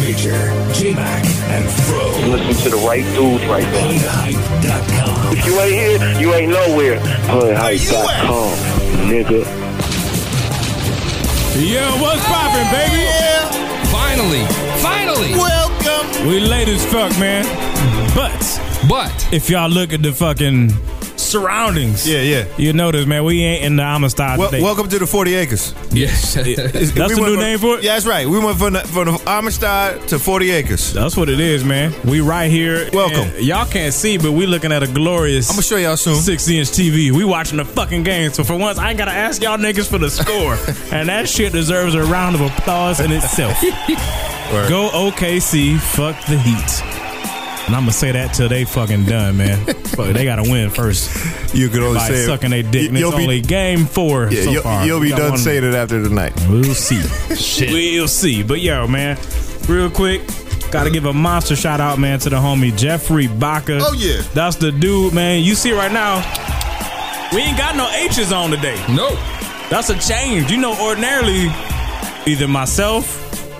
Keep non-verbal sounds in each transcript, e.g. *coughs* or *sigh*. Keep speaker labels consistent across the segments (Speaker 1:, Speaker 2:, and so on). Speaker 1: Major, J-Mac, and Fro.
Speaker 2: Listen to the right dudes right now.
Speaker 1: Unhype.com.
Speaker 2: If you ain't here, you ain't nowhere. Hoodhype.com, nigga.
Speaker 3: Yo, what's poppin', baby?
Speaker 4: Yeah,
Speaker 3: Finally, finally.
Speaker 4: welcome.
Speaker 3: We late as fuck, man. But
Speaker 5: But
Speaker 3: if y'all look at the fucking surroundings,
Speaker 4: Yeah, yeah.
Speaker 3: you notice, man, we ain't in the Amistad
Speaker 4: Well,
Speaker 3: today.
Speaker 4: welcome to the 40 Acres.
Speaker 5: yes,
Speaker 4: *laughs* That's
Speaker 3: the new name for it?
Speaker 4: Yeah, that's right. We went from, the, from the Amistad to 40 Acres.
Speaker 3: That's what it is, man. We right here.
Speaker 4: Welcome.
Speaker 3: And Y'all can't see, but we looking at a glorious
Speaker 4: I'm going to show y'all soon.
Speaker 3: 60 inch TV. We watching the fucking game. So for once, I ain't gotta ask y'all niggas for
Speaker 4: *laughs*
Speaker 3: the score. and that shit deserves a round of applause in
Speaker 4: *laughs*
Speaker 3: itself.
Speaker 4: Word.
Speaker 3: Go OKC, fuck the Heat. And I'm gonna say that till they fucking done,
Speaker 4: *laughs*
Speaker 3: man. Fuck, they gotta win first
Speaker 4: You could only
Speaker 3: by
Speaker 4: say it.
Speaker 3: sucking their dick. And
Speaker 4: You'll
Speaker 3: it's
Speaker 4: be-
Speaker 3: only game four
Speaker 4: Yeah,
Speaker 3: so
Speaker 4: you'll,
Speaker 3: far.
Speaker 4: you'll
Speaker 3: We
Speaker 4: be
Speaker 3: got
Speaker 4: done
Speaker 3: one-
Speaker 4: saying it after tonight.
Speaker 3: We'll see. We'll see. But yo, man, real quick, gotta give a monster shout out, man, to the homie Jeffrey Baca.
Speaker 4: Oh, yeah.
Speaker 3: That's the dude, man. You see right now, we ain't got no H's on today.
Speaker 5: no.
Speaker 3: That's a change. You know, ordinarily, either myself,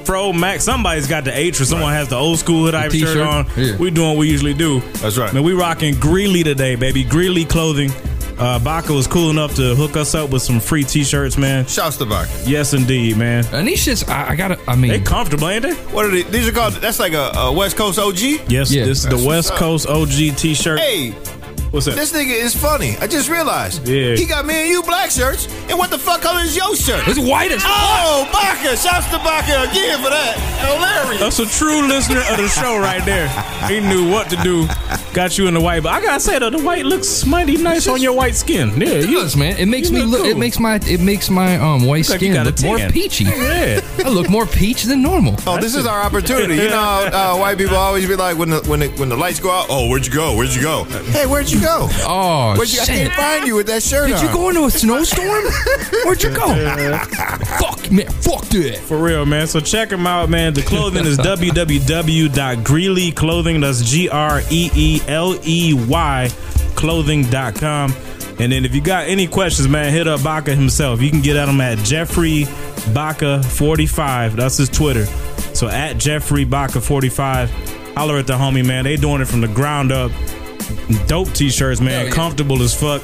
Speaker 3: Fro, Max, somebody's got the H or someone has the old school hood hype shirt
Speaker 5: t-shirt.
Speaker 3: on.
Speaker 5: Yeah.
Speaker 3: We doing what we usually do.
Speaker 4: That's right.
Speaker 3: Man, we rocking Greeley today, baby. Greeley clothing. Uh, Baca was cool enough to hook us up with some free t-shirts, man.
Speaker 4: Shouts to Bach.
Speaker 3: Yes, indeed, man.
Speaker 5: And these shits, I, I gotta. I mean,
Speaker 3: They comfortable, ain't they?
Speaker 4: What are they? These are called, that's like a, a West Coast OG.
Speaker 3: Yes,
Speaker 5: Yeah.
Speaker 3: this is the
Speaker 4: That's what's
Speaker 3: West
Speaker 4: up.
Speaker 3: Coast OG T-shirt.
Speaker 4: Hey,
Speaker 3: What's up?
Speaker 4: this nigga is funny. I just realized.
Speaker 3: Yeah.
Speaker 4: He got me and you black shirts. And what the fuck color is your shirt?
Speaker 5: it's white as
Speaker 4: Oh, Baca. Shouts to Baca again for that. Hilarious.
Speaker 3: That's a true listener of the show right there. He knew what to do. Got you in the white, but I gotta say though, the white looks mighty nice on your white skin. Yeah,
Speaker 5: It
Speaker 3: you
Speaker 5: does, man. It makes
Speaker 3: you
Speaker 5: me
Speaker 3: look
Speaker 5: look. It
Speaker 3: cool.
Speaker 5: makes my. It makes my um white
Speaker 3: like
Speaker 5: skin
Speaker 3: you got a
Speaker 5: look more
Speaker 3: tan.
Speaker 5: peachy.
Speaker 3: Yeah.
Speaker 5: I look more peach than normal.
Speaker 4: Oh, this is our opportunity. You know, how, uh, white people always be like, when the when the, when the lights go out, oh, where'd you go? Where'd you go? Hey, where'd you go?
Speaker 5: Oh
Speaker 4: Where'd you, I
Speaker 5: shit!
Speaker 4: can't find you with that shirt
Speaker 5: Did
Speaker 4: on.
Speaker 5: you go into a snowstorm? Where'd you
Speaker 4: *laughs*
Speaker 5: go? fuck man, fuck that.
Speaker 3: For real, man. So check them out, man. The
Speaker 5: *laughs*
Speaker 3: clothing is www.greeleyclothing. That's G R E E L E Y clothing.com. And then if you got any questions, man, hit up Baca himself. You can get at him at Jeffrey Baca45. That's his Twitter. So at Jeffrey Baca45. Holler at the homie, man. They doing it from the ground up. Dope t shirts, man.
Speaker 5: Hell yeah.
Speaker 3: Comfortable as fuck.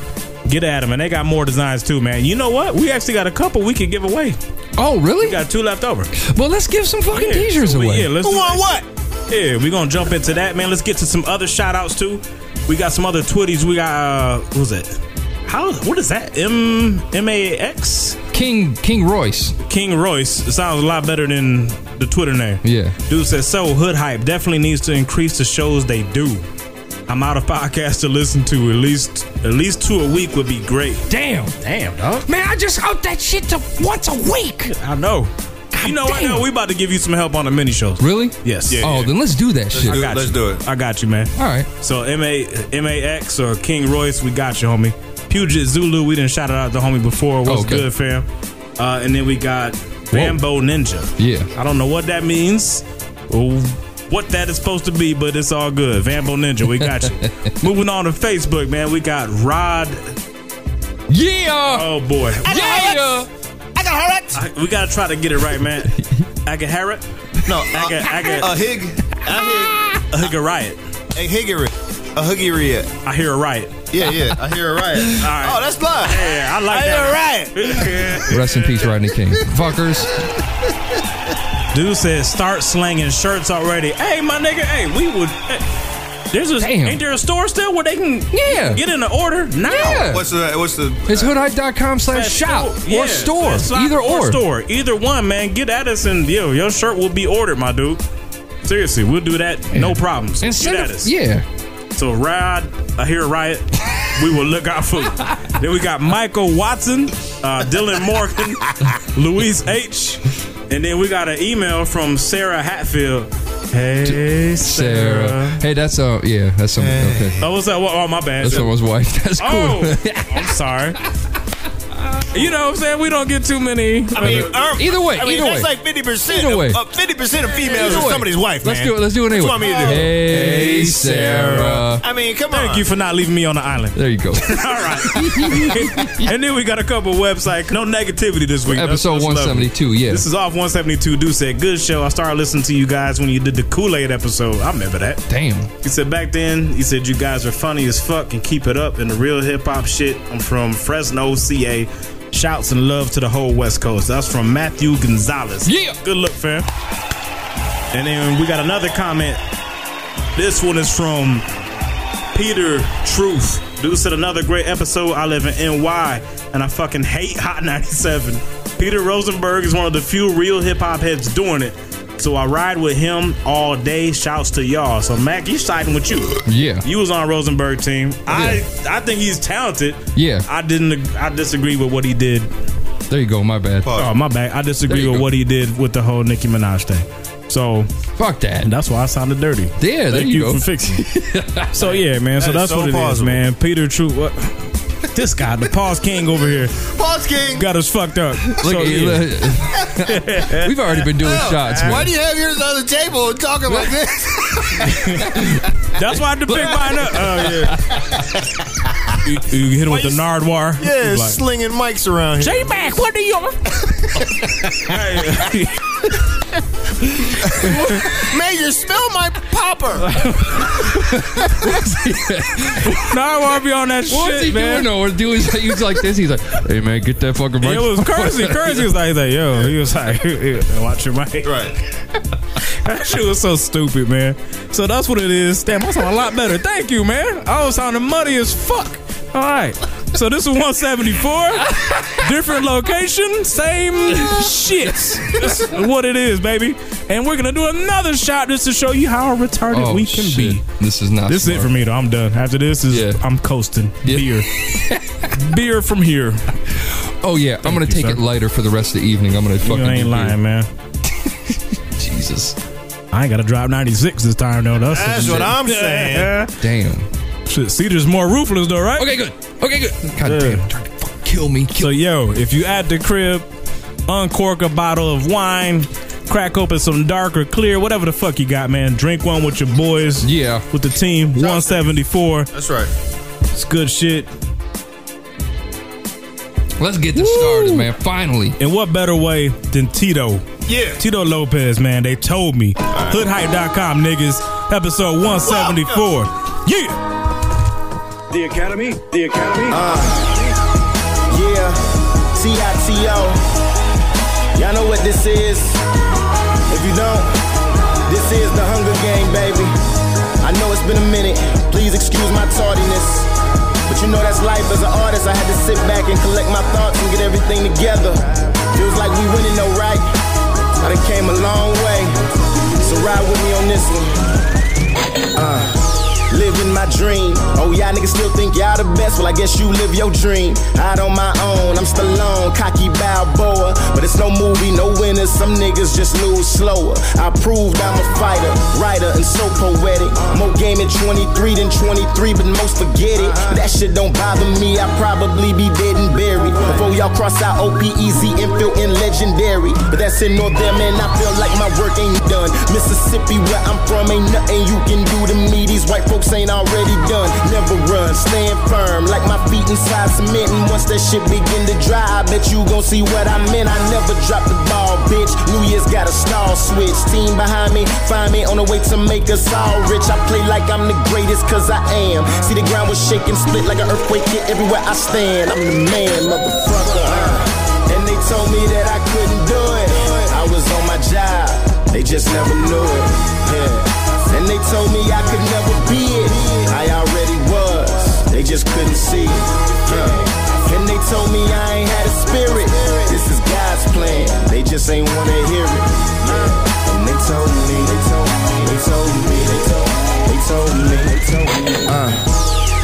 Speaker 3: Get at them. And they got more designs too, man. You know what? We actually got a couple we could give away.
Speaker 5: Oh
Speaker 3: We
Speaker 5: really?
Speaker 3: got two left over.
Speaker 5: Well, let's give some fucking t-shirts
Speaker 3: so we-
Speaker 5: away.
Speaker 3: Yeah, let's
Speaker 4: Who
Speaker 3: do
Speaker 4: want
Speaker 3: that.
Speaker 4: what?
Speaker 3: Yeah, we're gonna jump into that, man. Let's get to some other shout outs too. We got some other twitties. We got uh what was that? How what is that? M M A X?
Speaker 5: King King Royce.
Speaker 3: King Royce. It sounds a lot better than the Twitter name.
Speaker 5: Yeah.
Speaker 3: Dude says, so Hood Hype definitely needs to increase the shows they do. I'm out of podcasts to listen to. At least at least two a week would be great.
Speaker 5: Damn.
Speaker 3: Damn, dog.
Speaker 5: Man, I just out that shit to once a week.
Speaker 3: I know. you know what
Speaker 5: damn.
Speaker 3: now? We about to give you some help on the mini shows.
Speaker 5: Really?
Speaker 3: Yes.
Speaker 4: Yeah.
Speaker 5: Oh, then let's do that shit.
Speaker 4: do-
Speaker 3: I got
Speaker 4: let's
Speaker 3: you.
Speaker 4: do it.
Speaker 3: I got you, man.
Speaker 5: All right.
Speaker 3: So M A M A X or King Royce, we got you, homie. Puget Zulu, we didn't shout out the homie before. What's
Speaker 5: Oh, okay.
Speaker 3: good, fam? Uh, and then we got Rambo Ninja.
Speaker 5: Yeah.
Speaker 3: I don't know what that means. Or what that is supposed to be, but it's all good. Vambo Ninja, we got you.
Speaker 5: *laughs*
Speaker 3: Moving on to Facebook, man, we got Rod.
Speaker 5: Yeah.
Speaker 3: Oh boy,
Speaker 5: yeah.
Speaker 3: I- we gotta try to get it
Speaker 4: *laughs*
Speaker 3: right, man. Agahara,
Speaker 4: No,
Speaker 3: Aga,
Speaker 4: a
Speaker 3: Aga,
Speaker 4: hig, a
Speaker 3: Aga riot.
Speaker 4: hig, a higgery, a higgery.
Speaker 3: I hear a riot.
Speaker 4: Yeah, yeah, I hear a
Speaker 3: *laughs*
Speaker 4: riot.
Speaker 3: right.
Speaker 4: Oh, that's live.
Speaker 3: Yeah, I like that. I hear *laughs* a riot.
Speaker 5: Rest in peace, Rodney King. Fuckers.
Speaker 3: Dude says, start slanging shirts already. Hey, my nigga, hey, we would. eh, There's a
Speaker 5: Damn.
Speaker 3: ain't there a store still where they can
Speaker 5: Yeah.
Speaker 3: get in an order now?
Speaker 5: Yeah.
Speaker 4: What's the what's the
Speaker 5: It's hoodhype.com slash shop
Speaker 3: Yeah,
Speaker 5: or store.
Speaker 3: slash shop
Speaker 5: Either or.
Speaker 3: store, either one, man. Get at us and yo, your shirt will be ordered, my dude. Seriously, we'll do that, no problems.
Speaker 5: And
Speaker 3: Get
Speaker 5: send
Speaker 3: at
Speaker 5: a-
Speaker 3: us.
Speaker 5: yeah.
Speaker 3: So Rod, I hear a riot. We will look
Speaker 5: *laughs*
Speaker 3: out for you. then we got Michael Watson, uh,
Speaker 5: *laughs*
Speaker 3: Dylan Morgan, Luis H, and then we got an email from Sarah Hatfield. Hey, Sarah.
Speaker 5: Sarah. Hey, that's uh yeah, that's something okay.
Speaker 3: Oh, what's that? Oh, my
Speaker 5: *laughs*
Speaker 3: bad.
Speaker 5: That's someone's wife. That's cool.
Speaker 3: oh, I'm sorry. You know what I'm saying? We don't get too many.
Speaker 4: I mean, um,
Speaker 5: Either way,
Speaker 4: I mean,
Speaker 5: either
Speaker 4: that's
Speaker 5: way.
Speaker 4: like fifty percent.
Speaker 5: Either way.
Speaker 4: fifty percent of females
Speaker 5: Either
Speaker 4: are
Speaker 5: way.
Speaker 4: somebody's wife.
Speaker 5: Let's
Speaker 4: man.
Speaker 5: do it. Let's do it
Speaker 4: That's
Speaker 5: anyway.
Speaker 4: what I mean to do.
Speaker 5: Hey, Sarah.
Speaker 4: I mean, come on.
Speaker 3: Thank you for not leaving me on the island.
Speaker 5: There you go.
Speaker 3: All right. *laughs* and then we got a couple websites. No negativity this week. That's-
Speaker 5: Episode
Speaker 3: that's lovely.
Speaker 5: 172. Yeah.
Speaker 3: This is off 172. Dude said, Good show. I started listening to you guys when you did the Kool Aid episode. I remember that.
Speaker 5: Damn.
Speaker 3: He said, Back then, he said, You guys are funny as fuck and keep it up and the real hip hop shit. I'm from Fresno, CA. Shouts and love to the whole West Coast. That's from Matthew Gonzalez.
Speaker 5: Yeah.
Speaker 3: Good look, fam. And then we got another comment. This one is from Peter Truth. Dude said another great episode. I live in NY and I fucking hate Hot 97. Peter Rosenberg is one of the few real hip hop heads doing it. So I ride with him all day. Shouts to y'all. So Mac, he's siding with you.
Speaker 5: *laughs* Yeah. Oh,
Speaker 3: You was on Rosenberg team. I I think he's talented.
Speaker 5: Yeah.
Speaker 3: I didn't ag- I disagree with what he did.
Speaker 5: There you go. My
Speaker 3: *laughs*
Speaker 5: bad. Fuck,
Speaker 3: Oh, my bad.
Speaker 5: There
Speaker 3: I disagree
Speaker 5: you
Speaker 3: with
Speaker 5: go.
Speaker 3: what he did with the whole Nicki Minaj thing. So
Speaker 5: that.
Speaker 3: and that's why I sounded dirty.
Speaker 5: There, there
Speaker 3: Thank
Speaker 5: you
Speaker 3: you,
Speaker 5: go.
Speaker 3: for fixing.
Speaker 4: *laughs*
Speaker 3: it. so yeah, man. So
Speaker 4: That is
Speaker 3: that's
Speaker 4: so
Speaker 3: what it is,
Speaker 4: plausible.
Speaker 3: man. Peter True,
Speaker 4: *laughs*
Speaker 3: what? This guy, the pause king over here,
Speaker 4: Pause King.
Speaker 3: got us fucked up.
Speaker 5: Look,
Speaker 3: so, yeah. *laughs*
Speaker 5: look- we've already been doing shots, man.
Speaker 4: Why Oh, do you have yours on the table and talking like this?
Speaker 3: That's why I had to pick mine up. Oh yeah. you, you hit him with the
Speaker 4: you-
Speaker 3: Nardwar.
Speaker 4: *laughs* Yeah,
Speaker 3: He's like, *laughs*
Speaker 4: slinging mics around here.
Speaker 5: J Mac, what are
Speaker 4: *laughs*
Speaker 5: you?
Speaker 3: hey.
Speaker 4: Man, you smell my
Speaker 3: *laughs*
Speaker 4: popper.
Speaker 3: *laughs* Nardwar be on that
Speaker 5: What's
Speaker 3: shit,
Speaker 5: he
Speaker 3: man.
Speaker 5: doing? Or do he's like, he's like this. He's like, hey man, get that fucking mic.
Speaker 3: It was
Speaker 5: *laughs*
Speaker 3: crazy. Crazy was like, he's like, yo, he was like, *laughs* watch your mic.
Speaker 4: Right.
Speaker 3: *laughs* That shit was so stupid, man. So that's what it is. Damn, I sound a lot better. Thank you, man. I was sounding muddy as fuck. All right. So this is 174. *laughs* Different location, same shit. That's what it is, baby. And we're gonna do another shot just to show you how retarded
Speaker 5: Oh,
Speaker 3: we can
Speaker 5: shit.
Speaker 3: be.
Speaker 5: This is not.
Speaker 3: This is it for me though. I'm done. After this is
Speaker 5: Yeah.
Speaker 3: I'm coasting.
Speaker 5: Yeah. *laughs*
Speaker 3: Beer. Beer from here.
Speaker 5: Oh yeah, I'm gonna
Speaker 3: you,
Speaker 5: take
Speaker 3: sir.
Speaker 5: it lighter for the rest of the evening. I'm gonna fucking.
Speaker 3: you
Speaker 5: do
Speaker 3: ain't
Speaker 5: beer.
Speaker 3: lying, man.
Speaker 5: *laughs* Jesus,
Speaker 3: I ain't gotta drive 96 this time though. That's,
Speaker 4: That's what
Speaker 3: *laughs*
Speaker 4: I'm saying.
Speaker 3: Yeah.
Speaker 5: damn.
Speaker 3: Shit, Cedar's more ruthless though, right?
Speaker 5: Okay, good. Okay, good. God
Speaker 3: Yeah.
Speaker 5: damn, trying to fucking kill me. Kill
Speaker 3: So yo, if you at the crib, uncork a bottle of wine, crack open some dark or clear, whatever the fuck you got, man. Drink one with your boys.
Speaker 5: Yeah.
Speaker 3: With the team, 174.
Speaker 4: That's right.
Speaker 3: It's good shit.
Speaker 5: Let's get this started, man. Finally.
Speaker 3: And what better way than Tito?
Speaker 4: Yeah.
Speaker 3: Tito Lopez, man. They told me. Hoodhype.com, niggas. Episode 174. Yeah.
Speaker 1: The Academy? The Academy?
Speaker 6: Yeah, T-I-T-O. Y'all know what this is. If you don't, this is the Hunger Game, baby. I know it's been a minute. Please excuse my tardiness. But you know that's life as an artist. I had to sit back and collect my thoughts and get everything together. Feels like we winning though, right? I done came a long way. So ride with me on this one. Uh, Living my dream. Oh, y'all niggas still think y'all the best. Well, I guess you live your dream. Out on my own, I'm still on cocky Balboa. But it's no movie, no winners. Some niggas just lose slower. I proved I'm a fighter, writer, and so poetic. More game at 23 than 23, but most forget it. That shit don't bother me. I probably be dead and buried. Before y'all cross out E OPEZ, infield and legendary. But that's it, nor them, and I feel like my work ain't done. Mississippi, where I'm from, ain't nothing you can do to me. These white folks ain't already done. Never run, stand firm, like my feet inside cement. And once that shit begin to dry, I bet you gon' see what I meant. I never dropped the ball, bitch. New Year's got a star switch. Team behind me, find me on the way to make us all rich. I play like I'm the greatest, cause I am. See, the ground was shaking, split like an earthquake hit everywhere I stand. I'm the man, motherfucker. uh. And they told me that I couldn't do it. I was on my job, they just never knew it. Yeah. And they told me I could never be it. I already was, they just couldn't see it. Yeah. And they told me I ain't had a spirit. This is God's plan, they just ain't wanna hear it. Yeah. And they told me, they told me, they told me, they told me, they told me, they told me. Uh.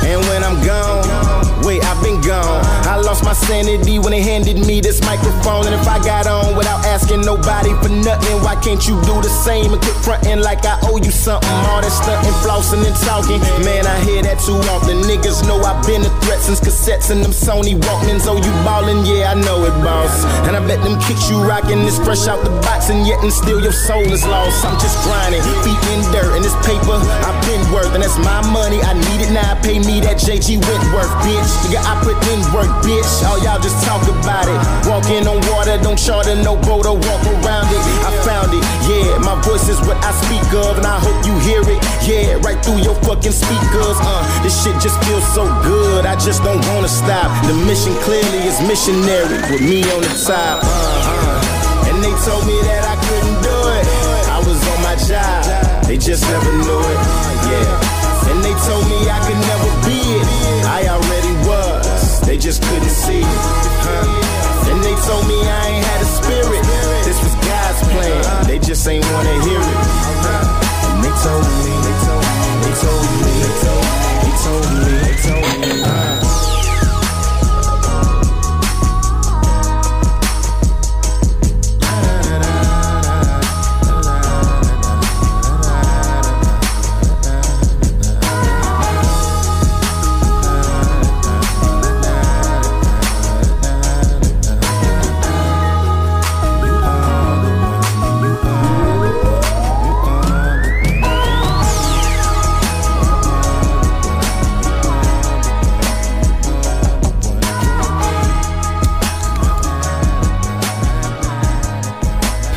Speaker 6: And when I'm gone, wait, I've been gone. I lost myself sanity when they handed me this microphone. And if I got on without asking nobody for nothing, why can't you do the same and quit fronting like I owe you something? All that stunting, flossing, and talking. Man, I hear that too often. Niggas know I've been a threat since cassettes and them Sony Walkmans. Oh, you ballin'? Yeah, I know it, boss. And I bet them kicks you rockin' is fresh out the box, and yet and still your soul is lost. I'm just grinding, feet in dirt, and this paper I've been worth, and that's my money. I need it now. Pay me that JG Wentworth, bitch. Nigga, I put in work, bitch. All y'all just talk about it. Walking on water, don't charter no boat or walk around it. I found it, yeah. My voice is what I speak of, and I hope you hear it, yeah. Right through your fucking speakers, uh. This shit just feels so good. I just don't wanna stop. The mission clearly is missionary with me on the top, uh, uh. And they told me that I couldn't do it. I was on my job, they just never knew it, uh, yeah. And they told me I could never be it. I already was, they just couldn't see it, huh? And they told me I ain't had a spirit. This was God's plan, they just ain't wanna hear it. huh? And they told me, they told me, they told me, they told me, they told me, they told me, uh.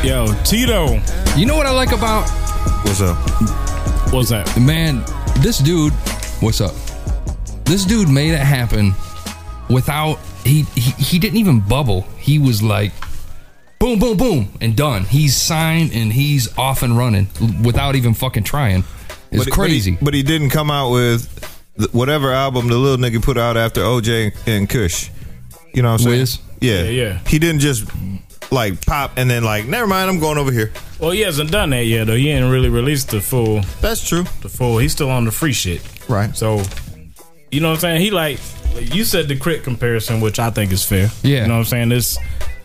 Speaker 3: Yo, Tito.
Speaker 5: You know what I like about
Speaker 4: What's up?
Speaker 3: What's that?
Speaker 5: man? This dude, what's up? This dude made it happen without he he, he didn't even bubble. He was like. Boom, boom, boom, and done. He's signed and he's off and running without even fucking trying. It's
Speaker 4: But-
Speaker 5: crazy.
Speaker 4: But he, but he didn't come out with th- whatever album the little nigga put out after OJ and Kush. You know what I'm saying?
Speaker 5: Wiz?
Speaker 4: Yeah.
Speaker 3: Yeah, yeah.
Speaker 4: He didn't just like pop and then like, never mind, I'm going over here.
Speaker 3: Well, he hasn't done that yet, though. He ain't really released the full,
Speaker 4: That's true.
Speaker 3: the full. He's still on the free shit.
Speaker 4: Right.
Speaker 3: So, you know what I'm saying? He like, like you said the crit comparison, which I think is fair.
Speaker 5: Yeah.
Speaker 3: You know what I'm saying? This,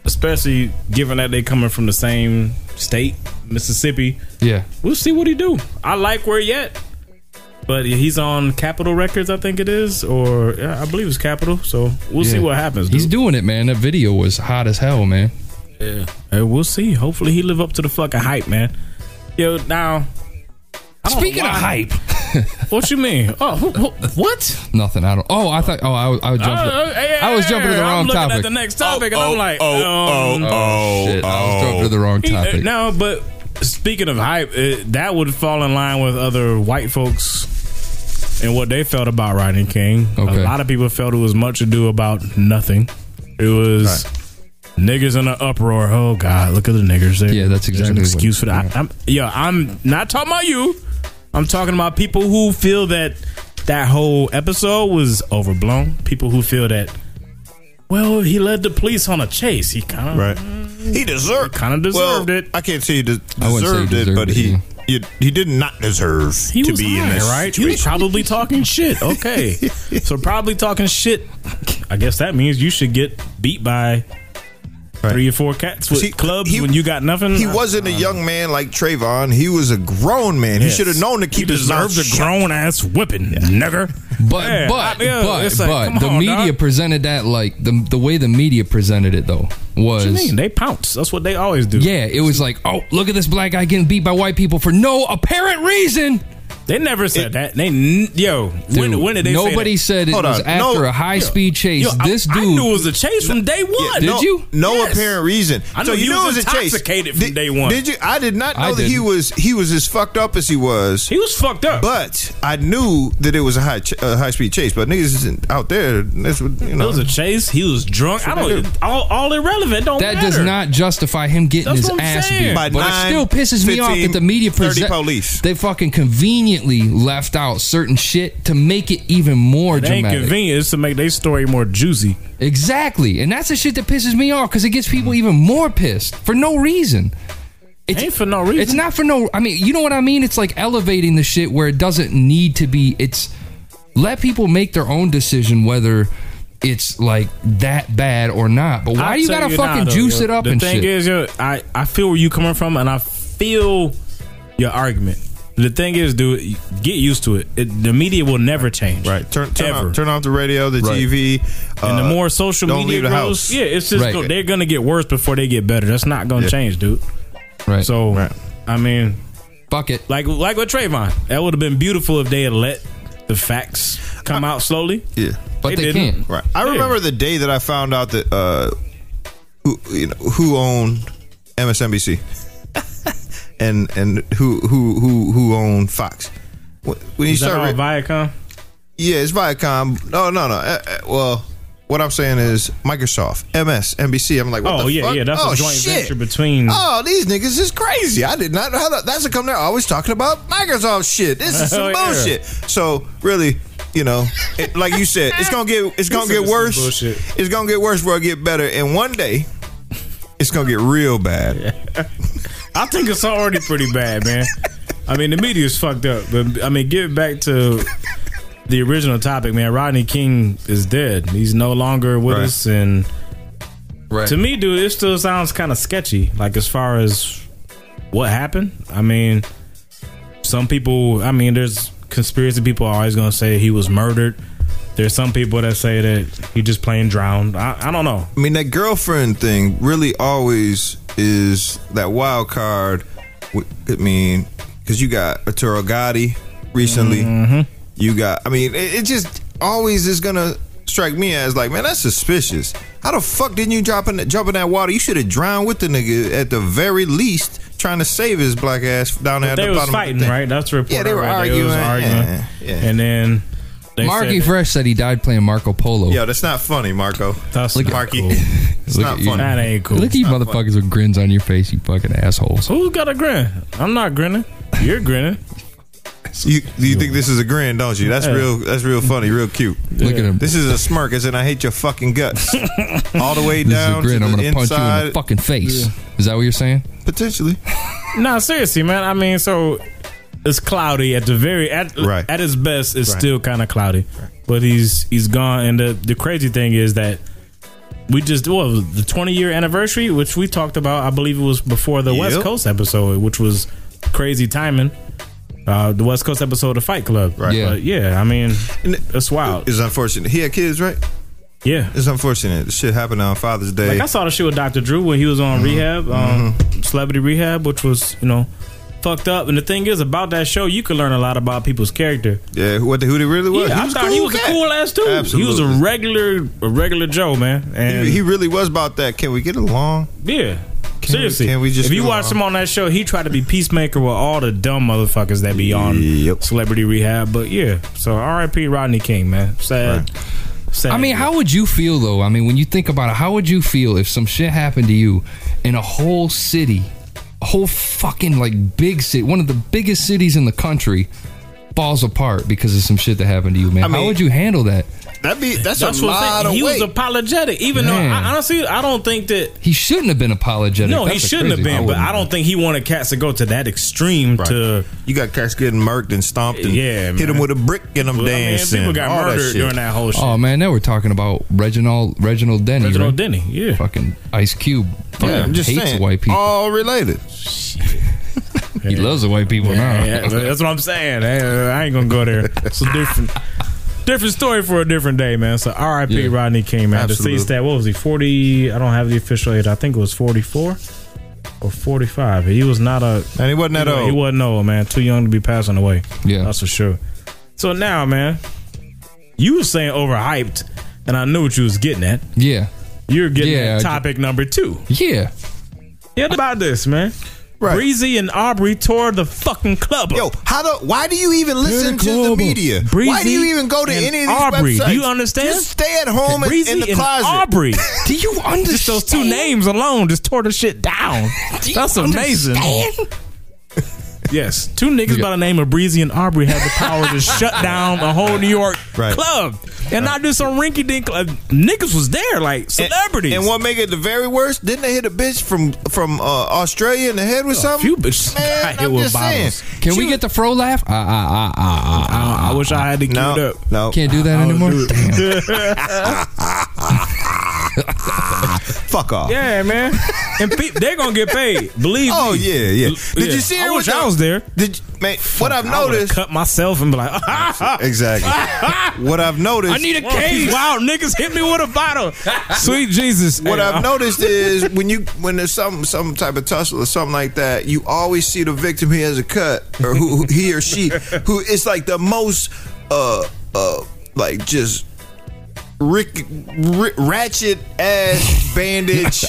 Speaker 3: especially given that they coming from the same state, Mississippi.
Speaker 5: yeah.
Speaker 3: *laughs* We'll see what he do. I like where he at, but he's on Capitol Records, I think it is, or yeah, I believe it's Capitol. So we'll see
Speaker 5: Yeah.
Speaker 3: what happens.
Speaker 5: He's
Speaker 3: dude.
Speaker 5: doing it, man. That video was hot as hell, man.
Speaker 3: Yeah. Hey, we'll see. Hopefully he live up to the fucking hype, man. Yo, now. I don't know
Speaker 5: Speaking of
Speaker 3: why-
Speaker 5: hype,
Speaker 3: what you mean? Oh, wh- wh- what?
Speaker 5: nothing. I don't. Oh, I thought. Oh, I was. I was jumping.
Speaker 3: Oh, hey,
Speaker 5: I was jumping to the
Speaker 3: hey, I'm
Speaker 5: wrong
Speaker 3: looking
Speaker 5: topic.
Speaker 3: At the next topic, and I'm like,
Speaker 4: oh,
Speaker 3: um,
Speaker 4: oh, oh,
Speaker 5: Shit,
Speaker 4: oh.
Speaker 5: I was jumping to the wrong
Speaker 3: he- uh,
Speaker 5: topic.
Speaker 3: no, but speaking of hype, it, that would fall in line with other white folks and what they felt about Rodney King.
Speaker 5: Okay.
Speaker 3: A lot of people felt it was much ado about nothing. It was. Niggas in an uproar. Oh God, look at the niggers. There.
Speaker 5: Yeah, that's
Speaker 3: There's
Speaker 5: exactly
Speaker 3: an
Speaker 5: what-
Speaker 3: excuse for that. I, am yeah, I'm not talking about you. I'm talking about people who feel that that whole episode was overblown. People who feel that, well, he led the police on a chase. He kind of
Speaker 4: Right. He deserved
Speaker 3: Kinda deserved
Speaker 4: well,
Speaker 3: it.
Speaker 4: I can't say he de-
Speaker 5: I wouldn't say he
Speaker 4: deserved, it,
Speaker 5: deserved
Speaker 4: but
Speaker 5: it,
Speaker 4: he,
Speaker 5: yeah.
Speaker 4: you- he did not deserve
Speaker 3: he
Speaker 4: to
Speaker 3: was
Speaker 4: be in
Speaker 3: high,
Speaker 4: this
Speaker 3: right? He was
Speaker 4: situation.
Speaker 3: probably
Speaker 4: *laughs*
Speaker 3: talking shit. Okay, so probably talking shit. I guess that means you should get beat by
Speaker 4: Right.
Speaker 3: three or four cats with
Speaker 4: See,
Speaker 3: clubs
Speaker 4: he-
Speaker 3: when you got nothing. Uh,
Speaker 4: He wasn't a young man like Trayvon. He was a grown man.
Speaker 3: Yes.
Speaker 4: He should have known to keep
Speaker 3: he
Speaker 4: his mouth
Speaker 3: deserves a
Speaker 4: shut.
Speaker 3: grown ass whipping, nigger.
Speaker 5: But
Speaker 3: Yeah,
Speaker 5: but
Speaker 3: I- yeah,
Speaker 5: but
Speaker 3: it's like,
Speaker 5: but
Speaker 3: come
Speaker 5: the
Speaker 3: on,
Speaker 5: media
Speaker 3: dog.
Speaker 5: presented that like the the way the media presented it though was
Speaker 3: What you mean? They pounce. That's what they always do.
Speaker 5: yeah it was like oh look at this black guy getting beat by white people for no apparent reason.
Speaker 3: They never said that. They n- yo. when,
Speaker 5: Dude,
Speaker 3: when did they?
Speaker 5: nobody
Speaker 3: say
Speaker 5: said it
Speaker 4: Hold
Speaker 5: was
Speaker 4: on,
Speaker 5: after
Speaker 4: no-
Speaker 5: a high speed
Speaker 3: that?
Speaker 5: chase.
Speaker 3: Yo,
Speaker 5: this
Speaker 3: I,
Speaker 5: dude
Speaker 3: I knew it was a chase from day one.
Speaker 4: Yeah,
Speaker 5: Did
Speaker 4: no,
Speaker 5: you?
Speaker 4: No
Speaker 3: Yes.
Speaker 4: apparent reason.
Speaker 3: I knew
Speaker 4: so you
Speaker 3: he
Speaker 4: knew
Speaker 3: was
Speaker 4: it was a chase.
Speaker 3: intoxicated from
Speaker 4: Did-
Speaker 3: day one.
Speaker 4: Did you? I did not
Speaker 5: I
Speaker 4: know that he
Speaker 5: didn't.
Speaker 4: was he was as fucked up as he was.
Speaker 3: He was fucked up.
Speaker 4: but I knew that it was a high ch- uh, high speed chase. But niggas isn't out there. That's what you
Speaker 3: it
Speaker 4: know.
Speaker 3: was a chase. He was drunk. I don't. All, all irrelevant. Don't
Speaker 5: That
Speaker 3: matter.
Speaker 5: does not justify him getting
Speaker 3: That's
Speaker 5: his
Speaker 3: what I'm
Speaker 5: ass
Speaker 3: saying.
Speaker 5: beat.
Speaker 4: By
Speaker 5: but
Speaker 4: nine,
Speaker 5: it still pisses me off
Speaker 4: 15,
Speaker 5: that the media
Speaker 4: 30
Speaker 5: present
Speaker 4: police.
Speaker 5: They fucking conveniently left out certain shit to make it even more
Speaker 3: It ain't
Speaker 5: dramatic.
Speaker 3: convenient. It's to make their story more juicy.
Speaker 5: exactly, and that's the shit that pisses me off because it gets people even more pissed for no reason. It's,
Speaker 3: Ain't for no reason.
Speaker 5: It's not for no. I mean, you know what I mean. It's like elevating the shit where it doesn't need to be. It's let people make their own decision whether it's like that bad or not. But why
Speaker 3: I'll
Speaker 5: do you
Speaker 3: tell
Speaker 5: gotta
Speaker 3: now,
Speaker 5: fucking
Speaker 3: though,
Speaker 5: juice
Speaker 3: yo,
Speaker 5: it up
Speaker 3: the
Speaker 5: and
Speaker 3: thing
Speaker 5: shit?
Speaker 3: is, yo, I I feel where you coming from, and I feel your argument. The thing is, dude, get used to it. it the media will never change.
Speaker 4: Right. Turn turn,
Speaker 3: Ever.
Speaker 4: Off, turn off the radio, the
Speaker 5: Right.
Speaker 4: TV.
Speaker 3: And
Speaker 4: uh,
Speaker 3: the more social
Speaker 4: don't
Speaker 3: media
Speaker 4: leave the
Speaker 3: grows,
Speaker 4: house.
Speaker 3: yeah, it's just
Speaker 5: Right.
Speaker 3: go- they're gonna get worse before they get better. That's not gonna
Speaker 4: Yeah.
Speaker 3: change, dude.
Speaker 5: right. So
Speaker 3: So
Speaker 4: Right.
Speaker 3: I mean,
Speaker 5: fuck it.
Speaker 3: like like with Trayvon, that would have been beautiful if they had let the facts come out slowly.
Speaker 4: Yeah.
Speaker 5: But
Speaker 3: They
Speaker 5: they,
Speaker 3: didn't.
Speaker 5: can't.
Speaker 4: Right. I
Speaker 3: Yeah.
Speaker 4: remember the day that I found out that uh, who you know who owned
Speaker 5: *laughs*
Speaker 4: MSNBC and and who who who who owned Fox. When when you
Speaker 3: Is that
Speaker 4: start,
Speaker 3: all
Speaker 4: re-
Speaker 3: Viacom?
Speaker 4: yeah, it's Viacom. No, no, no. Uh, uh, well, what I'm saying is Microsoft, MSNBC. I'm like, what
Speaker 3: Oh
Speaker 4: the
Speaker 3: yeah,
Speaker 4: fuck?
Speaker 3: yeah. That's
Speaker 4: oh,
Speaker 3: a joint
Speaker 4: shit.
Speaker 3: venture between.
Speaker 4: Oh, these niggas is crazy. I did not know how that, that's a company they're always talking about Microsoft shit. This is
Speaker 3: Oh,
Speaker 4: some
Speaker 3: *laughs* yeah.
Speaker 4: bullshit. So really, you know, it, like you said, it's gonna get it's gonna
Speaker 3: said
Speaker 4: get
Speaker 3: it's some
Speaker 4: worse.
Speaker 3: bullshit.
Speaker 4: It's gonna get worse before it get better. And one day, it's gonna get real bad.
Speaker 3: *laughs* I think it's already pretty bad, man. I mean, the media's fucked up. But I mean, get back to the original topic, man. Rodney King is dead. He's no longer with
Speaker 4: Right.
Speaker 3: us, and
Speaker 5: Right.
Speaker 3: to me, dude, it still sounds kind of sketchy. Like as far as what happened, I mean, some people. I mean, there's conspiracy people are always gonna say he was murdered. There's some people that say that he just plain drowned. I, I don't know.
Speaker 4: I mean, that girlfriend thing really always is that wild card. W- I mean, because you got Arturo Gotti recently.
Speaker 3: Mm-hmm.
Speaker 4: You got, I mean, it, it just always is going to strike me as like, man, that's suspicious. How the fuck didn't you drop in, that, jump in that water? You should have drowned with the nigga at the very least, trying to save his black ass down there at
Speaker 3: They
Speaker 4: the
Speaker 3: was
Speaker 4: bottom
Speaker 3: fighting,
Speaker 4: of the thing.
Speaker 3: right? That's the report.
Speaker 4: Yeah, they
Speaker 3: I
Speaker 4: were
Speaker 3: read. They
Speaker 4: arguing.
Speaker 3: was
Speaker 4: Yeah, yeah.
Speaker 3: And then they
Speaker 5: Marky
Speaker 3: said-
Speaker 5: Fresh said he died playing Marco Polo.
Speaker 4: Yo, that's not funny, Marco.
Speaker 5: *laughs*
Speaker 3: That's
Speaker 5: Look
Speaker 3: not
Speaker 5: at-
Speaker 4: Marky.
Speaker 3: cool.
Speaker 4: It's
Speaker 5: Look
Speaker 4: not
Speaker 5: at you.
Speaker 4: funny.
Speaker 3: That ain't cool.
Speaker 5: Look at you motherfuckers with grins on your face, you fucking assholes.
Speaker 3: Who's got a grin? I'm not grinning. You're grinning.
Speaker 4: You, you think this is a grin, don't you? That's
Speaker 3: Yeah.
Speaker 4: real. That's real funny. Real cute.
Speaker 5: Look at him.
Speaker 4: This is a smirk, as in I hate your
Speaker 5: *laughs*
Speaker 4: fucking guts, all the way
Speaker 5: This is a
Speaker 4: down
Speaker 5: grin.
Speaker 4: to
Speaker 5: I'm
Speaker 4: the
Speaker 5: gonna punch
Speaker 4: inside.
Speaker 5: you in the fucking face. Is that what you're saying?
Speaker 4: Potentially,
Speaker 3: Nah, seriously, man. I mean, so it's cloudy at the very at
Speaker 4: Right.
Speaker 3: at its best. It's
Speaker 4: Right.
Speaker 3: still kind of cloudy, but he's he's gone. And the the crazy thing is that we just well the 20 year anniversary, which we talked about. I believe it was before the West
Speaker 4: Yep.
Speaker 3: Coast episode, which was crazy timing. Uh, the West Coast episode of Fight Club.
Speaker 4: Right.
Speaker 5: Yeah.
Speaker 3: But yeah, I mean,
Speaker 4: And it-
Speaker 3: it's wild.
Speaker 4: it's unfortunate. He had kids, right?
Speaker 3: yeah.
Speaker 4: It's unfortunate. This shit happened on Father's Day.
Speaker 3: Like I saw the shit with Dr. Drew when he was on
Speaker 4: Mm-hmm.
Speaker 3: rehab, um, celebrity rehab, which was you know fucked up. And the thing is about that show, you could learn a lot about people's character.
Speaker 4: yeah, who- what the, who he really was?
Speaker 3: yeah, I
Speaker 4: was a
Speaker 3: thought he was
Speaker 4: cat.
Speaker 3: a cool ass dude. He was
Speaker 4: Absolutely.
Speaker 3: a regular, a regular Joe man. And
Speaker 4: He, he really was about that. Can we get along?
Speaker 3: yeah. Seriously,
Speaker 4: can we just
Speaker 3: if you
Speaker 4: move
Speaker 3: watch
Speaker 4: on?
Speaker 3: him on that show, he tried to be peacemaker with all the dumb motherfuckers that be on
Speaker 4: Yep.
Speaker 3: Celebrity Rehab. But yeah, so R.I.P. Rodney King, man. Sad. Sad.
Speaker 5: I mean, how would you feel though? I mean, when you think about it, how would you feel if some shit happened to you in a whole city, a whole fucking like big city, one of the biggest cities in the country, falls apart because of some shit that happened to you, man?
Speaker 4: I mean-
Speaker 5: how would you handle that?
Speaker 4: That be that's,
Speaker 3: That's
Speaker 4: a
Speaker 3: what I'm
Speaker 4: lot
Speaker 3: saying.
Speaker 4: of
Speaker 3: He was
Speaker 4: weight.
Speaker 3: apologetic, even
Speaker 5: Man.
Speaker 3: though I, honestly, I don't think that
Speaker 5: He shouldn't have been apologetic.
Speaker 3: No, he
Speaker 5: That's a
Speaker 3: shouldn't have
Speaker 5: crazy-
Speaker 3: been. but
Speaker 5: wouldn't
Speaker 3: I don't
Speaker 5: have.
Speaker 3: think he wanted cats to go to that extreme.
Speaker 4: Right.
Speaker 3: To
Speaker 4: you got cats getting murked and stomped and
Speaker 3: Yeah,
Speaker 4: hit
Speaker 3: man.
Speaker 4: him with a brick and them
Speaker 3: Well, I mean,
Speaker 4: dancing.
Speaker 3: people got
Speaker 4: all
Speaker 3: murdered
Speaker 4: that shit.
Speaker 3: during that whole shit.
Speaker 5: Oh man, now we're talking about Reginald Reginald Denny.
Speaker 3: Reginald
Speaker 5: right?
Speaker 3: Denny, yeah.
Speaker 5: Fucking Ice Cube.
Speaker 4: Yeah,
Speaker 5: Fucking
Speaker 4: I'm just
Speaker 5: hates
Speaker 4: saying.
Speaker 5: white people.
Speaker 4: All related.
Speaker 5: he loves the white people now.
Speaker 3: Yeah, that's what I'm saying. Hey, I ain't gonna go there. It's a different, different story for a different day, man. So R.I.P.
Speaker 5: Yeah.
Speaker 3: Rodney King, man.
Speaker 4: Absolutely.
Speaker 3: Deceased at what was he? 40? I don't have the official age. I think it was 44 or 45. He was not a
Speaker 4: And he wasn't that
Speaker 3: He
Speaker 4: old.
Speaker 3: wasn't old, man. Too young to be passing away.
Speaker 5: Yeah.
Speaker 3: That's for sure. So now, man, you were saying overhyped, and I knew what you was getting at.
Speaker 5: yeah.
Speaker 3: You're getting
Speaker 5: Yeah,
Speaker 3: at
Speaker 5: I-
Speaker 3: topic number two.
Speaker 5: Yeah.
Speaker 3: Yeah, about this, man.
Speaker 4: Right.
Speaker 3: Breezy and Aubrey tore the fucking club up.
Speaker 4: Yo, how the? Why do you even listen to the
Speaker 5: club.
Speaker 4: media? why
Speaker 3: Breezy
Speaker 4: do you even go to
Speaker 3: and
Speaker 4: any of these
Speaker 3: Aubrey. Do
Speaker 4: websites?
Speaker 3: you understand?
Speaker 4: Just stay at home and,
Speaker 3: Breezy
Speaker 4: in the
Speaker 3: and
Speaker 4: closet. *laughs*
Speaker 3: Aubrey.
Speaker 5: Do you understand?
Speaker 3: just those two names alone just tore the
Speaker 5: *laughs*
Speaker 3: shit down. That's amazing. Yes, two niggas by the name of Breezy and Aubrey had the power to
Speaker 4: *laughs*
Speaker 3: shut down a whole New York
Speaker 4: Right.
Speaker 3: club and not do some rinky dink. club. niggas was there like
Speaker 4: And-
Speaker 3: celebrities.
Speaker 4: And what make it the very worst? Didn't they hit a bitch from from uh, Australia in the head with something?
Speaker 3: few bitches
Speaker 4: Man,
Speaker 3: got hit
Speaker 4: I'm
Speaker 3: with
Speaker 4: just
Speaker 3: bottles.
Speaker 4: saying.
Speaker 5: Can we get the fro laugh? Ah ah ah ah ah.
Speaker 3: I, I wish I had to queued
Speaker 4: No,
Speaker 3: up.
Speaker 4: no.
Speaker 5: Can't do that anymore. Damn.
Speaker 4: *laughs*
Speaker 3: *laughs*
Speaker 4: Fuck off.
Speaker 3: Yeah, man. And pe- they're gonna get paid. Believe
Speaker 4: Oh
Speaker 3: me.
Speaker 4: yeah, yeah. Did you see?
Speaker 3: I
Speaker 4: her
Speaker 3: wish
Speaker 4: with
Speaker 3: I
Speaker 4: the- *laughs*
Speaker 3: was there.
Speaker 4: Did you, man? What I've
Speaker 3: I would've
Speaker 4: noticed.
Speaker 3: cut myself and be like, *laughs*
Speaker 4: Exactly. what I've noticed.
Speaker 5: I need a
Speaker 3: Whoa, these
Speaker 5: case.
Speaker 3: Wild niggas hit me with a bottle.
Speaker 4: *laughs*
Speaker 3: Sweet Jesus.
Speaker 4: what
Speaker 3: Hey,
Speaker 4: I've
Speaker 3: I'm- *laughs*
Speaker 4: noticed is when you when there's some some type of tussle or something like that, you always see the victim who has a cut or who who- he or she who is like the most uh uh like just Rick, ri ratchet ass
Speaker 3: *laughs*
Speaker 4: bandage.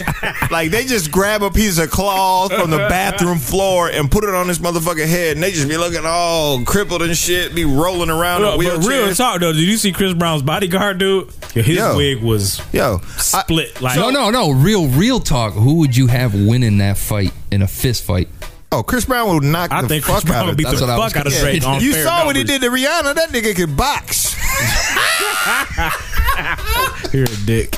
Speaker 4: like they just grab a piece of cloth from the bathroom floor and put it on this motherfucker head, and they just be looking all crippled and shit, be rolling around
Speaker 3: Look,
Speaker 4: in
Speaker 3: but real
Speaker 4: wheelchairs.
Speaker 3: talk though, did you see Chris Brown's bodyguard, dude? Yeah, His
Speaker 4: Yo.
Speaker 3: wig was
Speaker 4: Yo, I-
Speaker 3: split. like,
Speaker 5: No, no, no. Real, real talk. Who would you have winning that fight in a fist fight?
Speaker 4: oh, Chris Brown will knock
Speaker 3: I
Speaker 4: the
Speaker 3: think
Speaker 4: fuck
Speaker 3: Chris Brown
Speaker 4: out
Speaker 3: would
Speaker 4: of
Speaker 3: beat the
Speaker 5: That's what I was
Speaker 3: fuck out of
Speaker 5: gonna
Speaker 3: Drake.
Speaker 5: say.
Speaker 3: on
Speaker 4: You
Speaker 3: fair
Speaker 4: saw what he
Speaker 3: numbers.
Speaker 4: did to Rihanna. That nigga could box.
Speaker 3: You're a dick.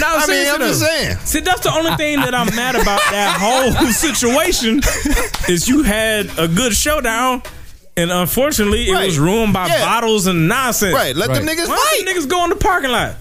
Speaker 3: No,
Speaker 4: I mean,
Speaker 3: seriously
Speaker 4: I'm just
Speaker 3: though.
Speaker 4: saying.
Speaker 3: See, that's the only thing that I'm mad about that whole *laughs* situation is you had a good showdown, and unfortunately, it
Speaker 4: Right.
Speaker 3: was ruined by
Speaker 4: Yeah.
Speaker 3: bottles and nonsense.
Speaker 4: Right. Let them
Speaker 5: Right.
Speaker 4: niggas
Speaker 3: Why
Speaker 4: fight.
Speaker 3: don't you niggas go in the parking lot?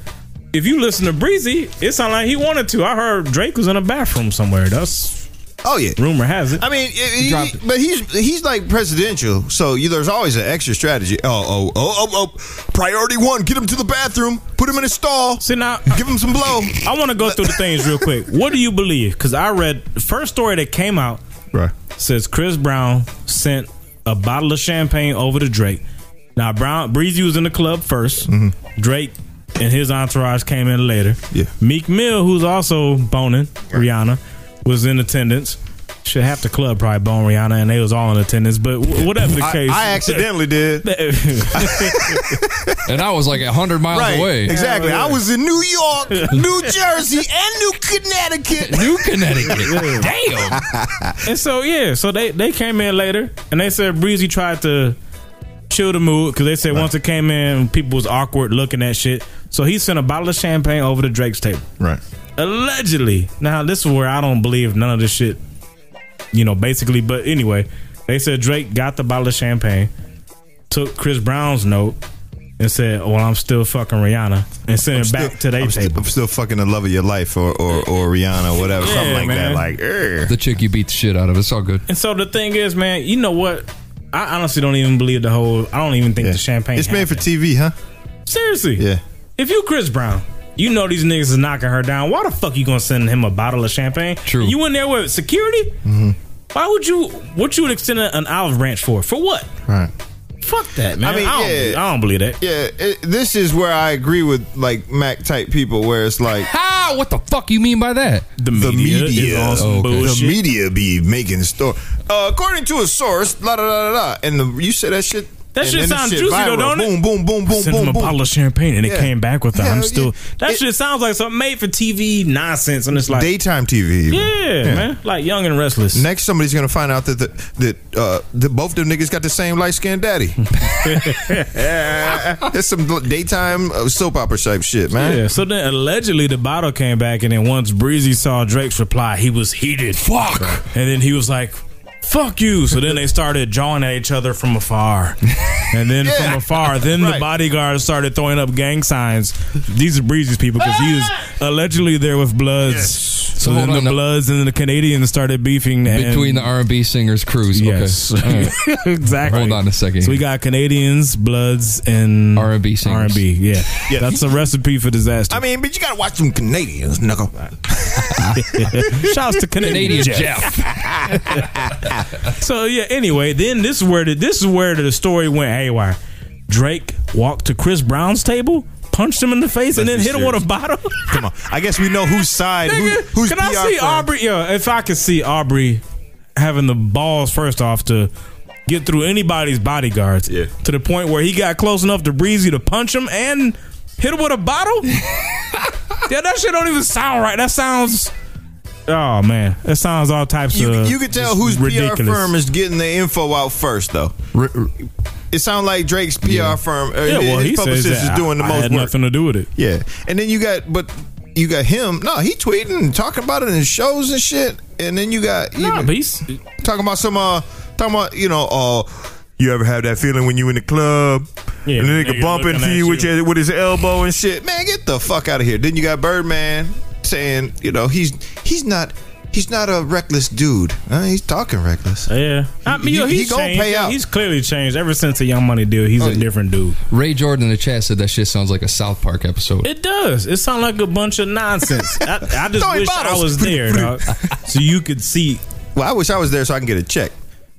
Speaker 3: If you listen to Breezy, it sounded like he wanted to. I heard Drake was in a bathroom somewhere. That's
Speaker 4: Oh yeah.
Speaker 3: rumor has
Speaker 4: *laughs*
Speaker 3: it.
Speaker 4: I mean, he-
Speaker 5: dropped it.
Speaker 4: but he's he's like presidential, so you, there's always an extra strategy. Oh, oh, oh, oh, oh! Priority one: get him to the bathroom, put him in a stall,
Speaker 3: See now,
Speaker 4: give him some blow.
Speaker 3: I want to go through the things real quick. What do you believe? Because I read the first story that came out
Speaker 4: Right.
Speaker 3: says Chris Brown sent a bottle of champagne over to Drake. Now Brown Breezy was in the club 1st Drake and his entourage came in later.
Speaker 4: Mm-hmm. Yeah.
Speaker 3: Meek Mill, who's also boning Rihanna, was in attendance. Should have the club probably bone Rihanna, and they was all in attendance. But w- whatever the
Speaker 4: I,
Speaker 3: case,
Speaker 4: I
Speaker 3: *laughs*
Speaker 4: accidentally did.
Speaker 5: And I was like hundred miles
Speaker 4: Right.
Speaker 5: away.
Speaker 4: Exactly.
Speaker 3: Yeah, yeah.
Speaker 4: I was in New York,
Speaker 3: *laughs*
Speaker 4: New Jersey, and New Connecticut.
Speaker 5: New Connecticut. Damn.
Speaker 3: and so yeah, so they they came in later, and they said Breezy tried to chill the mood because they said once it came in, people was awkward looking at shit. So he sent a bottle of champagne over to Drake's table.
Speaker 4: Right.
Speaker 3: allegedly. Now this is where I don't believe none of this shit. You know, basically. But anyway, they said Drake got the bottle of champagne, took Chris Brown's note, and said, "Well, I'm still fucking Rihanna," and sent it back to their
Speaker 4: I'm, st-
Speaker 3: table.
Speaker 4: I'm still fucking the love of your life, or or, or Rihanna, or whatever, something
Speaker 3: Yeah,
Speaker 4: like
Speaker 3: man.
Speaker 4: that. Like, er.
Speaker 5: The chick you beat the shit out of. It's all good.
Speaker 3: And so the thing is, man, you know what? I honestly don't even believe the whole. I don't even think the champagne.
Speaker 4: It's made for
Speaker 3: happened.
Speaker 4: TV, huh?
Speaker 3: seriously.
Speaker 4: Yeah.
Speaker 3: If you Chris Brown, you know these niggas is knocking her down. Why the fuck you gonna send him a bottle of champagne?
Speaker 5: True.
Speaker 3: You in there with security?
Speaker 4: Mm-hmm.
Speaker 3: Why would you? What you would extend a- an olive branch for? For what?
Speaker 4: Right.
Speaker 3: Fuck that, man. I
Speaker 4: I mean,
Speaker 3: don't,
Speaker 4: yeah.
Speaker 3: believe- I don't believe that.
Speaker 4: Yeah, it, this is where I agree with like Mac type people, where it's like
Speaker 5: Ha! What the fuck you mean by that? Oh,
Speaker 3: The
Speaker 4: the
Speaker 3: media,
Speaker 4: media,
Speaker 3: is on some
Speaker 5: Okay.
Speaker 3: bullshit.
Speaker 4: the media be making story. Uh, according to a source, la da da da da, and the, you said that shit.
Speaker 3: That
Speaker 4: and
Speaker 3: shit
Speaker 4: then the
Speaker 3: sounds juicy though,
Speaker 4: viral.
Speaker 3: don't it?
Speaker 4: boom, Boom, boom, boom,
Speaker 3: Sent
Speaker 4: boom,
Speaker 3: him a
Speaker 4: boom,
Speaker 3: bottle of champagne and it
Speaker 4: Yeah.
Speaker 3: came back with the
Speaker 4: Yeah,
Speaker 3: I'm
Speaker 4: yeah.
Speaker 3: still. That
Speaker 4: It-
Speaker 3: shit sounds like some made for TV nonsense, and it's like,
Speaker 4: Daytime TV.
Speaker 3: yeah, man, like Young and Restless.
Speaker 4: Next, somebody's gonna find out that the, that uh, that both them niggas got the same light skinned
Speaker 3: *laughs*
Speaker 4: daddy. That's some daytime uh, soap opera type shit, man.
Speaker 3: Yeah, so then allegedly the bottle came back, and then once Breezy saw Drake's reply, he was heated. Fuck! And then he was like, fuck you. So then they started jawing at each other from afar.
Speaker 5: *laughs*
Speaker 3: And then from
Speaker 4: Yeah.
Speaker 3: afar, then the
Speaker 4: Right.
Speaker 3: bodyguard started throwing up gang signs. These are Breezy's people because
Speaker 5: *laughs*
Speaker 3: he was allegedly there with Bloods. So
Speaker 5: hold
Speaker 3: then the
Speaker 5: on, no-
Speaker 3: Bloods and the Canadians started beefing. and-
Speaker 5: Between
Speaker 3: *laughs*
Speaker 5: the R and B singers cruise.
Speaker 3: Yes.
Speaker 5: Okay. All
Speaker 3: *laughs*
Speaker 5: right.
Speaker 3: exactly.
Speaker 5: Hold on a second.
Speaker 3: So we got Canadians, Bloods, and
Speaker 5: R&B
Speaker 3: R
Speaker 5: singers.
Speaker 3: and B.
Speaker 5: *laughs*
Speaker 3: Yeah. that's a recipe for disaster.
Speaker 4: I mean, but you gotta watch them Canadians, knuckle.
Speaker 3: *laughs* Shouts to
Speaker 5: Canadian
Speaker 3: Canadian Jeff.
Speaker 5: Jeff.
Speaker 3: *laughs* So yeah. Anyway, then this is where the, this is where the story went haywire. Drake walked to Chris Brown's table, punched him in the face, and then
Speaker 4: be
Speaker 3: hit him with a bottle.
Speaker 4: Come on, I guess we know whose side. Who,
Speaker 3: Nigga,
Speaker 4: who's
Speaker 3: can I see Aubrey? Yo, if I could see Aubrey having the balls first off to get through anybody's bodyguards
Speaker 4: Yeah.
Speaker 3: to the point where he got close enough to Breezy to punch him and hit him with a bottle. yeah, that shit don't even sound right. That sounds. Oh man, that sounds all types
Speaker 4: You,
Speaker 3: of.
Speaker 4: you can tell
Speaker 3: just
Speaker 4: whose PR
Speaker 3: ridiculous.
Speaker 4: firm is getting the info out first, though. It sounds like Drake's PR firm. Or
Speaker 3: Yeah,
Speaker 4: uh,
Speaker 3: well,
Speaker 4: his
Speaker 3: he says
Speaker 4: publicist
Speaker 3: that.
Speaker 4: is doing the
Speaker 3: I, I
Speaker 4: most
Speaker 3: had
Speaker 4: work.
Speaker 3: nothing to do with it.
Speaker 4: Yeah, and then you got but you got him. No, he tweeting and talking about it in shows and shit. And then you got you
Speaker 3: Nah,
Speaker 4: know,
Speaker 3: but he's
Speaker 4: talking about some uh talking about you know uh.
Speaker 7: You ever have that feeling when you in the club
Speaker 3: Yeah,
Speaker 7: and the
Speaker 3: when
Speaker 7: nigga,
Speaker 3: niggas
Speaker 7: bumping
Speaker 3: looking
Speaker 7: into
Speaker 3: at
Speaker 7: you with
Speaker 3: you.
Speaker 7: your with his elbow and shit?
Speaker 4: Shit, man, get the fuck out of here. Then you got Birdman saying, you know, he's he's not he's not a reckless dude. Uh, he's talking reckless.
Speaker 3: Yeah, I mean,
Speaker 4: He-
Speaker 3: yo,
Speaker 4: he
Speaker 3: he's
Speaker 4: gonna
Speaker 3: changed.
Speaker 4: pay out.
Speaker 3: He's clearly changed ever since the Young Money deal. He's a
Speaker 4: yeah.
Speaker 3: different dude.
Speaker 5: Oh, Ray Jordan in the chat said that shit sounds like a South Park episode.
Speaker 3: It does. It sounds like a bunch of nonsense. I, I
Speaker 4: *laughs*
Speaker 3: just
Speaker 4: Throwing
Speaker 3: wish
Speaker 4: bottles.
Speaker 3: I was there, dog, *laughs* so you could see
Speaker 4: Well, I wish I was there so I can get a check.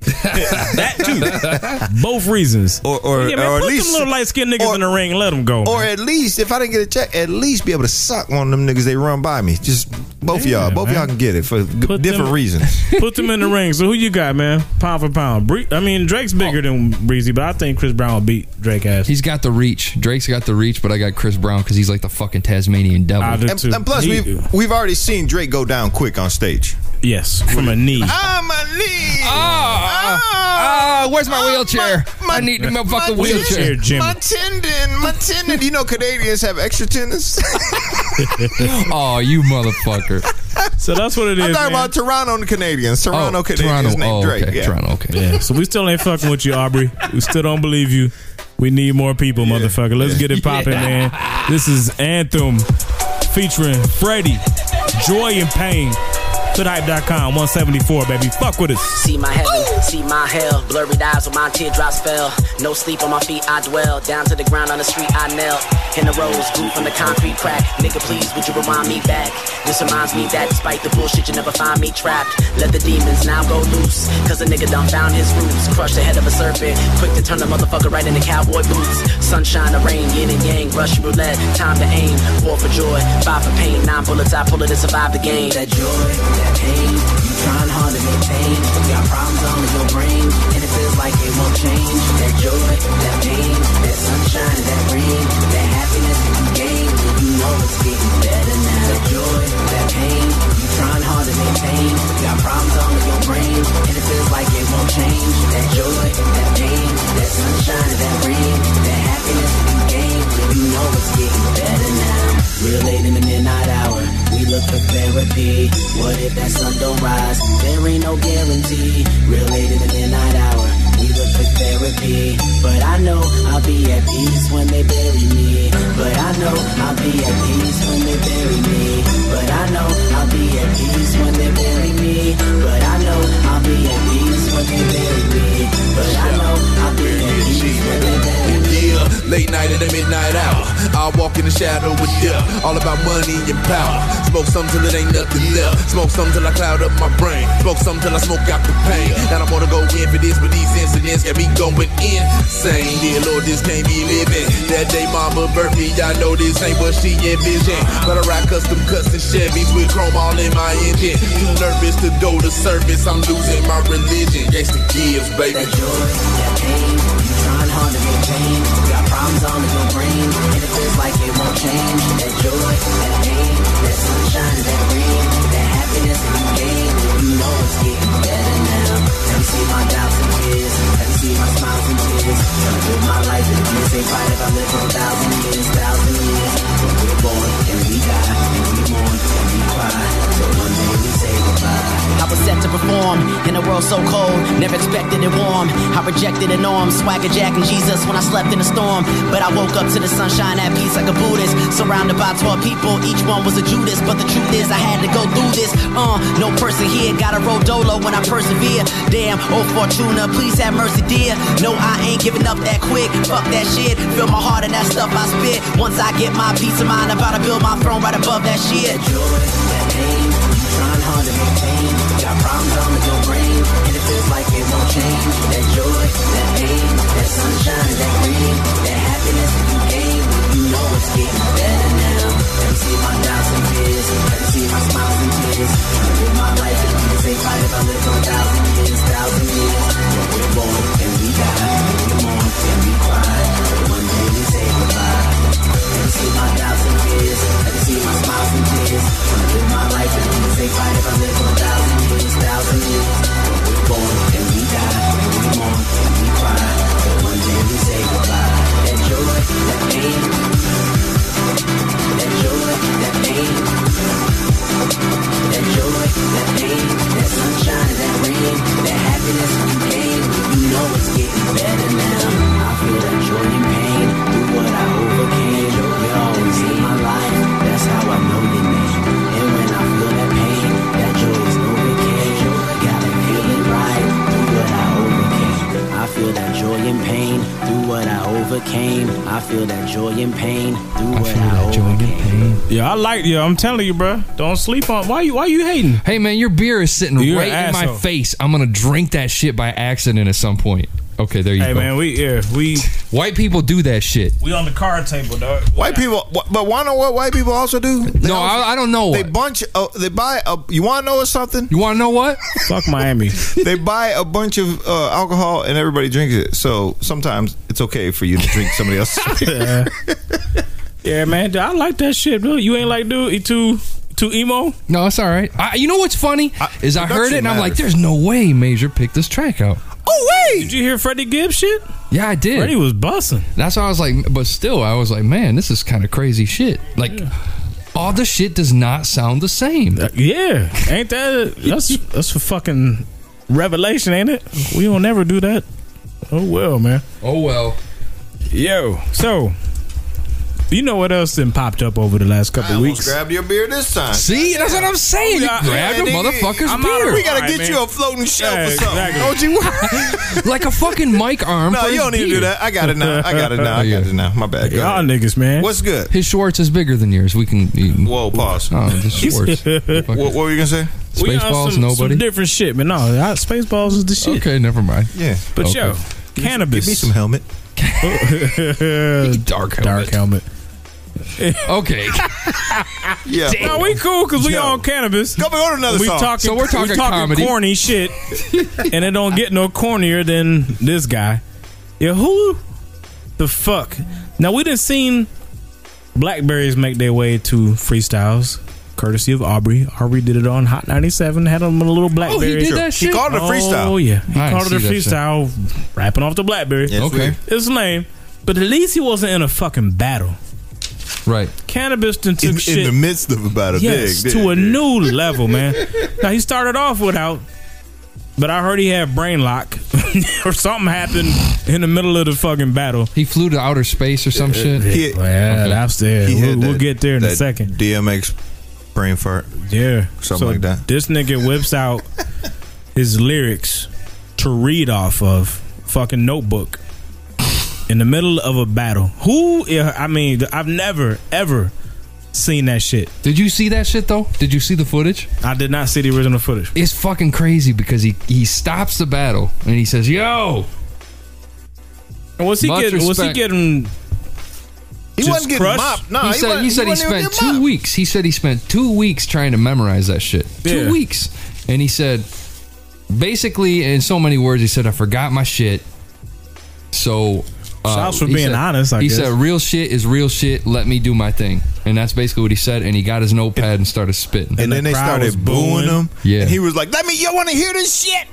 Speaker 3: *laughs* that *laughs* too. Both reasons,
Speaker 4: Or- or-
Speaker 3: yeah, man,
Speaker 4: or at
Speaker 3: put
Speaker 4: least-
Speaker 3: them little light skinned niggas
Speaker 4: or-
Speaker 3: in the ring, and let them go.
Speaker 4: Or
Speaker 3: man.
Speaker 4: at least, if I didn't get a check, at least be able to suck one of them niggas they run by me. Just both
Speaker 3: Yeah,
Speaker 4: of y'all. Both
Speaker 3: man.
Speaker 4: of y'all can get it for g-
Speaker 3: Put
Speaker 4: different
Speaker 3: them-
Speaker 4: reasons.
Speaker 3: put them in the ring. So who you got, man? Pound for pound. Bre- I mean, Drake's bigger than Breezy, but I think Chris Brown will beat Drake ass.
Speaker 5: He's got the reach. Drake's got the reach, but I got Chris Brown because he's like the fucking Tasmanian devil.
Speaker 3: I do
Speaker 4: And,
Speaker 3: too.
Speaker 4: and plus,
Speaker 3: He-
Speaker 4: we've we've already seen Drake go down quick on stage.
Speaker 3: yes from a knee. *laughs*
Speaker 4: I'm a lead.
Speaker 5: Ah, ah, where's my
Speaker 3: *laughs*
Speaker 5: wheelchair? I need my fucking
Speaker 3: wheelchair,
Speaker 5: wheelchair.
Speaker 3: Jimmy.
Speaker 4: My tendon, my tendon. You know, Canadians have extra tendons. *laughs*
Speaker 5: Oh, you motherfucker.
Speaker 3: So that's what it
Speaker 4: I'm
Speaker 3: is.
Speaker 4: talking
Speaker 3: man.
Speaker 4: about Toronto Canadians.
Speaker 5: Oh,
Speaker 4: Toronto Canadians
Speaker 5: Toronto.
Speaker 4: named
Speaker 5: Oh,
Speaker 4: Drake.
Speaker 5: okay.
Speaker 4: Yeah.
Speaker 5: Toronto. Okay.
Speaker 3: Yeah, so we still ain't fucking with you, Aubrey. We still don't believe you. We need more people, motherfucker. Let's get it popping, man. This is Anthem featuring Freddie, Joy and Pain. Goodhype.com 174, baby. Fuck with us.
Speaker 8: See my heaven, see my hell. Blurry eyes when my teardrops fell. No sleep on my feet, I dwell. Down to the ground on the street, I knelt. In the rows, grew from the concrete crack. Nigga, please, would you rewind me back? This reminds me that despite the bullshit, you never find me trapped. Let the demons now go loose. Cause a nigga done found his roots. Crushed the head of a serpent. Quick to turn the motherfucker right into cowboy boots. Sunshine or rain, yin and yang. Rush roulette, time to aim. War for joy, five for pain. Nine bullets, I pull it and survive the game. That joy, that pain. You trying hard to make change. Got problems all in your brain, and it feels like it won't change. That joy, that pain, that sunshine, that rain, that happiness that you gain, and you know it's getting better now. That joy, that pain, you trying hard to maintain. Got problems all in your brain, and it feels like it won't change. That joy, that pain, that sunshine, that rain, that happiness that you gain, and you know it's getting better now. Real late in the midnight hour, we look for therapy. What if that sun don't rise? There ain't no guarantee. Real late in the midnight hour, we look for therapy. But I know I'll be at peace when they bury me. But I know I'll be at peace when they bury me. But I know I'll be at peace when they bury me. But I know I'll be at peace when they bury me. But I know I'll be at peace when they bury me.
Speaker 9: Yeah, late night at the midnight hour. I walk in the shadow with death. All about money and power. Smoke some till it ain't nothing left. Smoke some till I cloud up my brain. Smoke some till I smoke out the pain. Now I wanna go in for this, but these incidents got me going insane. Dear Lord, this can't be living. That day mama birthed me, I know this ain't what she envisioned. But I ride custom cuts and Chevys with chrome all in my engine. Too nervous to go to service, I'm losing my religion. Gangsta gives, baby.
Speaker 8: That joy, that pain, you trying hard to maintain. Got problems all in your brain, and it feels like it won't change. That joy, that pain, that sunshine, that rain, that happiness that you gain, you know it's getting better now. Have you seen my doubts and fears? Have you seen my smiles and tears? Trying to live my life in this ain't right if I live for a thousand years, thousand years. But we're born and we die and we mourn and we cry. So one day we say goodbye. I was set to perform in a world so cold, never expected it warm. I rejected an arm, swagger jack and Jesus when I slept in a storm. But I woke up to the sunshine at peace like a Buddhist, surrounded by 12 people. Each one was a Judas, but the truth is I had to go through this. Uh, no person here got a Rodolo when I persevere. Damn, oh Fortuna, please have mercy, dear. No, I ain't giving up that quick. Fuck that shit, feel my heart and that stuff I spit. Once I get my peace of mind, I'm about to build my throne right above that shit. That joy, that pain, you trying hard to maintain. Got problems all in your brain, and it feels like it won't change. That joy, that pain, that sunshine, that green, that happiness that you gain. You know it's getting better now. Have you seen my doubts and fears? Have you seen my smiles and tears? Trying to live my life and be safe. Fight if I live for a thousand years, thousand years. But we're born and we die, and we mourn and we cry. But one day we say goodbye. Have you seen my doubts and fears? Have you seen my smiles and tears? Trying to live my life and be safe. Fight if I live for a thousand years, thousand years. But we're born and we better now. I feel that joy and pain through what I overcame. You're always in my life. That's how I know your name. And when I feel that pain, that joy is no vacation. Gotta feel it right through what I overcame. I feel that joy and pain through what I overcame. I feel that joy and pain through
Speaker 5: I
Speaker 8: what
Speaker 5: feel
Speaker 8: I
Speaker 5: that joy and
Speaker 8: overcame.
Speaker 5: pain.
Speaker 3: Yeah, I like you. I'm telling you, bro. Don't sleep on. Why you? Why you hating?
Speaker 5: Hey man, your beer is sitting
Speaker 3: You're
Speaker 5: right
Speaker 3: an
Speaker 5: in my
Speaker 3: asshole.
Speaker 5: face. I'm gonna drink that shit by accident at some point. Okay, there you
Speaker 3: Hey
Speaker 5: go.
Speaker 3: man, we yeah we
Speaker 5: *laughs* White people do that shit.
Speaker 3: we on the card table, dog.
Speaker 4: White people, wh- but why know what white people also do? They
Speaker 5: no,
Speaker 4: also-
Speaker 5: I, I don't know.
Speaker 4: They
Speaker 5: What.
Speaker 4: bunch. Uh, they buy a. You want to know something?
Speaker 5: you want to know what?
Speaker 3: *laughs* Fuck Miami.
Speaker 4: *laughs* they buy a bunch of uh, alcohol and everybody drinks it. So sometimes it's okay for you to drink somebody
Speaker 5: *laughs*
Speaker 4: else's. beer.
Speaker 3: yeah, man. dude, I like that shit, bro. You ain't like dude. You too too emo.
Speaker 5: No, it's all right. I, you know what's funny
Speaker 4: I-
Speaker 5: is I heard
Speaker 4: production
Speaker 5: it and I'm like,
Speaker 4: matters.
Speaker 5: "There's no way Major picked this track out."
Speaker 4: oh
Speaker 3: Did
Speaker 4: wait!
Speaker 3: you hear Freddie Gibbs shit?
Speaker 5: Yeah, I did.
Speaker 3: Freddie was busting.
Speaker 5: That's why I was like, but still, I was like, man, this is kind of crazy shit. Like, all the shit does not sound the same.
Speaker 3: Yeah, ain't that that's that's a fucking revelation, ain't it? We don't never do that. Oh well, man.
Speaker 5: Oh well.
Speaker 3: Yo, so you know what else then popped up over the last
Speaker 4: I
Speaker 3: couple
Speaker 4: almost
Speaker 3: weeks?
Speaker 4: grabbed your beer this time.
Speaker 5: See, that's what I'm saying. You
Speaker 3: Yeah,
Speaker 5: grabbed a
Speaker 4: yeah, nigga,
Speaker 5: motherfucker's
Speaker 3: I'm outta-
Speaker 5: beer
Speaker 4: We gotta
Speaker 3: All right,
Speaker 4: get
Speaker 3: man.
Speaker 4: you a floating shelf
Speaker 3: Yeah,
Speaker 4: or something.
Speaker 3: exactly.
Speaker 4: Don't you worry.
Speaker 5: *laughs* like a fucking mic arm.
Speaker 4: no,
Speaker 5: for
Speaker 4: you
Speaker 5: his
Speaker 4: don't need to
Speaker 5: beer.
Speaker 4: do that. I got it now. I got it now. I got it now. My bad. Go
Speaker 3: Y'all
Speaker 4: ahead.
Speaker 3: niggas, man.
Speaker 4: What's good?
Speaker 5: His Schwartz is bigger than yours. We can. You,
Speaker 3: *laughs*
Speaker 5: can-
Speaker 4: Whoa, pause.
Speaker 5: oh, this is Schwartz.
Speaker 4: What, what were you gonna say?
Speaker 3: We on
Speaker 5: Spaceballs,
Speaker 3: some,
Speaker 5: nobody?
Speaker 3: some different shit, but no, I, Spaceballs is the shit.
Speaker 5: Okay, never mind.
Speaker 4: Yeah.
Speaker 3: But
Speaker 5: Okay.
Speaker 3: yo, cannabis,
Speaker 4: Give me some helmet.
Speaker 5: Dark
Speaker 3: *laughs* dark
Speaker 5: helmet.
Speaker 3: helmet.
Speaker 5: Okay.
Speaker 4: Yeah.
Speaker 3: No, we cool because we
Speaker 4: Yo.
Speaker 3: on cannabis.
Speaker 4: Go on another
Speaker 3: We
Speaker 4: song.
Speaker 3: talking,
Speaker 5: So we're talking
Speaker 3: we talking
Speaker 5: comedy. *laughs*
Speaker 3: corny shit, and it don't get no cornier than this guy. Yeah, who the fuck? Now we didn't seen blackberries make their way to freestyles, courtesy of Aubrey. Aubrey did it on Hot ninety seven. Had him a little
Speaker 5: Oh,
Speaker 3: blackberry.
Speaker 5: he did that
Speaker 4: She
Speaker 5: shit.
Speaker 4: called it a
Speaker 3: Oh
Speaker 4: freestyle.
Speaker 3: yeah, he
Speaker 5: I
Speaker 3: called it a
Speaker 5: see that shit.
Speaker 3: freestyle, rapping off the blackberry.
Speaker 4: Yeah, it's
Speaker 5: Okay.
Speaker 4: weird.
Speaker 3: It's lame, but at least he wasn't in a fucking battle.
Speaker 5: right.
Speaker 3: Cannabis done took
Speaker 4: In,
Speaker 3: shit
Speaker 4: in the midst of about a
Speaker 3: yes,
Speaker 4: big,
Speaker 3: to a new level, man. Now he started off without, but I heard he had brain lock *laughs* or something happened in the middle of the fucking battle.
Speaker 5: He flew to outer space or some shit.
Speaker 4: he-
Speaker 3: Well, yeah, that's there.
Speaker 4: He
Speaker 3: We'll,
Speaker 4: had
Speaker 3: we'll
Speaker 4: that-
Speaker 3: get there in a
Speaker 4: that
Speaker 3: second.
Speaker 4: DMX brain fart.
Speaker 3: Yeah,
Speaker 4: Something like that.
Speaker 3: This nigga whips out his lyrics to read off of fucking notebook in the middle of a battle. Who? I mean, I've never ever seen that shit.
Speaker 5: Did you see that shit though? Did you see the footage?
Speaker 3: I did not see the original footage.
Speaker 5: it's fucking crazy because he he stops the battle and he says, "Yo,
Speaker 3: And was he
Speaker 5: Much
Speaker 3: getting? Was he
Speaker 5: respect.
Speaker 3: getting?
Speaker 4: He
Speaker 3: Just
Speaker 4: wasn't getting
Speaker 3: crushed?
Speaker 4: mopped. No,
Speaker 5: he, said
Speaker 4: wasn't-
Speaker 5: he said he,
Speaker 4: wasn't even
Speaker 5: spent
Speaker 4: getting
Speaker 5: two
Speaker 4: mopped.
Speaker 5: weeks. He said he spent two weeks trying to memorize that shit.
Speaker 3: Yeah.
Speaker 5: Two weeks, and he said, basically in so many words, he said, "I forgot my shit." So, uh,
Speaker 3: Shouts for
Speaker 5: he
Speaker 3: being
Speaker 5: said-
Speaker 3: honest, I
Speaker 5: he
Speaker 3: guess.
Speaker 5: said, "Real shit is real shit. Let me do my thing," and that's basically what he said. And he got his notepad and started spitting.
Speaker 4: And,
Speaker 3: the
Speaker 4: then they
Speaker 3: crowd was
Speaker 4: started booing
Speaker 3: booing.
Speaker 4: him.
Speaker 5: Yeah.
Speaker 4: And he was like, "Let me. You want to hear this shit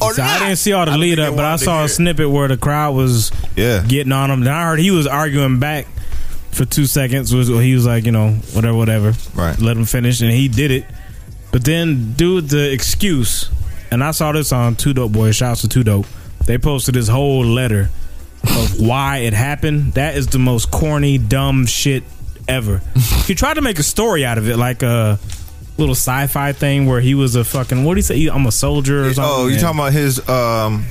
Speaker 4: or
Speaker 3: So I
Speaker 4: not?"
Speaker 3: didn't see all the
Speaker 4: I
Speaker 3: lead
Speaker 4: think
Speaker 3: up,
Speaker 4: they
Speaker 3: but I
Speaker 4: wanted to
Speaker 3: saw
Speaker 4: hear
Speaker 3: a
Speaker 4: it.
Speaker 3: snippet where the crowd was
Speaker 4: Yeah.
Speaker 3: getting on him. And I heard he was arguing back for two seconds. Was he was like, you know, whatever, whatever.
Speaker 4: Right.
Speaker 3: Let him finish, and he did it. But then, dude, the excuse, and I saw this on Two Dope Boy. Shouts to Two Dope. They posted this whole letter
Speaker 4: *laughs*
Speaker 3: of why it happened. That is the most corny, dumb shit
Speaker 4: *laughs*
Speaker 3: ever. he tried to make a story out of it, like a little sci-fi thing where he was a fucking what do you say? I'm a soldier or something.
Speaker 4: Oh, you
Speaker 3: and-
Speaker 4: talking about his um,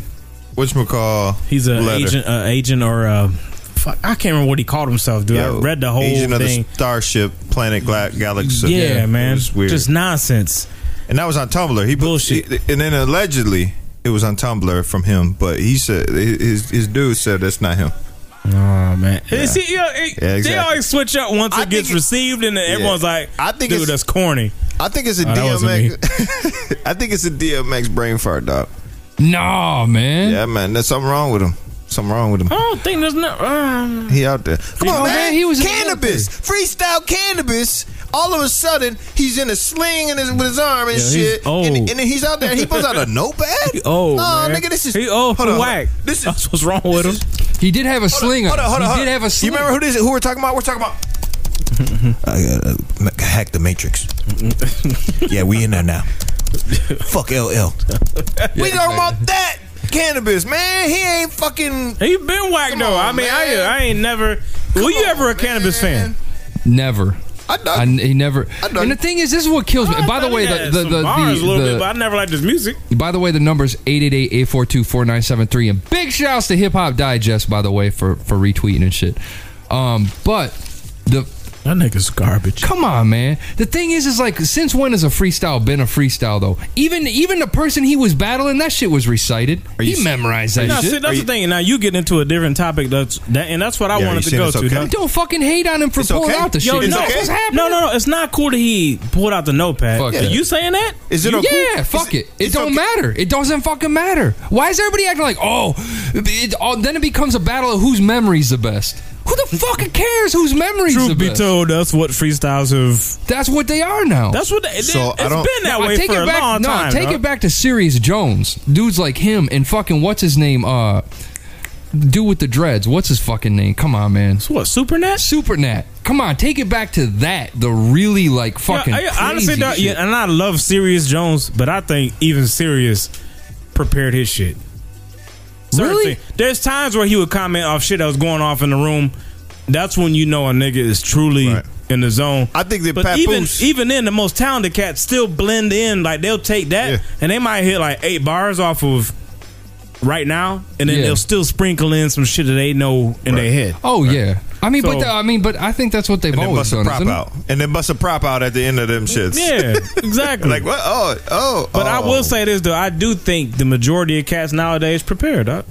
Speaker 4: whatchamacall?
Speaker 3: He's an
Speaker 4: letter.
Speaker 3: agent, uh, agent or uh, fuck, I can't remember what he called himself, dude.
Speaker 4: Yo,
Speaker 3: I read the whole
Speaker 4: agent
Speaker 3: thing.
Speaker 4: of the starship, planet, gla- galaxy.
Speaker 3: yeah,
Speaker 4: It
Speaker 3: man,
Speaker 4: was weird.
Speaker 3: just nonsense.
Speaker 4: and that was on Tumblr. He put-
Speaker 3: Bullshit.
Speaker 4: he- and then allegedly it was on Tumblr from him, but he said his his dude said that's not him.
Speaker 3: Oh man, See, you know, it-
Speaker 4: Yeah, exactly.
Speaker 3: they always switch up once
Speaker 4: I
Speaker 3: it gets
Speaker 4: think it-
Speaker 3: received, and then everyone's like,
Speaker 4: I think
Speaker 3: dude,
Speaker 4: it's-
Speaker 3: that's corny."
Speaker 4: I think it's a
Speaker 3: Oh, that wasn't
Speaker 4: DMX. *laughs* I think it's a DMX brain fart, dog.
Speaker 5: Nah, man.
Speaker 4: Yeah, man, there's something wrong with him. Something wrong with him.
Speaker 3: I don't think there's not. Uh,
Speaker 4: He out there. Come
Speaker 5: Oh,
Speaker 4: on, man.
Speaker 5: man, he was in the
Speaker 4: cannabis, freestyle cannabis. All of a sudden, he's in a sling in his, with his arm and
Speaker 3: Yeah, he's
Speaker 4: shit.
Speaker 3: old.
Speaker 4: And, and then he's out there. oh, He puts
Speaker 3: *laughs*
Speaker 4: out a notepad.
Speaker 3: oh,
Speaker 4: Nah,
Speaker 3: man.
Speaker 4: nigga, this is
Speaker 3: he oh
Speaker 4: hold on,
Speaker 3: whack.
Speaker 4: hold on. This is
Speaker 3: that's what's wrong with him.
Speaker 5: He did have a sling.
Speaker 4: Hold on, hold on,
Speaker 5: he
Speaker 4: hold on.
Speaker 5: did have a
Speaker 4: You
Speaker 5: sling.
Speaker 4: remember who this? Who we're talking about? We're talking about. I gotta ma- hack the matrix. *laughs*
Speaker 3: *laughs*
Speaker 4: yeah, we in there now. Fuck LL. we talking about that. cannabis, man. He ain't fucking.
Speaker 3: *laughs* He been whack
Speaker 4: Come
Speaker 3: though.
Speaker 4: on,
Speaker 3: I mean, I
Speaker 4: man.
Speaker 3: I ain't never. were you
Speaker 4: on,
Speaker 3: ever a cannabis
Speaker 4: man.
Speaker 3: fan?
Speaker 5: Never.
Speaker 4: I
Speaker 5: I,
Speaker 4: done.
Speaker 5: he never.
Speaker 4: I done-
Speaker 5: And the thing is, this is what kills me.
Speaker 3: I
Speaker 5: By the
Speaker 3: thought
Speaker 5: way,
Speaker 3: he
Speaker 5: the
Speaker 3: had
Speaker 5: the
Speaker 3: some
Speaker 5: the,
Speaker 3: bars a little
Speaker 5: the,
Speaker 3: bit, but I never liked his music.
Speaker 5: By the way, the number's 888-842-4973. And big shouts to Hip Hop Digest, by the way, for, for retweeting and shit. Um, but the
Speaker 3: That nigga's garbage.
Speaker 5: come on, man. The thing is, is like since when has a freestyle been a freestyle though? Even even the person he was battling, that shit was recited.
Speaker 4: you
Speaker 5: He
Speaker 4: s-
Speaker 5: memorized that
Speaker 3: No,
Speaker 5: shit.
Speaker 3: see, that's
Speaker 4: Are
Speaker 3: the
Speaker 4: you-
Speaker 3: thing. Now you get into a different topic. That's that, and that's what I
Speaker 4: Yeah,
Speaker 3: wanted
Speaker 4: you
Speaker 3: to
Speaker 4: saying
Speaker 3: go
Speaker 4: it's
Speaker 3: to.
Speaker 4: okay?
Speaker 3: dog.
Speaker 5: Don't fucking hate on him for
Speaker 4: It's
Speaker 5: pulling
Speaker 4: okay?
Speaker 5: out the
Speaker 3: Yo,
Speaker 5: shit.
Speaker 4: It's
Speaker 3: no,
Speaker 4: okay?
Speaker 5: That's what's happening.
Speaker 3: no, no, no. It's not cool that he pulled out the notepad.
Speaker 5: Fuck
Speaker 3: Are
Speaker 5: that.
Speaker 3: you saying that?
Speaker 4: Is it
Speaker 5: yeah,
Speaker 4: okay?
Speaker 5: fuck
Speaker 4: Is
Speaker 5: it. It
Speaker 4: it's
Speaker 5: don't
Speaker 4: okay?
Speaker 5: matter. It doesn't fucking matter. Why is everybody acting like, oh, it, oh then it becomes a battle of whose memory's the best? Who the fuck cares whose memory's the
Speaker 3: Truth be
Speaker 5: best?
Speaker 3: told, that's what freestyles have.
Speaker 5: That's what they are now.
Speaker 3: That's what they,
Speaker 4: So,
Speaker 3: it,
Speaker 4: I
Speaker 3: has
Speaker 4: don't-
Speaker 3: been that
Speaker 5: I
Speaker 3: way
Speaker 5: take
Speaker 3: for
Speaker 5: it
Speaker 3: a
Speaker 5: back,
Speaker 3: long
Speaker 5: no,
Speaker 3: time.
Speaker 5: take
Speaker 3: dog.
Speaker 5: it back to Sirius Jones. Dudes like him and fucking what's his name? Uh, dude with the dreads. What's his fucking name? Come on, man.
Speaker 3: What Supernat?
Speaker 5: Supernat. Come on, take it back to that. The really like fucking.
Speaker 3: Yeah, I- honestly,
Speaker 5: crazy
Speaker 3: dog,
Speaker 5: shit.
Speaker 3: yeah, and I love Sirius Jones, but I think even Sirius prepared his shit. Certain
Speaker 5: Really?
Speaker 3: thing- There's times where he would comment off shit that was going off in the room. That's when you know a nigga is truly
Speaker 4: Right.
Speaker 3: in the zone.
Speaker 4: I think that
Speaker 3: but
Speaker 4: Papoose-
Speaker 3: even even then, the most talented cats still blend in. Like they'll take that
Speaker 4: Yeah.
Speaker 3: and they might hit like eight bars off of right now, and then
Speaker 5: Yeah.
Speaker 3: they'll still sprinkle in some shit that they know in their head.
Speaker 5: Oh yeah. I mean, but
Speaker 3: So-
Speaker 5: th- I mean, but I think that's what they've
Speaker 4: And then
Speaker 5: always
Speaker 4: bust a
Speaker 5: done.
Speaker 4: prop
Speaker 5: Isn't it?
Speaker 4: out. And then bust a prop out at the end of them shits.
Speaker 3: Yeah,
Speaker 4: *laughs*
Speaker 3: exactly.
Speaker 4: like, what? Oh, oh.
Speaker 3: But I
Speaker 4: oh.
Speaker 3: will say this though, I do think the majority of cats nowadays prepare, dog.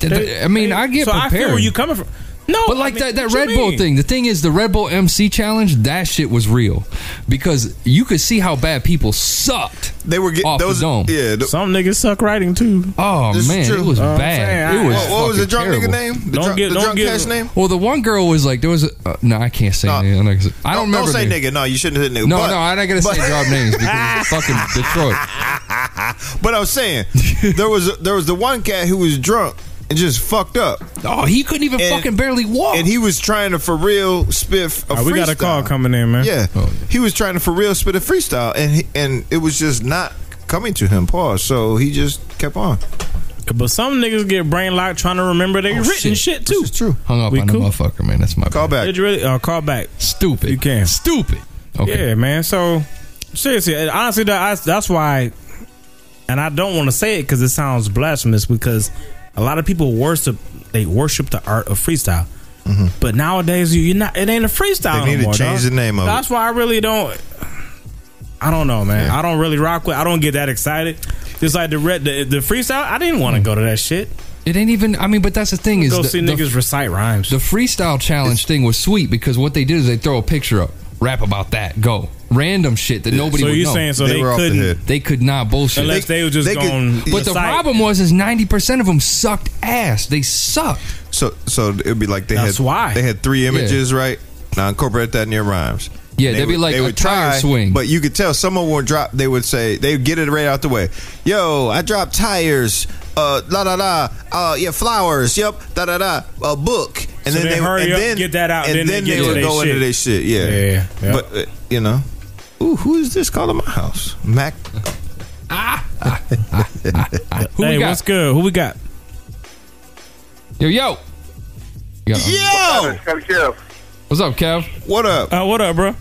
Speaker 5: Th- th- I mean, I get
Speaker 3: so I feel
Speaker 5: prepared.
Speaker 3: where you coming from. No,
Speaker 5: But
Speaker 3: I
Speaker 5: like
Speaker 3: mean,
Speaker 5: that, that
Speaker 3: what you
Speaker 5: Red Bull
Speaker 3: mean?
Speaker 5: thing, the thing is, the Red Bull MC challenge, that shit was real because you could see how bad people sucked.
Speaker 4: They were getting
Speaker 5: off
Speaker 4: those.
Speaker 5: the dome.
Speaker 4: Yeah. th-
Speaker 3: Some niggas suck writing too.
Speaker 5: Oh
Speaker 4: This is
Speaker 5: man,
Speaker 4: true.
Speaker 5: it was
Speaker 4: Uh,
Speaker 3: I'm
Speaker 5: bad.
Speaker 3: saying,
Speaker 5: it was
Speaker 4: What, what was the
Speaker 5: fucking
Speaker 4: drunk
Speaker 5: terrible.
Speaker 4: nigga name? The
Speaker 3: Don't
Speaker 4: drunk,
Speaker 3: give-
Speaker 4: the
Speaker 3: don't
Speaker 4: drunk
Speaker 3: give-
Speaker 4: cash name?
Speaker 5: Well, the one girl was like, there was. A, uh, no, I can't say.
Speaker 4: No.
Speaker 5: name. I'm not gonna say- I don't
Speaker 4: Don't,
Speaker 5: remember.
Speaker 4: say
Speaker 5: the-
Speaker 4: nigga. No, you shouldn't hit nigga.
Speaker 5: No,
Speaker 4: but,
Speaker 5: no, I'm not gonna
Speaker 4: but,
Speaker 5: say
Speaker 4: *laughs*
Speaker 5: drop names because it's fucking Detroit.
Speaker 4: But I was saying there was there was the one cat who was drunk and just fucked up,
Speaker 5: Oh, he couldn't even
Speaker 4: And-
Speaker 5: fucking barely walk.
Speaker 4: and he was trying to for real spiff a
Speaker 3: All right,
Speaker 4: freestyle.
Speaker 3: we got a call coming in, man.
Speaker 4: Yeah,
Speaker 5: Oh.
Speaker 4: he was trying to for real spit a freestyle, and he, and it was just not coming to him. Pause. So he just kept on.
Speaker 3: But some niggas get brain locked trying to remember they
Speaker 5: Oh,
Speaker 3: written
Speaker 5: shit.
Speaker 3: shit, too.
Speaker 4: It's true.
Speaker 5: hung up
Speaker 3: We
Speaker 5: on
Speaker 3: cool?
Speaker 5: the motherfucker, man. That's my
Speaker 4: Call
Speaker 5: bad.
Speaker 4: back.
Speaker 3: Did you really uh, call back?
Speaker 5: Stupid.
Speaker 3: You can.
Speaker 5: Stupid. Okay.
Speaker 3: Yeah, man. So seriously, and honestly, that- I, that's why. And I don't want to say it because it sounds blasphemous. Because a lot of people worship they worship the art of freestyle. But nowadays, you, you're not. It ain't a freestyle.
Speaker 4: Mm-hmm. They need to
Speaker 3: anymore,
Speaker 4: change the
Speaker 3: dog.
Speaker 4: name of
Speaker 3: That's why I really don't. I don't know, man. I don't really rock with. I don't get that excited. Just like the red, the, the freestyle. I didn't
Speaker 4: Mm.
Speaker 3: want to go to that shit.
Speaker 5: It ain't even. I mean, but that's the thing is
Speaker 3: Go
Speaker 5: the-
Speaker 3: see
Speaker 5: the
Speaker 3: niggas recite rhymes.
Speaker 5: The freestyle challenge thing was sweet because what they did is they throw a picture up, rap about that, go random shit that nobody
Speaker 3: so
Speaker 5: would
Speaker 3: you
Speaker 5: know.
Speaker 3: saying so
Speaker 4: They
Speaker 3: they,
Speaker 4: were off the head.
Speaker 3: couldn't?
Speaker 5: they could not bullshit.
Speaker 3: Unless they,
Speaker 4: They-
Speaker 3: were just
Speaker 4: they could-
Speaker 3: going.
Speaker 5: but the problem
Speaker 4: *laughs*
Speaker 5: was is ninety percent of them sucked ass. They sucked.
Speaker 4: So so it'd be like they
Speaker 3: That's
Speaker 4: had
Speaker 3: why.
Speaker 4: they had three images right. Now incorporate that in your rhymes.
Speaker 5: Yeah,
Speaker 4: They
Speaker 5: they'd be
Speaker 4: would-
Speaker 5: like a tire swing.
Speaker 4: but you could tell someone would drop. They would say they would get it right out the way. Yo, I dropped tires. Uh, la da da. Uh, yeah, flowers. Yep, da da da. A book, and
Speaker 3: So
Speaker 4: then
Speaker 3: they
Speaker 4: they
Speaker 3: hurry
Speaker 4: and
Speaker 3: up,
Speaker 4: then,
Speaker 3: get that out,
Speaker 4: and
Speaker 3: then
Speaker 4: then,
Speaker 3: they get
Speaker 4: they,
Speaker 3: to
Speaker 4: would
Speaker 3: their
Speaker 4: go
Speaker 3: shit.
Speaker 4: into their shit. Yeah,
Speaker 3: Yeah, yeah.
Speaker 4: But uh, you know, ooh, who is this calling my house? Mac.
Speaker 5: *laughs* Who
Speaker 3: hey,
Speaker 5: we got?
Speaker 3: what's good? Who we got?
Speaker 5: Yo, yo. Yo,
Speaker 4: Yo,
Speaker 5: What's up, Kev?
Speaker 4: what up?
Speaker 3: Uh, what up, bro?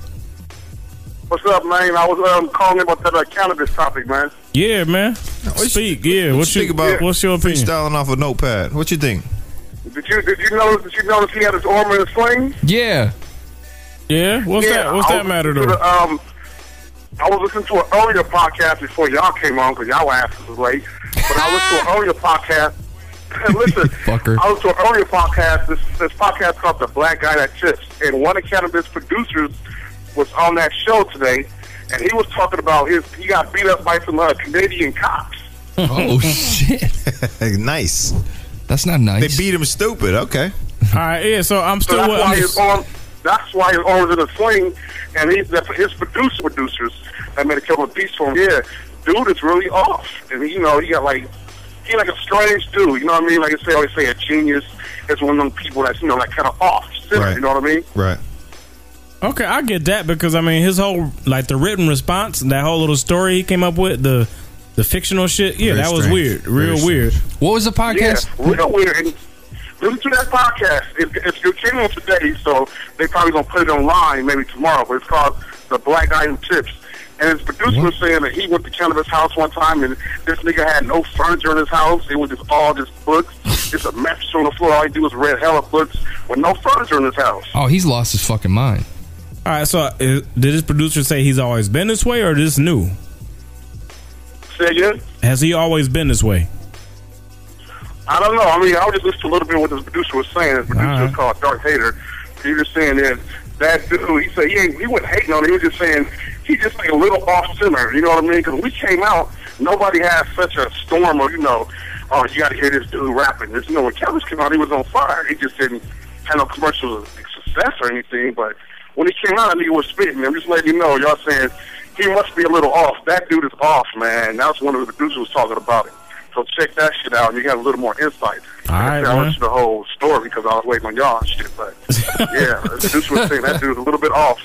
Speaker 10: What's up, man? I was um, calling about that uh, cannabis topic, man.
Speaker 3: Yeah, man. Speak. Yeah. What
Speaker 4: speak
Speaker 3: you?
Speaker 4: about
Speaker 3: what's your opinion?
Speaker 4: Freestyling off a notepad. What you think?
Speaker 10: Did you did you notice did you notice he had his armor and sling?
Speaker 5: Yeah.
Speaker 3: Yeah. What's that? What's
Speaker 10: I
Speaker 3: that
Speaker 10: was
Speaker 3: matter
Speaker 10: listening
Speaker 3: though?
Speaker 10: to, um, I was listening to an earlier podcast before y'all came on because y'all asses was late. But I listened
Speaker 4: *laughs*
Speaker 10: to an earlier podcast. *laughs* Listen,
Speaker 5: Fucker.
Speaker 10: I listened to an earlier podcast. This this podcast called "The Black Guy That Chips," and one of cannabis producers was on that show today, and he was talking about his he got beat up by some uh, Canadian cops.
Speaker 3: *laughs*
Speaker 5: Oh shit.
Speaker 4: *laughs* nice.
Speaker 5: That's not
Speaker 4: They
Speaker 5: nice.
Speaker 4: beat him stupid. Okay.
Speaker 3: All right. Yeah. So I'm
Speaker 10: So
Speaker 3: still.
Speaker 10: that's
Speaker 3: with-
Speaker 10: why
Speaker 3: I'm
Speaker 10: his
Speaker 3: just-
Speaker 10: arm. That's why his arm was in a sling, and he, that's his producer producers that made a couple of beats for him. Yeah, dude is really off, and you know he got like he like a strange dude. You know what I mean? Like I say, I always say a genius is one of them people that's you know like kind of off. Center,
Speaker 4: Right.
Speaker 10: You know what I mean?
Speaker 4: Right.
Speaker 3: okay, I get that because I mean his whole like the written response, that whole little story he came up with the. The fictional shit, yeah,
Speaker 4: Very
Speaker 3: that was
Speaker 4: strange.
Speaker 3: weird, real
Speaker 4: Very
Speaker 3: weird.
Speaker 5: What was the podcast?
Speaker 10: Yeah, real weird. And listen to that podcast. It, it's it came on today, so they probably gonna put it online maybe tomorrow. But it's called the Black Guy Who Tips. And his producer was saying that he went to Cannabis house one time, and this nigga had no furniture in his house. It was just all just books, just a mattress on the floor. All he do was read hella books with no furniture in his house.
Speaker 5: Oh, he's lost his fucking mind.
Speaker 3: All right, so uh, did his producer say he's always been this way, or this new?
Speaker 10: Say again?
Speaker 3: Has he always been this
Speaker 5: *laughs*
Speaker 3: way?
Speaker 10: I don't know. I mean, I was just listening a little bit what this producer was saying. The producer
Speaker 3: All right.
Speaker 10: was called Dark Hater. He was just saying that that dude. He said he ain't, he wasn't hating on it. He was just saying he just like a little off center. You know what I mean? Because we came out, nobody had such a storm of you know, oh you got to hear this dude rapping. This, you know when Kelvis came out, he was on fire. He just didn't have no commercial success or anything. But when he came out, I knew he was spitting. I'm just letting you know. Y'all saying he must be a little off. That dude is off, man. That's one of the producers was talking about it. So check that shit out, and you got a little more insight.
Speaker 3: All right,
Speaker 10: Like I said, I
Speaker 3: man.
Speaker 10: listened to the whole story because I was waiting on y'all and shit.
Speaker 3: *laughs*
Speaker 10: But yeah, this was saying that dude's a little bit off.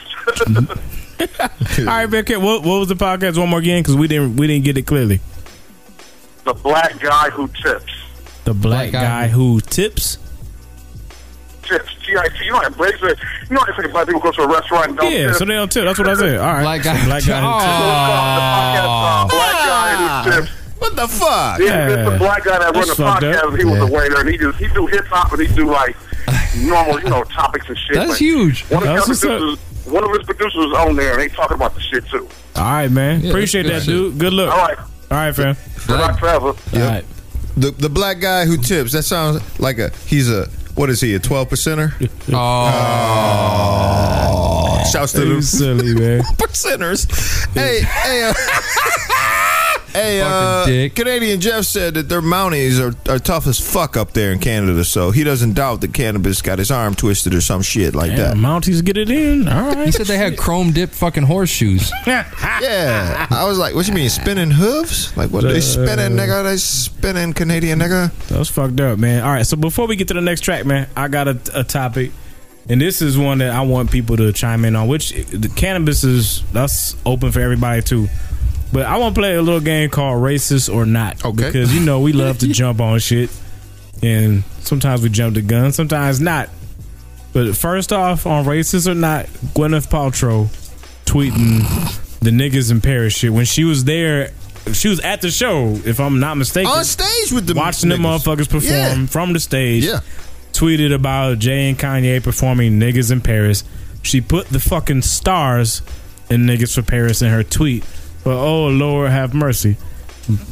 Speaker 3: All right, Beck, what what was the podcast one more again? Because we didn't we didn't get it clearly.
Speaker 10: the black guy who tips,
Speaker 3: The black,
Speaker 5: Black
Speaker 3: guy,
Speaker 5: guy.
Speaker 3: who tips.
Speaker 10: tips, T I P. You know how blacks are- You know how they say black people go to a restaurant and don't
Speaker 3: Yeah,
Speaker 10: tip.
Speaker 3: so they don't tip. That's what I said. All right,
Speaker 5: Black guy.
Speaker 3: black guy.
Speaker 10: So it's called the podcast called
Speaker 3: Who tips.
Speaker 10: black guy who tips.
Speaker 4: Ah. What the fuck?
Speaker 10: Yeah,
Speaker 3: Yeah.
Speaker 10: it's the black guy that run
Speaker 3: That's
Speaker 10: the
Speaker 3: fucked up.
Speaker 10: podcast. He was a waiter, and he just he do hip hop and he do like normal, you know, topics and shit.
Speaker 5: That's
Speaker 10: but
Speaker 5: huge.
Speaker 10: One of,
Speaker 3: That's
Speaker 10: his
Speaker 3: what's up.
Speaker 10: producers, one of his producers was on there, and they talking about the shit too.
Speaker 3: All right, man.
Speaker 5: Yeah,
Speaker 3: Appreciate that,
Speaker 5: that's good
Speaker 3: dude. Good luck.
Speaker 10: All right,
Speaker 3: All right, fam.
Speaker 10: Black Trevor.
Speaker 3: All right.
Speaker 4: The the black guy who tips. That sounds like a he's a what is he a twelve percenter?
Speaker 5: *laughs* Oh,
Speaker 4: Shouts to
Speaker 3: You
Speaker 4: the
Speaker 3: silly man.
Speaker 4: *laughs* percenters. Hey hey. Uh, *laughs* Hey, uh,
Speaker 5: Fucking dick.
Speaker 4: Canadian Jeff said that their Mounties are, are tough as fuck up there in Canada, so he doesn't doubt that cannabis got his arm twisted or some shit like
Speaker 3: Damn, Mounties get it in. All right.
Speaker 5: he said they had chrome dip fucking
Speaker 3: *laughs*
Speaker 5: horseshoes.
Speaker 4: that. Yeah, I was like, what you mean, spinning hooves? Like, what they spinning, nigga? They spinning Canadian, nigga?
Speaker 3: That was fucked up, man. All right, so before we get to the next track, man, I got a, a topic, and this is one that I want people to chime in on. Which the cannabis is that's open for everybody too, but I want to play a little game called Racist or Not.
Speaker 4: Okay.
Speaker 3: because you know we love to jump on shit, and sometimes we jump the gun, sometimes not. But first off, on Racist or Not, Gwyneth Paltrow tweeting the niggas in Paris shit when she was there. She was at the show, if I'm not mistaken
Speaker 4: On stage with the
Speaker 3: watching the
Speaker 4: niggas.
Speaker 3: motherfuckers perform
Speaker 4: Yeah.
Speaker 3: from the stage.
Speaker 4: Yeah.
Speaker 3: Tweeted about Jay and Kanye performing Niggas in Paris. She put the fucking stars in Niggas for Paris in her tweet. But oh Lord have mercy.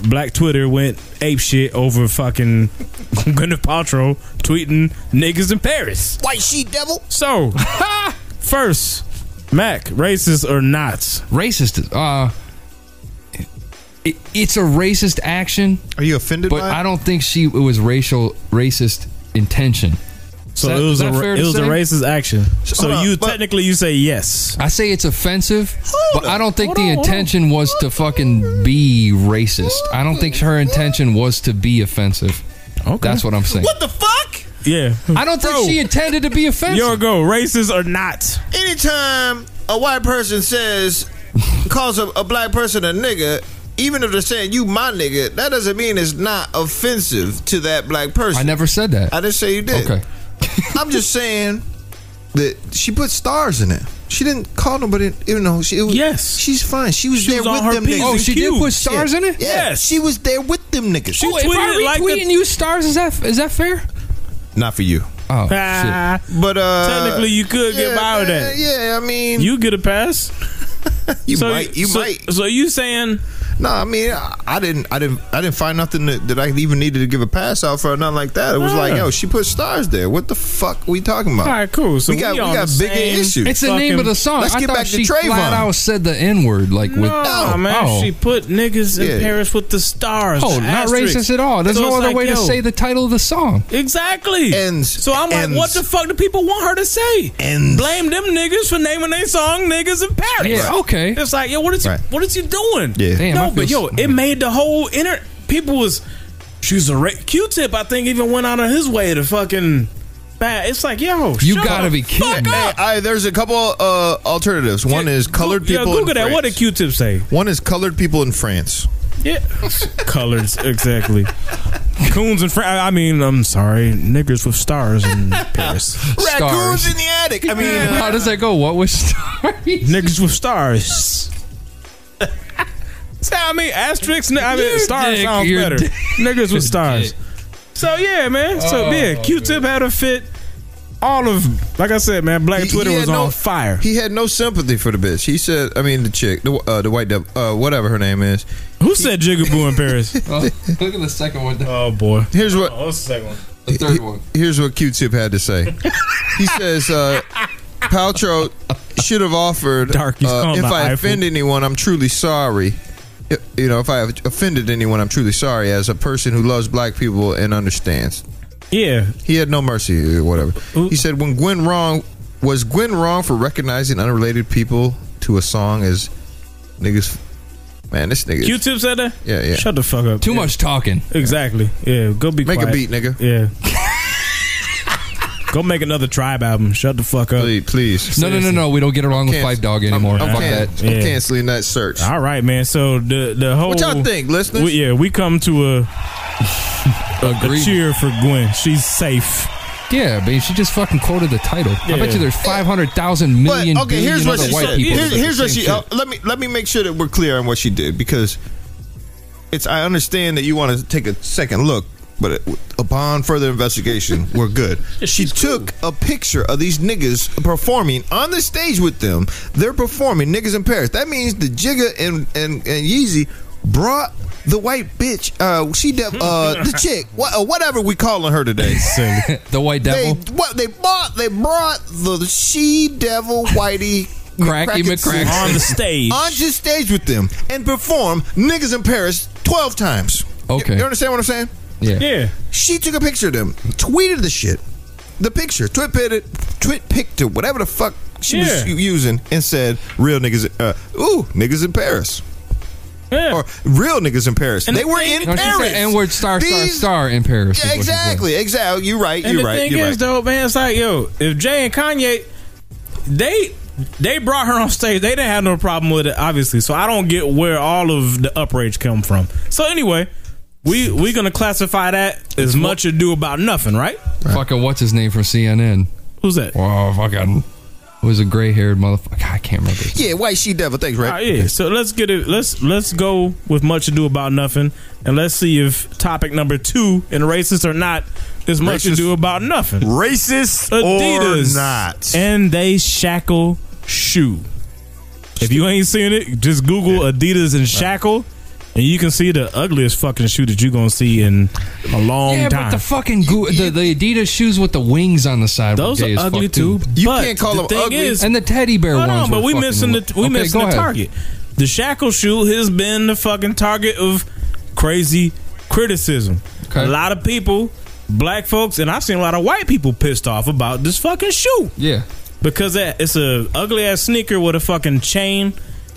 Speaker 3: Black Twitter went ape shit over fucking *laughs* Gwyneth Paltrow tweeting niggas in Paris.
Speaker 4: White sheet devil.
Speaker 3: So, *laughs* first, Mac, racist or not?
Speaker 5: Racist. Uh, it, it's a racist action,
Speaker 4: Are you offended
Speaker 5: but
Speaker 4: by it?
Speaker 5: I don't think she it was racial racist intention.
Speaker 3: So
Speaker 5: that-
Speaker 3: it
Speaker 5: is
Speaker 3: was a
Speaker 5: that fair
Speaker 3: it
Speaker 5: to
Speaker 3: was a
Speaker 5: say?
Speaker 3: racist action. So
Speaker 4: Hold on,
Speaker 3: you
Speaker 4: but-
Speaker 3: technically you say yes.
Speaker 5: I say it's offensive, but I don't think
Speaker 3: Hold
Speaker 5: the
Speaker 3: on, hold on.
Speaker 5: intention was to fucking be racist. I don't think her intention was to be offensive.
Speaker 3: Okay.
Speaker 5: That's what I'm saying.
Speaker 4: the fuck?
Speaker 3: Yeah.
Speaker 5: I don't think
Speaker 3: Bro.
Speaker 5: she intended to be offensive.
Speaker 3: Yo, go racist or not?
Speaker 4: anytime a white person says *laughs* calls a, a black person a nigga even if they're saying you my nigga that doesn't mean it's not offensive to that black person
Speaker 5: I never said that.
Speaker 4: i didn't say you did
Speaker 5: Okay.
Speaker 4: i'm just saying that she put stars in it she didn't call nobody you know she it was,
Speaker 3: Yes.
Speaker 4: she's fine she was there
Speaker 3: was on
Speaker 4: with
Speaker 3: her
Speaker 4: them
Speaker 3: P's
Speaker 4: niggas
Speaker 5: Oh, she did
Speaker 3: cute.
Speaker 5: put stars
Speaker 4: yeah.
Speaker 5: in it.
Speaker 4: yeah
Speaker 3: Yes.
Speaker 4: she was there with them niggas
Speaker 3: She-
Speaker 5: Oh, if
Speaker 3: tweeted
Speaker 5: I
Speaker 3: like
Speaker 5: retweet
Speaker 3: the-
Speaker 5: and use stars, is that is that fair?
Speaker 4: not for you
Speaker 5: Oh shit!
Speaker 3: Ah,
Speaker 4: but uh
Speaker 3: Technically, you could get
Speaker 4: yeah,
Speaker 3: by with that.
Speaker 4: yeah i mean you,
Speaker 3: you get a pass.
Speaker 4: might *laughs* you
Speaker 3: so,
Speaker 4: might
Speaker 3: So you saying
Speaker 4: No, I mean, I, I didn't, I didn't, I didn't find nothing that, that I even needed to give a pass out for or nothing like that. It was like,
Speaker 3: Yeah.
Speaker 4: yo, she put stars there. What the fuck we talking about?
Speaker 3: all right, cool. So
Speaker 4: we got, we,
Speaker 3: on
Speaker 4: got
Speaker 3: the
Speaker 4: bigger
Speaker 3: same-
Speaker 4: issues.
Speaker 5: It's the name
Speaker 3: Fucking-
Speaker 5: of the song.
Speaker 4: Let's
Speaker 5: I
Speaker 4: get
Speaker 5: thought
Speaker 4: back to
Speaker 5: she
Speaker 4: Trayvon.
Speaker 5: flat out said the n word. Like with
Speaker 3: No, man,
Speaker 5: Oh.
Speaker 3: she put niggas in
Speaker 4: Yeah.
Speaker 3: Paris with the stars.
Speaker 5: oh, not
Speaker 3: Asterisk.
Speaker 5: racist at all. There's
Speaker 3: So
Speaker 5: no
Speaker 3: it's
Speaker 5: other
Speaker 3: like,
Speaker 5: way to
Speaker 3: yo,
Speaker 5: say the title of the song.
Speaker 3: Exactly.
Speaker 4: Ends.
Speaker 3: So I'm like,
Speaker 4: Ends.
Speaker 3: what the fuck do people want her to say?
Speaker 4: Ends.
Speaker 3: Blame them niggas for naming their song "Niggas in Paris."
Speaker 5: Yeah, okay.
Speaker 3: It's like, yo, what is you,
Speaker 4: Right.
Speaker 3: what is you doing?
Speaker 4: Yeah.
Speaker 5: Damn, I
Speaker 3: no,
Speaker 5: feel
Speaker 3: but yo,
Speaker 5: s-
Speaker 3: it made the whole inner people was. She's a ra- Q-tip. I think even went out of his way to fucking. Bad. It's like, yo,
Speaker 5: You
Speaker 3: shut
Speaker 5: gotta
Speaker 3: the
Speaker 5: be kidding
Speaker 3: fuck
Speaker 5: me.
Speaker 3: up.
Speaker 4: I, there's a couple uh, alternatives. One is colored
Speaker 3: Go-
Speaker 4: people.
Speaker 3: Yo, Google
Speaker 4: in
Speaker 3: that. What did
Speaker 4: France.
Speaker 3: Q-tip say?
Speaker 4: One is colored people in France.
Speaker 3: Yeah. *laughs* Colors, exactly. Coons and fr- I mean, I'm sorry, niggers with stars in Paris.
Speaker 5: Stars.
Speaker 4: *laughs* Raccoons in the attic. I mean,
Speaker 5: How does that go? What was stars?
Speaker 3: Niggers with stars. so, I mean, asterisks. n- I mean,
Speaker 5: You're
Speaker 3: stars
Speaker 5: dick,
Speaker 3: sounds
Speaker 5: you're
Speaker 3: better.
Speaker 5: dick.
Speaker 3: *laughs* Niggers with stars. So yeah, man. So
Speaker 5: Oh,
Speaker 3: yeah, Q-Tip had a fit. All of, like I said, man, Black
Speaker 4: He-
Speaker 3: Twitter
Speaker 4: he had
Speaker 3: was
Speaker 4: no-
Speaker 3: on fire.
Speaker 4: He had no sympathy for the bitch. He said, I mean, the chick, the, uh, the white, devil, uh, whatever her name is.
Speaker 3: Who said Jigaboo
Speaker 5: *laughs*
Speaker 3: in Paris?
Speaker 5: Oh, look at the second one, the
Speaker 3: oh boy.
Speaker 4: Here's what
Speaker 3: what's the second one?
Speaker 5: the third one.
Speaker 4: here's what Q-Tip had to say.
Speaker 3: *laughs*
Speaker 4: he says, uh, Paltrow should have offered,
Speaker 3: Dark, he's
Speaker 4: uh,
Speaker 3: calling
Speaker 4: if
Speaker 3: the
Speaker 4: I
Speaker 3: Eiffel.
Speaker 4: offend anyone, I'm truly sorry. I- You know, if I have offended anyone, I'm truly sorry. As a person who loves black people and understands,
Speaker 3: Yeah,
Speaker 4: he had no mercy or whatever.
Speaker 3: Ooh.
Speaker 4: He said, "When Gwen wrong was Gwen wrong for recognizing unrelated people to a song as niggas." Man, this nigga.
Speaker 3: Q-Tip said that.
Speaker 4: Yeah, yeah.
Speaker 3: Shut the fuck up.
Speaker 5: Too much talking.
Speaker 3: Exactly. Yeah, go be
Speaker 4: Make a
Speaker 3: quiet.
Speaker 4: beat, nigga.
Speaker 3: Yeah. Go make another tribe album. Shut the fuck up.
Speaker 4: Please, please.
Speaker 5: No, no, no, no. We don't get along with
Speaker 4: Can't-
Speaker 5: Five Dog anymore.
Speaker 4: I'm, I'm
Speaker 5: Fuck
Speaker 4: can-
Speaker 5: that.
Speaker 4: I'm
Speaker 3: Yeah.
Speaker 4: canceling that search.
Speaker 3: All right, man. So the the whole
Speaker 4: What y'all think, listeners?
Speaker 3: We, yeah, we come
Speaker 5: *laughs*
Speaker 3: to a, a
Speaker 5: Agreed.
Speaker 3: cheer for Gwen. She's safe.
Speaker 5: Yeah, but she just fucking quoted the title. I bet
Speaker 3: Yeah.
Speaker 5: you there's 500,000
Speaker 4: But
Speaker 5: million
Speaker 4: okay, here's
Speaker 5: billion
Speaker 4: what
Speaker 5: other
Speaker 4: she
Speaker 5: white
Speaker 4: said.
Speaker 5: people.
Speaker 4: Here-
Speaker 5: that do
Speaker 4: here's
Speaker 5: the
Speaker 4: what
Speaker 5: same
Speaker 4: she.
Speaker 5: shit.
Speaker 4: Uh, let me let me make sure that we're clear on what she did because it's. I understand that you want to take a second look, but it, upon
Speaker 5: *laughs*
Speaker 4: further investigation, we're good. she took a picture of these niggas performing on the stage with them. They're performing niggas in Paris. That means the Jigga and and and Yeezy brought. The white bitch, uh, she, de-
Speaker 5: *laughs*
Speaker 4: uh, the chick, wha- uh, whatever we calling her today.
Speaker 3: Silly.
Speaker 5: the white
Speaker 4: They
Speaker 5: devil.
Speaker 4: what they bought? They brought the
Speaker 3: *laughs*
Speaker 4: she devil whitey
Speaker 5: Cracky McCrack.
Speaker 3: on the stage.
Speaker 4: on the stage with them and perform niggas in Paris twelve times. You-
Speaker 5: Okay.
Speaker 4: you, understand what I'm saying?
Speaker 5: yeah.
Speaker 3: yeah.
Speaker 4: She took a picture of them, tweeted the shit, the picture, twit pitted, twit picked it, whatever the fuck she was
Speaker 3: Yeah.
Speaker 4: u- using, and said real niggas, uh, ooh niggas in Paris.
Speaker 3: Yeah.
Speaker 4: Or real niggas in Paris.
Speaker 3: And
Speaker 4: they
Speaker 3: the
Speaker 4: were
Speaker 3: thing-
Speaker 4: in
Speaker 5: No, she
Speaker 4: Paris.
Speaker 5: said N word star star
Speaker 4: These-
Speaker 5: star in Paris. is
Speaker 4: Yeah,
Speaker 5: what she said.
Speaker 4: exactly, exactly. You're right.
Speaker 3: And
Speaker 4: you're
Speaker 3: the
Speaker 4: right.
Speaker 3: thing
Speaker 4: you're
Speaker 3: is,
Speaker 4: right.
Speaker 3: though, man, it's like, yo, if Jay and Kanye, they they brought her on stage, they didn't have no problem with it, obviously. So I don't get where all of the uprage come from. So anyway, we we gonna classify that as much ado about nothing, right?
Speaker 4: oh.
Speaker 5: Fucking what's his name from CNN?
Speaker 3: Who's that?
Speaker 5: Oh, fucking. It was a gray haired motherfucker. I can't remember.
Speaker 4: yeah, white she devil. Thanks, right?
Speaker 3: Ah, yeah. So let's get it. Let's let's go with much ado about nothing, and let's see if topic number two in racist or not is much
Speaker 4: Racist.
Speaker 3: ado about nothing.
Speaker 7: Racist
Speaker 3: Adidas
Speaker 7: or not?
Speaker 3: and they shackle shoe. If you ain't seen it, just Google Adidas and shackle, and you can see the ugliest fucking shoe that you gonna see in a long
Speaker 5: yeah,
Speaker 3: time.
Speaker 5: but the fucking goo- the, the Adidas shoes with the wings on the side. were
Speaker 3: Those
Speaker 5: gay
Speaker 3: are
Speaker 5: as fuck,
Speaker 3: ugly too.
Speaker 4: You
Speaker 3: but
Speaker 4: can't call
Speaker 3: the
Speaker 4: them
Speaker 3: thing
Speaker 4: ugly.
Speaker 3: Is,
Speaker 5: And the teddy bear
Speaker 3: Hold
Speaker 5: ones.
Speaker 3: on, but
Speaker 5: were
Speaker 3: we
Speaker 5: fucking
Speaker 3: missing the
Speaker 5: lit.
Speaker 3: we
Speaker 5: Okay,
Speaker 3: missing
Speaker 5: go
Speaker 3: the
Speaker 5: ahead.
Speaker 3: target. The shackle shoe has been the fucking target of crazy criticism.
Speaker 5: Okay.
Speaker 3: A lot of people, black folks, and I've seen a lot of white people pissed off about this fucking shoe
Speaker 5: Yeah.
Speaker 3: because that it's a ugly ass sneaker with a fucking chain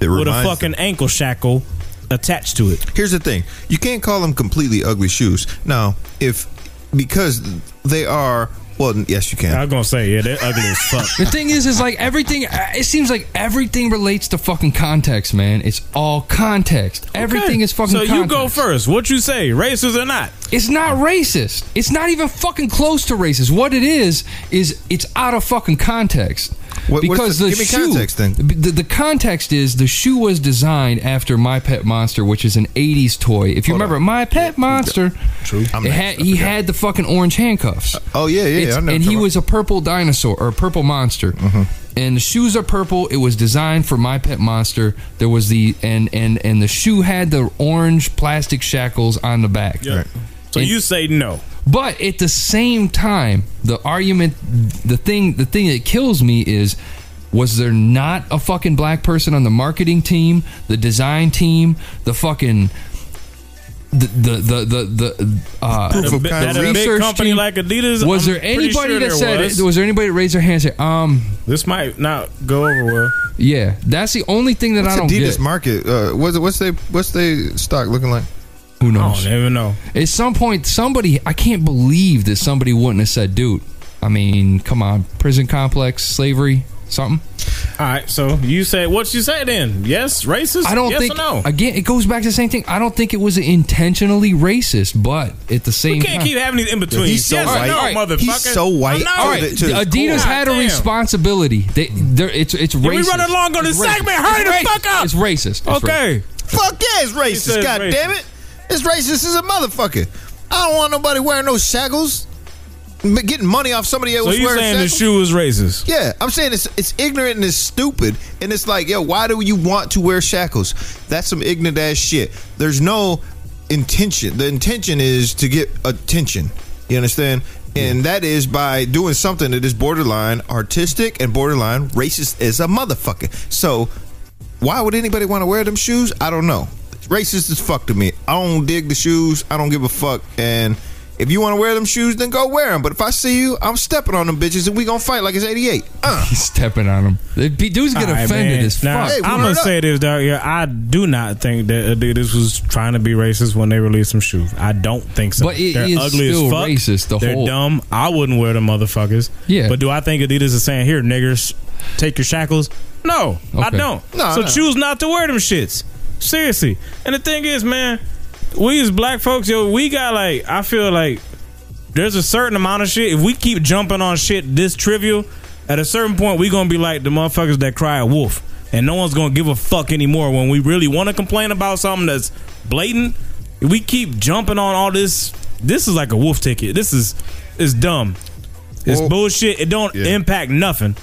Speaker 4: It
Speaker 3: with a
Speaker 4: reminds
Speaker 3: fucking ankle shackle attached to it.
Speaker 4: Here's the thing: you can't call them completely ugly shoes. Now, if because they are, well, yes, you
Speaker 3: I
Speaker 4: can.
Speaker 3: was gonna say, yeah, they're ugly as fuck.
Speaker 5: The thing is, is like everything. uh, It seems like everything relates to fucking context, man. It's all context. Everything
Speaker 3: Okay.
Speaker 5: is fucking.
Speaker 3: So you go
Speaker 5: context.
Speaker 3: first. What you say, racist or not?
Speaker 5: It's not racist. It's not even fucking close to racist. What it is is it's out of fucking context.
Speaker 4: What- what's
Speaker 5: because
Speaker 4: the-
Speaker 5: the
Speaker 4: give me
Speaker 5: shoe,
Speaker 4: context, then.
Speaker 5: The, the context is the shoe was designed after My Pet Monster, which is an '80s toy. If you remember, My Pet Monster, true,
Speaker 4: I'm
Speaker 5: it
Speaker 4: next.
Speaker 5: had, he had the fucking orange handcuffs.
Speaker 4: Oh yeah, yeah,
Speaker 5: It's-
Speaker 4: I know.
Speaker 5: and he
Speaker 3: Uh-huh.
Speaker 5: was a purple dinosaur or a purple monster.
Speaker 3: Mm-hmm.
Speaker 5: And the shoes are purple. It was designed for My Pet Monster. There was the and and and the shoe had the orange plastic shackles on the back.
Speaker 3: So you say no.
Speaker 5: But at the same time, the argument, the thing, the thing that kills me is, was there not a fucking black person on the marketing team, the design team, the fucking, the the the the, the uh,
Speaker 4: Proof of
Speaker 3: That
Speaker 4: concept.
Speaker 3: a big
Speaker 5: research
Speaker 3: company
Speaker 5: team?
Speaker 3: like Adidas,
Speaker 5: Was
Speaker 3: I'm
Speaker 5: there
Speaker 3: pretty
Speaker 5: anybody
Speaker 3: sure
Speaker 5: that
Speaker 3: there
Speaker 5: said?
Speaker 3: was.
Speaker 5: Was. there anybody that raised their hand and said, um,
Speaker 3: This might not go over well.
Speaker 5: yeah, that's the only thing that I don't
Speaker 4: Adidas
Speaker 5: get.
Speaker 4: market. Uh, what's what's they what's they stock looking like?
Speaker 5: Who
Speaker 3: I
Speaker 5: knows?
Speaker 3: don't even Oh, know.
Speaker 5: At some point, somebody, I can't believe that somebody wouldn't have said, dude, I mean, come on, prison complex, slavery, something.
Speaker 3: All right, so you said what you said then? Yes, racist.
Speaker 5: I don't
Speaker 3: yes
Speaker 5: think.
Speaker 3: Or no,
Speaker 5: Again, it goes back to the same thing. I don't think it was intentionally racist, but at the same
Speaker 3: you can't
Speaker 5: time,
Speaker 3: keep having these in between.
Speaker 4: He's so
Speaker 3: yes, or
Speaker 4: white.
Speaker 3: No,
Speaker 5: All right,
Speaker 3: motherfucker.
Speaker 4: he's so white.
Speaker 3: No,
Speaker 4: All
Speaker 5: All
Speaker 4: right,
Speaker 5: right,
Speaker 4: it to the
Speaker 5: Adidas
Speaker 3: core.
Speaker 5: had a
Speaker 3: Goddamn.
Speaker 5: responsibility. They, they're, it's it's racist.
Speaker 3: we running long on
Speaker 5: It's
Speaker 3: this
Speaker 5: racist.
Speaker 3: segment. Hurry
Speaker 5: It's
Speaker 3: the
Speaker 5: racist.
Speaker 3: fuck up.
Speaker 5: It's racist. It's racist.
Speaker 3: okay.
Speaker 4: Fuck yeah, it's
Speaker 3: says
Speaker 4: racist. God
Speaker 3: racist.
Speaker 4: damn it. It's racist as a motherfucker. I don't want nobody wearing no shackles. m- Getting money off somebody else
Speaker 3: So you
Speaker 4: wearing
Speaker 3: saying the
Speaker 4: shackles.
Speaker 3: shoe is racist?
Speaker 4: yeah, I'm saying it's it's ignorant and it's stupid, and it's like, yo, why do you want to wear shackles? That's some ignorant ass shit. There's no intention. The intention is to get attention. You understand? And that is by doing something that is borderline artistic and borderline racist as a motherfucker. So why would anybody want to wear them shoes? I don't know. It's racist as fuck to me. I don't dig the shoes. I don't give a fuck. And if you want to wear them shoes, then go wear them. But if I see you, I'm stepping on them bitches and we gonna fight like it's '88.
Speaker 5: *laughs*
Speaker 4: Uh.
Speaker 5: He's stepping on him. The p- dude's get
Speaker 3: All right,
Speaker 5: offended
Speaker 3: man.
Speaker 5: as
Speaker 3: Now,
Speaker 5: fuck.
Speaker 4: Hey, we
Speaker 3: I'm
Speaker 4: heard
Speaker 3: gonna
Speaker 4: up.
Speaker 3: say this, dog. Yeah, I do not think that Adidas was trying to be racist when they released some shoes. I don't think so.
Speaker 5: But it
Speaker 3: They're
Speaker 5: is
Speaker 3: ugly as
Speaker 5: still
Speaker 3: fuck.
Speaker 5: racist, the
Speaker 3: They're
Speaker 5: whole-
Speaker 3: dumb. I wouldn't wear them, motherfuckers.
Speaker 5: Yeah.
Speaker 3: But do I think Adidas is saying here, niggers, take your shackles? No, I
Speaker 5: Okay.
Speaker 3: don't.
Speaker 4: No,
Speaker 3: so
Speaker 4: no.
Speaker 3: choose not to wear them shits. Seriously. And the thing is, man, we as black folks, yo, we got like I feel like there's a certain amount of shit. If we keep jumping on shit this trivial, at a certain point we gonna be like the motherfuckers that cry a wolf, and no one's gonna give a fuck anymore. When we really want to complain about something that's blatant, we keep jumping on all this. This is like a wolf ticket. This is it's dumb. It's
Speaker 4: Well,
Speaker 3: bullshit. It don't
Speaker 4: yeah.
Speaker 3: impact nothing.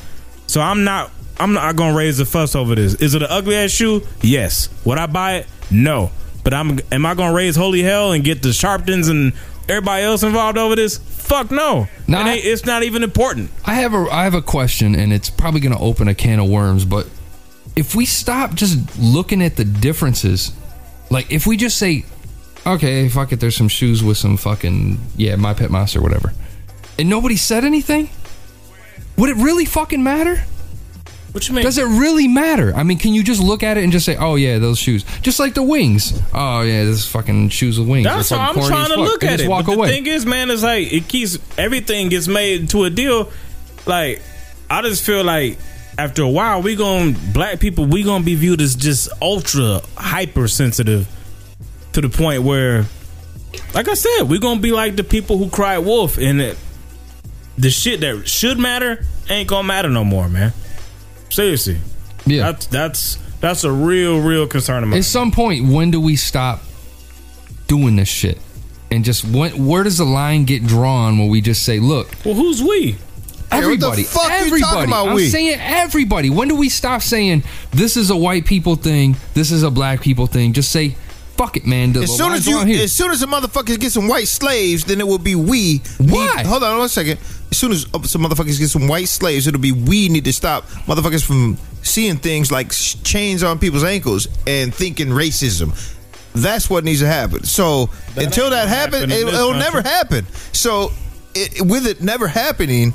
Speaker 3: So I'm not. I'm not gonna raise a fuss over this. Is it an ugly ass shoe? Yes. Would I buy it? No. But I'm. Am I gonna raise holy hell and get the Sharptons and everybody else involved over this? Fuck no.
Speaker 5: Nah,
Speaker 3: It
Speaker 5: I-
Speaker 3: ain't- it's not even important.
Speaker 5: I have a I have a question, and it's probably going to open a can of worms. But if we stop just looking at the differences, like if we just say, okay, fuck it, there's some shoes with some fucking yeah, my pet monster, whatever, and nobody said anything, would it really fucking matter?
Speaker 3: What you mean?
Speaker 5: Does it really matter? I mean, can you just look at it and just say, "Oh yeah, those shoes," just like the wings. Oh yeah, this is fucking shoes with wings.
Speaker 3: That's
Speaker 5: They're
Speaker 3: how
Speaker 5: fucking
Speaker 3: I'm
Speaker 5: corny
Speaker 3: trying
Speaker 5: as
Speaker 3: to
Speaker 5: fuck,"
Speaker 3: look
Speaker 5: and
Speaker 3: at
Speaker 5: just
Speaker 3: it.
Speaker 5: Walk
Speaker 3: but
Speaker 5: away.
Speaker 3: The thing is, man, it's like it keeps everything gets made into a deal. Like I just feel like after a while, we going to black people, we gonna be viewed as just ultra hypersensitive to the point where, like I said, we gonna be like the people who cry wolf, and it, the shit that should matter ain't gonna matter no more, man. Seriously,
Speaker 5: yeah.
Speaker 3: that's that's that's a real real concern of mine.
Speaker 5: At some point, when do we stop doing this shit? And just when, where does the line get drawn when we just say, look,
Speaker 3: well, who's we?
Speaker 4: Hey, what the
Speaker 5: everybody,
Speaker 4: fuck you talking
Speaker 5: everybody,
Speaker 4: about,
Speaker 5: I'm
Speaker 4: we?
Speaker 5: saying everybody. When do we stop saying this is a white people thing, this is a black people thing? Just say, fuck it, man. The
Speaker 4: As soon
Speaker 5: line's
Speaker 4: as you,
Speaker 5: drawn here.
Speaker 4: as soon as the motherfuckers get some white slaves, then it will be we.
Speaker 5: Why?
Speaker 4: Need, hold on one second. As soon as uh, some motherfuckers get some white slaves, it'll be we need to stop motherfuckers from seeing things like sh- chains on people's ankles and thinking racism. That's what needs to happen. So until
Speaker 3: ain't
Speaker 4: that
Speaker 3: gonna happen
Speaker 4: happens,
Speaker 3: in
Speaker 4: it,
Speaker 3: this
Speaker 4: will
Speaker 3: country.
Speaker 4: never happen. So it, with it never happening,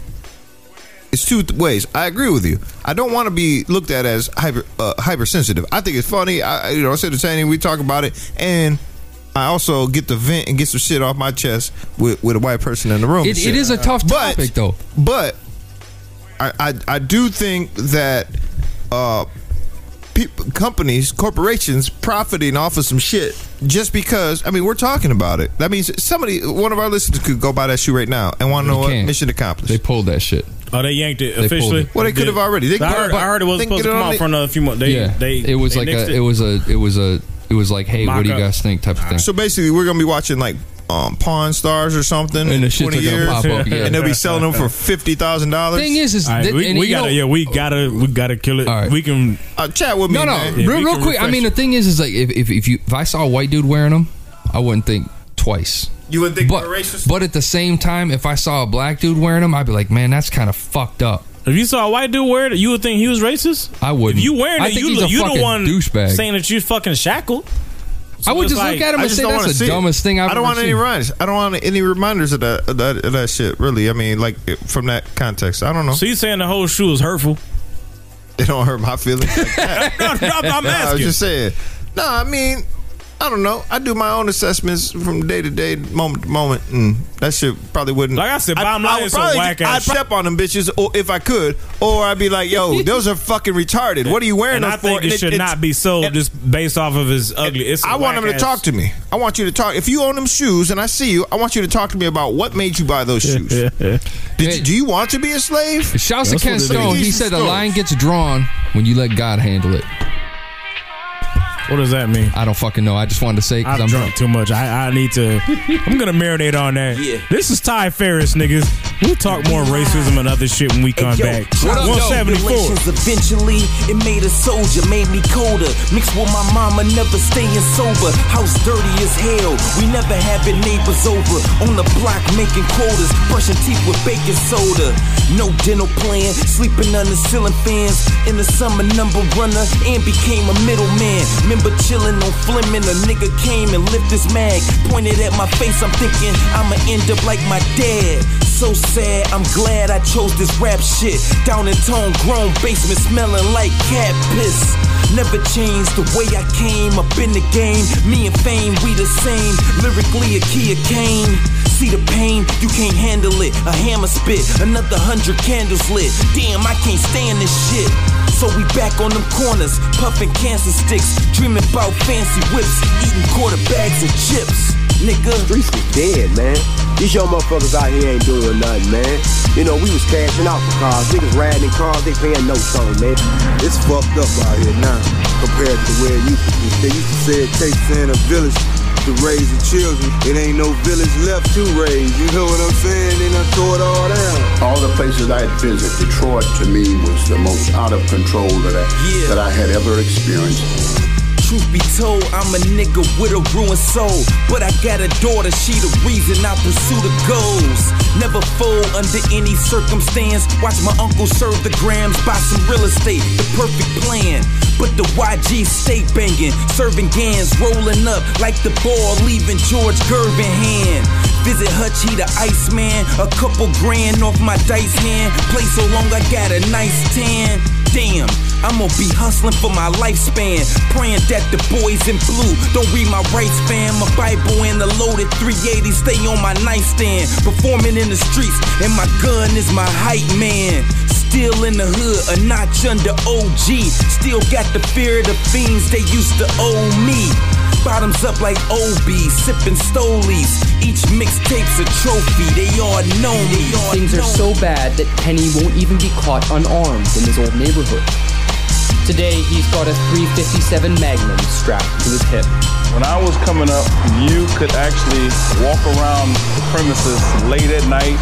Speaker 4: it's two th- ways. I agree with you. I don't want to be looked at as hyper uh, hypersensitive. I think it's funny. I I- you know it's entertaining. We talk about it, and I also get to vent and get some shit off my chest with with a white person in the room. and
Speaker 5: it,
Speaker 4: shit.
Speaker 5: it is a tough
Speaker 4: But-
Speaker 5: topic, though.
Speaker 4: But I I, I do think that uh, people, companies, corporations profiting off of some shit just because. I mean, we're talking about it. That means somebody, one of our listeners, could go buy that shoe right now and want to know what
Speaker 5: can't.
Speaker 4: mission accomplished.
Speaker 5: They pulled that shit.
Speaker 3: Oh, they yanked it
Speaker 5: pulled
Speaker 3: officially.
Speaker 5: it.
Speaker 4: Well, they could have already. They
Speaker 3: I, heard,
Speaker 4: could-
Speaker 3: I heard it was
Speaker 4: they
Speaker 3: supposed to
Speaker 4: could
Speaker 3: come
Speaker 4: have
Speaker 3: out
Speaker 4: only-
Speaker 3: for another few months. They,
Speaker 5: yeah,
Speaker 3: they,
Speaker 5: it was
Speaker 3: they
Speaker 5: like
Speaker 3: nixed
Speaker 5: a, it. was a, it was a, it was like, hey, what do you
Speaker 3: Mock-up.
Speaker 5: guys think? Type of thing.
Speaker 4: So basically, we're gonna be watching like um, Pawn Stars or something
Speaker 5: and the
Speaker 4: in
Speaker 5: shit's
Speaker 4: twenty
Speaker 5: are
Speaker 4: years,
Speaker 5: gonna pop up. Yeah.
Speaker 4: and they'll be selling them for fifty thousand dollars.
Speaker 5: thing is, is
Speaker 3: All right,
Speaker 5: that-
Speaker 3: we,
Speaker 5: and
Speaker 3: we
Speaker 5: you
Speaker 3: gotta,
Speaker 5: know-
Speaker 3: yeah, we gotta, we gotta kill it.
Speaker 5: All right.
Speaker 3: We can.
Speaker 4: uh, chat with me.
Speaker 5: No, no,
Speaker 4: man.
Speaker 3: Yeah,
Speaker 5: real,
Speaker 3: we
Speaker 5: real
Speaker 3: can
Speaker 5: quick. I
Speaker 3: refresh
Speaker 5: mean, the
Speaker 3: it.
Speaker 5: thing is, is like if, if if you if I saw a white dude wearing them, I wouldn't think twice.
Speaker 4: You wouldn't think
Speaker 5: But
Speaker 4: they're racist?
Speaker 5: but at the same time, if I saw a black dude wearing them, I'd be like, man, that's kind of fucked up.
Speaker 3: If you saw a white dude wear it, you would think he was racist.
Speaker 5: I wouldn't.
Speaker 3: If you wearing
Speaker 5: I
Speaker 3: it,
Speaker 5: think
Speaker 3: you
Speaker 5: he's a
Speaker 3: look- you the
Speaker 5: fucking
Speaker 3: one
Speaker 5: douchebag.
Speaker 3: saying that you fucking shackled. So
Speaker 5: I would
Speaker 3: it's
Speaker 5: just
Speaker 3: like-
Speaker 5: look at him
Speaker 4: I
Speaker 5: and
Speaker 4: just
Speaker 5: say
Speaker 4: don't wanna
Speaker 5: that's
Speaker 4: see
Speaker 5: the
Speaker 4: it.
Speaker 5: dummest thing I've
Speaker 4: I don't want
Speaker 5: ever
Speaker 4: any
Speaker 5: seen.
Speaker 4: remind. I don't want any reminders of that, of that of that shit. Really, I mean, like it- from that context, I don't know.
Speaker 3: So you saying the whole shoe is hurtful? *laughs*
Speaker 4: It don't hurt my feelings. Like that. *laughs*
Speaker 3: No, no, I'm
Speaker 4: I was
Speaker 3: asking.
Speaker 4: just saying. No, I mean, I don't know. I do my own assessments from day to day, moment to moment, and that shit probably wouldn't.
Speaker 3: Like I said, bottom line, it's a
Speaker 4: probably-
Speaker 3: whack-ass
Speaker 4: I'd
Speaker 3: shit.
Speaker 4: step on them bitches, or if I could, or I'd be like,
Speaker 3: *laughs*
Speaker 4: "Yo, those are fucking retarded. What are you wearing
Speaker 3: And
Speaker 4: those
Speaker 3: I think
Speaker 4: for?"
Speaker 3: it
Speaker 4: And
Speaker 3: should
Speaker 4: it's-
Speaker 3: not be sold just based off of his ugly. It's a
Speaker 4: I want them to
Speaker 3: whack-ass-
Speaker 4: talk to me. I want you to talk. If you own them shoes and I see you, I want you to talk to me about what made you buy those shoes. Did you, do you want to be a slave?
Speaker 5: Shouts to
Speaker 3: That's what
Speaker 5: Ken
Speaker 3: it
Speaker 5: Stone.
Speaker 4: is.
Speaker 5: He said the
Speaker 4: Stone.
Speaker 5: line gets drawn when you let God handle it.
Speaker 3: What does that mean?
Speaker 5: I don't fucking know. I just wanted to say because I'm
Speaker 3: I've drunk too much. I, I need
Speaker 5: *laughs*
Speaker 3: to. I'm gonna marinate on that.
Speaker 11: Yeah.
Speaker 3: This is Ty Ferris, niggas. We'll talk more racism and other shit when we come
Speaker 11: Hey, yo,
Speaker 3: back.
Speaker 11: What up,
Speaker 3: 174.
Speaker 11: Relations eventually, it made a soldier, made me colder. Mixed with my mama, never staying sober. House dirty as hell. We never having neighbors over. On the block, making quotas, brushing teeth with baking soda. No dental plan, sleeping under ceiling fans. In the summer, number runner, and became a middleman. Remember chilling on Fleming, a nigga came and lifted his mag, pointed at my face. I'm thinking I'ma end up like my dad. So sad, I'm glad I chose this rap shit. Down in tone grown basement, smelling like cat piss. Never changed the way I came up in the game. Me and fame, we the same. Lyrically, a key of cane. See the pain, you can't handle it. A hammer spit, another hundred candles lit. Damn, I can't stand this shit. So we back on them corners, puffing cancer sticks, dreaming about fancy whips, eating quarter bags of chips. Nigga,
Speaker 2: Streets is dead, man. These young motherfuckers out here ain't doing nothing, man. You know, we was cashing out for cars. Niggas riding in cars, they paying no tone, man. It's fucked up out here now compared to where it used to be. They used to say it takes in a village to raise the children. It ain't no village left to raise. You know what I'm saying? They done tore it all down.
Speaker 12: All the places I had visited, Detroit to me was the most out of control that I,
Speaker 11: Yeah.
Speaker 12: that I had ever experienced.
Speaker 11: Truth be told, I'm a nigga with a ruined soul. But I got a daughter, she the reason I pursue the goals. Never fold under any circumstance. Watch my uncle serve the grams, buy some real estate, the perfect plan. But the YG stay banging, serving gans, rolling up like the ball, leaving George Gervin hand. Visit Hutch, he the Iceman. A couple grand off my dice hand. Play so long, I got a nice tan. Damn, I'm gonna be hustling for my lifespan. Praying that the boys in blue don't read my rights, fam. My Bible and the loaded 380 stay on my nightstand. Performing in the streets, and my gun is my hype man. Still in the hood, a notch under OG. Still got the fear of the fiends they used to owe me. Bottoms up like OB, sipping stolies. Each mixtape's a trophy, they all know me.
Speaker 13: Things are so bad that Penny won't even be caught unarmed in his old neighborhood. Today, he's got a 357 Magnum strapped to his hip.
Speaker 14: When I was coming up, you could actually walk around the premises late at night.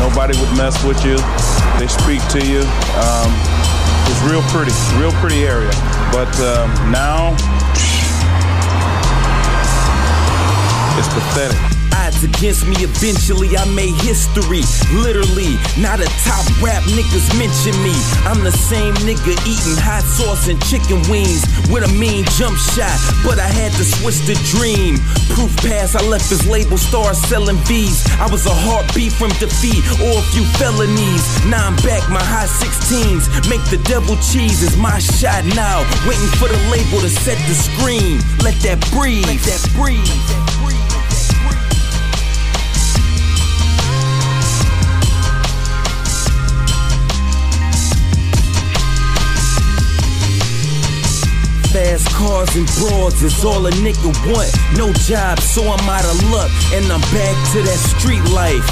Speaker 14: Nobody would mess with you. They speak to you. Um, it's real pretty, real pretty area. But um, now, it's pathetic.
Speaker 11: Odds against me, eventually I made history. Literally, not a top rap niggas mention me. I'm the same nigga eating hot sauce and chicken wings with a mean jump shot. But I had to switch the dream. Proof pass, I left his label star selling V's. I was a heartbeat from defeat or a few felonies. Now I'm back, my high 16s. Make the devil cheese is my shot now. Waiting for the label to set the screen. Let that breathe. Let that breathe. Fast cars and broads is all a nigga want. No job, so I'm out of luck, and I'm back to that street life.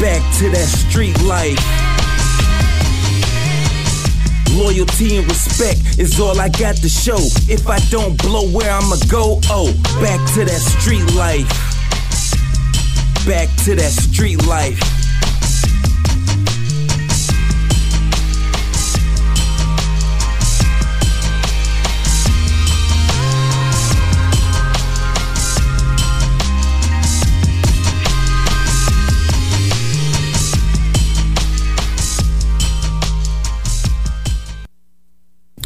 Speaker 11: Back to that street life. Loyalty and respect is all I got to show. If I don't blow where I'ma go, oh, back to that street life. Back to that street life.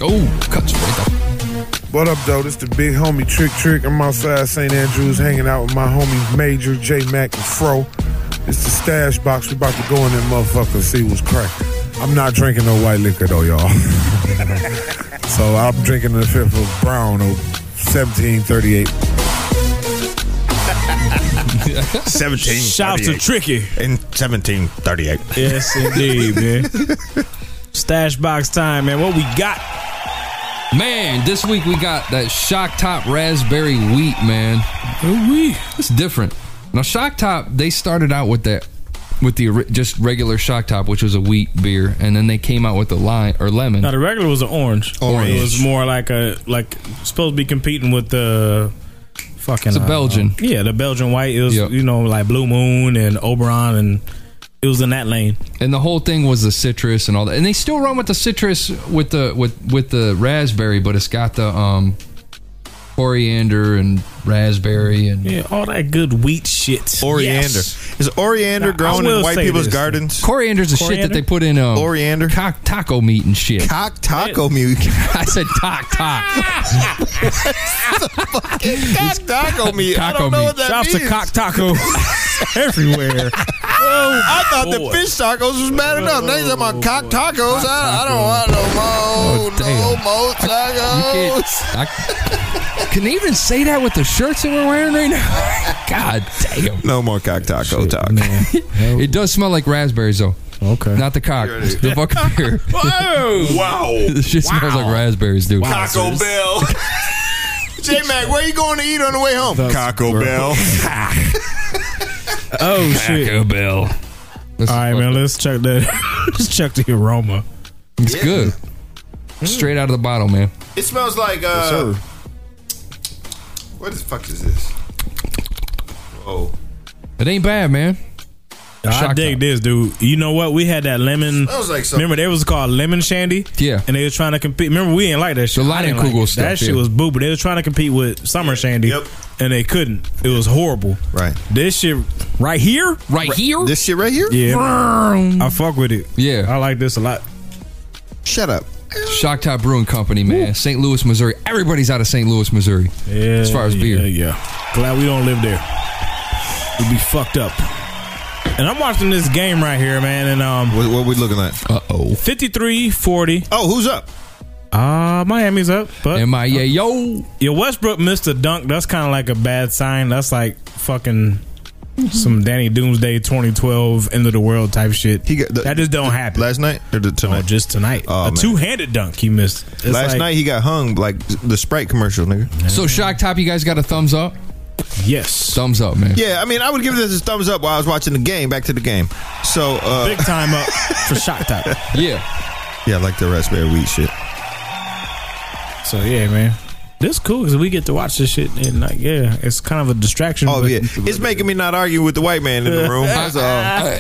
Speaker 5: Oh, cut you right the
Speaker 15: What up, though? This the big homie Trick Trick. I'm outside St. Andrews hanging out with my homies Major, J Mac, and Fro. It's the stash box. We about to go in that motherfucker and see what's cracking. I'm not drinking *laughs* no white liquor, though, y'all. so I'm drinking a fifth of brown oh, or 1738.
Speaker 16: 17.
Speaker 3: Shouts to Tricky.
Speaker 16: In 1738.
Speaker 3: Yes, indeed, man. Stash box time, man. What we got?
Speaker 5: Man, this week we got that Shock Top Raspberry Wheat, man. Wheat. It's different. Now, Shock Top, they started out with that, with the ori- just regular Shock Top, which was a wheat beer, and then they came out with the lime or lemon.
Speaker 3: Now the regular was an orange.
Speaker 5: Orange.
Speaker 3: It was more like a like supposed to be competing with the fucking.
Speaker 5: It's a
Speaker 3: uh,
Speaker 5: Belgian.
Speaker 3: yeah, the Belgian white. It was you know like Blue Moon and Oberon and it was in that lane.
Speaker 5: and the whole thing was the citrus and all that. And they still run with the citrus with the with with the raspberry, but it's got the um coriander and raspberry and
Speaker 3: yeah, all that good wheat shit.
Speaker 5: Oriander.
Speaker 4: Is oriander grown in white people's gardens?
Speaker 5: Coriander's the shit that they put in um,
Speaker 4: Oriander
Speaker 5: cock taco meat and shit.
Speaker 4: Cock taco meat.
Speaker 5: *laughs* I said cock taco.
Speaker 4: *laughs*
Speaker 3: *laughs*
Speaker 4: cock taco meat. I
Speaker 5: Taco
Speaker 4: don't know
Speaker 5: meat.
Speaker 4: what that
Speaker 5: Shouts to
Speaker 4: means.
Speaker 5: cock
Speaker 4: *laughs*
Speaker 3: taco everywhere.
Speaker 4: *laughs* I thought the fish tacos was bad enough. Now you're talking about cock
Speaker 3: Oh,
Speaker 4: tacos. I, I don't want no more. no more tacos.
Speaker 5: I can they even say that with the shirts that we're wearing right now. *laughs* God damn.
Speaker 4: No more cock taco talk.
Speaker 5: It does smell like raspberries though.
Speaker 3: Okay.
Speaker 5: Not the cock.
Speaker 4: Here it is.
Speaker 5: The fucking
Speaker 3: *laughs*
Speaker 5: beer.
Speaker 4: Whoa! Wow!
Speaker 5: *laughs* this shit smells like raspberries, dude.
Speaker 4: Taco
Speaker 3: *laughs*
Speaker 4: Bell. J Mac, where you going to eat on the way home? Taco
Speaker 3: *laughs*
Speaker 4: Bell.
Speaker 3: Oh shit.
Speaker 5: Taco Bell.
Speaker 3: All right, man. Let's check that. *laughs* let's check the aroma. Hmm.
Speaker 5: It's good. Straight out of the bottle, man.
Speaker 4: It smells like uh. what the fuck is this? Oh,
Speaker 5: It ain't bad, man.
Speaker 3: I
Speaker 5: Shock
Speaker 3: dig this, dude. You know what? We had that lemon.
Speaker 4: Smells like something.
Speaker 3: remember, they was called lemon shandy.
Speaker 5: Yeah,
Speaker 3: and they was trying to compete. Remember, we ain't like that shit.
Speaker 5: The
Speaker 3: I didn't
Speaker 5: Leinenkugel
Speaker 3: like it.
Speaker 5: stuff,
Speaker 3: That shit
Speaker 5: yeah.
Speaker 3: was boo, but they was trying to compete with summer shandy. Yep. And they couldn't. It was horrible.
Speaker 4: Right.
Speaker 3: This shit right here.
Speaker 5: Right here?
Speaker 4: This shit right here.
Speaker 3: Yeah. man. I fuck with it.
Speaker 5: Yeah.
Speaker 3: I like this a lot.
Speaker 4: Shut up.
Speaker 5: Shock Top Brewing Company, man. St. Louis, Missouri. Everybody's out of St. Louis, Missouri.
Speaker 3: Yeah.
Speaker 5: As far as beer.
Speaker 3: Yeah, yeah. Glad we don't live there. We'd be fucked up. And I'm watching this game right here, man. And um,
Speaker 4: what, what we looking at?
Speaker 5: Uh oh.
Speaker 3: 53-40.
Speaker 4: Oh, who's up?
Speaker 3: Uh, Miami's up. But
Speaker 5: Am I? Yeah, yo.
Speaker 3: Your Westbrook missed a dunk. That's kind of like a bad sign. That's like fucking some Danny Doomsday 2012 end of the world type shit. He got that just don't happen.
Speaker 4: Last night or the, tonight?
Speaker 3: just tonight.
Speaker 4: Oh,
Speaker 3: a
Speaker 4: man.
Speaker 3: two handed dunk he missed. It's
Speaker 4: Last
Speaker 3: like-
Speaker 4: night he got hung like the Sprite commercial, nigga.
Speaker 5: So Shock Top, you guys got a thumbs up?
Speaker 3: Yes.
Speaker 5: Thumbs up, man.
Speaker 4: Yeah, I mean, I would give this a thumbs up while I was watching the game. Back to the game. So uh,
Speaker 3: big time up
Speaker 4: *laughs*
Speaker 3: for shot top.
Speaker 5: Yeah.
Speaker 4: Yeah, I like the raspberry wheat shit.
Speaker 3: So yeah, man. This cool because we get to watch this shit and like yeah, it's kind of a distraction.
Speaker 4: Oh
Speaker 3: but-
Speaker 4: yeah, it's making me not argue with the white man in
Speaker 5: *laughs*
Speaker 4: the room. That's all.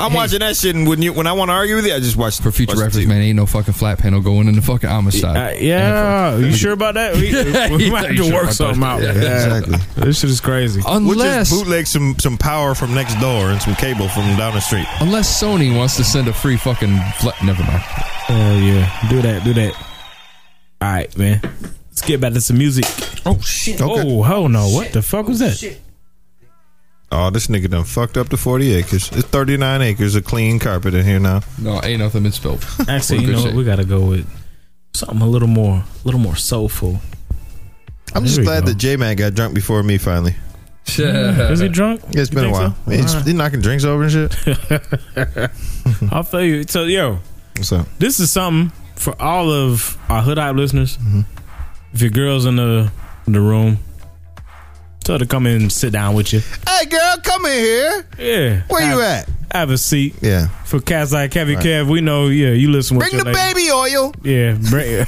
Speaker 4: I'm watching that shit, and when you when I want to argue with you, I just watch
Speaker 5: For future
Speaker 4: watch the
Speaker 5: reference,
Speaker 4: TV.
Speaker 5: man, ain't no fucking flat panel going in the fucking Amistad.
Speaker 3: Uh, yeah, you sure about that?
Speaker 5: *laughs*
Speaker 3: We, we might have
Speaker 5: You
Speaker 3: to
Speaker 5: sure
Speaker 3: work
Speaker 5: about
Speaker 3: something
Speaker 5: that? *laughs*
Speaker 3: out.
Speaker 5: Yeah,
Speaker 4: exactly.
Speaker 3: This shit is crazy.
Speaker 4: We'll just
Speaker 5: Unless
Speaker 4: bootleg some some power from next door and some cable from down the street.
Speaker 5: unless Sony wants to send a free fucking flat. Never mind.
Speaker 3: Hell yeah. Do that, do that. All right, man. Let's get back to some music.
Speaker 5: Oh shit.
Speaker 3: Oh, hell no. What the fuck was that?
Speaker 4: Oh, this nigga done fucked up to 40 acres. It's 39 acres of clean carpet in here now.
Speaker 5: No, ain't nothing been spilled.
Speaker 3: *laughs* Actually,
Speaker 5: We're
Speaker 3: you
Speaker 5: good
Speaker 3: know what?
Speaker 5: shape.
Speaker 3: We got to go with something a little more, a little more soulful.
Speaker 4: I'm
Speaker 3: There
Speaker 4: just
Speaker 3: we
Speaker 4: glad
Speaker 3: go.
Speaker 4: that J Mac got drunk before me finally.
Speaker 5: Yeah.
Speaker 3: Is he drunk?
Speaker 4: Yeah, it's
Speaker 3: You
Speaker 4: been a
Speaker 3: think
Speaker 4: while.
Speaker 3: so?
Speaker 4: He's,
Speaker 3: All right.
Speaker 4: he's knocking drinks over and shit.
Speaker 3: *laughs* I'll feel you. So, yo,
Speaker 4: What's up?
Speaker 3: this is something for all of our hood hype listeners.
Speaker 4: Mm-hmm.
Speaker 3: If your girl's in the in the room, tell her to come in and sit down with you.
Speaker 4: Hey, girl, come in here.
Speaker 3: Yeah,
Speaker 4: Where you at?
Speaker 3: have a seat.
Speaker 4: Yeah.
Speaker 3: For cats like Kevin
Speaker 4: Right.
Speaker 3: Kev, we know. Yeah, you listen with
Speaker 4: Bring
Speaker 3: your
Speaker 4: the
Speaker 3: lady.
Speaker 4: baby oil
Speaker 3: Yeah, bring,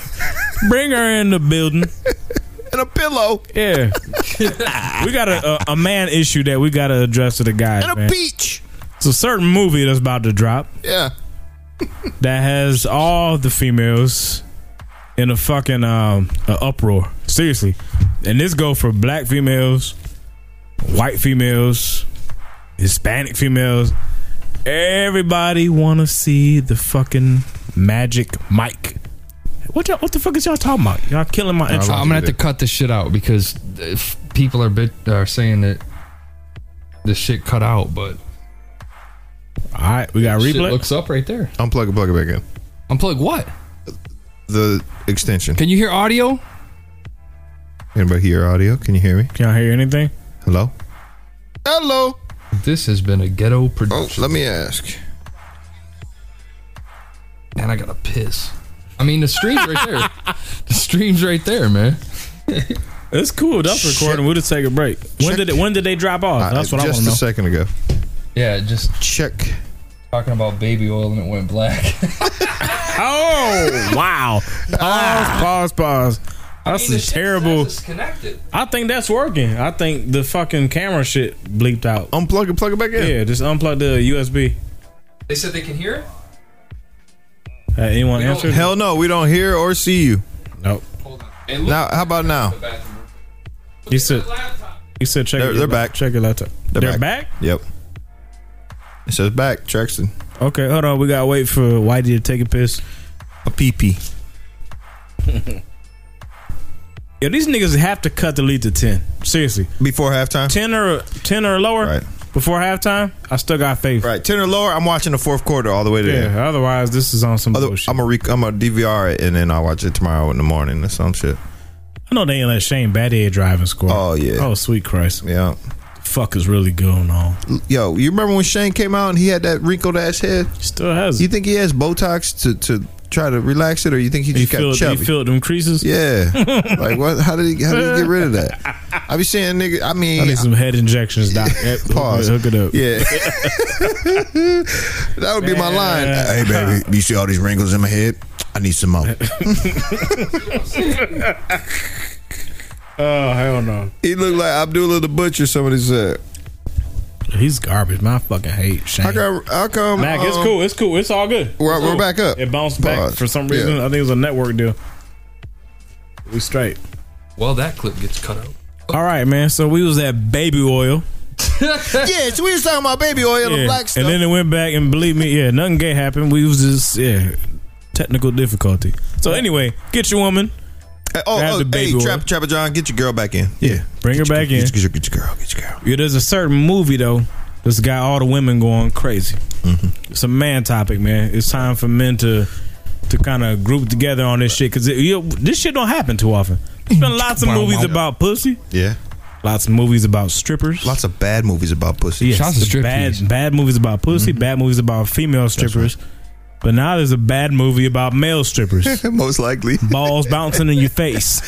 Speaker 3: bring her in the building.
Speaker 4: *laughs* and a pillow *laughs*
Speaker 3: Yeah, we got a, a, a man issue that we got to address to the guys.
Speaker 4: and a
Speaker 3: man.
Speaker 4: peach.
Speaker 3: It's a certain movie that's about to drop
Speaker 4: Yeah.
Speaker 3: that has all the females in a fucking um, a uproar. Seriously, and this go for black females, white females, Hispanic females. Everybody want to see the fucking Magic Mike. What y'all, what the fuck is y'all talking about? Y'all killing my
Speaker 5: I'm
Speaker 3: intro.
Speaker 5: gonna have to cut this shit out because if people are bit are saying that this shit cut out, but
Speaker 3: All right, we got
Speaker 5: shit
Speaker 3: replay.
Speaker 5: looks up right there.
Speaker 4: Unplug it, plug it back in.
Speaker 5: Unplug what?
Speaker 4: The extension.
Speaker 5: Can you hear audio?
Speaker 4: Anybody hear audio? Can you hear me?
Speaker 3: Can I hear anything?
Speaker 4: Hello?
Speaker 5: Hello. This has been a ghetto production.
Speaker 4: Oh, let me ask.
Speaker 5: Man, I gotta piss. I mean, the stream's right *laughs* there. the stream's right there, man.
Speaker 3: It's cool. That's recording. We'll just take a break. When did it, when did they drop off? That's what I want
Speaker 4: just
Speaker 3: to know.
Speaker 4: a second ago.
Speaker 5: Yeah, just
Speaker 4: check.
Speaker 5: Talking about baby oil and it went black.
Speaker 3: oh
Speaker 4: *laughs*
Speaker 3: wow!
Speaker 4: Ah.
Speaker 3: Pause, pause, pause. That's
Speaker 5: mean, the
Speaker 3: a
Speaker 5: shit
Speaker 3: terrible.
Speaker 5: says it's connected.
Speaker 3: I think that's working. I think the fucking camera shit bleeped out.
Speaker 4: Unplug it, plug it back
Speaker 3: in. Yeah, just unplug the USB.
Speaker 5: *laughs* They said they can hear it.
Speaker 3: Uh, anyone answer?
Speaker 4: Hell no, we don't hear or see you.
Speaker 3: Nope.
Speaker 5: And
Speaker 4: Now, how about now?
Speaker 3: You said. You said check.
Speaker 4: They're-
Speaker 3: your
Speaker 4: they're
Speaker 3: lap-
Speaker 4: back.
Speaker 3: Check your laptop. They're, back.
Speaker 4: Yep. It says back, Traxton.
Speaker 3: Okay, hold on. We gotta wait for Whitey to take a piss.
Speaker 4: A pee pee.
Speaker 3: Yo, these niggas have to cut the lead to ten. Seriously.
Speaker 4: Before halftime.
Speaker 3: Ten or ten or lower. Right. Before halftime, I still got faith.
Speaker 4: Right, ten or lower. I'm watching the fourth quarter all the way to
Speaker 3: Yeah,
Speaker 4: the end.
Speaker 3: Otherwise, this is on some bullshit.
Speaker 4: I'm a re- I'm a DVR it and then I'll watch it tomorrow in the morning or some shit.
Speaker 3: I know they ain't let Shane Battier drive and score. Oh yeah. Oh sweet Christ.
Speaker 4: Yeah.
Speaker 3: fuck is really going on.
Speaker 4: Yo, you remember when Shane came out and he had that wrinkled ass head?
Speaker 3: still has.
Speaker 4: You think he has Botox to to try to relax it, or you think he
Speaker 3: He
Speaker 4: just got
Speaker 3: filled, he
Speaker 4: chubby?
Speaker 3: filled them creases. *laughs*
Speaker 4: Yeah. like what? How did he? How did he get rid of that? I be saying, nigga. I mean,
Speaker 3: I need some head injections, doc.
Speaker 4: Pause.
Speaker 3: Hook it up.
Speaker 4: Yeah. *laughs* that would be my line.
Speaker 16: Hey, baby, you see all these wrinkles in my head? I need some more.
Speaker 3: *laughs* Oh hell no.
Speaker 4: He looked like Abdullah the Butcher. Somebody said.
Speaker 3: He's garbage. Man, I fucking hate Shane.
Speaker 4: uh, How come? How come
Speaker 3: Mac, it's
Speaker 4: um,
Speaker 3: cool. It's cool. It's all good.
Speaker 4: We're-
Speaker 3: It's
Speaker 4: we're
Speaker 3: cool.
Speaker 4: back up.
Speaker 3: It bounced back
Speaker 4: Pause.
Speaker 3: for some *laughs* reason.
Speaker 4: Yeah.
Speaker 3: I think it was a network deal. We straight.
Speaker 5: Well, that clip gets cut out.
Speaker 3: All right, man. So we was at baby oil.
Speaker 4: yeah, so we was talking about baby oil and
Speaker 3: Yeah.
Speaker 4: black stuff.
Speaker 3: And then it went back, and believe me, yeah, nothing gay happened. We was just yeah, technical difficulty. So anyway, get your woman.
Speaker 4: oh,
Speaker 3: grab
Speaker 4: oh
Speaker 3: the baby
Speaker 4: hey,
Speaker 3: oil.
Speaker 4: Trapper, Trapper John, get your girl back in.
Speaker 3: Yeah, bring her back in.
Speaker 4: Get your, get your girl. Get your girl.
Speaker 3: Yeah, there's a certain movie though that's got all the women going crazy. It's a man topic, man. It's time for men to to kind of group together on this shit because this shit don't happen too often. There's been lots of
Speaker 4: Wow,
Speaker 3: movies
Speaker 4: wow.
Speaker 3: about pussy.
Speaker 4: Yeah.
Speaker 3: Lots of movies about strippers.
Speaker 4: Lots of bad movies about pussy.
Speaker 3: Yes, the bad bad movies about pussy.
Speaker 4: Mm-hmm.
Speaker 3: Bad movies about female strippers. But now there's a bad movie about male strippers.
Speaker 4: *laughs* Most likely.
Speaker 3: Balls bouncing in
Speaker 4: *laughs*
Speaker 3: your face.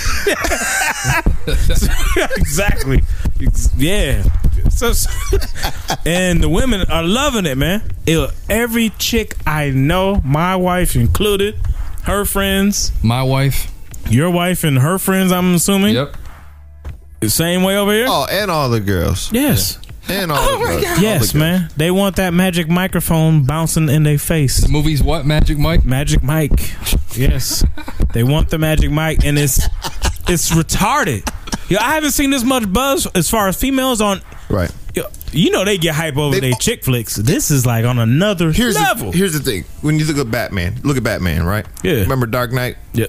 Speaker 3: *laughs* exactly. Ex- Yeah. So, so- and the women are loving it, man. Ew, every chick I know, my wife included, her friends,
Speaker 5: my wife,
Speaker 3: your wife, and her friends. I'm assuming.
Speaker 5: Yep.
Speaker 3: The same way over here.
Speaker 4: Oh, and all the girls.
Speaker 3: Yes.
Speaker 4: And all
Speaker 3: Oh
Speaker 4: the girls. All the
Speaker 3: Yes,
Speaker 4: girls.
Speaker 3: man. They want that magic microphone bouncing in their face. The
Speaker 5: movie's what? Magic Mike?
Speaker 3: Magic Mike.
Speaker 5: *laughs*
Speaker 3: Yes. they want the magic mic and it's it's retarded. Yo, I haven't seen this much buzz as far as females on
Speaker 4: Right.
Speaker 3: Yo, you know they get hype over their chick flicks. This is like on another
Speaker 4: Here's
Speaker 3: level.
Speaker 4: The, here's the thing. When you look at Batman, look at Batman, right? Yeah. Remember Dark Knight?
Speaker 3: Yeah.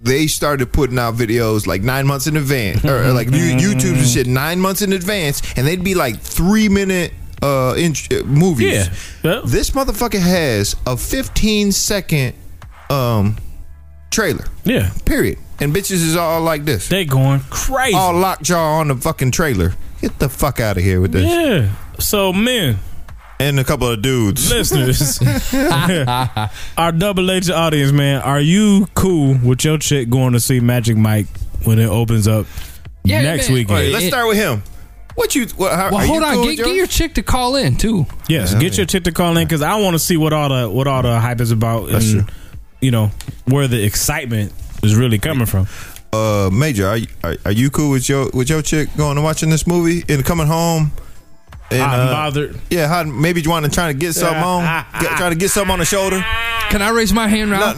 Speaker 4: They started putting out videos like nine months in advance, or, or like you- YouTube and shit nine months in advance, and they'd be like three minute uh, int- uh, movies.
Speaker 3: Yeah.
Speaker 4: This motherfucker has a 15 second um trailer.
Speaker 3: Yeah.
Speaker 4: Period. And bitches is all like this.
Speaker 3: They going crazy.
Speaker 4: All lockjaw on the fucking trailer. Get the fuck out of here with this.
Speaker 3: Yeah. So men
Speaker 4: and a couple of dudes, *laughs*
Speaker 3: listeners, *laughs* our double H audience, man, are you cool with your chick going to see Magic Mike when it opens up
Speaker 5: Yeah,
Speaker 3: next
Speaker 5: man.
Speaker 3: weekend?
Speaker 5: Wait, let's start
Speaker 4: with him. What you? What, how,
Speaker 5: Well, hold on. get, get your chick to call in too.
Speaker 3: Yes, get your chick to call in because I want to see what all the what all the hype is about and you know where the excitement is really coming from.
Speaker 4: Uh, Major, are you, are, are you cool with your with your chick going and watching this movie and coming home? And,
Speaker 3: Hot and
Speaker 4: uh,
Speaker 3: bothered.
Speaker 4: Yeah, hot, and- maybe you want to trying to get something
Speaker 3: *laughs*
Speaker 4: on, get, trying to get something on the shoulder.
Speaker 5: Can I raise my hand, Rob?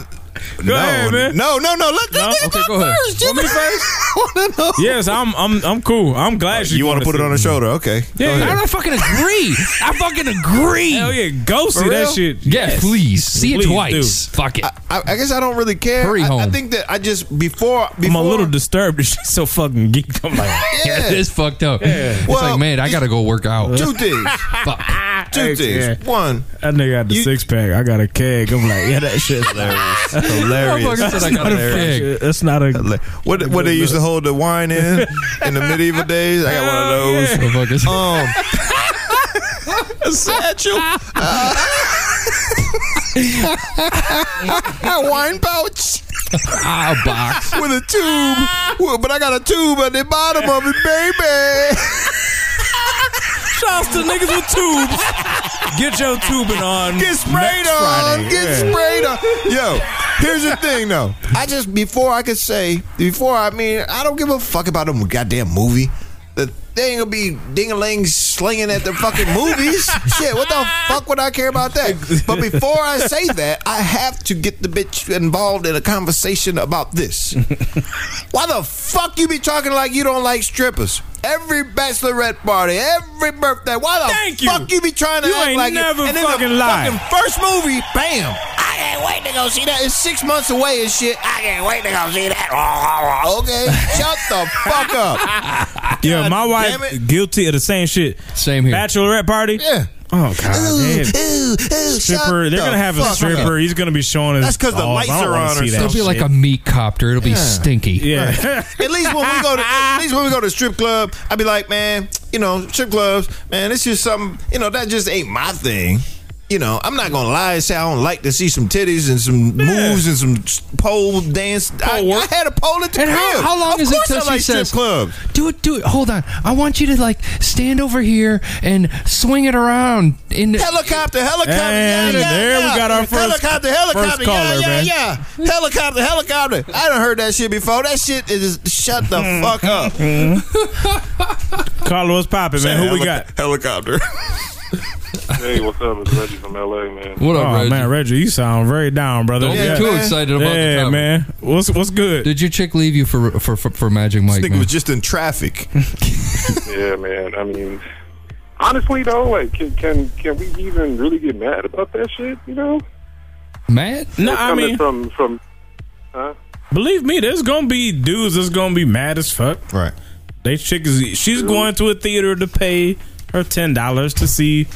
Speaker 4: no, no, no, no. Let no?
Speaker 5: Okay, go ahead. *laughs*
Speaker 4: Want me first? want to know?
Speaker 3: Yes, I'm I'm I'm cool. I'm glad
Speaker 4: You want to put it on her shoulder? Okay. Go
Speaker 5: I
Speaker 4: ahead.
Speaker 5: don't fucking agree. I fucking agree.
Speaker 3: Hell yeah, go
Speaker 4: For
Speaker 3: see that
Speaker 4: real?
Speaker 3: shit.
Speaker 5: Yeah,
Speaker 3: Yes.
Speaker 5: please see it
Speaker 3: Please
Speaker 5: twice. Fuck it.
Speaker 4: I, I guess I don't really care.
Speaker 5: Hurry
Speaker 4: I, I
Speaker 5: home.
Speaker 4: think that I just before before
Speaker 3: I'm a little disturbed. *laughs* that She's so fucking geeked. I'm like,
Speaker 5: yeah, it is fucked up. It's
Speaker 4: Well,
Speaker 5: like, man, I gotta go work out.
Speaker 4: two things.
Speaker 5: *laughs* Fuck.
Speaker 4: Two things. One,
Speaker 3: that nigga got the six pack. I got a keg. I'm like, yeah, that shit's
Speaker 4: hilarious. hilarious.
Speaker 3: Motherfucker said I got a
Speaker 4: Hilarious.
Speaker 3: keg. That's not a.
Speaker 4: What what they used to hold the wine in in the medieval days? I
Speaker 5: *laughs*
Speaker 4: got one of those. Um,
Speaker 16: A satchel.
Speaker 4: *laughs* wine pouch.
Speaker 5: a box
Speaker 4: *laughs* with a tube, Well, but I got a tube at the bottom of it, baby.
Speaker 3: Shouts to niggas with tubes. Get your tubing on.
Speaker 4: Get sprayed
Speaker 3: next
Speaker 4: on.
Speaker 3: Friday.
Speaker 4: Get
Speaker 3: Yeah.
Speaker 4: sprayed on. Yo, here's the thing though. I just before I could say before I mean I don't give a fuck about them goddamn movie. The thing will be ding a ling slinging at the fucking
Speaker 3: *laughs*
Speaker 4: movies. Shit, what the fuck would I care about that? But before I say that, I have to get the bitch involved in a conversation about
Speaker 3: *laughs*
Speaker 4: this. Why the fuck you be talking like you don't like strippers? Every bachelorette party, every birthday. Why the
Speaker 16: Thank you.
Speaker 4: fuck you. be trying to
Speaker 16: You
Speaker 4: act
Speaker 16: ain't
Speaker 4: like
Speaker 16: never
Speaker 4: it? And then
Speaker 16: fucking
Speaker 4: the
Speaker 16: lied.
Speaker 4: fucking first movie, bam. I can't wait to go see that. It's six months away and shit. I can't wait to go see that. Okay, shut the fuck up.
Speaker 3: Yeah, my
Speaker 4: damn
Speaker 3: wife guilty of the same shit. Same here. Bachelorette party.
Speaker 4: Yeah.
Speaker 3: Oh god. damn. stripper. They're
Speaker 5: the
Speaker 3: gonna have a
Speaker 5: fuck up.
Speaker 3: stripper. He's gonna be showing his.
Speaker 5: That's 'cause the
Speaker 3: balls.
Speaker 5: lights
Speaker 3: I don't
Speaker 5: are
Speaker 3: wanna
Speaker 5: on or
Speaker 3: see that
Speaker 5: something. It'll be like
Speaker 3: shit.
Speaker 5: a meat copter. It'll be
Speaker 3: Yeah.
Speaker 5: stinky.
Speaker 3: Yeah.
Speaker 4: at least when we go to at least when we go to strip club, I'd be like, man, you know, strip clubs, man, it's just something, you know, that just ain't my thing. You know, I'm not gonna lie and say I don't like to see some titties and some moves and some s- pole dance. I, I had a pole at the
Speaker 5: And how,
Speaker 4: crib.
Speaker 5: how long
Speaker 4: Of
Speaker 5: is it
Speaker 4: course
Speaker 5: till
Speaker 4: I
Speaker 5: she
Speaker 4: like strip
Speaker 5: says,
Speaker 4: clubs.
Speaker 5: "Do it, do it"? Hold on, I want you to like stand over here and swing it around in the
Speaker 4: Helicopter, helicopter,
Speaker 5: And
Speaker 4: yeah, yeah,
Speaker 5: there we
Speaker 4: yeah.
Speaker 5: got our first-
Speaker 4: helicopter, helicopter,
Speaker 5: first
Speaker 4: yeah,
Speaker 5: caller,
Speaker 4: yeah,
Speaker 5: man.
Speaker 4: yeah, helicopter, helicopter. I done heard that shit before. That shit is shut the
Speaker 3: Hmm.
Speaker 4: fuck
Speaker 3: *laughs*
Speaker 4: up.
Speaker 3: Carlo, what's popping, man? Who we got?
Speaker 4: Helicopter.
Speaker 17: Hey, what's up? It's Reggie from LA, man.
Speaker 3: oh, man, Reggie? You sound very down, brother.
Speaker 5: Don't get too excited about the
Speaker 3: yeah,
Speaker 5: topic.
Speaker 3: man. What's what's good?
Speaker 5: Did your chick leave you for for for, for Magic Mike?
Speaker 17: nigga
Speaker 5: man?
Speaker 17: was
Speaker 4: just
Speaker 17: *laughs*
Speaker 4: in traffic.
Speaker 17: yeah, man. I mean, honestly though, like, can can can we even really get mad about that shit? You know,
Speaker 5: Mad?
Speaker 3: No,
Speaker 17: It's
Speaker 3: I
Speaker 17: coming
Speaker 3: mean,
Speaker 17: from from, huh?
Speaker 3: believe me, there's gonna be dudes that's gonna be mad as fuck.
Speaker 4: Right.
Speaker 3: They chick is she's going to a theater to pay her ten dollars to see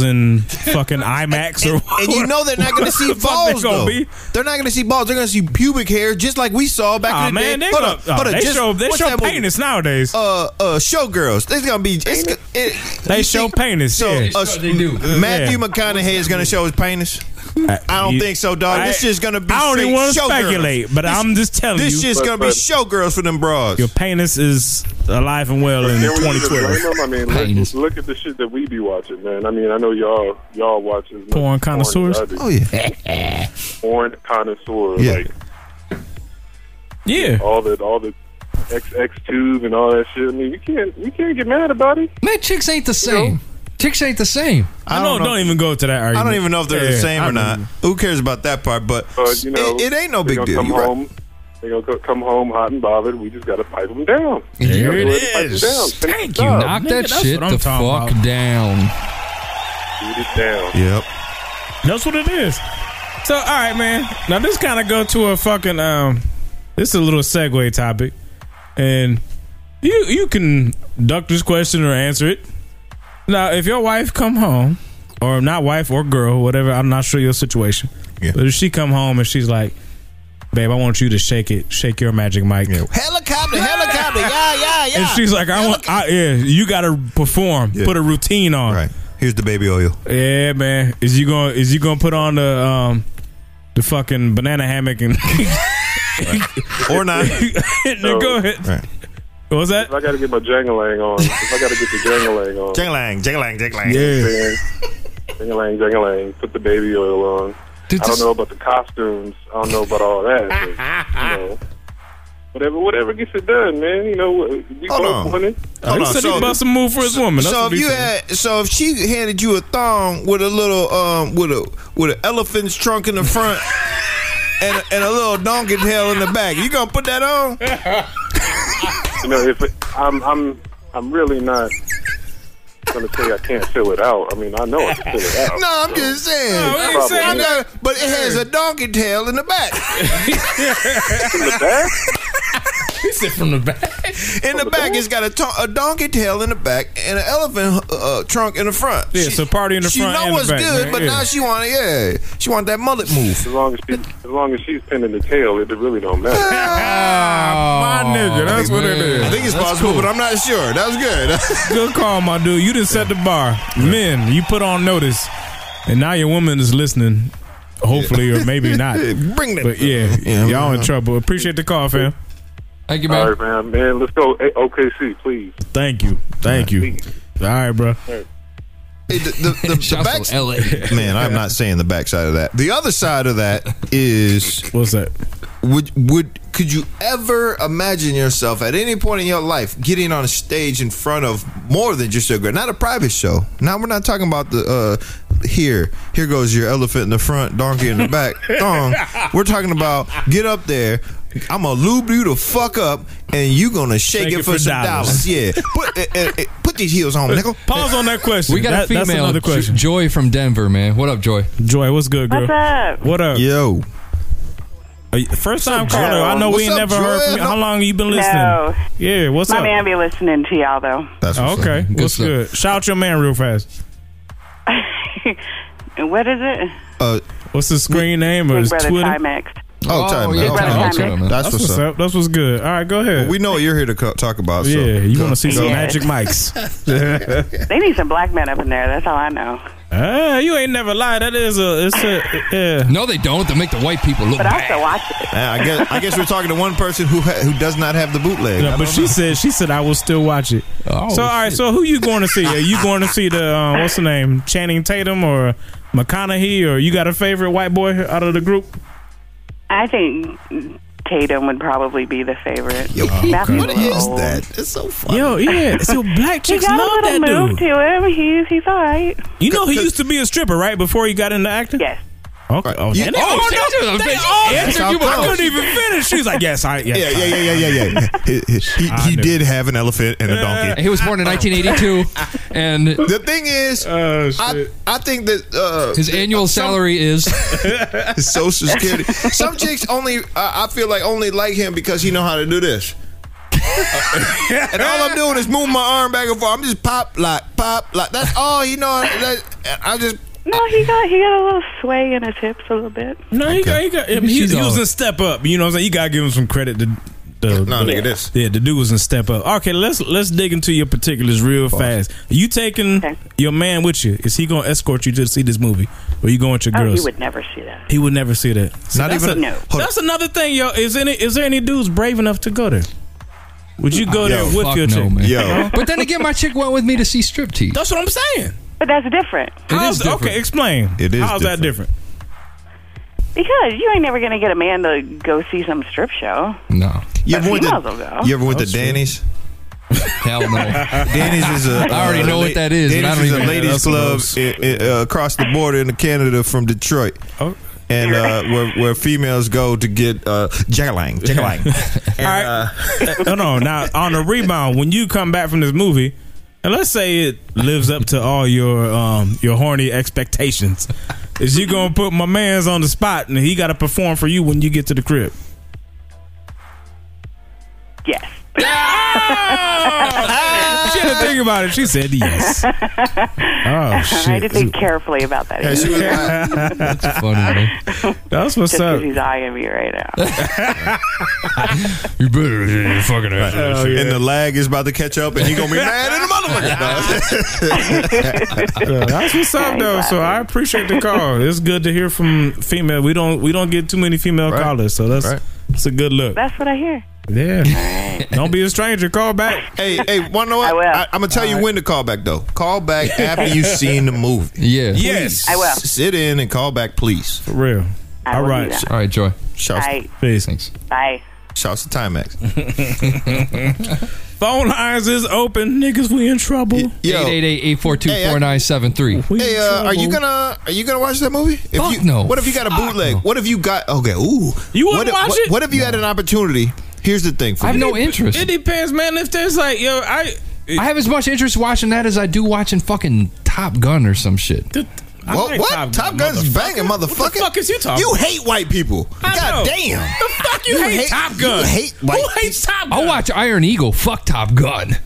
Speaker 4: *laughs*
Speaker 3: and fucking IMAX or
Speaker 4: And you know they're not
Speaker 3: *laughs*
Speaker 4: going to see
Speaker 3: what the fuck they
Speaker 4: balls
Speaker 3: gonna
Speaker 4: though.
Speaker 3: be.
Speaker 4: They're not going to see balls. They're going to see pubic hair, just like we saw back
Speaker 3: Aw,
Speaker 4: in the
Speaker 3: Ah, man,
Speaker 4: day.
Speaker 3: they gonna- aw, they show- they
Speaker 4: what's
Speaker 3: show
Speaker 4: that movie?
Speaker 3: penis nowadays.
Speaker 4: Uh, uh, showgirls. There's going to be. It's, it,
Speaker 3: They show penis.
Speaker 4: so
Speaker 3: yeah.
Speaker 4: uh, Matthew McConaughey is going to show his penis. I don't
Speaker 3: you-
Speaker 4: think so, dog.
Speaker 3: I-
Speaker 4: this shit's going to be.
Speaker 3: I don't even
Speaker 4: want
Speaker 3: wanna speculate, but I'm just telling
Speaker 4: This
Speaker 3: you.
Speaker 4: shit's
Speaker 3: But-
Speaker 4: going to be
Speaker 3: but-
Speaker 4: showgirls for them bras.
Speaker 3: Your penis is alive and well
Speaker 17: Can
Speaker 3: in
Speaker 17: we even blame 'em?
Speaker 3: 2012.
Speaker 17: I mean, look, look at the shit that we be watching, man. I mean, I know y'all y'all watching
Speaker 3: Porn connoisseurs.
Speaker 17: Oh yeah, porn connoisseurs.
Speaker 3: Yeah.
Speaker 17: Like,
Speaker 3: yeah,
Speaker 17: all the all the XX tube and all that shit. I mean, we can't we can't get mad about it.
Speaker 5: Man, chicks ain't the same. Chicks ain't the same.
Speaker 4: I don't know.
Speaker 3: even go to that
Speaker 4: I don't even know if they're the same or not. Who cares about that part? But
Speaker 17: But you know,
Speaker 4: it, it ain't no
Speaker 17: they
Speaker 4: big
Speaker 17: gonna
Speaker 4: deal.
Speaker 17: Come
Speaker 4: You're right.
Speaker 17: home, they gonna co- come home hot and bothered. We just gotta pipe them down.
Speaker 5: There
Speaker 17: We gotta
Speaker 5: it
Speaker 17: go ahead and
Speaker 5: is.
Speaker 17: pipe 'em down. Finish
Speaker 5: Thank
Speaker 17: the
Speaker 5: you.
Speaker 17: job.
Speaker 5: Knock that shit the fuck down.
Speaker 17: Beat it down.
Speaker 4: Yep.
Speaker 3: That's what it is. So, all right, man. Now this kind of go to a fucking um. This is a little segue topic, and you you can duck this question or answer it. Now, if your wife come home, or not wife or girl, whatever, I'm not sure your situation. But if she come home and she's like, "Babe, I want you to shake it, shake your magic mic."
Speaker 4: Helicopter, helicopter. Yeah, yeah, yeah.
Speaker 3: And she's like, I want, I, yeah, you got to perform, put a routine on. Right.
Speaker 4: Here's the baby oil.
Speaker 3: Yeah, man. Is you going? to Is you going to put on the um, the fucking banana hammock and *laughs*
Speaker 4: or not?
Speaker 3: Go ahead.
Speaker 4: Right.
Speaker 3: What was that?
Speaker 17: If I gotta get my jangalang on. If I gotta get the jangalang on.
Speaker 4: Jangalang, jangalang, jangalang.
Speaker 17: Yeah. Jangalang, jangalang. Put the baby oil on. I don't know about the costumes. I don't know about all that. But, you know, whatever, whatever gets it done, man. You know, we both
Speaker 4: on.
Speaker 17: want it.
Speaker 3: Oh,
Speaker 4: Hold on, so- so- So if
Speaker 17: you
Speaker 4: you had, so if she handed you a thong with a little, um, with a with an elephant's trunk in the front and a, and a little donkey tail in the back, you gonna put that on?
Speaker 17: You know, if it, I'm, I'm, I'm really not gonna say I can't fill it out. I mean, I know I can fill it out.
Speaker 4: *laughs* No, I'm just saying.
Speaker 17: No, we ain't saying
Speaker 4: I'm
Speaker 17: that.
Speaker 4: not- but it has a donkey tail in the back.
Speaker 17: in the back.
Speaker 3: He
Speaker 5: Sit from the back.
Speaker 4: In the back, it's got a, ton- a donkey tail in the back and an elephant uh, trunk in the front.
Speaker 3: Yeah, so party in the
Speaker 4: she
Speaker 3: front
Speaker 4: know
Speaker 3: and the
Speaker 4: what's
Speaker 3: back,
Speaker 4: good,
Speaker 3: man.
Speaker 4: but
Speaker 3: Yeah.
Speaker 4: now she want yeah, she want that mullet move. As
Speaker 18: long as she, as long as she's pinning the tail, it really don't matter.
Speaker 3: Ah, My nigga, that's what it is.
Speaker 4: Oh, I think it's
Speaker 3: That's
Speaker 4: possible,
Speaker 3: cool.
Speaker 4: but I'm not sure. That was good. *laughs*
Speaker 3: Good call, my dude. You just set the bar. Men, you put on notice. And now your woman is listening. Hopefully, or maybe not.
Speaker 4: *laughs* Bring that.
Speaker 3: But yeah,
Speaker 4: Yeah,
Speaker 3: y'all in
Speaker 4: man.
Speaker 3: trouble. Appreciate the call, fam. Thank
Speaker 18: All right, man. Man, let's go. A- OKC, please.
Speaker 3: Thank you. Thank you. All right, bro.
Speaker 4: Hey, the the,
Speaker 3: *laughs*
Speaker 4: the, the back, Man, I'm not saying the backside of that. The other side of that is
Speaker 3: what's that?
Speaker 4: Would would could you ever imagine yourself at any point in your life getting on a stage in front of more than just your girl? Not a private show. Now we're not talking about the uh here here goes your elephant in the front, donkey in the back, thong. We're talking about get up there. I'm gonna lube you the fuck up, and you gonna shake, it, for, some dollars. Yeah, put eh, eh, eh, put these heels on, nickel.
Speaker 3: Pause on that question.
Speaker 5: We got a
Speaker 3: That-
Speaker 5: female.
Speaker 3: that's another question.
Speaker 5: Joy from Denver, man. What up, Joy?
Speaker 3: Joy, what's good,
Speaker 5: girl?
Speaker 3: What's up? What up?
Speaker 4: Yo.
Speaker 3: First time
Speaker 19: Joy?
Speaker 3: caller. I know we ain't
Speaker 19: What's up,
Speaker 3: never
Speaker 19: Joy?
Speaker 3: heard from you. How
Speaker 19: No-
Speaker 3: long you been listening?
Speaker 19: No.
Speaker 3: Yeah, what's
Speaker 19: My
Speaker 3: up?
Speaker 19: man be listening to y'all though.
Speaker 4: That's
Speaker 3: okay. what's good? Shout out your man real fast.
Speaker 19: And what is it?
Speaker 4: Uh,
Speaker 3: what's his screen name or
Speaker 19: Big
Speaker 3: his
Speaker 19: Brother
Speaker 3: Twitter?
Speaker 19: Timex.
Speaker 4: Oh, time
Speaker 3: yeah,
Speaker 4: out.
Speaker 3: time out.
Speaker 4: Okay.
Speaker 3: Time out. That's what's up. That's what's good. All right, go ahead.
Speaker 4: we know what you're here to co- talk about. So.
Speaker 3: Yeah, you want to see some
Speaker 4: Go. *laughs*
Speaker 3: magic mics?
Speaker 19: *laughs* They need some black men up in there. That's all I know.
Speaker 3: Ah, you ain't never lied. That is a. It's a. Yeah.
Speaker 5: No, they don't. They make the white people look
Speaker 19: But I
Speaker 5: bad.
Speaker 19: still watch it.
Speaker 4: Yeah, I guess I guess
Speaker 3: *laughs*
Speaker 4: we're talking to one person who ha- who does not have the bootleg.
Speaker 3: No,
Speaker 4: I
Speaker 3: but
Speaker 4: don't
Speaker 3: she
Speaker 4: know.
Speaker 3: said she said I will still watch it.
Speaker 4: Oh,
Speaker 3: so all right,
Speaker 4: shit.
Speaker 3: so who you going to see? Are you going to see the uh, what's the name Channing Tatum or McConaughey or you got a favorite white boy out of the group?
Speaker 19: I think Tatum would probably be the favorite. Yo,
Speaker 4: what is that? It's so funny.
Speaker 3: Yo, yeah. So black chicks
Speaker 19: he got
Speaker 3: love
Speaker 19: a little
Speaker 3: that
Speaker 19: move
Speaker 3: dude.
Speaker 19: to him. He's he's all right.
Speaker 3: You know he used to be a stripper, right? Before he got into acting.
Speaker 19: Yes.
Speaker 3: Okay. Oh,
Speaker 19: Yeah.
Speaker 3: and they
Speaker 19: Oh,
Speaker 3: all-
Speaker 19: she-
Speaker 3: they
Speaker 19: bitch,
Speaker 3: all-
Speaker 19: she answered
Speaker 3: I
Speaker 19: you before.
Speaker 3: couldn't even finish. She was like, "Yes, I." Yes,
Speaker 4: Yeah,
Speaker 3: I-
Speaker 4: yeah, yeah, yeah, yeah, yeah. He, he- he did have an elephant and a donkey.
Speaker 5: He was born in
Speaker 3: *laughs*
Speaker 5: 1982, and
Speaker 4: The thing is,
Speaker 3: Oh,
Speaker 4: I, I think that uh,
Speaker 5: his annual salary is
Speaker 4: *laughs* Social Security. Some chicks only, I, I feel like, only like him because he know how to do this. *laughs* Uh, *laughs* and all I'm doing is moving my arm back and forth. I'm just pop, like, pop, like. That's all he know. That, I'm just
Speaker 19: No, he got he got a little sway in his hips a little bit.
Speaker 3: No, he got, he got. I mean, he,
Speaker 19: She's
Speaker 3: he was
Speaker 19: all-
Speaker 3: in step up. You know what I'm saying? You gotta give him some credit. To, the,
Speaker 4: No,
Speaker 3: the-
Speaker 4: nigga, this.
Speaker 3: Yeah, the dude was in step up. Okay, let's let's dig into your particulars real fast. Are you taking your man with you? Is he gonna escort you to see this movie? Or you going with your
Speaker 19: Oh,
Speaker 3: girls?
Speaker 19: he would never see that.
Speaker 3: He would never see that. So
Speaker 19: Not
Speaker 3: that's
Speaker 19: even-
Speaker 3: a-
Speaker 19: No. Hold
Speaker 3: That's another thing, yo. Is any is there any dudes brave enough to go there? Would you go there with
Speaker 5: Fuck
Speaker 3: your
Speaker 5: no,
Speaker 3: chick?
Speaker 5: man. *laughs* But then again, my chick went with me to see striptease.
Speaker 3: That's what I'm saying.
Speaker 19: But that's different
Speaker 3: How's- Okay, explain.
Speaker 4: It is
Speaker 3: How's that different?
Speaker 19: because you ain't never gonna get a man to go see some strip show.
Speaker 5: No.
Speaker 4: You
Speaker 19: But
Speaker 4: ever went
Speaker 19: females will go.
Speaker 4: to, you ever went to
Speaker 19: That's true.
Speaker 4: Danny's?
Speaker 5: Hell no.
Speaker 4: *laughs* Danny's is a.
Speaker 5: I already
Speaker 4: uh,
Speaker 5: know
Speaker 4: la-
Speaker 5: what that is, and
Speaker 4: Danny's
Speaker 5: I don't even- Yeah,
Speaker 4: is a ladies'
Speaker 5: that's
Speaker 4: club
Speaker 5: gross.
Speaker 4: i i uh, across the border into Canada from Detroit.
Speaker 5: Oh.
Speaker 4: And uh, where, where females go to get uh, jagalang, jagalang.
Speaker 3: *laughs* All right. no, no. Now on the rebound, when you come back from this movie, and let's say it lives up to all your um, your horny expectations, is you gonna put my man's on the spot and he got to perform for you when you get to the crib?
Speaker 4: *laughs*
Speaker 19: Yes.
Speaker 3: Ah! she had to think about it. She said yes.
Speaker 19: *laughs*
Speaker 3: Oh
Speaker 19: I had to
Speaker 3: shit.
Speaker 19: think carefully about that.
Speaker 3: Yeah, she
Speaker 19: *laughs*
Speaker 3: was like- That's funny, man. That's
Speaker 19: Just
Speaker 3: what's
Speaker 19: 'cause
Speaker 3: up.
Speaker 19: He's eyeing me right *laughs* now.
Speaker 5: *laughs* You better you fucking
Speaker 3: Oh, yeah.
Speaker 4: And the lag is about to catch up, and you're gonna be mad at the motherfucker.
Speaker 3: Yeah, that's what's up though. So I appreciate the
Speaker 19: *laughs*
Speaker 3: call. It's good to hear from female. We don't we don't get too many female callers, so that's that's a good look.
Speaker 19: That's what I hear.
Speaker 3: Yeah. Don't be a stranger. Call back.
Speaker 4: Hey, hey, want to know what? I am gonna tell you when to call back though. Call
Speaker 3: *laughs*
Speaker 4: back after you've seen the movie.
Speaker 5: Yeah.
Speaker 4: Yes.
Speaker 19: I will.
Speaker 4: Sit in and call back, please. For
Speaker 3: real.
Speaker 19: I will do that.
Speaker 5: All right, Joy.
Speaker 4: Shouts,
Speaker 19: All right.
Speaker 3: Peace.
Speaker 5: Thanks.
Speaker 19: Bye.
Speaker 4: Shouts to
Speaker 3: *laughs*
Speaker 4: Timex.
Speaker 3: Phone lines is open. Niggas, we in trouble.
Speaker 5: 888-842-4973.
Speaker 4: Hey, uh, are you gonna are you gonna watch that movie? If
Speaker 5: Fuck
Speaker 4: you,
Speaker 5: no.
Speaker 4: What if you got a
Speaker 5: Fuck
Speaker 4: bootleg?
Speaker 5: no.
Speaker 4: What if you got okay? Ooh,
Speaker 3: You
Speaker 4: what,
Speaker 3: wouldn't
Speaker 4: if-
Speaker 3: watch
Speaker 4: what,
Speaker 3: it?
Speaker 4: What if you had an opportunity? Here's the thing. For me.
Speaker 3: It dep- It depends, man. If there's like, yo, I
Speaker 5: I have as much interest watching that as I do watching fucking Top Gun or some shit.
Speaker 3: I
Speaker 4: What?
Speaker 3: like
Speaker 4: what?
Speaker 3: Top
Speaker 4: Top,
Speaker 3: Gun,
Speaker 4: Gun's banging, motherfucker. What the fuck
Speaker 3: is you talking
Speaker 4: You
Speaker 3: about?
Speaker 4: hate white people.
Speaker 3: I
Speaker 4: God
Speaker 3: know.
Speaker 4: damn.
Speaker 3: The fuck you, hate, Top Gun?
Speaker 4: You hate
Speaker 3: Who
Speaker 4: white
Speaker 3: hates Top
Speaker 5: I
Speaker 3: Gun?
Speaker 5: watch Iron Eagle. Fuck Top Gun.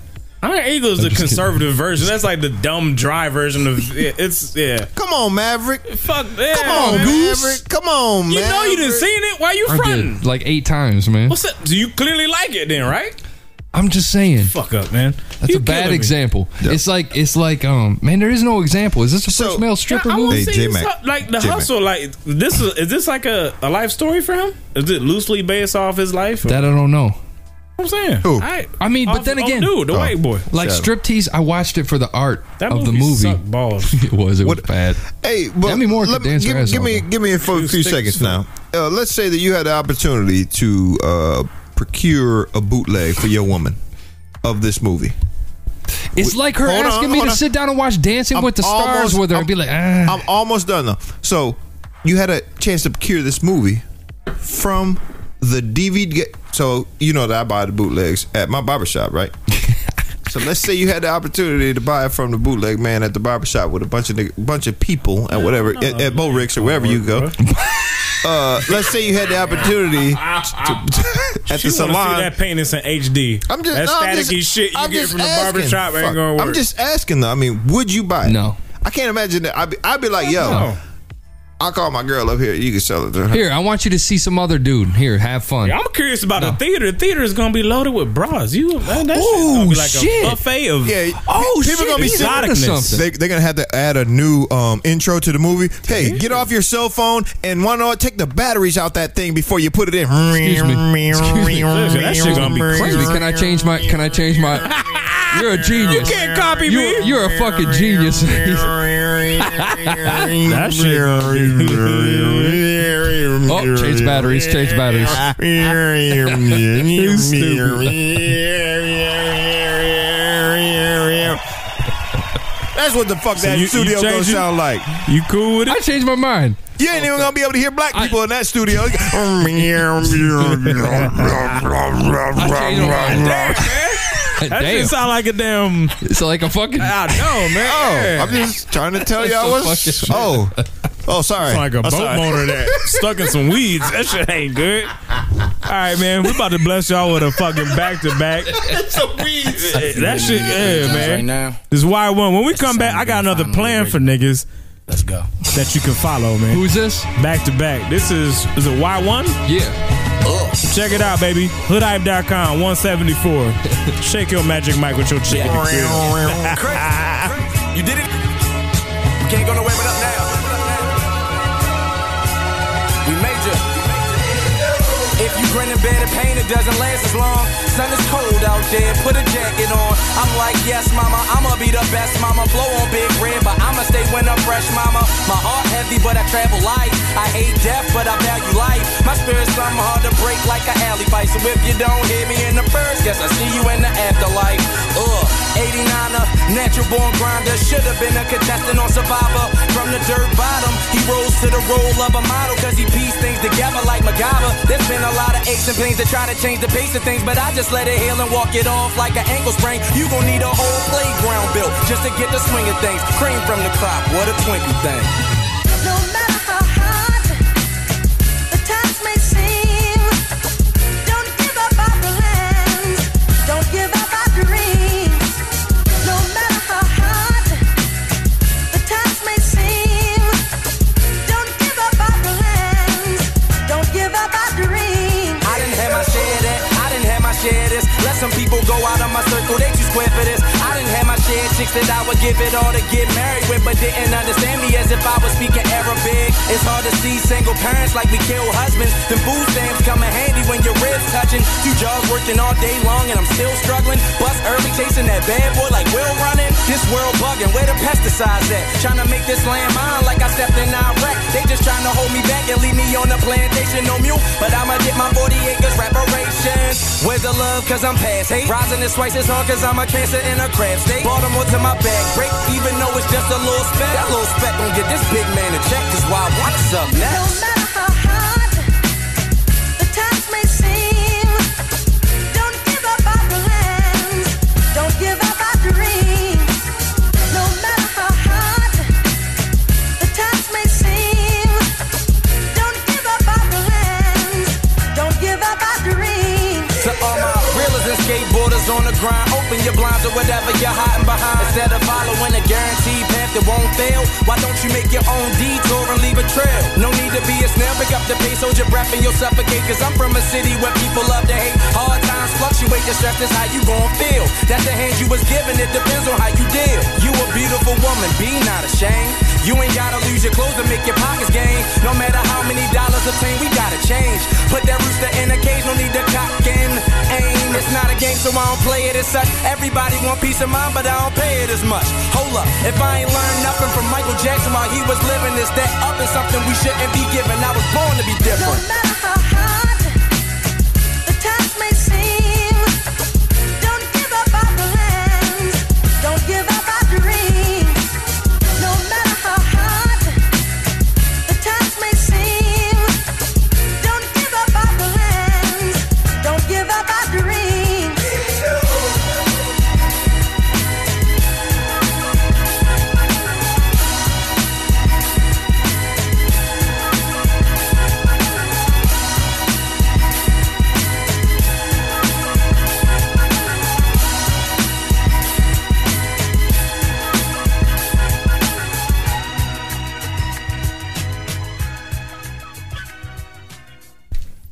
Speaker 3: Iron Eagle is the conservative version. That's like the dumb dry version of it. it's yeah.
Speaker 4: Come on, Maverick.
Speaker 3: Fuck. Yeah,
Speaker 4: Come on,
Speaker 3: man.
Speaker 4: Goose. Come on, man.
Speaker 3: You know you done seen it. Why you
Speaker 5: I
Speaker 3: fronting?
Speaker 5: did like eight times, man.
Speaker 3: What's up? So you clearly like it then, right?
Speaker 5: I'm just saying.
Speaker 3: Fuck up, man.
Speaker 5: That's
Speaker 3: You
Speaker 5: a bad
Speaker 3: killing me.
Speaker 5: example. It's like it's like um man, there is no example. Is this a first male stripper
Speaker 3: I
Speaker 5: movie?
Speaker 3: want to see this, hu- like the hustle. Like this is is this like a, a life story for him? Is it loosely based off his life?
Speaker 5: That I don't know.
Speaker 3: I'm saying. I,
Speaker 5: I mean, but then again,
Speaker 3: dude,
Speaker 4: Oh.
Speaker 3: the white boy,
Speaker 5: like striptease. I watched it for the art
Speaker 3: That
Speaker 5: of the
Speaker 3: movie
Speaker 5: movie.
Speaker 3: sucked balls.
Speaker 5: *laughs* it was. It was bad.
Speaker 4: Hey, but
Speaker 5: Demi Moore could
Speaker 4: let me-
Speaker 5: dance her
Speaker 4: give,
Speaker 5: ass
Speaker 4: give
Speaker 5: off,
Speaker 4: me
Speaker 5: though.
Speaker 4: give me it for a
Speaker 5: Two
Speaker 4: few
Speaker 5: sticks.
Speaker 4: seconds now. Uh, let's say that you had the opportunity to uh, procure a bootleg for your woman of this movie.
Speaker 5: It's like her
Speaker 4: Hold on,
Speaker 5: asking me
Speaker 4: hold
Speaker 5: to
Speaker 4: on.
Speaker 5: sit down and watch Dancing
Speaker 4: I'm
Speaker 5: with the Stars
Speaker 4: almost-
Speaker 5: with her and be like, ah.
Speaker 4: I'm almost done though. So you had a chance to procure this movie from the DVD. So you know that I buy the bootlegs at my
Speaker 5: *laughs*
Speaker 4: barbershop, right? so let's say you had the opportunity to buy it from the bootleg man at the barbershop with a bunch of nigg- bunch of people and whatever at, at Bo Ricks or wherever you go. Uh, let's say you had the
Speaker 3: *laughs*
Speaker 4: opportunity to, to- *laughs* at
Speaker 3: She
Speaker 4: the
Speaker 3: wanna
Speaker 4: salon.
Speaker 3: See that penis in HD.
Speaker 4: I'm just
Speaker 3: that
Speaker 4: no, I'm
Speaker 3: staticky
Speaker 4: just-
Speaker 3: shit you
Speaker 4: I'm
Speaker 3: get
Speaker 4: just
Speaker 3: from the
Speaker 4: asking.
Speaker 3: barbershop ain't
Speaker 4: Fuck.
Speaker 3: gonna work.
Speaker 4: I'm just asking though. I mean, would you buy it?
Speaker 5: No.
Speaker 4: I can't imagine that. I'd be, I'd be like, yo, I'll call my girl up here. You can sell it to her.
Speaker 5: Here, I want you to see some other dude. Here, have fun.
Speaker 3: I'm curious about the theater. The theater is gonna be loaded with bras. You that, that shit's gonna be like a buffet of
Speaker 4: Oh, yeah.
Speaker 5: Oh,
Speaker 4: people
Speaker 5: shit,
Speaker 4: gonna be
Speaker 5: he's
Speaker 4: sitting-
Speaker 5: onto something.
Speaker 4: They, they're gonna have to add a new um, intro to the movie. Hey, get off your cell phone and one or take the batteries out that thing before you put it in.
Speaker 5: Excuse me. Excuse me.
Speaker 4: That shit gonna be
Speaker 5: Excuse me.
Speaker 4: crazy.
Speaker 5: Can
Speaker 3: *laughs*
Speaker 5: I change my? Can I change my? You're a genius.
Speaker 3: You can't copy
Speaker 5: you're,
Speaker 3: me.
Speaker 5: You're a fucking
Speaker 3: *laughs*
Speaker 5: genius.
Speaker 3: That *laughs* shit.
Speaker 5: oh, change batteries. Change batteries.
Speaker 4: That's what the fuck
Speaker 3: So
Speaker 4: that
Speaker 3: you- you
Speaker 4: studio gonna
Speaker 3: changing?
Speaker 4: sound like.
Speaker 3: You cool with it?
Speaker 5: I changed my mind.
Speaker 4: You ain't even gonna be able to hear black people in that studio. *laughs*
Speaker 5: Damn.
Speaker 3: That shit sound like a damn.
Speaker 5: It's like a fucking. *laughs*
Speaker 3: I know, man.
Speaker 4: Oh, I'm just trying to tell y'all what's. Oh, oh, sorry.
Speaker 3: It's like a
Speaker 4: I'm
Speaker 3: boat
Speaker 4: sorry. *laughs*
Speaker 3: motor that stuck in some weeds. That shit ain't good. All right, man. We about to bless y'all with a fucking back to back.
Speaker 4: It's a weed.
Speaker 3: That shit, yeah, man.
Speaker 16: Right
Speaker 4: *laughs*
Speaker 16: now.
Speaker 3: This is why one. When we come back, I got another plan for niggas. Let's go. That you can follow, man.
Speaker 5: Who's this?
Speaker 3: Back to back. This is is it Y one?
Speaker 5: Yeah.
Speaker 3: Check it out, baby. Hoodhype.com 174. Shake your magic mic with your chick. in the crib.
Speaker 16: *laughs*
Speaker 20: you did it. You can't go nowhere but up now. We major.
Speaker 21: If you grin and bear the pain, it doesn't last as long. Sun is cold out there, put a jacket on. I'm like, yes, mama, I'ma be the best, mama. Blow on big red, but I'ma stay when I'm fresh, mama. My heart heavy, but I travel light. I hate death, but I value life. My spirit's something hard to break like an alley fight. So if you don't hear me in the first, guess I see you in the afterlife. Uh, Ugh, 89er, natural born grinder. Should've been a contestant on Survivor. From the dirt bottom, he rose to the role of a model, cause he pieced things together like MacGyver. There's been a lot of aches and pains to try to change the pace of things, but I just let it heal and walk it off like an ankle sprain. You gon' need a whole playground built just to get the swing of things. Cream from the crop, what a twinkle thing.
Speaker 22: No matter how hard the task may seem, don't give up our plans, don't give up our dreams. No matter how hard the task may seem, don't give up our plans, don't give up our dreams.
Speaker 21: I didn't have my share of that. I didn't have my share of this. Let some people go out of my circle. They too square for this. I didn't have my share of chicks that I would give it all to get married with, but didn't understand me as if I was speaking Arabic. It's hard to see single parents like we kill husbands. Them food stamps come in handy when your ribs touching. Two jobs working all day long and I'm still struggling. Bus early chasing that bad boy like Will running. This world bugging. Where the pesticides at? Trying to make this land mine like I stepped in Iraq. They just trying to hold me back and leave me on the plantation. No mule, but I'ma get my 40 acres reparations. Where's the love? Cause I'm past hate. Rising this twice as hard cause I'm a cancer in a crab state. Baltimore to my back break, even though it's just a little speck. That little speck gon' get this big man a check. Cause why what's up
Speaker 22: No
Speaker 21: next?
Speaker 22: matter how hard the task may seem, don't give up our plans, don't give up our dreams. No matter how hard the
Speaker 21: grind. Open your blinds or whatever you're hiding behind. Instead of following a guaranteed path that won't fail, why don't you make your own detour and leave a trail? No need to be a snail, pick up the pace, hold your breath and you'll suffocate. Cause I'm from a city where people love to hate. Hard times fluctuate, your stress is how you gon' feel. That's the hand you was given, it depends on how you deal. You a beautiful woman, be not ashamed. You ain't gotta lose your clothes to make your pockets gain. No matter how many dollars obtained, we gotta change. Put that rooster in a cage, no need to cock and aim. It's not a game, so I don't play it as such. Everybody want peace of mind, but I don't pay it as much. Hold up, if I ain't learned nothing from Michael Jackson while he was living, it's that up and something we shouldn't be giving. I was born to be different.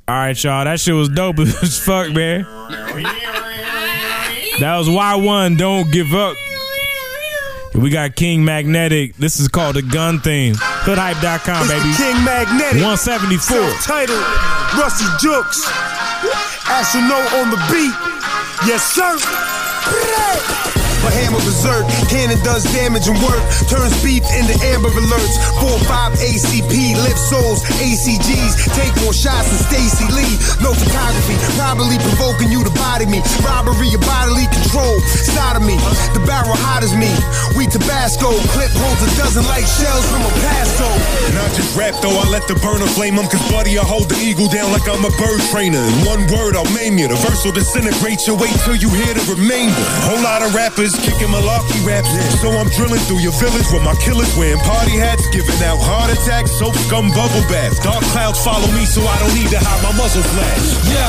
Speaker 3: All right, y'all. That shit was dope *laughs* as fuck, man. That was Y1. Don't give up. We got King Magnetic. This is called the Gun Thing. Hoodhype.com,
Speaker 23: It's
Speaker 3: baby.
Speaker 23: the King Magnetic.
Speaker 3: 174.
Speaker 23: Title Rusty Jukes. Astronaut on the beat. Yes, sir.
Speaker 24: My hammer berserk, cannon does damage and work, turns beef into amber alerts. 4-5 ACP, lift souls, ACGs, take more shots than Stacy Lee. No photography, probably provoking you to body me. Robbery of bodily control, side of me. The barrel hot as me. We Tabasco, clip holds a dozen like shells from a Paso.
Speaker 15: Not just rap though, I let the burner flame them. Cause buddy, I hold the eagle down like I'm a bird trainer. In one word, I'll maim you. The verse will disintegrate you. Wait till you hear the remainder. Whole lot of rappers kicking malarkey raps. So I'm drilling through your village with my killers wearing party hats, giving out heart attacks, soap scum bubble baths. Dark clouds follow me, so I don't need to hide my muzzle flash.
Speaker 25: Yo,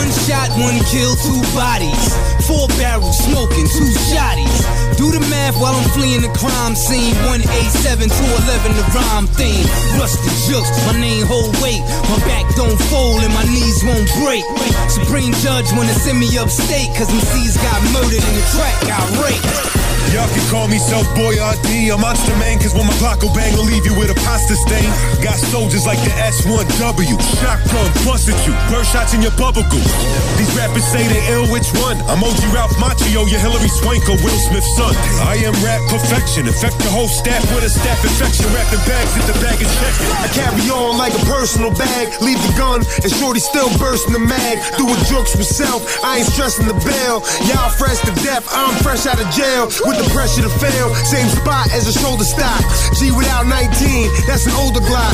Speaker 25: one shot, one kill, two bodies. Four barrels smoking, two shotties. Do the math while I'm fleeing the crime scene. 187 to 11, the rhyme theme. Rusty jokes, my name hold weight. My back don't fold and my knees won't break. Supreme judge wanna send me upstate, cause them C's got murdered and the track got raped.
Speaker 15: Y'all can call me Self Boy RD, a monster man, cause when my Glock will bang, will leave you with a pasta stain. Got soldiers like the S1W, shotgun, busted you, burst shots in your bubble goo. These rappers say they ill, which one? I'm OG Ralph Macchio, your Hillary Swank, or Will Smith's son. I am rap perfection, infect the whole staff with a staff infection, wrapping bags at the bag is checking.
Speaker 24: I carry on like a personal bag. Leave the gun, and Shorty still bursting the mag. Do what jokes with self, I ain't stressing the bail. Y'all fresh to death, I'm fresh out of jail. With the pressure to fail, same spot as a shoulder stock. G without 19, that's an older Glock.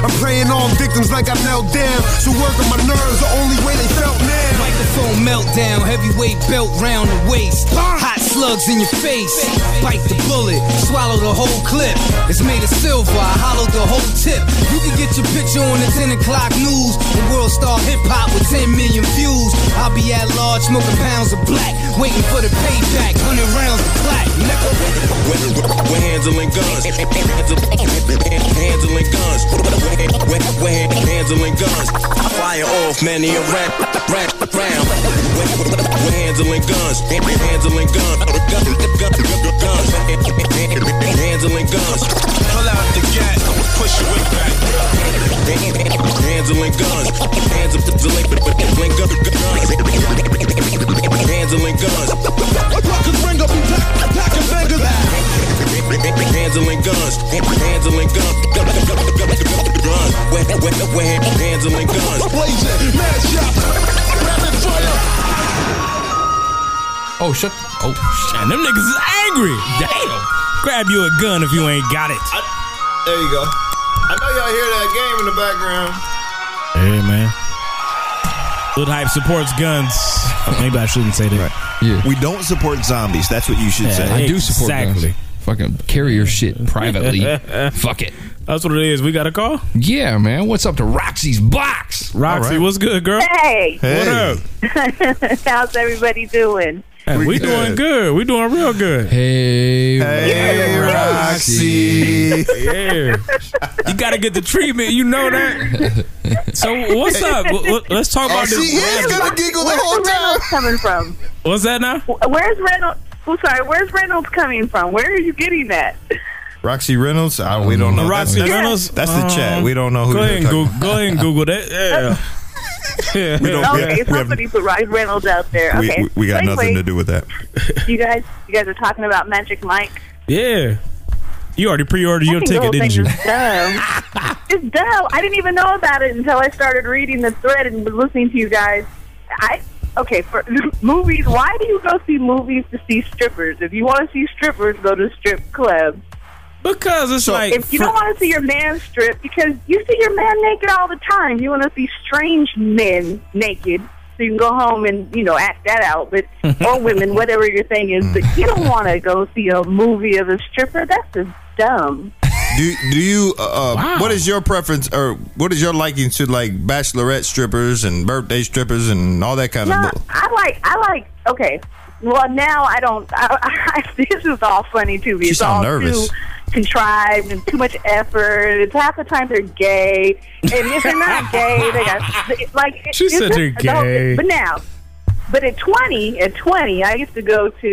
Speaker 24: I'm praying on victims like I knelt down. So work on my nerves, the only way they felt now.
Speaker 25: Microphone meltdown, heavyweight belt round the waist. Hot slugs in your face. Bite the bullet, swallow the whole clip. It's made of silver, I hollowed the whole tip. You can get your picture on the 10 o'clock news. The world star hip hop with 10 million views. I'll be at large, smoking pounds of black. Waiting for the payback, 100 rounds of black.
Speaker 26: We're, we're handling guns. Handling guns. We're, we're handling guns. Fire off many a rap, rap, round. We're, we're handling guns. Handling guns. Guns. Handling guns. Pull out the gat. Push your weight back. Handling guns. Hands up the link, but link up guns. Handling guns. Rockers ring up and pack, pack and bang Handling guns, handling guns, guns. We're, we're, we're handling guns. Blazing, mad shot, rapid fire.
Speaker 3: Oh, shut. Oh, shit. Them niggas is angry. Damn. Grab you a gun if you ain't got it.
Speaker 4: There you go. I know y'all hear that game in the background.
Speaker 3: Hey, man. Hood Hype supports guns. Oh, Maybe I shouldn't say that.
Speaker 15: Yeah.
Speaker 4: We don't support zombies. That's what you should say.
Speaker 5: I do support
Speaker 3: Exactly.
Speaker 5: guns. Fucking carry your shit privately.
Speaker 3: *laughs*
Speaker 5: Fuck it.
Speaker 3: That's what it is. We got a call?
Speaker 5: Yeah, man. What's up to Roxy's box?
Speaker 3: Roxy, what's good, girl?
Speaker 19: Hey.
Speaker 3: What up?
Speaker 19: *laughs* How's everybody doing?
Speaker 3: Hey, Hey, we doing good. We doing real good.
Speaker 5: Hey,
Speaker 3: hey
Speaker 16: Roxy.
Speaker 3: yeah. You got to get the treatment. You know that. So what's up? W- w- Let's talk
Speaker 4: Oh,
Speaker 3: about this.
Speaker 19: Where's Reynolds coming from?
Speaker 3: What's that now?
Speaker 19: Where's Reynolds? Oh, sorry. Where's Reynolds coming from? Where are you getting that?
Speaker 4: Roxy Reynolds? I, we don't know.
Speaker 3: Roxy
Speaker 4: that's,
Speaker 3: Reynolds?
Speaker 4: That's the chat.
Speaker 3: Um,
Speaker 4: We don't know who
Speaker 3: Go ahead,
Speaker 4: you're
Speaker 3: and
Speaker 4: talking
Speaker 3: Google,
Speaker 4: about.
Speaker 3: go ahead and Google that. Yeah.
Speaker 19: *laughs*
Speaker 3: yeah.
Speaker 4: We don't- we-
Speaker 19: okay,
Speaker 4: we have-
Speaker 19: somebody put Ryan Reynolds out there.
Speaker 4: We,
Speaker 19: Okay,
Speaker 4: we, we got
Speaker 19: Anyway,
Speaker 4: nothing to do with that.
Speaker 19: You guys, you guys are talking about Magic Mike.
Speaker 3: Yeah. You already pre-ordered your
Speaker 19: I think the
Speaker 3: ticket,
Speaker 19: whole
Speaker 3: didn't
Speaker 19: thing
Speaker 3: you?
Speaker 19: is dumb. it's dumb. I didn't even know about it until I started reading the thread and was listening to you guys. I okay for *laughs* movies. Why do you go see movies to see strippers? If you want to see strippers, go to strip clubs.
Speaker 3: Because it's like
Speaker 19: if you don't want to see your man strip, because you see your man naked all the time, you want to see strange men naked, so you can go home and you know act that out.
Speaker 3: *laughs*
Speaker 19: But or women, whatever your thing is, but you don't want to go see a movie of a stripper. That's just dumb.
Speaker 4: Do do you? Uh, uh,
Speaker 19: Wow.
Speaker 4: What is your preference, or what is your liking to like bachelorette strippers and birthday strippers and all that kind
Speaker 19: No,
Speaker 4: of? bull-
Speaker 19: I like, I like. Okay, well now I *laughs* don't. I, I, this is all funny too.
Speaker 4: She
Speaker 19: It's all
Speaker 4: sound nervous.
Speaker 19: too contrived and too much effort. It's half the time they're gay, and if they're not gay, they
Speaker 4: *laughs*
Speaker 19: got like.
Speaker 3: She
Speaker 19: it's
Speaker 3: said
Speaker 19: just-
Speaker 3: they're gay.
Speaker 19: But now, but at twenty, at twenty, I used to go to.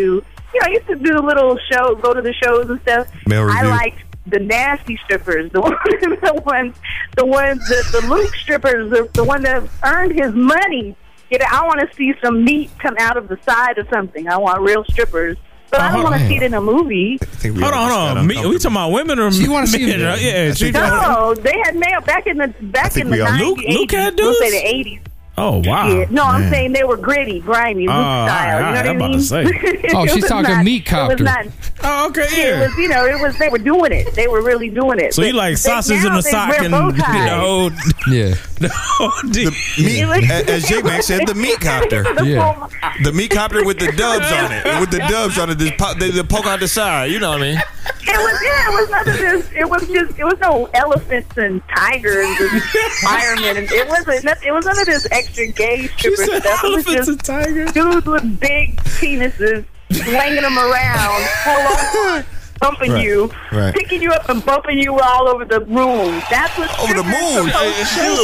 Speaker 19: You know, I used to do little show, go to the shows and stuff.
Speaker 1: Male
Speaker 19: I
Speaker 1: review.
Speaker 19: liked the nasty strippers, the, *laughs* one, the ones, the ones, the, the Luke strippers, the, the one that earned his money. You know, I want to see some meat come out of the side of something. I want real strippers, but
Speaker 3: Oh,
Speaker 19: I don't want to see it in a movie.
Speaker 3: Hold on, hold on. Me, we talking about women or
Speaker 5: wanna see
Speaker 3: men,
Speaker 5: them.
Speaker 3: right? Yeah,
Speaker 5: I
Speaker 3: she
Speaker 5: think-
Speaker 19: No, they had male back in the back
Speaker 3: think
Speaker 19: in the
Speaker 3: we all-
Speaker 19: nineties.
Speaker 3: Luke- Luke had
Speaker 19: We'll
Speaker 3: dudes?
Speaker 19: say the eighties.
Speaker 3: Oh wow.
Speaker 19: no, I'm
Speaker 3: Man.
Speaker 19: saying they were gritty, grimy, Luke
Speaker 3: Oh, all
Speaker 19: style.
Speaker 3: right,
Speaker 19: you know
Speaker 3: I'm
Speaker 19: what I mean?
Speaker 3: about to say.
Speaker 19: *laughs*
Speaker 3: Oh,
Speaker 19: It
Speaker 3: she's
Speaker 19: was
Speaker 3: talking
Speaker 19: not-
Speaker 3: meat
Speaker 19: It was
Speaker 3: copter.
Speaker 19: not,
Speaker 3: oh, okay.
Speaker 19: It
Speaker 3: yeah.
Speaker 19: was, you know, it was they were doing it. They were really doing it.
Speaker 3: So you
Speaker 19: But
Speaker 3: like
Speaker 19: they-
Speaker 3: sausage
Speaker 19: now
Speaker 3: in a
Speaker 19: they
Speaker 3: sock
Speaker 19: wear
Speaker 3: and
Speaker 19: bow *laughs*
Speaker 3: the
Speaker 19: ties.
Speaker 3: whole
Speaker 5: yeah,
Speaker 19: *laughs*
Speaker 3: the whole deal.
Speaker 4: Meat- a- as J Mac said, the meat copter.
Speaker 19: *laughs*
Speaker 3: Yeah.
Speaker 4: The meat copter with the dubs on it. With the dubs on it, this pop, they, they poke out the side. You know what I mean?
Speaker 19: It was yeah, it was nothing. Just, it was just it was no elephants and tigers and firemen. And it wasn't. noth- It was none of this extra gay stripper
Speaker 3: said
Speaker 19: stuff. It was
Speaker 3: elephants
Speaker 19: just
Speaker 3: and tigers.
Speaker 19: dudes with big penises slanging them around, full on, bumping
Speaker 4: Right,
Speaker 19: you,
Speaker 4: right.
Speaker 19: picking you up and bumping you all over the room. That's what over the moon.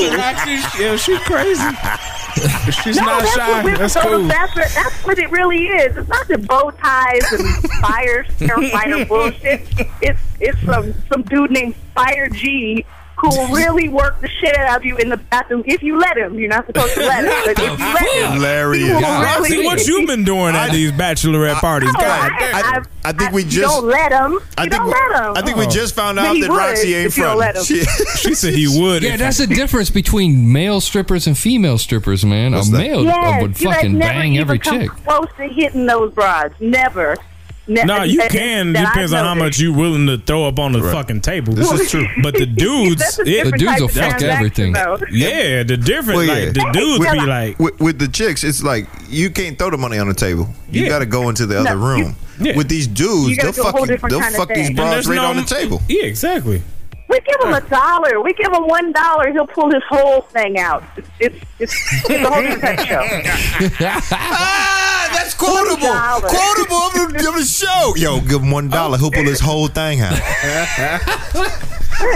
Speaker 3: yeah, she
Speaker 19: *laughs*
Speaker 3: crazy. She's
Speaker 19: no,
Speaker 3: not
Speaker 19: that's
Speaker 3: shy.
Speaker 19: What we're
Speaker 3: That's
Speaker 19: supposed-
Speaker 3: cool.
Speaker 19: That's what, that's what it really is. It's not the bow ties and fire
Speaker 3: *laughs*
Speaker 19: firefighter bullshit. It's it's some some dude named Fire G who will really work the shit out of you in the bathroom if you let him. You're not supposed to let him,
Speaker 5: *laughs*
Speaker 19: but if you let him,
Speaker 4: Hilarious.
Speaker 19: he will really-
Speaker 3: Roxy, what you been doing at these bachelorette parties?
Speaker 19: No,
Speaker 3: God
Speaker 19: I,
Speaker 3: damn.
Speaker 19: I,
Speaker 4: I think we
Speaker 19: you
Speaker 4: just-
Speaker 19: don't let
Speaker 16: *laughs*
Speaker 19: him. You
Speaker 4: I think
Speaker 19: don't
Speaker 4: we-
Speaker 19: let him.
Speaker 4: I think
Speaker 3: Oh.
Speaker 4: we just found
Speaker 19: But
Speaker 4: out
Speaker 19: he
Speaker 4: that
Speaker 19: would
Speaker 4: Roxy ain't
Speaker 19: if you don't
Speaker 4: from.
Speaker 19: let him. *laughs*
Speaker 4: She- *laughs*
Speaker 3: She said he would.
Speaker 5: yeah.
Speaker 3: if-
Speaker 5: That's the difference between male strippers and female strippers, man. A male uh,
Speaker 19: yes,
Speaker 5: would
Speaker 19: you guys
Speaker 5: fucking
Speaker 19: never
Speaker 5: bang
Speaker 19: even
Speaker 5: every
Speaker 19: come *laughs*
Speaker 5: chick.
Speaker 19: Close to hitting those bras, never. Ne-
Speaker 3: No, you
Speaker 19: that-
Speaker 3: can.
Speaker 19: that I
Speaker 3: depends on how
Speaker 19: noticed.
Speaker 3: much you willing to throw up on the fucking table.
Speaker 19: This *laughs* is true.
Speaker 3: But the dudes,
Speaker 19: That's a different The dudes type will of fuck transaction, everything. though.
Speaker 3: Yeah, the different.
Speaker 4: Well,
Speaker 3: like
Speaker 4: yeah.
Speaker 3: the dudes be like,
Speaker 4: with, with the chicks, it's like you can't throw the money on the table. You
Speaker 3: Yeah.
Speaker 4: got to go into the
Speaker 3: No,
Speaker 4: other room. With these dudes,
Speaker 19: You gotta
Speaker 4: they'll
Speaker 19: do a whole
Speaker 4: fucking
Speaker 19: different
Speaker 4: they'll
Speaker 19: kind of
Speaker 4: fuck these
Speaker 19: thing.
Speaker 3: And
Speaker 4: bras
Speaker 3: there's
Speaker 4: right
Speaker 3: no-
Speaker 4: on the table. *laughs*
Speaker 3: Yeah, exactly.
Speaker 19: We give him a dollar. We give him one dollar. He'll pull his whole thing out. It's it's, it's a whole different
Speaker 4: ah, that's quotable.
Speaker 19: dollar.
Speaker 4: Quotable of the, of the show. Oh, Yo, give him one dollar. He'll pull his whole thing
Speaker 3: *laughs*
Speaker 4: out.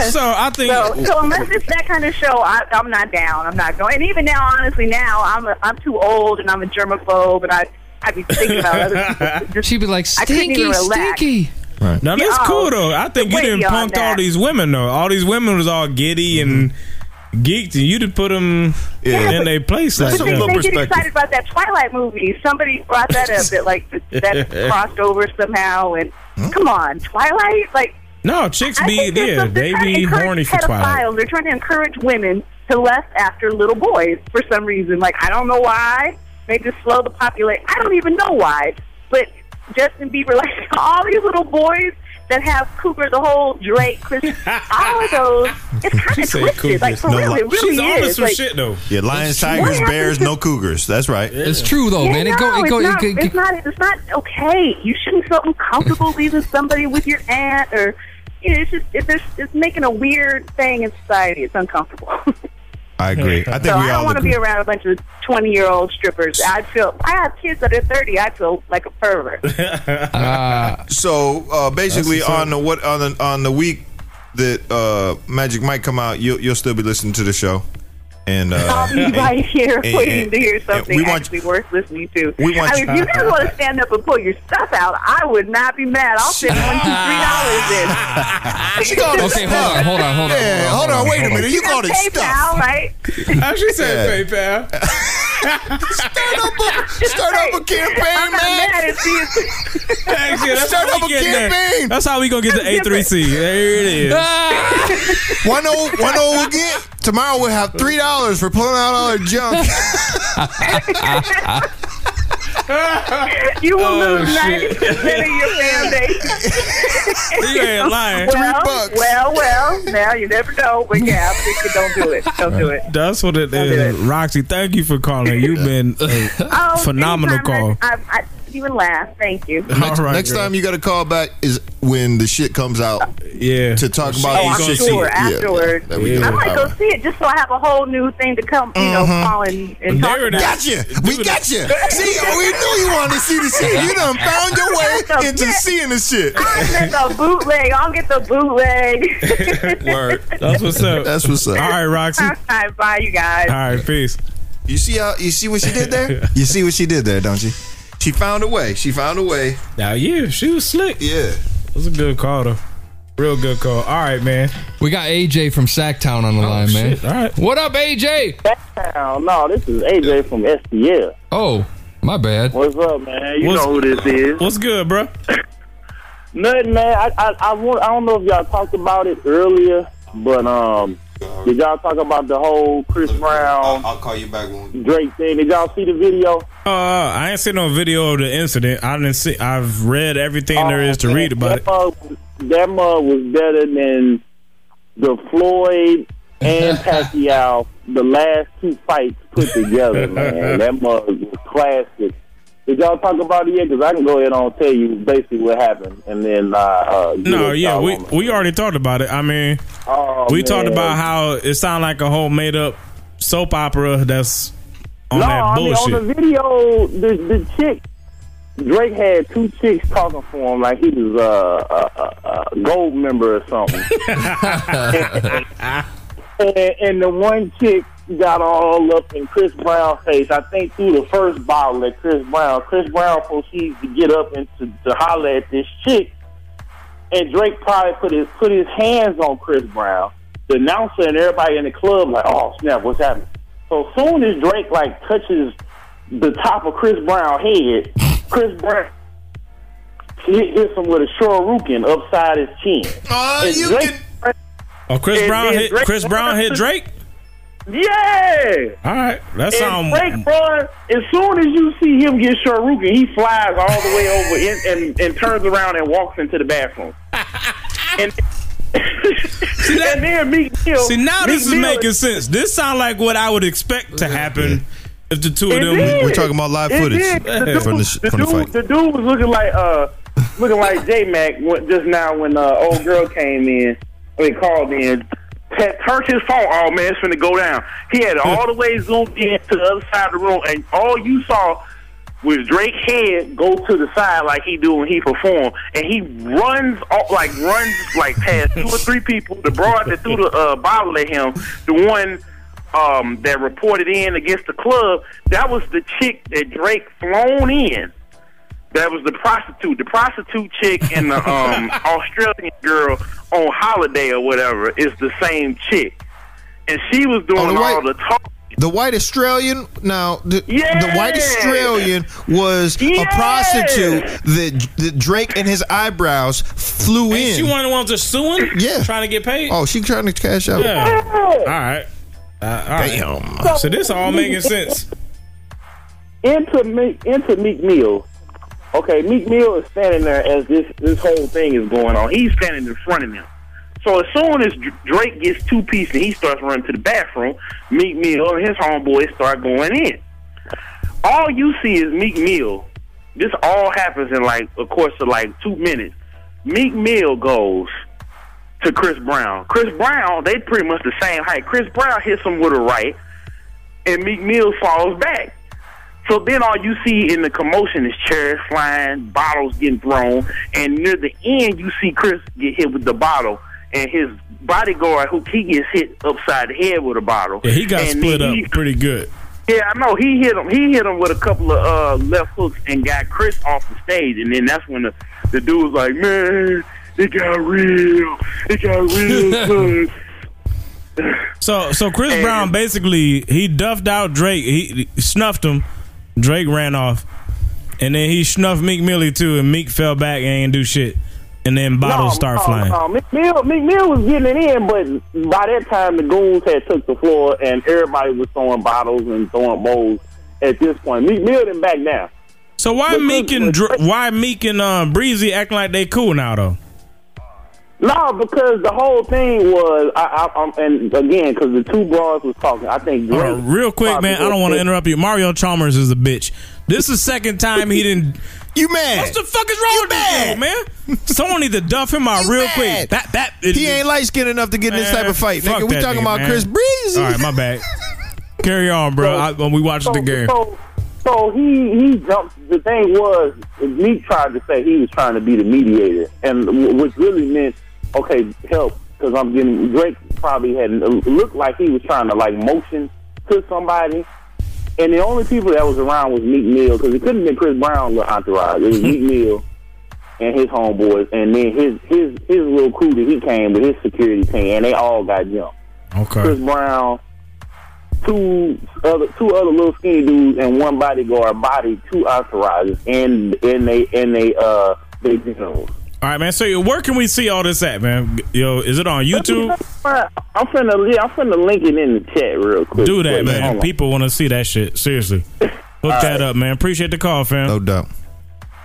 Speaker 3: So I think.
Speaker 19: So, so unless it's that kind of show, I, I'm not down. I'm not going. And even now, honestly, now I'm a, I'm too old and I'm a germaphobe, and I I be thinking about
Speaker 3: *laughs*
Speaker 19: other people.
Speaker 5: She'd be like,
Speaker 19: I couldn't even
Speaker 5: stinky,
Speaker 19: relax.
Speaker 5: stinky.
Speaker 3: Now that's
Speaker 19: Yeah,
Speaker 3: cool though. I think you
Speaker 19: way
Speaker 3: didn't
Speaker 19: beyond
Speaker 3: punked all
Speaker 19: that.
Speaker 3: these women though. All these women was all giddy
Speaker 4: Mm-hmm.
Speaker 3: and geeked, and you did put them
Speaker 19: Yeah,
Speaker 3: in
Speaker 19: but-
Speaker 3: their place.
Speaker 19: But
Speaker 3: Like
Speaker 19: they,
Speaker 3: that.
Speaker 19: they get excited about that Twilight movie. Somebody brought that up that like
Speaker 4: *laughs*
Speaker 19: that crossed over somehow. And
Speaker 4: Hmm?
Speaker 19: come on, Twilight! Like
Speaker 3: No, chicks
Speaker 19: I
Speaker 3: be
Speaker 19: think there's
Speaker 3: yeah,
Speaker 19: some- they're
Speaker 3: they
Speaker 19: trying to
Speaker 3: be
Speaker 19: encourage
Speaker 3: horny for Twilight.
Speaker 19: pedophiles. They're trying to encourage women to lust after little boys for some reason. Like I don't know why. They just slow the population. I don't even know why. But Justin Bieber, *laughs* like all these little boys that have Cooper, the whole Drake,
Speaker 4: *laughs*
Speaker 19: Chris, all of those. It's kind
Speaker 4: She
Speaker 19: of
Speaker 4: said
Speaker 19: twisted. Like
Speaker 4: Cougars.
Speaker 19: for
Speaker 4: No,
Speaker 19: real,
Speaker 4: like-
Speaker 19: it really is.
Speaker 4: She's onto some
Speaker 19: like,
Speaker 4: shit, though. Yeah, lions,
Speaker 19: What
Speaker 4: tigers,
Speaker 19: happened
Speaker 4: bears,
Speaker 19: to-
Speaker 4: no cougars. That's right.
Speaker 5: It's true though,
Speaker 19: yeah,
Speaker 5: man.
Speaker 19: No,
Speaker 5: It go, it go,
Speaker 19: it's,
Speaker 5: it
Speaker 19: not,
Speaker 5: go, it
Speaker 19: it's not. It's not okay. You shouldn't feel
Speaker 4: *laughs*
Speaker 19: uncomfortable leaving somebody with your aunt or. You know, it's just it's, just, it's making a weird thing in society. It's uncomfortable.
Speaker 4: I agree. I think
Speaker 19: so
Speaker 4: we
Speaker 19: I don't
Speaker 4: all
Speaker 19: want to be
Speaker 4: agree.
Speaker 19: around a bunch of 20 year old strippers. I feel, I have kids that are 30. I feel like a pervert.
Speaker 4: so uh, basically,
Speaker 16: That's what's
Speaker 4: on the what on the on the week that uh, Magic might come out, you'll you'll still be listening to the show, and uh,
Speaker 19: I'll be
Speaker 4: and-
Speaker 19: right here
Speaker 4: and-
Speaker 19: waiting
Speaker 4: and-
Speaker 19: to hear something
Speaker 4: we want-
Speaker 19: actually worth listening to.
Speaker 4: we want
Speaker 19: I mean, if you guys
Speaker 4: *laughs*
Speaker 19: want to stand up and pull your stuff out, I would not be mad. I'll send one, two, three dollars in.
Speaker 16: *laughs* She called
Speaker 5: Okay,
Speaker 16: it
Speaker 5: hold on,
Speaker 16: stuff.
Speaker 5: hold on, hold on,
Speaker 16: Yeah,
Speaker 5: hold on, hold
Speaker 16: Wait a
Speaker 5: on.
Speaker 16: minute. You called it
Speaker 19: PayPal,
Speaker 16: stuff.
Speaker 19: right?
Speaker 16: *laughs* How she said
Speaker 19: *laughs*
Speaker 3: PayPal?
Speaker 16: start up a start up a campaign,
Speaker 19: I'm not
Speaker 16: man.
Speaker 19: mad if you-
Speaker 3: Actually, that's
Speaker 16: start
Speaker 3: how
Speaker 16: up
Speaker 3: we
Speaker 16: a
Speaker 3: getting there.
Speaker 16: campaign.
Speaker 3: That's how we gonna get to A three C. There it is.
Speaker 16: one oh one oh will get tomorrow. We'll have three dollars for pulling out all our junk.
Speaker 19: *laughs*
Speaker 16: *laughs*
Speaker 19: you *laughs* will
Speaker 16: Oh,
Speaker 19: lose ninety *laughs*
Speaker 16: shit.
Speaker 19: percent of your foundation.
Speaker 16: *laughs*
Speaker 19: *laughs*
Speaker 16: You ain't lying.
Speaker 19: Well,
Speaker 16: Three bucks.
Speaker 19: well, well. Now you never know, but yeah, I'm thinking don't do it. Don't do it.
Speaker 3: That's what it is. Roxy, thank you for calling. You've been a
Speaker 19: *laughs* Oh,
Speaker 3: phenomenal call.
Speaker 19: anytime I, I, I even laugh. Thank you.
Speaker 16: Next, next time you got to call back is when the shit comes out.
Speaker 3: Yeah,
Speaker 16: to talk
Speaker 19: Oh,
Speaker 16: about the
Speaker 19: I'm
Speaker 16: shit.
Speaker 19: sure.
Speaker 16: Yeah, yeah,
Speaker 19: Afterwards,
Speaker 16: there we go.
Speaker 19: I might go see it just so I have a whole new thing to come. You know, call and, and talk about.
Speaker 16: Mm-hmm. Gotcha. We got you. See, we knew you wanted to see the shit. You done found your
Speaker 19: *laughs* That's a
Speaker 16: way into
Speaker 19: bet.
Speaker 16: seeing the shit.
Speaker 19: I'll get the bootleg. I'll get the bootleg. *laughs*
Speaker 4: Word.
Speaker 3: That's what's up.
Speaker 16: That's what's up.
Speaker 3: All right, Roxy.
Speaker 19: All right, bye, you guys.
Speaker 3: right, peace.
Speaker 16: You see how you see what she did
Speaker 3: *laughs*
Speaker 16: there? you see what she did there, don't you? She found a way. She found a way.
Speaker 3: Now, yeah, she was slick.
Speaker 16: Yeah.
Speaker 3: That was a good call, though. Real good call. All right, man. Oh,
Speaker 5: We got AJ from Sacktown on the line,
Speaker 3: shit.
Speaker 5: man.
Speaker 3: All right.
Speaker 5: What up, AJ?
Speaker 1: Hell no, this is AJ from STL.
Speaker 5: Oh, my bad.
Speaker 1: What's up, man? You
Speaker 5: What's-
Speaker 1: know who this is.
Speaker 3: What's good, bro?
Speaker 1: *laughs* Nothing, man. I, I, I, want, I don't know if y'all talked about it earlier, but um, did y'all talk about the whole Chris Brown
Speaker 16: I'll call you back when
Speaker 1: Drake thing? Did y'all see the video?
Speaker 3: Uh, I ain't seen no video of the incident. I didn't see. I've read everything there is
Speaker 1: Oh,
Speaker 3: to read about
Speaker 1: that
Speaker 3: it.
Speaker 1: Mug, that mug was better than the Floyd
Speaker 3: *laughs*
Speaker 1: and Pacquiao, the last two fights put
Speaker 3: *laughs*
Speaker 1: together, man. That mug was classic. Did y'all talk about it yet? Because I can go ahead and tell you basically what happened, and then uh, uh get
Speaker 3: No,
Speaker 1: us
Speaker 3: yeah,
Speaker 1: out
Speaker 3: we
Speaker 1: on it.
Speaker 3: we already talked about it. I mean,
Speaker 1: Oh,
Speaker 3: we
Speaker 1: man.
Speaker 3: talked about how it sounded like a whole made up soap opera that's on
Speaker 1: no,
Speaker 3: that bullshit.
Speaker 1: I mean, on the video, the, the chick Drake had two chicks talking for him like he was uh, a, a, a, a gold member or
Speaker 3: *laughs*
Speaker 1: something. and, and the one chick got all up in Chris Brown's face. I think through the first bottle at Chris Brown. Chris Brown proceeds to get up and to, to holler at this chick. And Drake probably put his put his hands on Chris Brown. The announcer and everybody in the club like, oh snap, what's happening? So soon as Drake like touches the top of Chris Brown head, Chris Brown hit- hits him with a shuriken upside his chin. And Drake-
Speaker 3: oh, Chris
Speaker 1: and
Speaker 3: Brown
Speaker 1: then
Speaker 3: hit
Speaker 1: Drake-
Speaker 3: Chris Brown hit Drake.
Speaker 1: Yeah.
Speaker 3: All right, that
Speaker 1: and
Speaker 3: sound.
Speaker 1: Drake, bro, as soon as you see him get Sharuka, he flies all the way over
Speaker 3: *laughs*
Speaker 1: in, and, and turns around and walks into the bathroom. and, *laughs* and then Meek Mill.
Speaker 3: See now
Speaker 1: Meek
Speaker 3: this is
Speaker 1: Mill
Speaker 3: making sense. This sound like what I would expect to happen if the two of
Speaker 1: It
Speaker 3: them.
Speaker 1: did. It did. The
Speaker 3: from the,
Speaker 1: dude-
Speaker 3: sh-
Speaker 1: the
Speaker 3: from the
Speaker 1: dude-
Speaker 3: fight.
Speaker 1: The dude was looking like uh, looking like J Mac just now when uh, old girl came in. I mean, called in. Had turned his phone. Oh man, it's finna go down. He had all the way zoomed in to the other side of the room, and all you saw was Drake head go to the side like he do when he perform, and he runs off, like runs like past two or three people. The broad that threw the uh, bottle at him, the one um, that reported in against the club, that was the chick that Drake flown in. That was the prostitute, the prostitute chick
Speaker 16: *laughs*
Speaker 1: and the um, Australian girl on holiday or whatever is the same chick, and she was doing
Speaker 16: Oh, the
Speaker 1: all
Speaker 16: white-
Speaker 1: the talk.
Speaker 16: The white Australian. Now, the,
Speaker 1: Yeah.
Speaker 16: the white Australian was a
Speaker 1: Yeah.
Speaker 16: prostitute that, that Drake and his eyebrows flew in.
Speaker 3: Ain't she one of the ones that's suing?
Speaker 16: Yeah.
Speaker 3: Trying to get paid?
Speaker 16: oh, she trying to cash out.
Speaker 3: Yeah. All right. Uh, all right.
Speaker 16: Damn.
Speaker 3: So this all making sense.
Speaker 1: into Meek, into Meek Mill. Okay, Meek Mill is standing there as this this whole thing is going on. He's standing in front of him. So as soon as Dr- Drake gets two piece and he starts running to the bathroom, Meek Mill and his homeboys start going in. All you see is Meek Mill. This all happens in like a course of like two minutes. Meek Mill goes, to Chris Brown. Chris Brown, they pretty much the same height. Chris Brown hits him with a right, and Meek Mill falls back. So then all you see in the commotion is chairs flying, bottles getting thrown, and near the end you see Chris get hit with the bottle, and his bodyguard who he gets hit upside the head with a bottle.
Speaker 3: Yeah, he got
Speaker 1: And
Speaker 3: split
Speaker 1: he-
Speaker 3: up pretty good.
Speaker 1: yeah, I know. He hit him. He hit him with a couple of uh, left hooks and got Chris off the stage. And then that's when the, the dude was like, "Man, it got real. It got real good."
Speaker 3: So so Chris Brown basically he duffed out Drake. He he snuffed him. Drake ran off, and then he snuffed Meek Millie too, and Meek fell back and ain't do shit. And then bottles start flying.
Speaker 1: No, Uh, Meek Mill, Meek Mill was getting it in, but by that time the goons had took the floor, and everybody was throwing bottles and throwing bowls. At this point, Meek Mill didn't back down.
Speaker 3: So why Meek and Dr- why Meek and uh, Breezy acting like they cool now though?
Speaker 1: No, because the whole thing was, I, I, I'm, and again, because the two bros was talking. I think
Speaker 3: Hold
Speaker 1: Drake
Speaker 3: on, real quick,
Speaker 1: probably
Speaker 3: man. I don't want to
Speaker 1: was-
Speaker 3: interrupt you. Mario Chalmers is a bitch. This is the second time he didn't.
Speaker 16: *laughs*
Speaker 3: you mad? What the fuck is wrong with this dude, man? Someone need to duff him out real quick. That that
Speaker 16: He ain't light skinned enough to get in this type of fight,
Speaker 3: fuck
Speaker 16: nigga. We
Speaker 3: that
Speaker 16: talking
Speaker 3: nigga,
Speaker 16: about
Speaker 3: man.
Speaker 16: Chris Breezy.
Speaker 3: All right,
Speaker 16: *laughs*
Speaker 3: my bad. Carry on, bro. I, when we watched the game.
Speaker 1: So, so he he jumped. The thing was, Meek tried to say he was trying to be the mediator, and w- which really meant, okay, help, because I'm getting Drake probably had uh, looked like he was trying to like motion to somebody, and the only people that was around was Meek Mill because it couldn't have been Chris Brown little entourage. It was
Speaker 3: *laughs*
Speaker 1: Meek Mill and his homeboys, and then his his his little crew that he came with his security team, and they all got jumped.
Speaker 3: Okay.
Speaker 1: Chris Brown, two other two other little skinny dudes, and one bodyguard body two entourages, and and they and they uh they generals.
Speaker 3: All right, man. So where can we see all this at, man? Yo, is it on YouTube?
Speaker 1: I'm finna yeah, I'm finna link it in the chat real quick.
Speaker 3: Do that,
Speaker 1: Wait, hold
Speaker 3: man.
Speaker 1: on.
Speaker 3: People want to see that shit. Seriously, hook that up, man. Appreciate the call, fam. No
Speaker 16: doubt.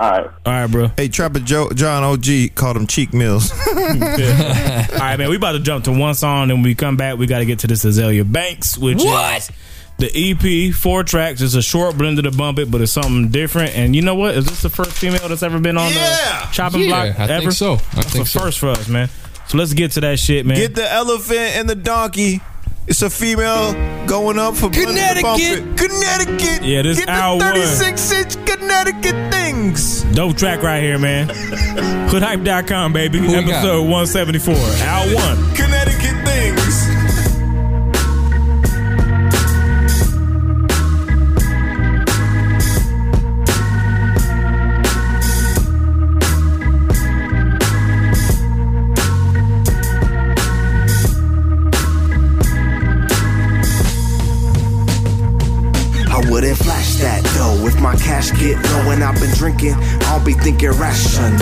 Speaker 1: All right, all
Speaker 3: right, bro.
Speaker 16: Hey, Trapper Joe, John OG called him Cheek Mills. *laughs*
Speaker 3: *laughs* Yeah. All right, man. We about to jump to one song, and when we come back, we got to get to this Azalea Banks, which is
Speaker 16: What?
Speaker 3: the EP, four tracks. It's a short blend of the bump it, but it's something different. And you know what? Is this the first female that's ever been on the chopping
Speaker 5: Yeah,
Speaker 3: block?
Speaker 5: I think
Speaker 3: ever?
Speaker 5: so. I
Speaker 3: that's
Speaker 5: think
Speaker 3: the
Speaker 5: so.
Speaker 3: first for us, man. So let's get to that shit, man.
Speaker 16: Get the elephant and the donkey. It's a female going up for Connecticut. Connecticut.
Speaker 3: Yeah, this
Speaker 16: Get
Speaker 3: hour
Speaker 16: the
Speaker 3: one.
Speaker 16: 36 inch Connecticut things.
Speaker 3: Dope track right
Speaker 4: *laughs*
Speaker 3: here, man. Hoodhype.com, baby. Episode 174. Hour one.
Speaker 16: Connecticut things.
Speaker 2: I wouldn't flash that though. If my cash get low and I've been drinking, I'll be thinking rational.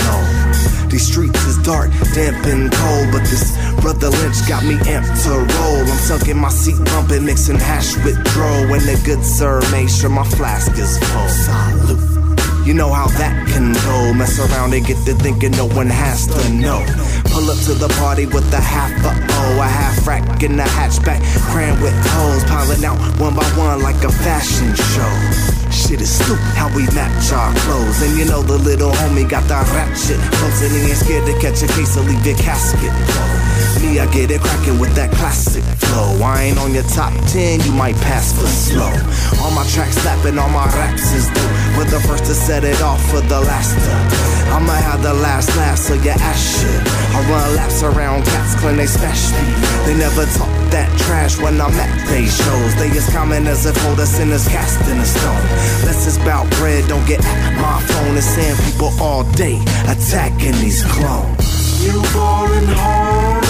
Speaker 2: These streets is dark, damp and cold, but this brother Lynch got me amped to roll. I'm tucking my seat, bumping, mixing hash with draw, and the good sir made sure my flask is full. Salute. You know how that can go. Mess around and get to thinking no one has to know. Pull up to the party with a half a O, a half rack in a hatchback, crammed with hoes, piling out one by one like a fashion show. Shit is stupid how we match our clothes. And you know the little homie got that ratchet. Close and he ain't scared to catch a case or leave your casket. Me, I get it cracking with that classic flow. I ain't on your top 10, you might pass for slow. All my tracks slapping, all my raps is due. But the first to set it off for the last to. I'ma have the last laugh, so your ass should. I run laps around cats, claim they smash me. They never talk that trash when I'm at they shows. They as common as if older sinners cast in a stone. Less it's about bread, don't get at my phone. And saying people all day attacking these clones.
Speaker 6: You boring hard.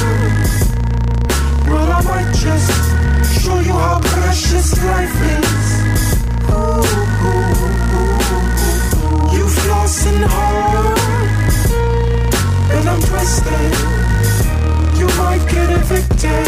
Speaker 6: Well, I might just show you how precious life is. Ooh, ooh, ooh, ooh. You flossing hard, and I'm twisted. You might get evicted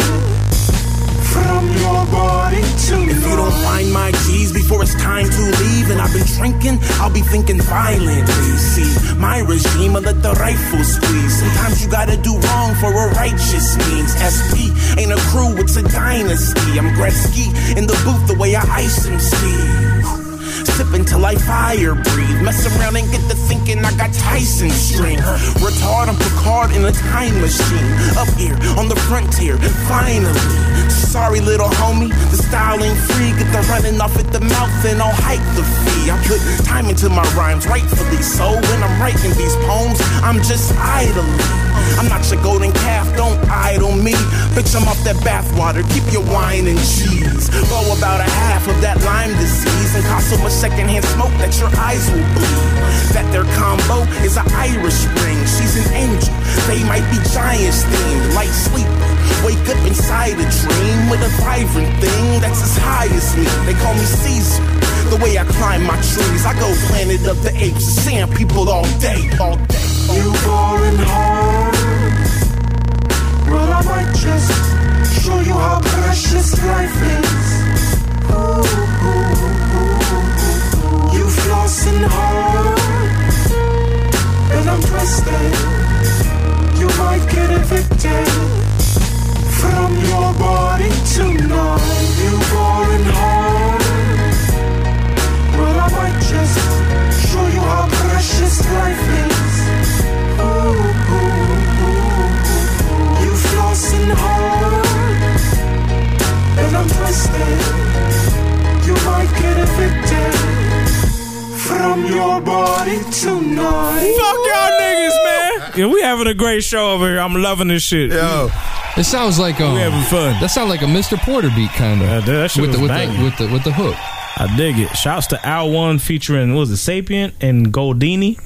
Speaker 6: from your body to
Speaker 7: If you don't mind my keys before it's time to leave and I've been drinking, I'll be thinking violently. See, my regime, I let the rifle squeeze. Sometimes you gotta do wrong for a righteous means. SP ain't a crew, it's a dynasty. I'm Gretzky in the booth the way I ice him, Steve.
Speaker 27: Sipping till I fire breathe. Mess around and get to thinking I got Tyson string. Retard, I'm Picard in a time machine. Up here on the frontier, finally. Sorry, little homie, the style ain't free. Get the running off at the mouth and I'll hike the fee. I put time into my rhymes rightfully so. When I'm writing these poems, I'm just idling. I'm not your golden calf, don't idle me. Bitch, I'm off that bathwater, keep your wine and cheese. Blow about a half of that Lyme disease and cause so much secondhand smoke that your eyes will bleed. That their combo is an Irish ring, she's an angel. They might be giants themed, like sleep. Wake up inside a dream with a vibrant thing that's as high as me. They call me Caesar. The way I climb my trees, I go planet of the apes, seeing people all day, all day.
Speaker 16: You going home? Well, I might just show you how precious life is. Ooh, ooh, ooh, ooh. You flossing hard, and I'm twisted. You might get evicted from your body tonight. You going home? Well, I might just show you how precious life is. Ooh, ooh, ooh, ooh. You flossing hard, and I'm twisted. You might get evicted from your body tonight.
Speaker 3: Fuck y'all niggas, *laughs* man. Yeah, we having a great show over here. I'm loving this shit. Yo.
Speaker 5: It sounds like um,
Speaker 3: we having fun.
Speaker 5: That sounds like a Mr. Porter beat kind of.
Speaker 3: that shit
Speaker 5: with the,
Speaker 3: was
Speaker 5: with, the,
Speaker 3: banging.
Speaker 5: with the with the hook.
Speaker 3: I dig it. Shouts to Al One featuring what was it Sapient and Goldini.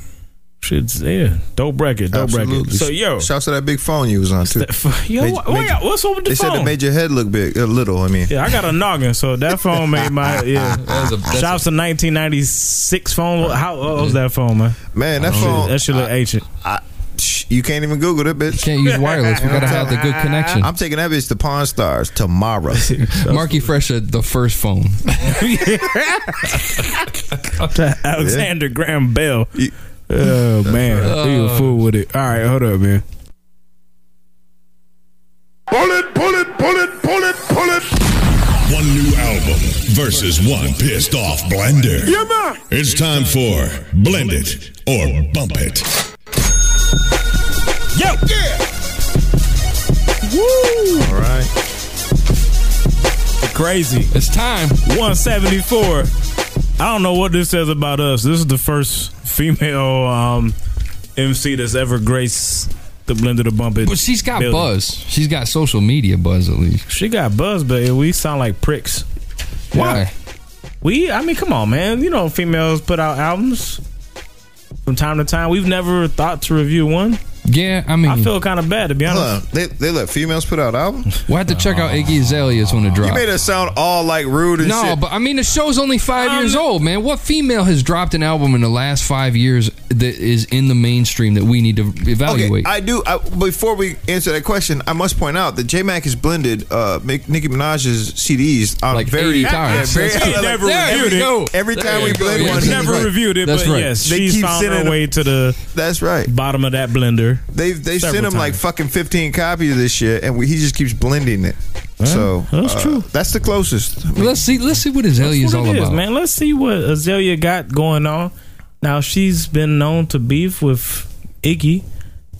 Speaker 3: Shit's yeah, dope record, dope record.
Speaker 4: Absolutely.
Speaker 3: So yo,
Speaker 4: shouts to that big phone you was on
Speaker 3: *laughs*
Speaker 4: too.
Speaker 3: yo, what- what y'all- what's up with the
Speaker 4: They said
Speaker 3: phone?
Speaker 4: it made your head look big, a little. I mean,
Speaker 3: yeah, I got a noggin, so that phone made
Speaker 4: *laughs*
Speaker 3: my yeah.
Speaker 4: That was a- that's
Speaker 3: Shouts to 1996 phone. How old was that phone, *laughs* man?
Speaker 4: Man, that
Speaker 3: shit-
Speaker 4: phone-
Speaker 3: that shit look ancient.
Speaker 4: you can't even Google that bitch.
Speaker 5: can't use wireless. We gotta have the good connection.
Speaker 4: I'm taking that bitch to Pawn Stars
Speaker 3: *laughs*
Speaker 4: tomorrow.
Speaker 5: Marky Fresh had the first phone.
Speaker 3: Alexander Graham Bell. Oh man, he a
Speaker 16: right.
Speaker 3: fool with it. All right, hold up, man.
Speaker 16: Pull it, pull it, pull it, pull it, pull it.
Speaker 15: One new album versus one pissed off blender.
Speaker 16: Yeah, man.
Speaker 15: It's time for Blend It or Bump It.
Speaker 3: Yo!
Speaker 16: Woo!
Speaker 4: All right.
Speaker 3: Crazy.
Speaker 5: It's time.
Speaker 3: 174. I don't know what this says about us. This is the first female um, MC that's ever graced the blend of the bump. It
Speaker 5: But she's got
Speaker 3: building.
Speaker 5: buzz. She's got social media buzz at least.
Speaker 3: She got buzz, but we sound like pricks.
Speaker 5: Why?
Speaker 3: We, I mean, come on, man. You know, females put out albums from time to time. We've never thought to review one.
Speaker 5: Yeah, I mean,
Speaker 3: I feel kind of bad to be honest.
Speaker 4: They, they let females put out albums.
Speaker 5: We'll have to check out Iggy Azalea's when it
Speaker 4: You
Speaker 5: drops.
Speaker 4: made us sound all like rude and
Speaker 5: Uh, No,
Speaker 4: shit.
Speaker 5: but I mean the show's only five years old, man. What female has dropped an album in the last five years that is in the mainstream that we need to evaluate?
Speaker 4: I do. I, before we answer that question, I must point out that J Mac has blended uh, Mick- Nicki Minaj's CDs on
Speaker 5: Like
Speaker 4: very
Speaker 5: 80 times.
Speaker 4: Yeah, *laughs* very-
Speaker 5: That's-
Speaker 4: like,
Speaker 5: never
Speaker 4: every-
Speaker 5: reviewed it.
Speaker 4: every- Every
Speaker 5: There
Speaker 4: time
Speaker 5: you
Speaker 4: we
Speaker 5: go.
Speaker 4: blend
Speaker 5: Yeah,
Speaker 4: one,
Speaker 5: that's
Speaker 3: Never
Speaker 5: right.
Speaker 3: reviewed it,
Speaker 5: That's
Speaker 3: but
Speaker 5: right.
Speaker 3: yes,
Speaker 4: They
Speaker 3: she's
Speaker 4: keep
Speaker 3: found
Speaker 4: sending
Speaker 3: her way to the
Speaker 4: that's right
Speaker 3: bottom of that blender.
Speaker 4: They've they
Speaker 3: Several
Speaker 4: sent him like
Speaker 3: times.
Speaker 4: fucking fifteen copies of this shit, and we, he just keeps blending it. so uh,
Speaker 3: that's true.
Speaker 4: That's the closest. I mean,
Speaker 5: let's see. Let's see what
Speaker 3: That's
Speaker 5: Azalea's
Speaker 3: what
Speaker 5: all
Speaker 3: it is,
Speaker 5: about.
Speaker 3: man. Let's see what Azalea got going on. Now she's been known to beef with Iggy.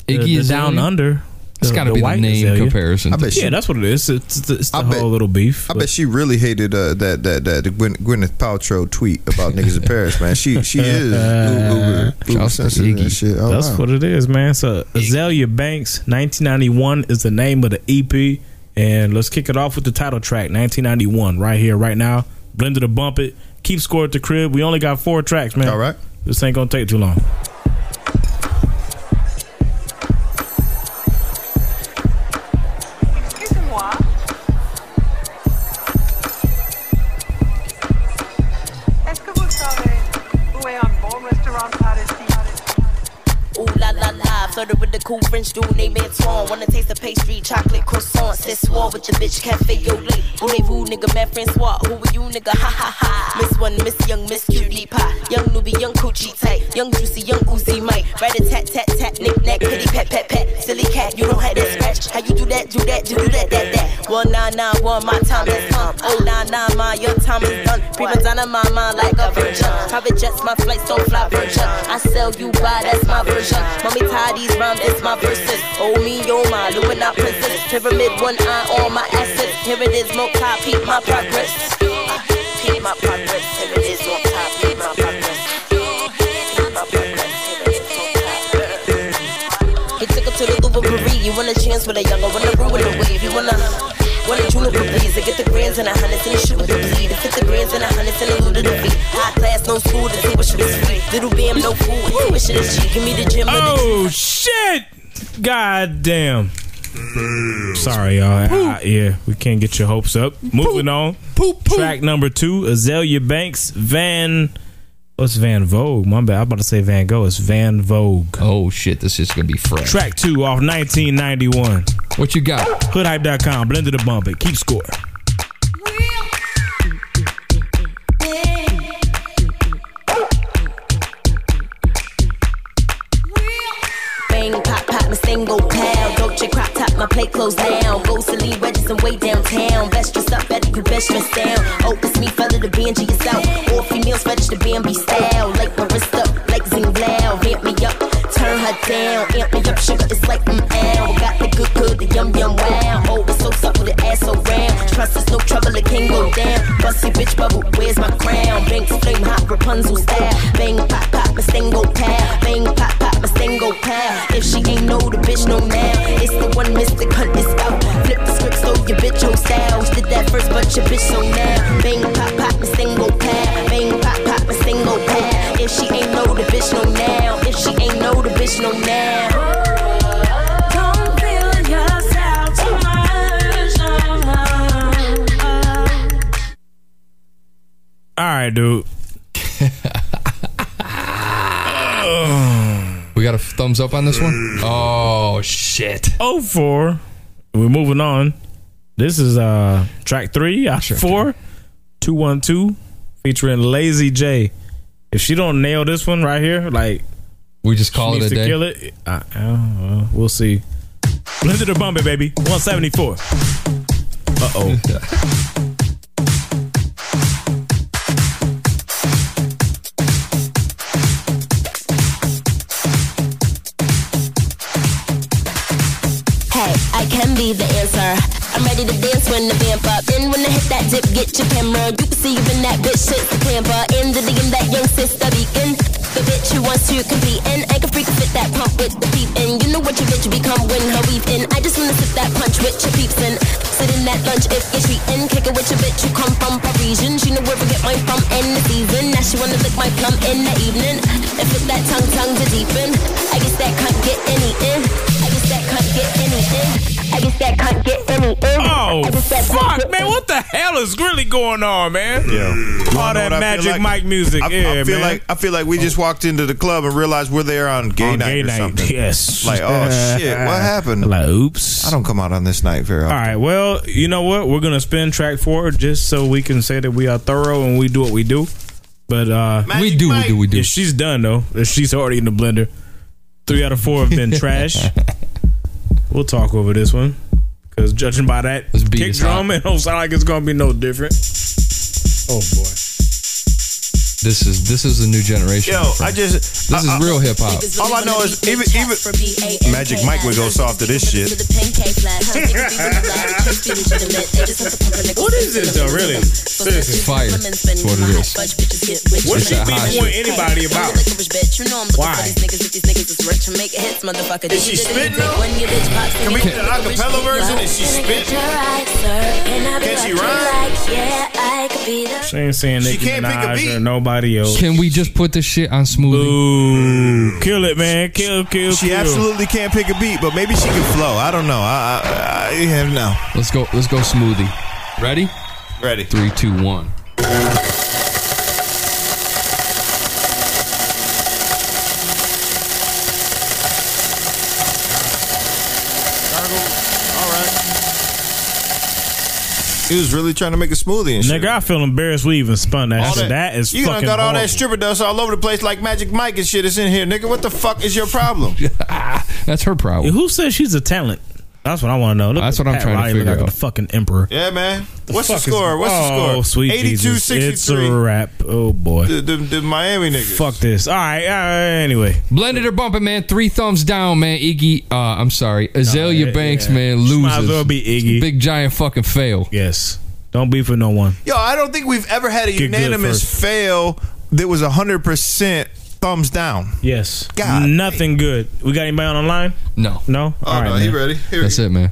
Speaker 3: the-
Speaker 5: Iggy
Speaker 3: the
Speaker 5: Azalea?
Speaker 3: down under.
Speaker 5: It's gotta be the
Speaker 3: white
Speaker 5: name comparison. I bet
Speaker 3: yeah,
Speaker 4: she-
Speaker 3: that's what it is. It's, it's, the- it's the whole little beef.
Speaker 4: I bet she really hated uh, that that that the Gwyn- Gwyneth Paltrow tweet about niggas in Paris, man. She she
Speaker 3: *laughs*
Speaker 4: is uber, uber, uber sensitive to that shit. Oh,
Speaker 3: That's
Speaker 4: wow.
Speaker 3: what it is, man. So Azalea Banks, 1991 is the name of the EP, and let's kick it off with the title track, 1991, right here, right now. Blended to bump it. Keep score at the crib. We only got four tracks, man. All
Speaker 4: right,
Speaker 3: this ain't gonna take too long.
Speaker 16: Excusez-moi. Est-ce que vous savez où est un bon restaurant par ici?
Speaker 28: Ooh la la la, flirted with the the cool French dude named Antoine. Wanna taste the pastry, chocolate croissant. Said swore with your bitch, cafe au lait. Rendezvous, nigga, man, Francois. Who are you, nigga? Ha ha ha. Miss one, miss young, miss cutie pie. Young newbie, young coochie tight. Young juicy, young Uzi Mike. Rat a tat tat tat, knick knack, kitty pet pet pet. Silly cat, you don't have that scratch. How you do that, do that, do that, that, that. One nine nine one, my time has come. Oh nine nine, my your time is done. Prima donna, my mind like a virgin. Private jets, my flights don't fly virgin. I sell you by, that's my version. Mommy tie these rhymes, it's my verses. Oh me, oh my, Lumina princess. Pyramid one eye on my assets. Here it is, no top, peep my progress. Uh, Peep my progress, here it is, on top, peep my progress. Peep my progress, here it is, on top. He took her to the Louvre Paris. You want a chance with a younger, wanna ruin the wave. You wanna. Wanna juniper please I get the grands and a hundreds and shoot with the bleed. Fit the grands and a hundreds and a loot of the beat. High class, no school, the table shit is free. Little bam, no food. Who wish it is cheap? Give me the gym.
Speaker 3: *laughs* Oh shit! God damn. Sorry, y'all. I- I- yeah, we can't get your hopes up. Moving on. Track number two: Azalea Banks, Van. What's Oh, Van Vogue? My bad. I was about to say Van Gogh. It's Van Vogue.
Speaker 5: Oh shit! This is gonna be fresh.
Speaker 3: Track two off 1991.
Speaker 5: What you got?
Speaker 3: Hoodhype.com. Blender the bump it. Keep score.
Speaker 28: Bang, pop, pop, my single pound. Dolce crop top, my plate closed down. Gold Celine wedges and way downtown. Best dressed up, better you best dressed down. Oh, it's me, fella, the Benji yourself. All females fetish the Bambi style. Like barista, like Zing Blau. Vamp me up, turn her down. Amp me up, sugar, it's like mm ow. Got the good, good, the yum, yum, wow. Oh, it's so supple, the ass so round. Trust is no trouble, it can go down. Busty bitch bubble, where's my crown? Banks flame hot, Rapunzel style. Bang, pop, pop, my single pound. Bang, pop, pop, my single pound. If she ain't know, the bitch know now. It's the one Mr. Cunt is out. Flip the script, so your bitch old styles. Did that first, but your bitch so now. Bang, pop, pop, my single pound. Bang, pop, pop, my single pound. If she ain't know, the bitch know now. If she ain't know, the bitch know now.
Speaker 29: Don't feel yourself too much.
Speaker 3: All right, dude.
Speaker 5: *laughs* We got a thumbs up on this one. Oh shit!
Speaker 3: Oh four. We're moving on. This is uh track three, out of four, two one two, featuring Lazy J. If she don't nail this one right here, like
Speaker 5: we just
Speaker 3: call
Speaker 5: it a day?
Speaker 3: Kill it. I, I don't know. We'll see. Blended the bump it, baby. One seventy four. Uh
Speaker 5: *laughs*
Speaker 3: oh.
Speaker 28: Hey, I can be the answer. I'm ready to dance when the vamp up. Then when I hit that dip, get your camera. You can see you in that bitch shit the pamper. In the digging that young sister beacon. The bitch who wants to compete and I can freak fit that pump with the peep in. You know what your bitch become when her weave in. I just wanna sip that punch with your peeps in. Sit in that lunch if you're treating. Kick it with your bitch who come from Parisian. She know where to get mine from in the season. Now she wanna lick my plum in the evening. And fit that tongue tongue to deepen. I guess that can't get any in. I guess that can't get any in. I guess that can't get any in.
Speaker 3: Oh, fuck, man. What the hell is really going on, man? All that magic
Speaker 4: mic
Speaker 3: Mike music.
Speaker 4: I,
Speaker 3: yeah,
Speaker 4: I feel
Speaker 3: man.
Speaker 4: like I feel like we just walked into the club and realized we're there on gay
Speaker 3: On
Speaker 4: night
Speaker 3: gay
Speaker 4: or
Speaker 3: night,
Speaker 4: something.
Speaker 3: yes.
Speaker 4: Like, oh shit, what happened?
Speaker 3: *laughs* Like, oops.
Speaker 4: I don't come out on this night very
Speaker 3: All
Speaker 4: often.
Speaker 3: right. Well, you know what? We're gonna spin track four just so we can say that we are thorough and we do what we do. But uh
Speaker 5: we do, we do, we do.
Speaker 3: Yeah, she's done though. She's already in the blender. Three out of four have been trash. We'll talk over this one because judging by that kick
Speaker 5: this
Speaker 3: drum, it don't sound like it's gonna be no different. Oh boy.
Speaker 5: This is this is the new generation.
Speaker 4: Yo,
Speaker 5: my friend.
Speaker 4: I
Speaker 5: this
Speaker 4: just
Speaker 5: is real hip hop.
Speaker 4: All I know is even even Magic Mike would go soft to this shit.
Speaker 3: What is this though? Really? Seriously.
Speaker 5: Fire. That's what it is.
Speaker 3: What
Speaker 5: It's
Speaker 3: should
Speaker 5: that
Speaker 3: be
Speaker 5: hot
Speaker 3: warning
Speaker 5: shit.
Speaker 3: anybody about? Why?
Speaker 28: Is she spitting Can
Speaker 4: we get an acapella version? Is she spitting?
Speaker 28: Can
Speaker 4: she rhyme?
Speaker 28: Yeah, I could be the
Speaker 3: She ain't saying Nicki
Speaker 28: can't pick a
Speaker 3: Minaj or nobody else.
Speaker 5: Can we just put this shit on smoothie?
Speaker 3: Kill it, man. Kill, kill,
Speaker 4: She
Speaker 3: kill.
Speaker 4: absolutely can't pick a beat, but maybe she can flow. I don't know. I I, I yeah, no.
Speaker 5: Let's go. Let's go smoothie. Ready?
Speaker 4: Ready.
Speaker 5: Three, two, one.
Speaker 16: He was really trying to make a smoothie and shit.
Speaker 3: Nigga, I feel embarrassed we even spun that.
Speaker 16: All
Speaker 3: shit. that is
Speaker 16: you done
Speaker 3: fucking
Speaker 16: got all
Speaker 3: horrible.
Speaker 16: that stripper dust all over the place like Magic Mike and shit. It's in here, nigga. What the fuck is your problem?
Speaker 5: *laughs* That's her problem.
Speaker 3: Who says she's a talent? That's what I want to know. Look
Speaker 5: That's
Speaker 3: at
Speaker 5: what I'm
Speaker 3: Pat
Speaker 5: trying to
Speaker 3: Riley look
Speaker 5: figure
Speaker 3: like
Speaker 5: out.
Speaker 3: The fucking emperor.
Speaker 16: yeah, man. What's the
Speaker 3: fuck is-
Speaker 16: score? What's the score?
Speaker 3: Oh, sweet
Speaker 16: 82
Speaker 3: Jesus. It's a wrap. Oh boy.
Speaker 16: The, the, the Miami niggas.
Speaker 3: Fuck this. All right. All right anyway,
Speaker 5: Blended or bumping, man. Three thumbs down, man. Iggy, uh, I'm sorry, Azalea
Speaker 3: yeah,
Speaker 5: Banks,
Speaker 3: yeah.
Speaker 5: man,
Speaker 3: She
Speaker 5: loses.
Speaker 3: might as well be Iggy.
Speaker 5: Big giant fucking fail.
Speaker 3: Yes. Don't be for no one.
Speaker 16: Yo, I don't think we've ever had a
Speaker 3: Get good
Speaker 16: unanimous
Speaker 3: first.
Speaker 16: fail that was 100% thumbs down.
Speaker 3: Yes.
Speaker 16: God.
Speaker 3: Nothing good. We got anybody on the line?
Speaker 5: No.
Speaker 3: No.
Speaker 16: Oh, no, you ready? Here
Speaker 5: That's it, man.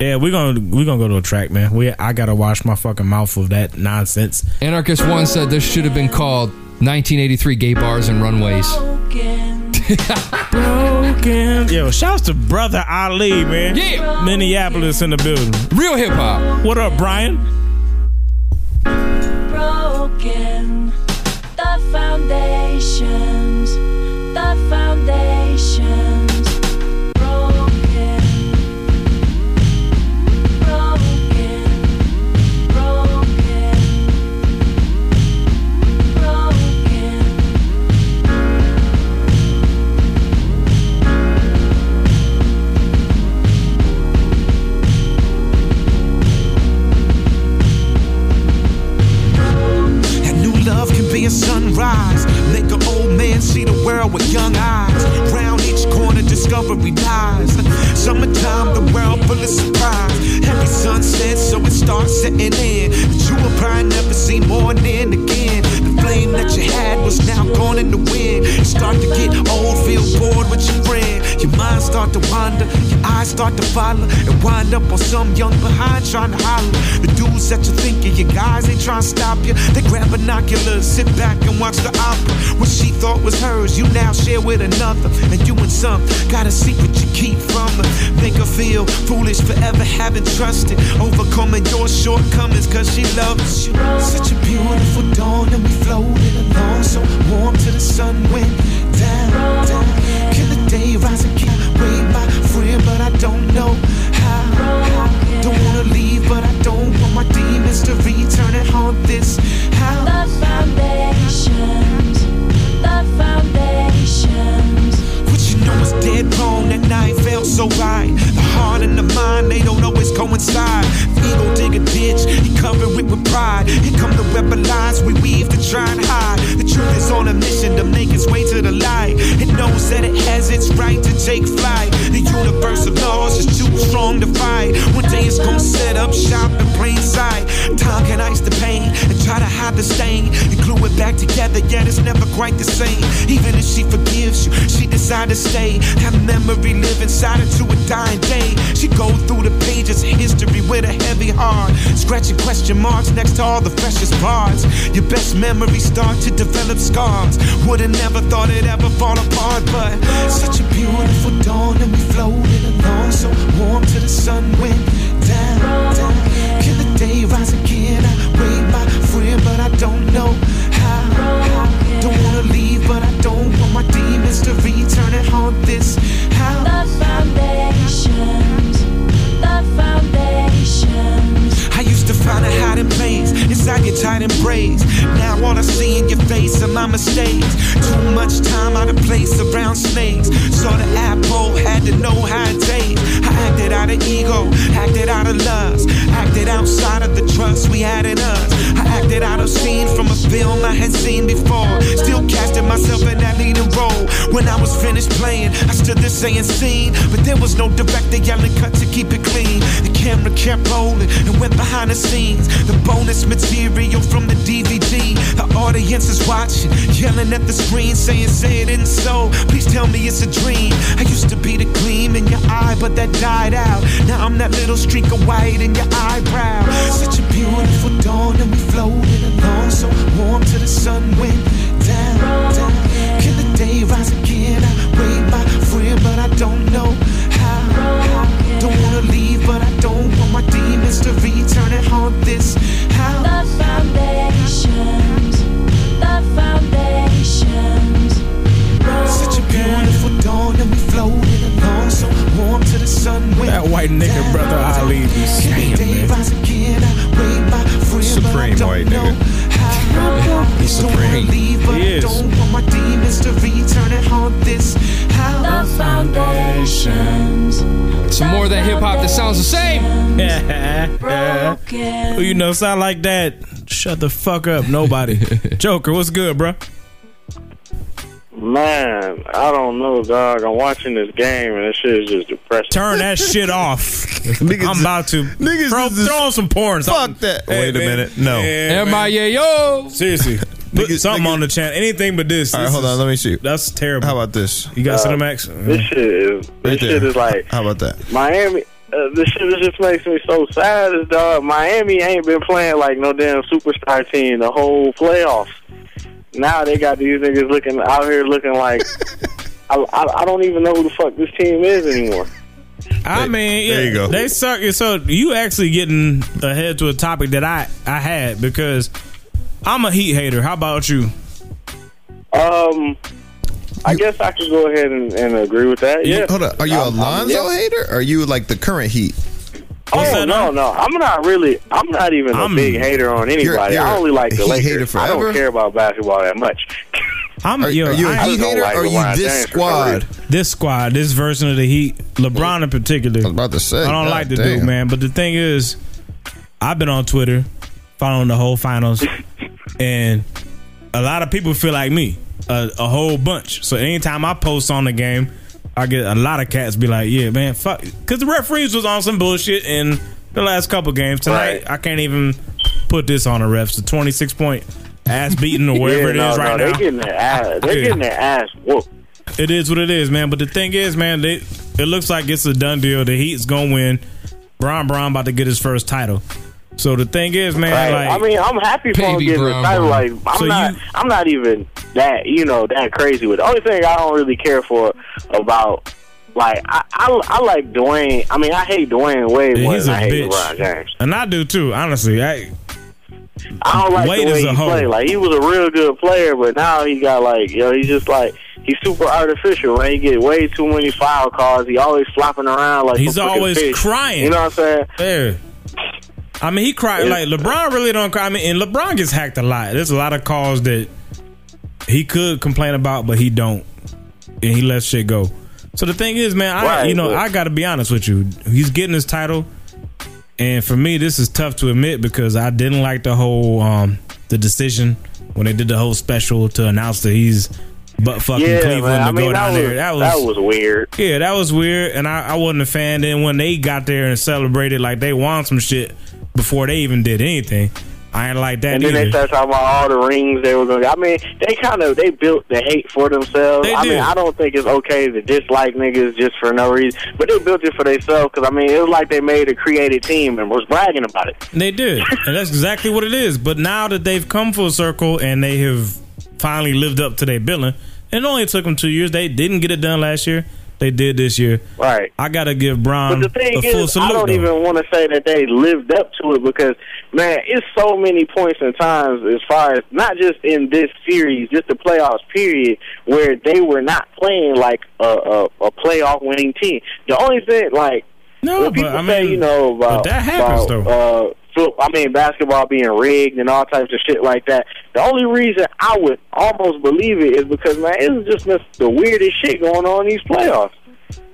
Speaker 3: Yeah, we're gonna we're gonna go to a track, man. We I gotta wash my fucking mouth of that nonsense.
Speaker 5: Anarchist One said this should have been called 1983 Gay Bars and Runways. *laughs*
Speaker 3: Broken. Yo, shouts to brother Ali, man.
Speaker 5: Yeah.
Speaker 3: Minneapolis in the building.
Speaker 5: Real hip hop.
Speaker 3: What up, Brian?
Speaker 12: broken. The foundations, the foundations, broken, broken, broken, broken. *laughs*
Speaker 7: And new love can be a sunrise. Make an old man see the world with young eyes. Round each corner, discovery dies. Summertime, the world full of surprise. Every sunset, so it starts setting in. But you and probably never see morning again. The flame that you had was now gone in the wind. You start to get old, feel bored with your friend. Your mind start to wander, your eyes start to follow, and wind up on some young behind trying to holler. The dudes that you're thinking, your guys ain't trying to stop you. They grab binoculars, sit back and watch the opera. What she thought was hers, you now share with another. And you and some got a secret you keep from her. Make her feel foolish forever, having trusted. Overcoming your shortcomings, cause she loves you. Such a beautiful dawn, and we floated along, so warm till the sun went down. down. Kill the day, rise and keep away my friend, but I don't know how. how. Don't wanna leave, but I don't want my demons to return and haunt this house.
Speaker 12: The foundations, the foundations.
Speaker 7: What you know is dead wrong, that night felt so right. The heart and the mind, they don't always coincide. The ego dig a ditch, he covered it with pride. Here come the weapon lines we weave to try and hide. The truth is on a mission to make its way to the light. It knows that it has its right to take flight. The universal laws is too strong to fight. One day it's gonna set up shop in plain sight. Time can ice the pain and try to hide the stain. You glue it back together, yet it's never quite the same. Even if she forgives you, she decide to stay. That memory live inside her to a dying day. She go through the pages of history with a heavy heart, scratching question marks next to all the freshest parts. Your best memories start to develop scars. Would've never thought it ever fall apart, but such a beautiful dawn and we floated along, so warm till the sun went down. down. Can the day rise again? I wait my friend, but I don't know how. how. Don't wanna leave, but I don't want my demons to return and haunt this house.
Speaker 12: The foundations, the foundations,
Speaker 7: I used to find a hiding place inside your tight embrace. Now all I see in your face are my mistakes. Too much time out of place around snakes. Saw the apple, had to know how it tastes. I acted out of ego, acted out of lust, acted outside of the trust we had in us. I acted out of scene from a film I had seen before. Still casting myself in that leading role. When I was finished playing, I stood there saying scene, but there was no director yelling cut to keep it clean. The camera kept rolling and went behind the scenes. The bonus material from the DVD. The audience is watching, yelling at the screen, saying, say it in so. Please tell me it's a dream. I used to be the gleam in your eye, but that died out. Now I'm that little streak of white in your eyebrow. Such a beautiful dawn, and we floated along, so warm till the sun went down. down. Can the day rise again? I wait my friend, but I don't know how. how. Don't wanna leave, but I don't want my demons to return and haunt this house.
Speaker 12: the foundations, the foundations.
Speaker 7: Such a beautiful dawn, and we floated along, so warm till the sun went
Speaker 3: That white nigga, brother Ali, be
Speaker 7: Can the
Speaker 3: singing,
Speaker 7: day
Speaker 3: man.
Speaker 7: rise again? I wait
Speaker 5: hip hop that sounds the same.
Speaker 3: *laughs* Who you know sound like that? Shut the fuck
Speaker 4: *laughs*
Speaker 3: up, nobody. Joker, what's good, bro?
Speaker 30: Man, I don't know, dog. I'm watching this game and this shit is just depressing.
Speaker 3: Turn that shit off. I'm about to throw, throw on some porn. Fuck that.
Speaker 4: Wait a minute. No.
Speaker 5: yo.
Speaker 3: Seriously. Put something on the channel. Anything but this.
Speaker 4: All right,
Speaker 3: This
Speaker 4: hold on.
Speaker 3: is-
Speaker 4: Let me see.
Speaker 3: That's terrible.
Speaker 4: How about this?
Speaker 3: You got Cinemax?
Speaker 30: This shit is.
Speaker 4: Right
Speaker 30: This shit
Speaker 4: there.
Speaker 30: is like
Speaker 4: How about that?
Speaker 30: Miami. Uh, this shit is just makes me so sad, is dog. Miami ain't been playing like no damn superstar team the whole playoffs. Now they got these niggas looking out here looking
Speaker 4: *laughs*
Speaker 30: like. I, I, I don't even know who the fuck this team is anymore.
Speaker 3: I mean, yeah,
Speaker 30: there you go.
Speaker 3: They suck. So you actually getting ahead to a topic that I I had because I'm a Heat hater. How about you?
Speaker 30: Um, I guess I could go ahead and, and agree with that. Yeah.
Speaker 4: Hold up. Are you a
Speaker 30: I'm- I'm-
Speaker 4: Lonzo
Speaker 30: yeah.
Speaker 4: hater? Or are you like the current Heat?
Speaker 30: Oh no, no, I'm not really. I'm not even a big hater on anybody.
Speaker 4: You're- you're
Speaker 30: I only like
Speaker 4: a
Speaker 30: the
Speaker 4: Heat
Speaker 30: Lakers.
Speaker 4: hater
Speaker 30: I
Speaker 4: forever?
Speaker 30: don't care about basketball that much.
Speaker 3: I'm,
Speaker 30: Are- are you a Heat hater or are you this squad?
Speaker 3: This squad, this version of the Heat, LeBron in particular. I was about to say, I don't
Speaker 4: God
Speaker 3: like the
Speaker 4: damn.
Speaker 3: dude, man. But the thing is, I've been on Twitter following the whole finals, and a lot of people feel like me, a, a whole bunch. So anytime I post on the game, I get a lot of cats be like, "Yeah, man, fuck," because the referees was on some bullshit in the last couple games tonight. I can't even put this on the refs. The twenty six point ass beating or
Speaker 30: *laughs*
Speaker 3: whatever
Speaker 30: Yeah,
Speaker 3: it is
Speaker 30: no,
Speaker 3: right
Speaker 30: no,
Speaker 3: now.
Speaker 30: They getting their ass. They
Speaker 3: Yeah.
Speaker 30: getting their ass whooped.
Speaker 3: It is what it is, man. But the thing is, man, they, it looks like it's a done deal. The Heat's gonna win. Bron Bron about to get his first title. So the thing is, man,
Speaker 30: Right.
Speaker 3: like
Speaker 30: I mean, I'm happy for him
Speaker 3: Baby
Speaker 30: getting
Speaker 3: Brown
Speaker 30: the title.
Speaker 3: Boy.
Speaker 30: Like, I'm
Speaker 3: So
Speaker 30: not, I'm not even that, you know, that crazy with. It. Only thing I don't really care for about, like, I, I, I like Dwayne. I mean, I hate Dwayne way
Speaker 3: Yeah,
Speaker 30: more
Speaker 3: he's
Speaker 30: than
Speaker 3: a
Speaker 30: I hate
Speaker 3: bitch.
Speaker 30: LeBron James.
Speaker 3: and I do too. Honestly, I
Speaker 30: I don't like
Speaker 3: Wade
Speaker 30: the
Speaker 3: is
Speaker 30: way
Speaker 3: a
Speaker 30: he
Speaker 3: hoe.
Speaker 30: played. Like, he was a real good player, but now he got like, you know, he's just like. He's super artificial, man. He get way too many foul calls. He always flopping around like
Speaker 3: he's
Speaker 30: a freaking
Speaker 3: always
Speaker 30: fish.
Speaker 3: crying.
Speaker 30: You know what I'm saying?
Speaker 3: Yeah. I mean, he cried
Speaker 30: Yeah.
Speaker 3: like LeBron really don't cry. I mean, and LeBron gets hacked a lot. There's a lot of calls that he could complain about, but he don't, and he lets shit go. So the thing is, man, I
Speaker 30: Right,
Speaker 3: you know
Speaker 30: but-
Speaker 3: I got to be honest with you. He's getting his title, and for me, this is tough to admit because I didn't like the whole um the decision when they did the whole special to announce that he's butt fucking
Speaker 30: yeah,
Speaker 3: Cleveland
Speaker 30: man.
Speaker 3: to
Speaker 30: I mean,
Speaker 3: go
Speaker 30: that
Speaker 3: down
Speaker 30: was,
Speaker 3: there.
Speaker 30: that was weird.
Speaker 3: Yeah, that was weird, and I, I wasn't a fan. Then when they got there and celebrated, like they won some shit before they even did anything. I ain't like that
Speaker 30: and then
Speaker 3: either.
Speaker 30: they started talking about all the rings they were going to I mean, they kind of they built the hate for themselves.
Speaker 3: They
Speaker 30: I
Speaker 3: did.
Speaker 30: mean, I don't think it's okay to dislike niggas just for no reason, but they built it for themselves because I mean, it was like they made a created team and was bragging about it.
Speaker 3: They did, and that's exactly what it is. But now that they've come full circle and they have finally lived up to their billing, and it only took them two years. They didn't get it done last year. They did this year.
Speaker 30: Right.
Speaker 3: I gotta give Brown
Speaker 30: but the thing
Speaker 3: a full
Speaker 30: is,
Speaker 3: salute.
Speaker 30: I don't
Speaker 3: though.
Speaker 30: even want to say that they lived up to it because man, it's so many points and times as far as not just in this series, just the playoffs period, where they were not playing like a, a, a playoff winning team. The only thing, like,
Speaker 3: no,
Speaker 30: when people say you know about
Speaker 3: that happens,
Speaker 30: about, Uh, foot- I mean, basketball being rigged and all types of shit like that. The only reason I would almost believe it is because man, it's just the- the weirdest shit going on in these playoffs.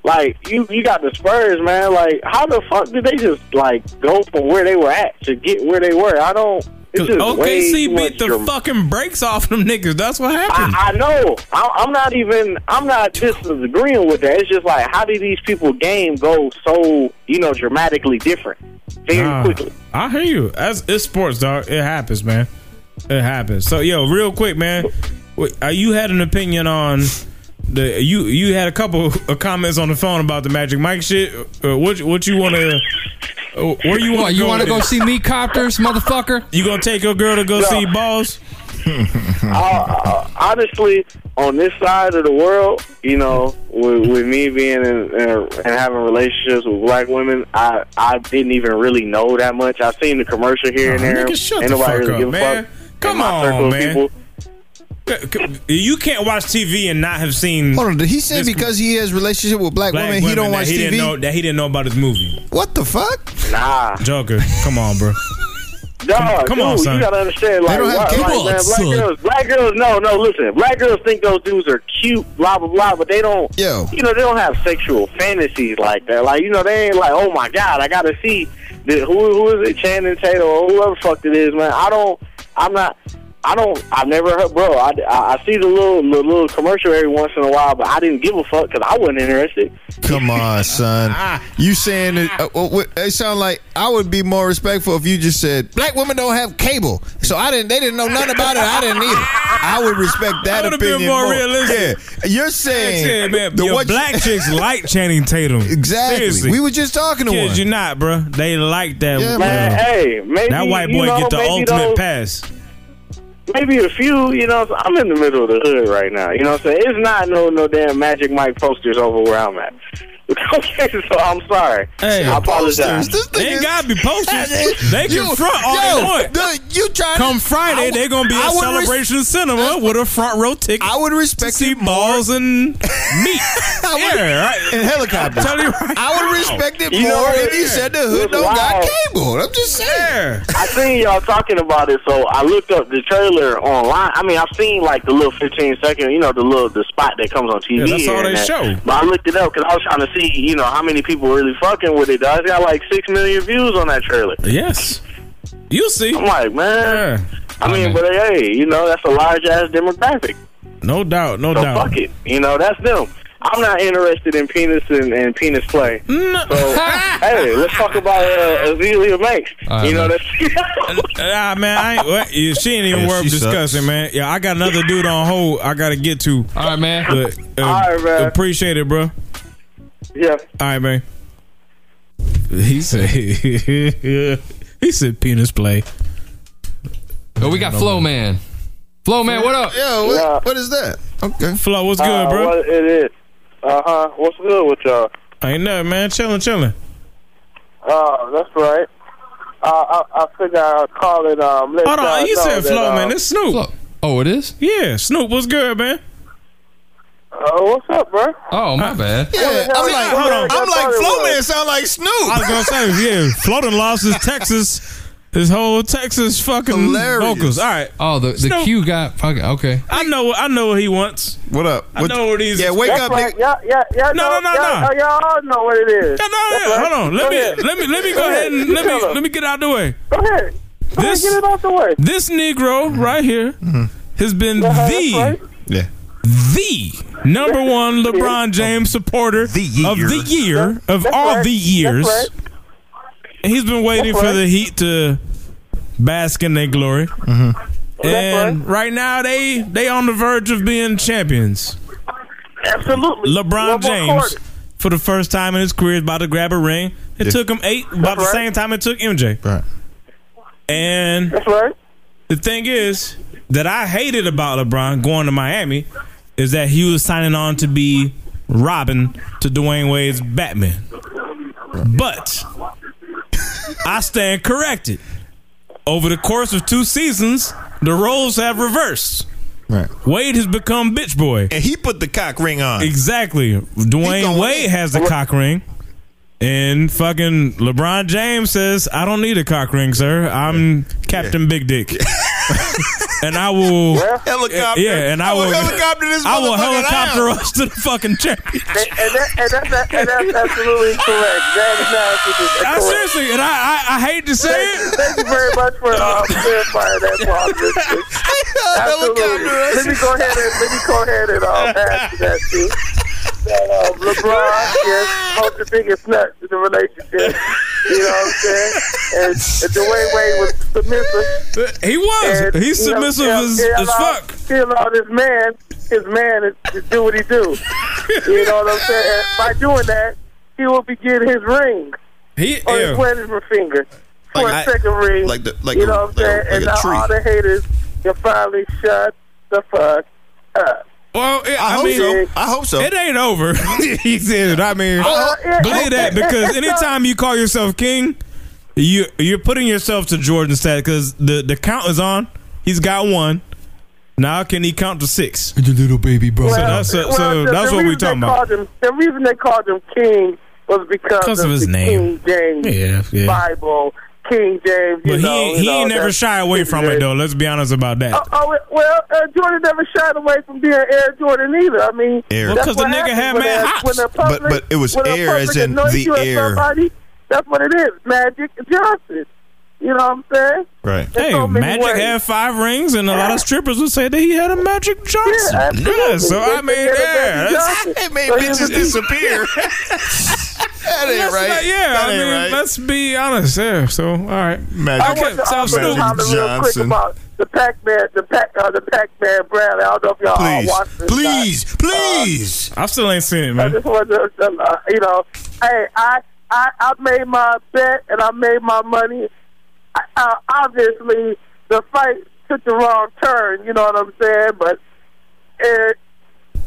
Speaker 30: Like you, you got the Spurs, man. Like how the fuck did they just like go from where they were at to get where they were? I don't. It's just way too
Speaker 3: OKC
Speaker 30: much
Speaker 3: beat the
Speaker 30: dram-
Speaker 3: fucking brakes off them niggas. That's what happened.
Speaker 30: I, I know. I, I'm not even. I'm not disagreeing with that. It's just like, how do these people game go so you know dramatically different very
Speaker 3: Nah,
Speaker 30: quickly?
Speaker 3: I hear you. As it's sports, dog. It happens, man. It happens. So, yo, real quick, man. Wait, uh, you had an opinion on the you you had a couple of comments on the phone about the Magic Mike shit. Uh, what you- what you want to? Uh, where you want?
Speaker 5: What, you
Speaker 3: want
Speaker 5: wanna go see me copters, motherfucker?
Speaker 3: You gonna take your girl to go
Speaker 30: No.
Speaker 3: see balls?
Speaker 30: *laughs* uh, honestly, on this side of the world, you know, with, with me being in, in, and having relationships with black women, I I didn't even really know that much. I've seen the commercial here and
Speaker 3: Nah,
Speaker 30: there.
Speaker 3: Uh-huh. nigga, shut
Speaker 30: Ain't
Speaker 3: the
Speaker 30: nobody
Speaker 3: fuck
Speaker 30: really
Speaker 3: up,
Speaker 30: give a
Speaker 3: man.
Speaker 30: fuck.
Speaker 3: Come
Speaker 30: In my
Speaker 3: on,
Speaker 30: circle of
Speaker 3: man.
Speaker 30: people-
Speaker 3: You can't watch TV and not have seen.
Speaker 4: Hold on. Did he say
Speaker 3: Hmm. this
Speaker 4: because he has relationship with black,
Speaker 3: black
Speaker 4: women, he don't
Speaker 3: that
Speaker 4: watch
Speaker 3: he
Speaker 4: TV?
Speaker 3: Didn't know, that he didn't know about his movie.
Speaker 4: What the fuck?
Speaker 30: Nah.
Speaker 3: Joker, come on, bro.
Speaker 30: Dog,
Speaker 3: Come
Speaker 30: dude,
Speaker 3: on, son.
Speaker 30: You gotta understand,
Speaker 3: They
Speaker 30: like,
Speaker 3: don't have
Speaker 30: why- like, man,
Speaker 3: cable,
Speaker 30: black
Speaker 3: son.
Speaker 30: girls, black girls, no, no, listen, black girls think those dudes are cute, blah blah blah, but they don't,
Speaker 4: Yo.
Speaker 30: you know, they don't have sexual fantasies like that. Like, you know, they ain't like, oh my god, I gotta see the, who who is it, Channing Tatum or whoever the fuck it is, man. I don't, I'm not. I don't. I've never heard, bro. I, I, I see the little the little commercial every once in a while, but I didn't give a fuck because I wasn't interested.
Speaker 4: Come
Speaker 3: *laughs*
Speaker 4: on, son. You saying it? Uh, well, what- it sound like I would be more respectful if you just said black women don't have cable, so I didn't. They didn't know nothing about it. I didn't either. I would respect that
Speaker 3: would've been
Speaker 4: opinion
Speaker 3: more realistic.
Speaker 4: Yeah, you're saying
Speaker 3: *laughs* Yeah, man,
Speaker 4: the
Speaker 3: your
Speaker 4: what-
Speaker 3: black chicks like Channing Tatum.
Speaker 4: Exactly.
Speaker 3: Seriously.
Speaker 4: We were just talking to
Speaker 3: Kids,
Speaker 4: one.
Speaker 3: you not, bro. They like that.
Speaker 4: Yeah,
Speaker 3: uh,
Speaker 4: man.
Speaker 30: Hey, maybe,
Speaker 3: that white
Speaker 30: you
Speaker 3: boy
Speaker 30: know,
Speaker 3: get the
Speaker 30: maybe
Speaker 3: ultimate
Speaker 30: those-
Speaker 3: pass.
Speaker 30: maybe a few. You know, I'm in the middle of the hood right now. You know, what I'm saying it's not no no damn Magic Mike posters over where I'm at. *laughs* okay, so I'm sorry. I apologize.
Speaker 3: They ain't gotta be
Speaker 4: *laughs*
Speaker 3: posters. they can
Speaker 30: You-
Speaker 3: front all
Speaker 30: yo,
Speaker 3: they want.
Speaker 4: Dude, you trying
Speaker 3: Come Friday, they're gonna be
Speaker 4: I
Speaker 3: at
Speaker 4: would res-
Speaker 3: Celebration Cinema with a front row ticket. I
Speaker 4: would respect
Speaker 3: to see
Speaker 4: *laughs*
Speaker 3: balls and meat. yeah, right.
Speaker 4: And helicopter.
Speaker 3: *laughs* Tell you right
Speaker 4: I would
Speaker 3: now.
Speaker 4: respect it more if you said the hood don't got cable. I'm just saying.
Speaker 30: I seen y'all talking about it, so I looked up the trailer online. I mean, I've seen like the little 15 second, you know, the little the spot that comes on TV.
Speaker 3: Yeah, that's all
Speaker 30: and
Speaker 3: they
Speaker 30: that.
Speaker 3: show.
Speaker 30: But I looked it up because I was trying to see, you know, how many people really fucking with it. Dog. It's got like six million views on that trailer.
Speaker 3: Yes, you see.
Speaker 30: I'm like, man. I mean, but hey, you know, that's a large ass demographic.
Speaker 3: No doubt, no
Speaker 30: so
Speaker 3: doubt.
Speaker 30: fuck it. You know, that's them. I'm not interested in penis and, and penis play.
Speaker 3: *laughs*
Speaker 30: So, hey, let's talk about uh, Azealia Banks.
Speaker 3: All
Speaker 30: you
Speaker 3: right,
Speaker 30: know,
Speaker 3: man.
Speaker 30: that's *laughs*
Speaker 3: Ah man, I ain't, what, yeah, she ain't even
Speaker 30: Yeah,
Speaker 3: worth
Speaker 30: she sucks.
Speaker 3: discussing, man. Yeah, I got another dude on hold. I gotta get to. All right, man. But, uh,
Speaker 30: All right, man.
Speaker 3: Appreciate it, bro.
Speaker 30: yeah.
Speaker 3: All right, man. He said, *laughs* he said penis play.
Speaker 5: Oh, we got Flow Man. Flow Man, what up?
Speaker 4: Yo, what, what is that? Okay.
Speaker 3: Flo, what's good,
Speaker 30: Uh,
Speaker 3: bro?
Speaker 30: What it is? Uh huh. What's good with y'all?
Speaker 3: Ain't nothing, man. Chilling, chilling.
Speaker 30: Uh, that's right. Uh, I, I figure I'll call it. Um, let
Speaker 3: Hold
Speaker 30: y'all
Speaker 3: on, you
Speaker 30: know
Speaker 3: said
Speaker 30: that,
Speaker 3: Flo,
Speaker 30: uh,
Speaker 3: man. It's Snoop.
Speaker 5: Oh, it is?
Speaker 3: Yeah, Snoop, what's good, man?
Speaker 30: Uh, what's up, bro?
Speaker 5: Oh, my bad.
Speaker 4: Yeah,
Speaker 30: hell
Speaker 4: I'm
Speaker 30: is-
Speaker 4: like,
Speaker 30: what
Speaker 4: hold
Speaker 30: the
Speaker 4: on.
Speaker 30: hell
Speaker 4: I'm like,
Speaker 30: y'all
Speaker 4: Flow
Speaker 30: talking
Speaker 4: Man
Speaker 30: about?
Speaker 4: sound like Snoop.
Speaker 3: I was gonna say, yeah, Flo done lost his Texas, his whole Texas fucking vocals. All right.
Speaker 5: Oh, the, the
Speaker 3: Snoop.
Speaker 5: Q got fucking okay.
Speaker 3: I know, I know what he wants.
Speaker 4: What up?
Speaker 3: I know what he's.
Speaker 30: That's right. Y'all, y'all, y'all know,
Speaker 3: No, no, no,
Speaker 30: y'all,
Speaker 3: no.
Speaker 30: Y'all all know what it is.
Speaker 3: No, no,
Speaker 30: That's
Speaker 3: yeah,
Speaker 30: right.
Speaker 3: Hold on.
Speaker 30: Go
Speaker 3: Let
Speaker 30: ahead.
Speaker 3: me let me let me
Speaker 30: Go
Speaker 3: go ahead and let
Speaker 30: Tell
Speaker 3: me
Speaker 30: 'em.
Speaker 3: let me get out the way.
Speaker 30: Go ahead. Go ahead,
Speaker 3: This-
Speaker 30: get it out the way.
Speaker 3: This Negro right here has been the
Speaker 4: Yeah.
Speaker 3: the number one LeBron James supporter of the year of
Speaker 30: That's
Speaker 3: all
Speaker 30: right.
Speaker 3: the years.
Speaker 30: That's
Speaker 3: And He's been waiting
Speaker 30: That's
Speaker 3: for
Speaker 30: right.
Speaker 3: the Heat to bask in their glory,
Speaker 30: Mm-hmm.
Speaker 3: and right now they they on the verge of being champions.
Speaker 30: Absolutely,
Speaker 3: LeBron
Speaker 30: One more
Speaker 3: James
Speaker 30: quarter.
Speaker 3: for the first time in his career is about to grab a ring. It took him eight, about the same time it took MJ.
Speaker 4: Right.
Speaker 3: And the thing is that I hated about LeBron going to Miami is that he was signing on to be Robin to Dwayne Wade's Batman. But I stand corrected. Over the course of two seasons, the roles have reversed.
Speaker 4: Right.
Speaker 3: Wade has become bitch boy.
Speaker 4: And he put the cock ring on.
Speaker 3: Exactly.
Speaker 4: He going
Speaker 3: Dwayne Wade
Speaker 4: in.
Speaker 3: has the cock ring. And fucking LeBron James says, I don't need a cock ring, sir. I'm Captain Big
Speaker 4: *laughs*
Speaker 3: Dick. *laughs* and I will
Speaker 4: Helicopter.
Speaker 3: Yeah, and I
Speaker 4: I will
Speaker 3: will
Speaker 4: helicopter this
Speaker 3: I will
Speaker 4: motherfucker
Speaker 3: helicopter
Speaker 4: down.
Speaker 3: us to the fucking champion.
Speaker 30: And, and, that, and, that's, and that's absolutely correct. That analysis is
Speaker 3: I
Speaker 30: correct.
Speaker 3: seriously, and I, I I hate to say
Speaker 30: Thank,
Speaker 3: it.
Speaker 30: thank you very much for
Speaker 3: *laughs*
Speaker 30: uh, clarifying that process. Absolutely. Let me go ahead and let me go ahead and uh, add to that too. That uh, LeBron is holds the biggest nut in the relationship. You know what I'm saying? And, and Dwayne Wade was submissive.
Speaker 3: He was. He's submissive as- as fuck.
Speaker 30: He allowed his man, his man, to do what he do. You know what I'm saying? And by doing that, he will be getting his ring.
Speaker 3: He
Speaker 30: on
Speaker 4: yeah.
Speaker 30: his wedding finger for
Speaker 4: Like I-
Speaker 30: a second ring.
Speaker 4: like the- like
Speaker 30: you
Speaker 4: a-
Speaker 30: know what
Speaker 4: like a-
Speaker 30: I'm saying?
Speaker 4: like
Speaker 30: and
Speaker 4: a
Speaker 30: now
Speaker 4: tree.
Speaker 30: all the haters can finally shut the fuck up.
Speaker 3: Well, yeah,
Speaker 30: I
Speaker 3: I,
Speaker 30: hope
Speaker 3: mean,
Speaker 30: so.
Speaker 4: I hope so.
Speaker 3: It ain't over. *laughs* he said, I mean,
Speaker 30: Uh, yeah.
Speaker 3: believe that because anytime you call yourself king, you you're putting yourself to Jordan's stat because the the count is on. He's got one. Now can he count to six?
Speaker 5: Your little baby bro.
Speaker 3: so that's a, so
Speaker 30: the- the
Speaker 3: that's what
Speaker 30: reason
Speaker 3: we're talking
Speaker 30: they
Speaker 3: about.
Speaker 30: called Him, the reason they called him King was because
Speaker 3: Because of his
Speaker 30: the
Speaker 3: name.
Speaker 30: King James
Speaker 3: Yeah, yeah.
Speaker 30: Bible
Speaker 10: King James. you
Speaker 3: But he
Speaker 10: know,
Speaker 3: ain't,
Speaker 10: you
Speaker 3: he
Speaker 10: know,
Speaker 3: ain't never
Speaker 10: that's-
Speaker 3: shy away from it though. Let's be honest about that.
Speaker 10: Oh, oh, well, uh, Jordan never shied away from being Air Jordan either. I mean,
Speaker 4: Air.
Speaker 10: that's
Speaker 4: Because the
Speaker 10: what
Speaker 4: nigga
Speaker 10: happens
Speaker 4: had
Speaker 10: when
Speaker 4: mad
Speaker 10: a-
Speaker 4: hops.
Speaker 10: when a public-
Speaker 4: But- but it was
Speaker 10: when a
Speaker 4: air as
Speaker 10: public
Speaker 4: in
Speaker 10: anoints
Speaker 4: the
Speaker 10: you as
Speaker 4: air.
Speaker 10: somebody, that's what it is, Magic Johnson. You know what I'm saying?
Speaker 4: Right.
Speaker 10: There's
Speaker 3: Hey,
Speaker 10: so many
Speaker 3: Magic
Speaker 10: ways.
Speaker 3: had five rings, and a lot of strippers would say that he had a Magic Johnson. Yeah,
Speaker 10: absolutely.
Speaker 3: so
Speaker 10: They
Speaker 3: I mean,
Speaker 10: think they're
Speaker 3: yeah,
Speaker 10: Magic
Speaker 3: that's-
Speaker 10: Johnson. So
Speaker 4: *laughs*
Speaker 10: he was a-
Speaker 4: That ain't
Speaker 3: That's
Speaker 4: right.
Speaker 3: not- yeah,
Speaker 4: That
Speaker 3: I
Speaker 4: ain't
Speaker 3: mean,
Speaker 4: right.
Speaker 3: let's be honest. Yeah, so all right,
Speaker 10: I want to also comment real quick about the Pac-Man, the Pac, uh, the Pac-Man Bradley. I don't know if y'all all
Speaker 3: Please.
Speaker 10: watched this.
Speaker 3: Please, please. I still ain't seen it,
Speaker 10: I
Speaker 3: man.
Speaker 10: just want to, uh, you know, hey, I, I, I made my bet and I made my money. I, uh, obviously, the fight took the wrong turn. You know what I'm saying? But it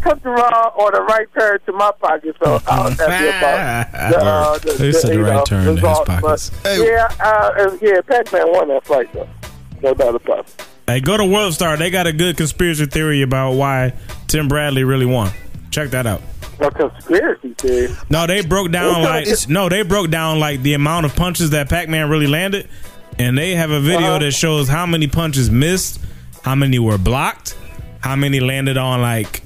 Speaker 10: took the wrong or the right turn to my pocket. So I was happy about the, uh, the,
Speaker 3: They said the
Speaker 10: you
Speaker 3: right
Speaker 10: know,
Speaker 3: turn to his
Speaker 10: result. But,
Speaker 3: pockets.
Speaker 10: Yeah, uh, and yeah, Pac-Man won that fight though. No doubt about it.
Speaker 3: Hey, go to World Star. They got a good conspiracy theory about why Tim Bradley really won. Check that out.
Speaker 10: A conspiracy theory.
Speaker 3: No, they broke down
Speaker 10: It's-
Speaker 3: like
Speaker 10: it's-
Speaker 3: no, they broke down like the amount of punches that Pac-Man really landed, and they have a video
Speaker 4: Uh-huh.
Speaker 3: that shows how many punches missed, how many were blocked, how many landed on like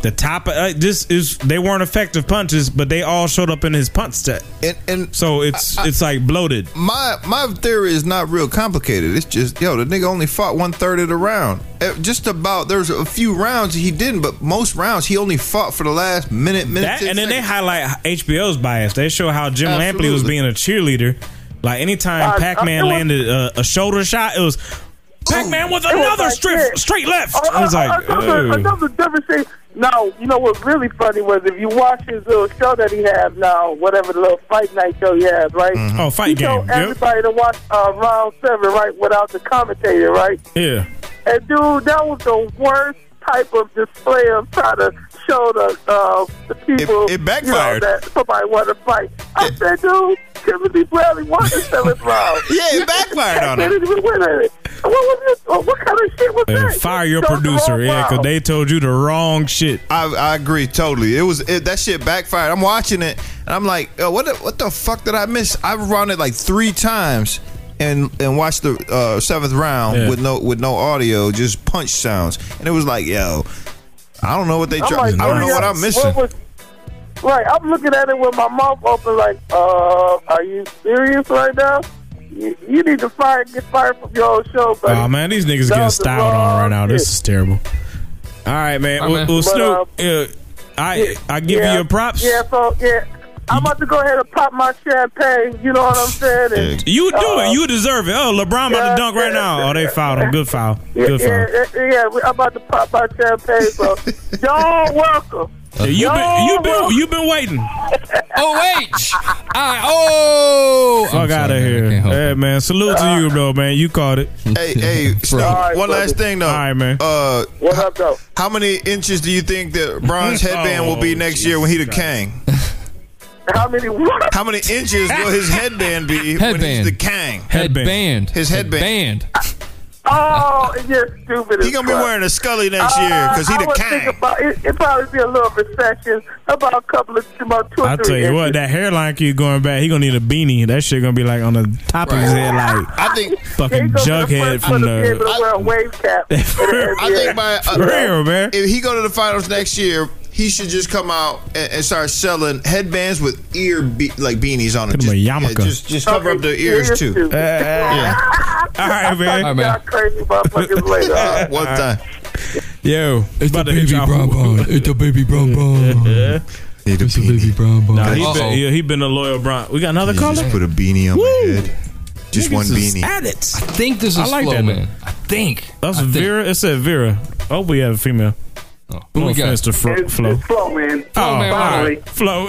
Speaker 3: the top. Of, uh, this is they weren't effective punches, but they all showed up in his punch set.
Speaker 4: And, and
Speaker 3: so it's it's like bloated.
Speaker 4: My my theory is not real complicated. It's just yo, the nigga only fought one third of the round. Eh, Just about there's a few rounds he didn't, but most rounds he only fought for the last minute, minute.
Speaker 3: That,
Speaker 4: 10
Speaker 3: and then they
Speaker 4: seconds.
Speaker 3: highlight HBO's bias. They show how Jim Lampley was
Speaker 4: Absolutely.
Speaker 3: being a cheerleader. Like anytime
Speaker 10: Uh, uh, it
Speaker 3: Pac-Man
Speaker 10: was-
Speaker 3: landed a, a shoulder shot, it was Pac-Man with
Speaker 10: It was
Speaker 3: another
Speaker 10: like
Speaker 3: strip,
Speaker 10: this.
Speaker 3: straight left.
Speaker 10: Uh,
Speaker 3: I was
Speaker 10: uh,
Speaker 3: like,
Speaker 10: another,
Speaker 3: "Ew."
Speaker 10: another devastating. Now, you know what's really funny was if you watch his little show that he has now, whatever the little fight night show he has, right?
Speaker 4: Mm-hmm.
Speaker 3: Mhm. Oh, fight
Speaker 10: he
Speaker 3: game,
Speaker 10: told
Speaker 3: yep.
Speaker 10: everybody to watch uh, round seven, right, without the commentator, right?
Speaker 3: yeah.
Speaker 10: And dude, that was the worst type of display of trying to show the, uh, the people
Speaker 4: it backfired.
Speaker 10: You know, that somebody want to fight. I said, dude, Timothy Bradley won the
Speaker 4: *laughs*
Speaker 10: seventh round.
Speaker 4: yeah, it backfired
Speaker 3: on him.
Speaker 10: didn't even win it. What was this? What what kind of shit was
Speaker 3: Uh,
Speaker 10: that?
Speaker 3: fire your
Speaker 10: That was the
Speaker 3: producer,
Speaker 10: wrong
Speaker 3: yeah,
Speaker 10: round.
Speaker 3: because they told you the wrong shit.
Speaker 4: I, I agree totally. It was it, that shit backfired. I'm watching it and I'm like, oh, what the, what the fuck did I miss? I run it like three times and and watched the uh, seventh round
Speaker 6: Yeah.
Speaker 4: with no with no audio, just punch sounds, and it was like, yo, I don't know what they.
Speaker 10: I'm
Speaker 4: Try-
Speaker 10: like,
Speaker 4: I don't know
Speaker 10: yeah,
Speaker 4: what I'm missing.
Speaker 10: was- right, I'm looking at it with my mouth open, like, uh, are you serious right now? You, you need to fire, get fired from your own show, buddy.
Speaker 3: Oh man, these
Speaker 10: That
Speaker 3: niggas getting
Speaker 10: was the
Speaker 3: styled on
Speaker 10: wrong
Speaker 3: right now. This
Speaker 10: shit.
Speaker 3: is terrible. All right, man.
Speaker 10: All
Speaker 3: Well,
Speaker 10: right, man.
Speaker 3: well,
Speaker 10: But, um,
Speaker 3: Snoop, uh, I I give
Speaker 10: Yeah.
Speaker 3: you your props.
Speaker 10: Yeah, so, yeah. I'm about to go ahead and pop my champagne. You know what I'm saying? And,
Speaker 3: You do
Speaker 10: uh,
Speaker 3: it. You deserve it. Oh, LeBron about
Speaker 10: yeah,
Speaker 3: to dunk right now. Oh, they fouled him. Good foul. Good foul.
Speaker 10: yeah, yeah, yeah, I'm about to pop my champagne, so *laughs* y'all welcome.
Speaker 3: Yeah, you been you been you been waiting.
Speaker 16: Oh wait, I oh.
Speaker 3: Fuck
Speaker 4: *laughs*
Speaker 3: out of here. Hey man, salute to
Speaker 10: Uh,
Speaker 3: you, bro, man. You caught it.
Speaker 4: Hey,
Speaker 3: *laughs*
Speaker 4: hey, Snoop, one last thing though. All right,
Speaker 3: man.
Speaker 4: Uh,
Speaker 10: what up, though?
Speaker 4: How many inches do you think that
Speaker 3: *laughs*
Speaker 4: Bron's headband will be
Speaker 3: Oh,
Speaker 4: next year when he the king?
Speaker 10: How many?
Speaker 4: How many inches will his headband be when he's
Speaker 16: Headband.
Speaker 4: the king?
Speaker 16: Headband.
Speaker 4: His headband.
Speaker 10: Oh, it's just stupid. Uh,
Speaker 4: He gonna be wearing a Scully next year 'cause he
Speaker 10: I
Speaker 4: the
Speaker 10: would
Speaker 4: king.
Speaker 10: think About, it, it probably be a little recession, about a couple of about two or
Speaker 3: I
Speaker 10: three.
Speaker 3: tell you what,
Speaker 10: inches.
Speaker 3: that hairline keep going back. He gonna need a beanie. That shit gonna be like on the top of his head, like
Speaker 4: I think
Speaker 3: fucking jughead from the.
Speaker 10: I, wear a wave cap.
Speaker 3: *laughs*
Speaker 4: I think by uh,
Speaker 3: For real, man.
Speaker 4: If he go to the finals next year, he should just come out and, and start selling headbands with ear be- like beanies on them.
Speaker 3: Put
Speaker 4: Just,
Speaker 3: him a
Speaker 4: yeah,
Speaker 3: yarmulke.
Speaker 4: just, just cover up their ears too.
Speaker 3: All right, man.
Speaker 10: All right, man. Crazy motherfuckers later. huh?
Speaker 4: Uh, One time.
Speaker 3: Yo, it's
Speaker 16: the baby brown bone. It's the baby
Speaker 3: *laughs*
Speaker 16: brown bone. It's the baby brown bone.
Speaker 3: Nah, he
Speaker 16: Uh-oh.
Speaker 3: been, yeah, he been a loyal Bron. We got another
Speaker 4: You
Speaker 3: caller.
Speaker 4: just put a beanie on my head. Just
Speaker 3: Niggas
Speaker 4: one
Speaker 3: is
Speaker 4: beanie.
Speaker 3: At it. I
Speaker 16: think this is Flo Man. I think
Speaker 3: that's Vera. It said Vera. Oh, we have a female.
Speaker 16: who
Speaker 3: no
Speaker 16: we got?
Speaker 3: offense to Fro-
Speaker 16: It's-
Speaker 3: Flo.
Speaker 16: it's
Speaker 10: Flo, man.
Speaker 3: Oh,
Speaker 4: man,
Speaker 3: all
Speaker 4: why?
Speaker 3: right. *laughs* Flo.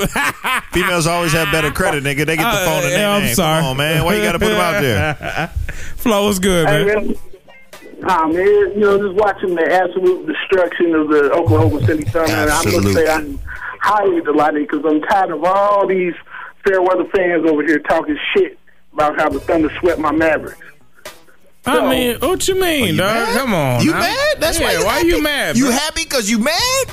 Speaker 4: Females always have better credit, nigga. They get the
Speaker 3: Uh,
Speaker 4: phone in their
Speaker 3: yeah, I'm
Speaker 4: name.
Speaker 3: sorry.
Speaker 4: Come on, man. Why you gotta put them out there?
Speaker 3: *laughs* Flo was good,
Speaker 10: Hey,
Speaker 3: man.
Speaker 10: man. Nah, man, you know, just watching the absolute destruction of the Oklahoma City Thunder, and I'm going to
Speaker 4: Absolute.
Speaker 10: say I'm highly delighted because I'm tired of all these fair weather fans over here talking shit about how the Thunder swept my Mavericks.
Speaker 3: I mean, what you mean, dog? Come on.
Speaker 4: You
Speaker 3: now.
Speaker 4: mad? That's why.
Speaker 3: Yeah,
Speaker 4: You
Speaker 3: why
Speaker 4: happy?
Speaker 3: you mad?
Speaker 4: You
Speaker 3: bro?
Speaker 4: happy because you mad?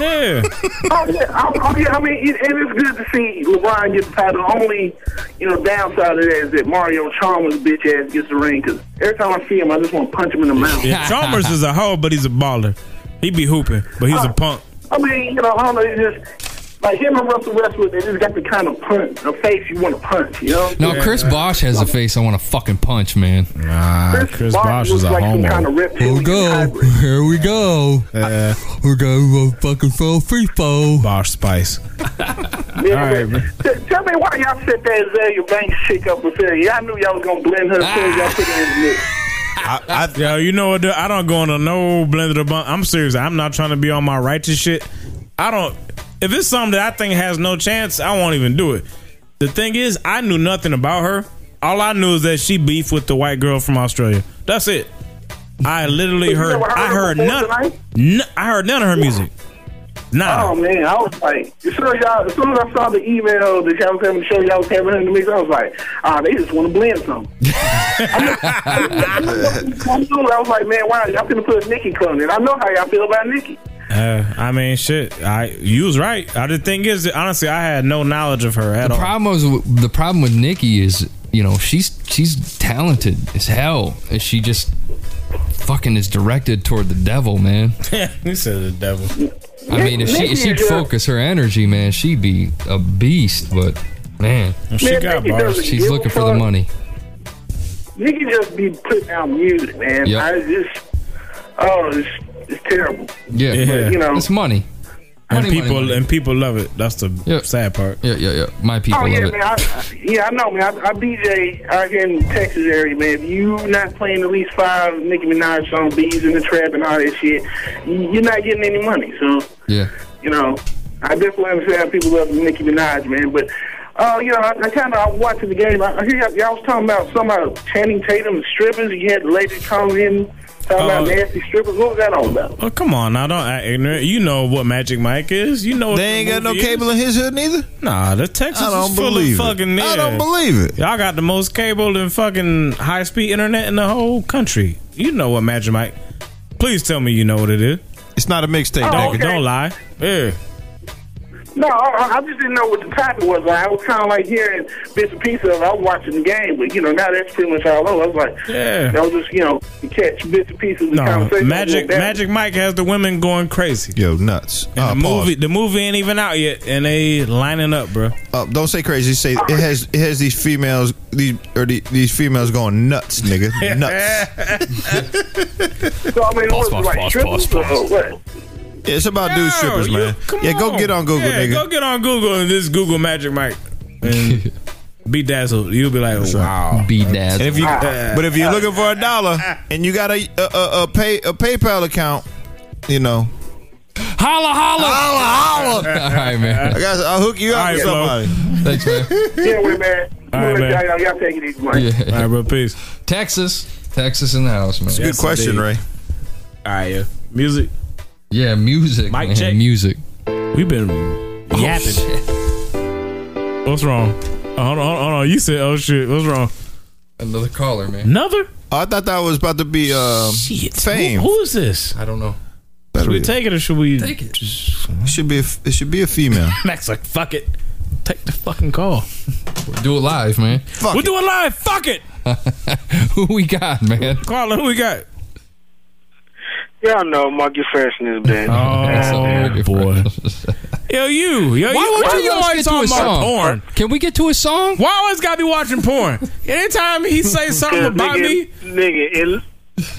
Speaker 3: Yeah.
Speaker 10: oh, yeah, oh, oh, yeah, I mean, it, and it's good to see LeBron get the title. The only, you know, downside of that is that Mario Chalmers' bitch ass gets the ring because every time I see him, I just want to punch him in the mouth.
Speaker 3: Yeah, Chalmers is a hoe, but he's a baller. He be hooping, but he's a punk.
Speaker 10: I mean, you know, I don't know, it's just like him and Russell Westbrook, they just got the kind of punch, a face you want to punch, you know?
Speaker 5: No, Chris Bosch has a face I want to fucking punch, man. Nah,
Speaker 10: Chris Bosh Bosh is looks a like some homo. kind of
Speaker 5: Here we go. Here we go. We're going to fucking throw FIFO.
Speaker 13: *laughs*
Speaker 3: Bosch Spice.
Speaker 10: Yeah, but t- tell me why y'all set that Azalea Banks chick up with her. Y'all knew y'all was going to blend her as
Speaker 5: Ah.
Speaker 10: soon as y'all put her in the mix.
Speaker 3: I, Yo, you know what? dude? I don't go on a no blended bunch. I'm serious. I'm not trying to be on my righteous shit. I don't. If it's something that I think has no chance, I won't even do it. The thing is, I knew nothing about her. All I knew is that she beefed with the white girl from Australia. That's it. I literally
Speaker 10: You
Speaker 3: heard.
Speaker 10: never heard
Speaker 3: I
Speaker 10: her
Speaker 3: heard
Speaker 10: before
Speaker 3: none.
Speaker 10: tonight?
Speaker 3: n- I heard none of her music. Nah.
Speaker 10: Oh man, I was like, as soon as, y'all, as soon as I saw the email that y'all was having to show y'all was having in the mix, I was like, ah, they just want to blend something. I was like, man, why y'all gonna put Nikki Cone in? I know how y'all feel about Nikki.
Speaker 3: Uh, I mean, shit. I you was right. I, the thing is, honestly, I had no knowledge of her at
Speaker 5: The
Speaker 3: all. *laughs*
Speaker 5: problem is the problem with Nikki is you know she's she's talented as hell, and she just fucking is directed toward the devil, man.
Speaker 3: Yeah, he said the devil.
Speaker 5: I mean, if she if she'd focus her energy, man, she'd be a beast. But man,
Speaker 10: Man, She got Nikki bars. doesn't
Speaker 5: She's
Speaker 10: give
Speaker 5: looking
Speaker 10: a
Speaker 5: for the
Speaker 10: fuck.
Speaker 5: money. *laughs*
Speaker 10: Nikki just be putting out music, man.
Speaker 5: Yep.
Speaker 10: I just, oh, it's, it's terrible.
Speaker 5: Yeah,
Speaker 10: But, you know,
Speaker 5: it's money.
Speaker 3: And
Speaker 5: Money, money,
Speaker 3: people and people love it. That's the sad part.
Speaker 5: Yeah, yeah, yeah. My people
Speaker 10: oh
Speaker 5: love
Speaker 10: yeah,
Speaker 5: it.
Speaker 10: man. I, I- yeah, I know, man. I, I BJ out here in the Texas area, man. If you not playing at least five Nicki Minaj songs, bees in the trap, and all that shit, you- you're not getting any money. So
Speaker 5: Yeah.
Speaker 10: you know, I definitely understand how people love Nicki Minaj, man. But uh, you know, I, I kind of watching the game. I, I hear y'all, y'all was talking about some of Channing Tatum and strippers. You had the lady calling in talking about
Speaker 3: Uh,
Speaker 10: nasty strippers. What was that all about?
Speaker 3: Oh come on! Now don't act ignorant. You know what Magic Mike is. You know what
Speaker 10: They ain't
Speaker 3: the
Speaker 10: got no
Speaker 3: movie is.
Speaker 10: cable
Speaker 4: in his hood neither.
Speaker 3: Nah, the Texas
Speaker 4: I don't
Speaker 3: is full of
Speaker 4: believe it.
Speaker 3: fucking.
Speaker 4: I
Speaker 3: yeah.
Speaker 4: don't believe it.
Speaker 3: Y'all got the most cable and fucking high speed internet in the whole country. You know what Magic Mike? Please tell me you know what it is.
Speaker 4: It's not a mixtape.
Speaker 10: Oh,
Speaker 3: Don't,
Speaker 10: okay.
Speaker 3: don't lie. Yeah.
Speaker 10: No, I, I just didn't know what the topic was. Like, I was kind of like hearing bits and pieces of it. I was watching the game, but you know, now that's pretty much all over. I was like,
Speaker 3: Yeah.
Speaker 10: I was just, you know, to catch bits and pieces of the
Speaker 3: No,
Speaker 10: conversation.
Speaker 3: Magic
Speaker 10: That-
Speaker 3: Magic Mike has the women going crazy.
Speaker 4: Yo, nuts.
Speaker 3: And
Speaker 4: Uh,
Speaker 3: the
Speaker 4: pause.
Speaker 3: movie the movie ain't even out yet, and they lining up, bro.
Speaker 4: Uh, don't say crazy. Say it has it has these females these or the, these females going nuts,
Speaker 3: *laughs*
Speaker 4: nigga. Nuts.
Speaker 10: So I mean,
Speaker 4: Pause,
Speaker 10: what,
Speaker 4: pause,
Speaker 10: like
Speaker 4: pause,
Speaker 10: strippers
Speaker 4: pause,
Speaker 10: or
Speaker 4: pause.
Speaker 10: what?
Speaker 4: Yeah, it's about dude strippers,
Speaker 3: you-
Speaker 4: man. Yeah, go
Speaker 3: on.
Speaker 4: get on Google,
Speaker 3: Yeah,
Speaker 4: nigga.
Speaker 3: Go get on Google and just Google Magic Mike
Speaker 5: *laughs*
Speaker 3: and be dazzled. You'll be like, wow,
Speaker 5: be dazzled.
Speaker 4: And if you, Ah. but if you're looking for a dollar and you got a a, a, a pay a PayPal account, you know.
Speaker 5: Holla, holla,
Speaker 4: holla, holla.
Speaker 5: All right, man.
Speaker 4: I got. I'll hook you up
Speaker 3: All
Speaker 4: with
Speaker 3: right, Flo.
Speaker 4: somebody.
Speaker 5: Thanks, man.
Speaker 10: Yeah, wait, man.
Speaker 5: All right, man.
Speaker 10: Y'all, y'all take it easy, man.
Speaker 5: Yeah.
Speaker 3: All right, bro. Peace.
Speaker 5: Texas, Texas in the house, man.
Speaker 4: It's a good Yes, question, indeed. Ray.
Speaker 3: All right, yeah. Music.
Speaker 5: Yeah, music.
Speaker 3: Mic
Speaker 5: man, Oh,
Speaker 3: check.
Speaker 5: Music.
Speaker 3: We've been yapping. What's wrong? Oh, hold on, hold on, hold on. You said, oh shit, what's wrong?
Speaker 5: Another caller, man.
Speaker 3: Another?
Speaker 4: Oh, I thought that was about to be um, fame.
Speaker 3: Who- who is this?
Speaker 5: I don't know.
Speaker 3: Should we take it or should we?
Speaker 5: Take it.
Speaker 4: Should be a, it should be a female.
Speaker 3: *laughs* Max like, fuck it. Take the fucking call.
Speaker 5: Do it live, man.
Speaker 3: we'll do it live. Fuck it.
Speaker 5: *laughs* Who we got, man?
Speaker 3: Carla, who we got?
Speaker 13: Y'all know Monkey Fresh in this bitch.
Speaker 5: *laughs*
Speaker 3: Oh boy. *laughs* Yo, you.
Speaker 5: Why
Speaker 3: Yo, you,
Speaker 5: won't you
Speaker 3: always
Speaker 5: always get to
Speaker 3: talking
Speaker 5: a
Speaker 3: about
Speaker 5: song?
Speaker 3: porn?
Speaker 5: Can we get to a song?
Speaker 3: Why always gotta be watching porn? Anytime
Speaker 13: *laughs*
Speaker 3: he say something
Speaker 13: Cause
Speaker 3: about
Speaker 13: nigga,
Speaker 3: me,
Speaker 13: Nigga, it,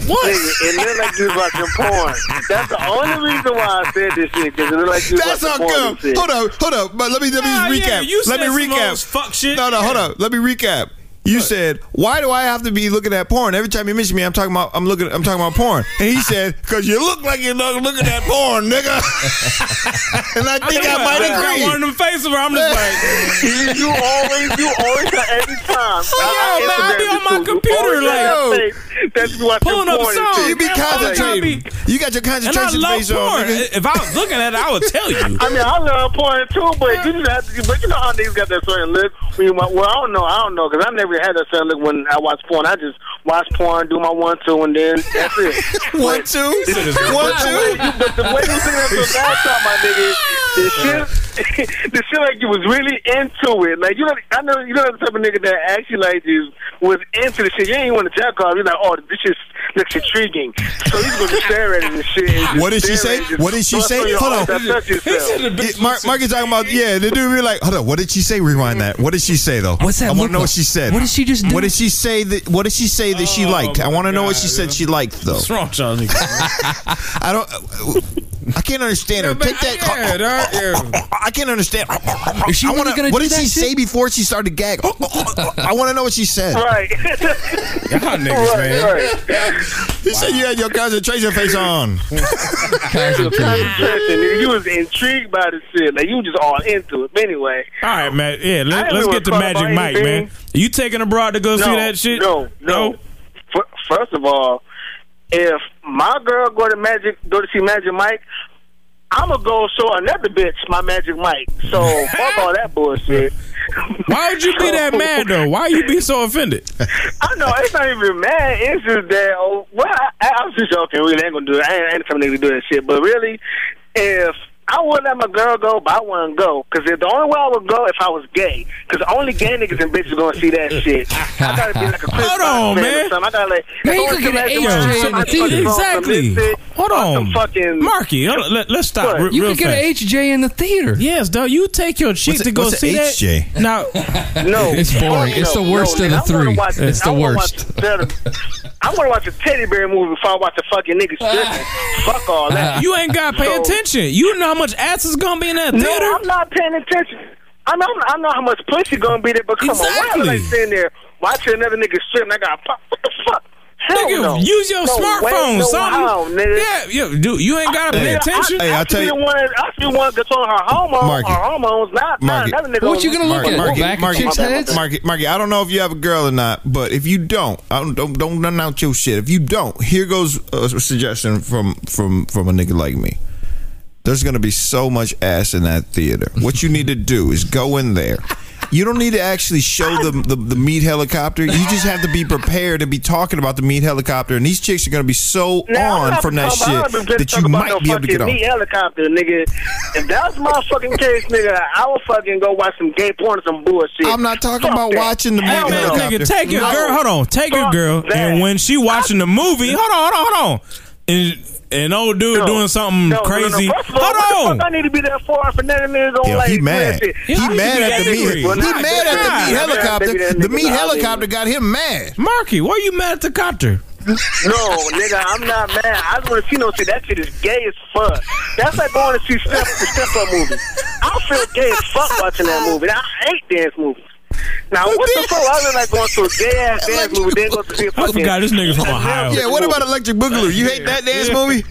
Speaker 3: What?
Speaker 13: Nigga, it looked like you was watching porn. That's the only reason why I said this shit, because it looked like you was
Speaker 4: That's
Speaker 13: watching
Speaker 4: all
Speaker 13: porn
Speaker 4: good.
Speaker 13: and shit.
Speaker 4: Hold up, hold up. But let me let me
Speaker 13: Nah, yeah,
Speaker 4: recap.
Speaker 13: you
Speaker 4: let me
Speaker 13: said some
Speaker 4: recap.
Speaker 13: old
Speaker 3: fuck shit.
Speaker 4: No, no, hold up. Let me recap. You said, "Why do I have to be looking at porn every time you mention me? I'm talking about I'm looking I'm talking about porn." And he said, "Cause you look like you're not looking at porn, nigga." *laughs* and I think I,
Speaker 3: got-
Speaker 4: might
Speaker 3: got
Speaker 4: agree.
Speaker 3: one of them faces where I'm just
Speaker 13: *laughs*
Speaker 3: like,
Speaker 13: you always, you always, got
Speaker 4: *laughs*
Speaker 13: every time.
Speaker 4: Oh,
Speaker 3: Yeah, man, I be on my computer like
Speaker 13: That's what
Speaker 3: pulling up songs.
Speaker 4: You be
Speaker 3: That's all I gotta
Speaker 4: concentrating. You got your concentration
Speaker 3: and I love
Speaker 4: face
Speaker 3: porn.
Speaker 4: on. Nigga.
Speaker 3: If I was looking at it, I would tell you.
Speaker 13: I mean, I love porn too, but you just have to. But you know how niggas got that certain look. When you, well, I don't know, I don't know, because I never had that certain look when I watch porn. I just watch porn, do my one two, and then that's
Speaker 4: *laughs*
Speaker 13: it.
Speaker 10: One, two?
Speaker 13: This is-
Speaker 10: One,
Speaker 13: but the way- But the way you singing that from last time, my nigga, the shit, *laughs* the shit like you was really into it. Like you, know, I know you know the type of nigga that actually like just was into the shit. You ain't want to jack off. You're like, oh, this shit looks intriguing. So he's gonna stare at it and shit. and just
Speaker 4: *laughs* What did she
Speaker 13: stare
Speaker 4: say?
Speaker 13: at it, just
Speaker 4: What did she
Speaker 13: thrust
Speaker 4: say?
Speaker 13: your
Speaker 4: Hold
Speaker 13: arms
Speaker 4: on.
Speaker 13: out, touch yourself.
Speaker 4: *laughs* Yeah, Mark, Mark is talking about yeah. The dude be like, hold on. What did she say? Rewind that. What did she say though?
Speaker 16: What's that
Speaker 4: I want
Speaker 16: look
Speaker 4: to know
Speaker 16: like?
Speaker 4: what she said.
Speaker 16: What did she just do?
Speaker 4: What did she say that? What did she say that she liked? I want to know what she said she liked though. What's
Speaker 3: wrong, Charles?
Speaker 4: *laughs* I don't. I can't understand her. Take that. *laughs* I can't understand.
Speaker 10: Is she
Speaker 4: I
Speaker 10: really
Speaker 4: wanna-
Speaker 10: gonna
Speaker 4: What
Speaker 10: do
Speaker 4: did she
Speaker 10: that shit?
Speaker 4: say before she started to gag? *laughs* I want to know what she said.
Speaker 13: Right.
Speaker 4: Y'all
Speaker 10: niggas, Right, man.
Speaker 4: You said you had your concentration face on.
Speaker 13: *laughs* Concentration, nigga. You was intrigued by the shit. Like you just all into it. But anyway.
Speaker 3: All right, Matt. Yeah,
Speaker 13: I
Speaker 3: let,
Speaker 13: didn't
Speaker 3: us
Speaker 13: know
Speaker 3: get to
Speaker 13: what it's
Speaker 3: Magic
Speaker 13: about
Speaker 3: Mike,
Speaker 13: anything.
Speaker 3: man. You taking abroad to go see that shit?
Speaker 13: No, no. F- first of all, if my girl go to Magic, go to see Magic Mike, I'm gonna go show another bitch my Magic Mike.
Speaker 3: *laughs*
Speaker 13: So fuck all that bullshit.
Speaker 3: Why would you be that
Speaker 13: *laughs*
Speaker 3: mad though? Why you be so offended?
Speaker 13: I know it's not even mad. It's just that. Oh, well, I, I, I'm just joking. Really, I ain't gonna do that. I ain't, I ain't the type of nigga to do that shit. But really, if I would let my girl go, but I wouldn't go because the only way I would go if I was gay. Because only gay niggas and bitches gonna see that shit. I gotta be like a Chris
Speaker 10: Hold
Speaker 13: Rock
Speaker 10: on,
Speaker 13: fan
Speaker 10: man.
Speaker 13: Or something. I gotta like
Speaker 10: Man, you
Speaker 13: go
Speaker 10: could
Speaker 13: to
Speaker 10: get an
Speaker 13: Magic Mike,
Speaker 10: HJ
Speaker 13: somebody
Speaker 10: in the
Speaker 13: fucking
Speaker 10: theater.
Speaker 13: throw some
Speaker 3: Exactly.
Speaker 13: lipstick
Speaker 3: Hold
Speaker 13: or some
Speaker 3: on,
Speaker 13: Fucking
Speaker 3: Marky. hold on, Let, us stop.
Speaker 13: What?
Speaker 3: re-
Speaker 13: You
Speaker 3: real
Speaker 13: could get
Speaker 3: fast.
Speaker 13: an
Speaker 16: HJ in the theater.
Speaker 3: Yes, though. You take your chick
Speaker 16: What's
Speaker 3: to
Speaker 16: it-
Speaker 3: go
Speaker 16: what's
Speaker 3: see
Speaker 16: an
Speaker 3: that.
Speaker 16: HJ? *laughs*
Speaker 3: Now,
Speaker 13: No,
Speaker 16: It's boring.
Speaker 13: No,
Speaker 16: It's the
Speaker 13: no,
Speaker 16: worst
Speaker 13: no,
Speaker 16: of the
Speaker 13: nigga, I wanna
Speaker 16: three.
Speaker 13: watch-
Speaker 16: It's
Speaker 13: I
Speaker 16: the
Speaker 13: wanna watch
Speaker 16: worst.
Speaker 3: *laughs*
Speaker 13: the- I want to watch a teddy bear movie before I watch a fucking nigga
Speaker 3: *laughs*
Speaker 13: stripping. Fuck all that.
Speaker 3: you ain't got to pay
Speaker 13: So-
Speaker 3: attention. You know how much ass is gonna be in that theater.
Speaker 13: No, I'm not paying attention. I know, I know how much pussy gonna be there, but come on, why would I
Speaker 3: Exactly.
Speaker 13: sitting there watching another nigga strip and I got pop? What the fuck? Hell
Speaker 3: Nigga,
Speaker 13: no.
Speaker 3: use your
Speaker 13: No way,
Speaker 3: smartphone,
Speaker 13: no
Speaker 3: something.
Speaker 13: how, nigga.
Speaker 3: Yeah, yeah, dude, you ain't gotta
Speaker 13: Nigga,
Speaker 3: pay attention.
Speaker 13: I, I, should be the one- I should be the one controlling her hormones.
Speaker 4: Marky.
Speaker 13: Her hormones, not, not
Speaker 4: Marky.
Speaker 13: another nigga. on-
Speaker 4: Marky, Marky, Marky,
Speaker 13: My bad, my bad.
Speaker 4: Marky, Marky, I don't know if you have a girl or not, but if you don't, I don't don't, don't run out your shit. If you don't, here goes a suggestion from from from a nigga like me. There's gonna be so much ass in that theater. What you need to do is go in there. You don't need to actually show the, the the meat helicopter. You just have to be prepared to be talking about the meat helicopter, and these chicks are gonna be so
Speaker 13: Now, I'm
Speaker 4: on
Speaker 13: not
Speaker 4: from that
Speaker 13: talking about-
Speaker 4: shit
Speaker 13: I'm just
Speaker 4: that you
Speaker 13: talking about no
Speaker 4: might be able
Speaker 13: fucking
Speaker 4: to get on.
Speaker 13: meat helicopter, nigga. If that's my fucking case, nigga, I will fucking go watch some gay porn or some bullshit. I'm not
Speaker 4: talking about watching the meat
Speaker 13: Hell no.
Speaker 3: Nigga, take your girl. Hold on, take your girl, and when she watching the movie, hold on, hold on, hold on, and an old dude doing something
Speaker 13: No, no, no.
Speaker 3: crazy.
Speaker 13: First of all, what
Speaker 3: Hold on.
Speaker 13: the fuck I need to be there for if another nigga gonna
Speaker 4: Yo,
Speaker 13: like
Speaker 4: he
Speaker 13: do
Speaker 4: mad.
Speaker 13: that shit?
Speaker 4: He
Speaker 13: I
Speaker 4: mad
Speaker 13: should
Speaker 4: at
Speaker 13: be
Speaker 4: the meat.
Speaker 13: angry. Well,
Speaker 4: He
Speaker 13: nah,
Speaker 4: mad
Speaker 13: yeah,
Speaker 4: at the
Speaker 13: yeah,
Speaker 4: meat
Speaker 13: yeah, maybe
Speaker 4: helicopter.
Speaker 13: that
Speaker 4: The
Speaker 13: nigga
Speaker 4: meat
Speaker 13: not
Speaker 4: helicopter
Speaker 13: leaving.
Speaker 4: got him mad.
Speaker 3: Marky, why you mad at the copter?
Speaker 13: No, nigga, I'm not mad. I just want to see no shit. That shit is gay as fuck. That's like going to see Step the Step Up movie. I feel gay as fuck watching that movie. I hate dance movies. Now what the fuck? I look like going to a gay ass dance movie, then go to see a
Speaker 3: I
Speaker 13: fucking.
Speaker 3: forgot this nigga from Ohio.
Speaker 4: Yeah, what about Electric Boogaloo? You hate that dance movie?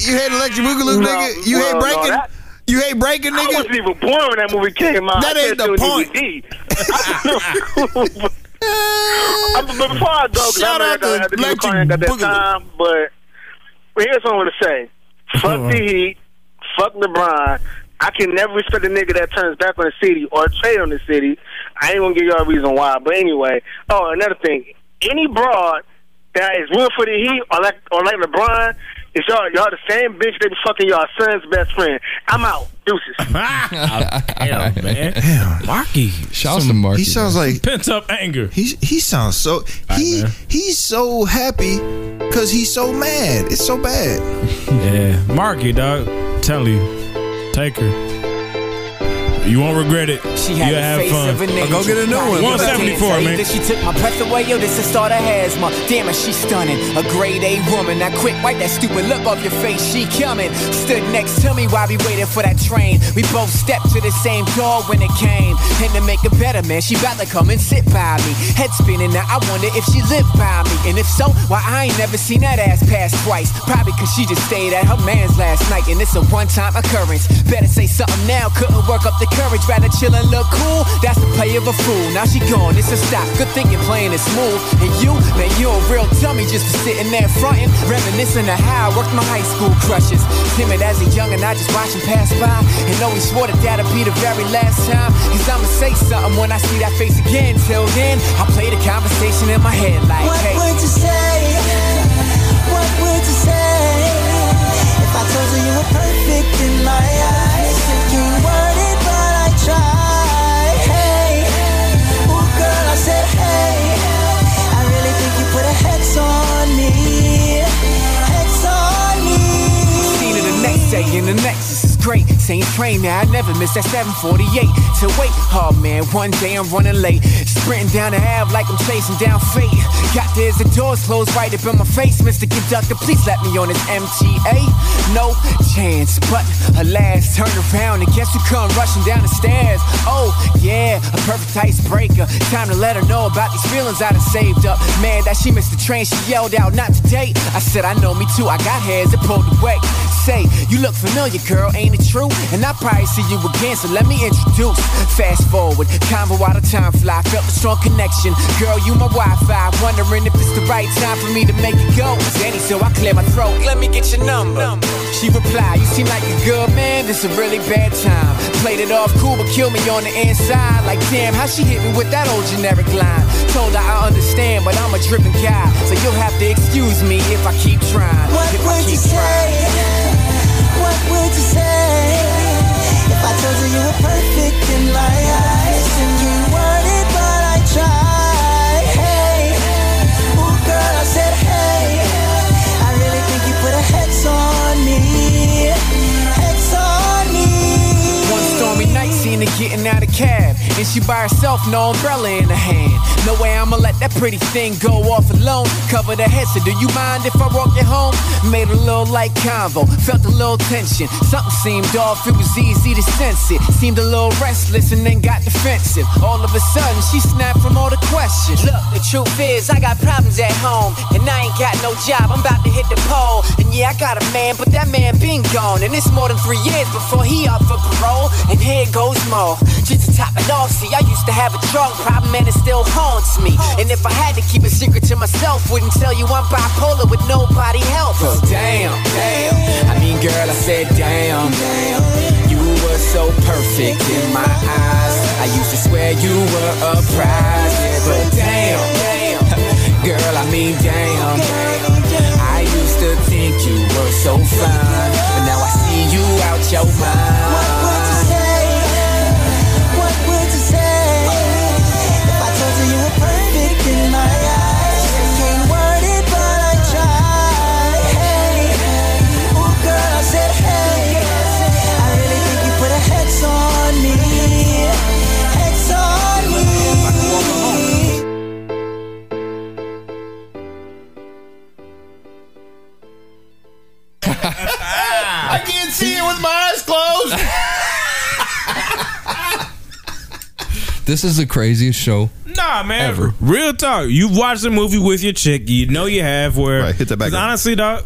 Speaker 4: You hate Electric Boogaloo,
Speaker 13: No,
Speaker 4: nigga? You
Speaker 13: no,
Speaker 4: hate
Speaker 13: no,
Speaker 4: breaking?
Speaker 13: that-
Speaker 4: you hate breaking,
Speaker 13: I
Speaker 4: nigga?
Speaker 13: wasn't even born when that movie came out.
Speaker 4: That
Speaker 13: I
Speaker 4: ain't
Speaker 13: said
Speaker 4: the
Speaker 13: it was
Speaker 4: point.
Speaker 13: DVD. I- Before I go, 'cause I
Speaker 4: Shout
Speaker 13: know I
Speaker 4: out to
Speaker 13: got, I
Speaker 4: Electric
Speaker 13: got, got that
Speaker 4: Boogaloo.
Speaker 13: time, but here's what I want to say. Fuck the Heat. Fuck LeBron. I can never respect a nigga that turns back on the city or trade on the city. I ain't gonna give y'all a reason why. But anyway, oh, another thing. Any broad that is real for the Heat or like or like LeBron, is y'all y'all the same bitch they be fucking y'all son's best friend. I'm out.
Speaker 4: *laughs*
Speaker 13: Deuces.
Speaker 3: *laughs* Damn, man. Marky.
Speaker 16: Shouts to Marky.
Speaker 3: *laughs*
Speaker 4: He sounds like
Speaker 3: pent up anger.
Speaker 4: He he sounds so he he's so happy because he's so mad. It's so bad.
Speaker 3: Yeah, Marky, dog. Tell you, take her. You won't regret it.
Speaker 9: She had
Speaker 3: You'll
Speaker 9: the
Speaker 3: have
Speaker 9: face
Speaker 3: fun.
Speaker 9: of an angel.
Speaker 3: One seventy four, man.
Speaker 9: Either she took my breath away, yo, this is start of asthma. Damn it, she's stunning. A grade A woman. Now quick, wipe that stupid look off your face. She coming. Stood next to me while we waited for that train. We both stepped to the same door when it came. And to make it better, man, she about to come and sit by me. Head spinning now, I wonder if she lived by me. And if so, why I ain't never seen that ass pass twice. Probably cause she just stayed at her man's last night. And it's a one time occurrence. Better say something now, couldn't work up the courage. Rather chill and look cool. That's the play of a fool. Now she gone, it's a stop. Good thing you're playing it smooth. And you, man, you a real dummy just for sitting there fronting. Reminiscing of how I worked my high school crushes. Timid as a young and I just watch him pass by. And always swore that that'd be the very last time. Cause I'ma say something when I see that face again. Till then, I play the conversation in my head like, hey,
Speaker 22: in my eyes, thinking word it, but I try. Hey, ooh girl, I said hey. I really think you put a hex on me, hex on me.
Speaker 9: Seen her the next day in the Lexus is great. Saying pray now, I never miss that 748 to wait. Oh man, one day I'm running late. Sprinting down the Ave like I'm chasing down fate. Got there's the doors closed right up in my face. Mr. Conductor, please let me on this MTA. No chance, but alas, turn around and guess who come rushing down the stairs? Oh yeah, a perfect icebreaker. Time to let her know about these feelings I done saved up. Mad that she missed the train, she yelled out, not today. I said, I know me too, I got heads that pulled away. Say, you look familiar, girl, ain't it true? And I probably see you again, so let me introduce. Fast forward, combo out of time fly, felt the strong connection. Girl, you my Wi-Fi, wondering if it's the right time for me to make it go. Danny, so I clear my throat, let me get your number. She replied, you seem like a good man, this a really bad time. Played it off cool, but killed me on the inside. Like, damn, how she hit me with that old generic line. Told her I understand, but I'm a dripping guy, so you'll have to excuse me if I keep trying.
Speaker 22: What
Speaker 9: if I
Speaker 22: would you
Speaker 9: keep
Speaker 22: say?
Speaker 9: trying.
Speaker 22: What would you say if I told you you were perfect in my eyes? Thinking word it, but I try. Hey, ooh girl, I said hey. I really think you put a hex on me, hex on me.
Speaker 9: One stormy night, seen her getting out of cab. And she by herself, no umbrella in her hand. No way I'ma let that pretty thing go off alone. Covered her head, said, Do you mind if I walk you home? Made a little light convo, felt a little tension. Something seemed off, it was easy to sense it. Seemed a little restless and then got defensive. All of a sudden, she snapped from all the questions.
Speaker 31: Look, the truth is, I got problems at home, and I ain't got no job. I'm about to hit the pole, and yeah, I got a man, but that man been gone, and it's more than three years before he up for parole. And here goes more. Just to top it off, see, I used to have a drug problem, and it still haunts me. And if I had to keep a secret to myself, wouldn't tell you I'm bipolar with nobody help.
Speaker 9: Well, damn, damn. I mean, girl, I said, damn, damn. You were so perfect in my eyes. I used to swear you were a prize. Yeah, but damn, *laughs* damn. Girl, I mean, damn. I used to think you were so fine. But now I see you out your mind.
Speaker 22: What would you say if I told you you were perfect in my eyes? Can't word it, but I try. Hey, ooh girl, I said hey. I really think you put a hex on me, hex on me.
Speaker 4: *laughs* I can't see it with my eyes closed.
Speaker 5: This is the craziest show.
Speaker 3: Nah, man. Real talk. You've watched a movie with your chick. You know you have where. hit that back. Honestly, dog,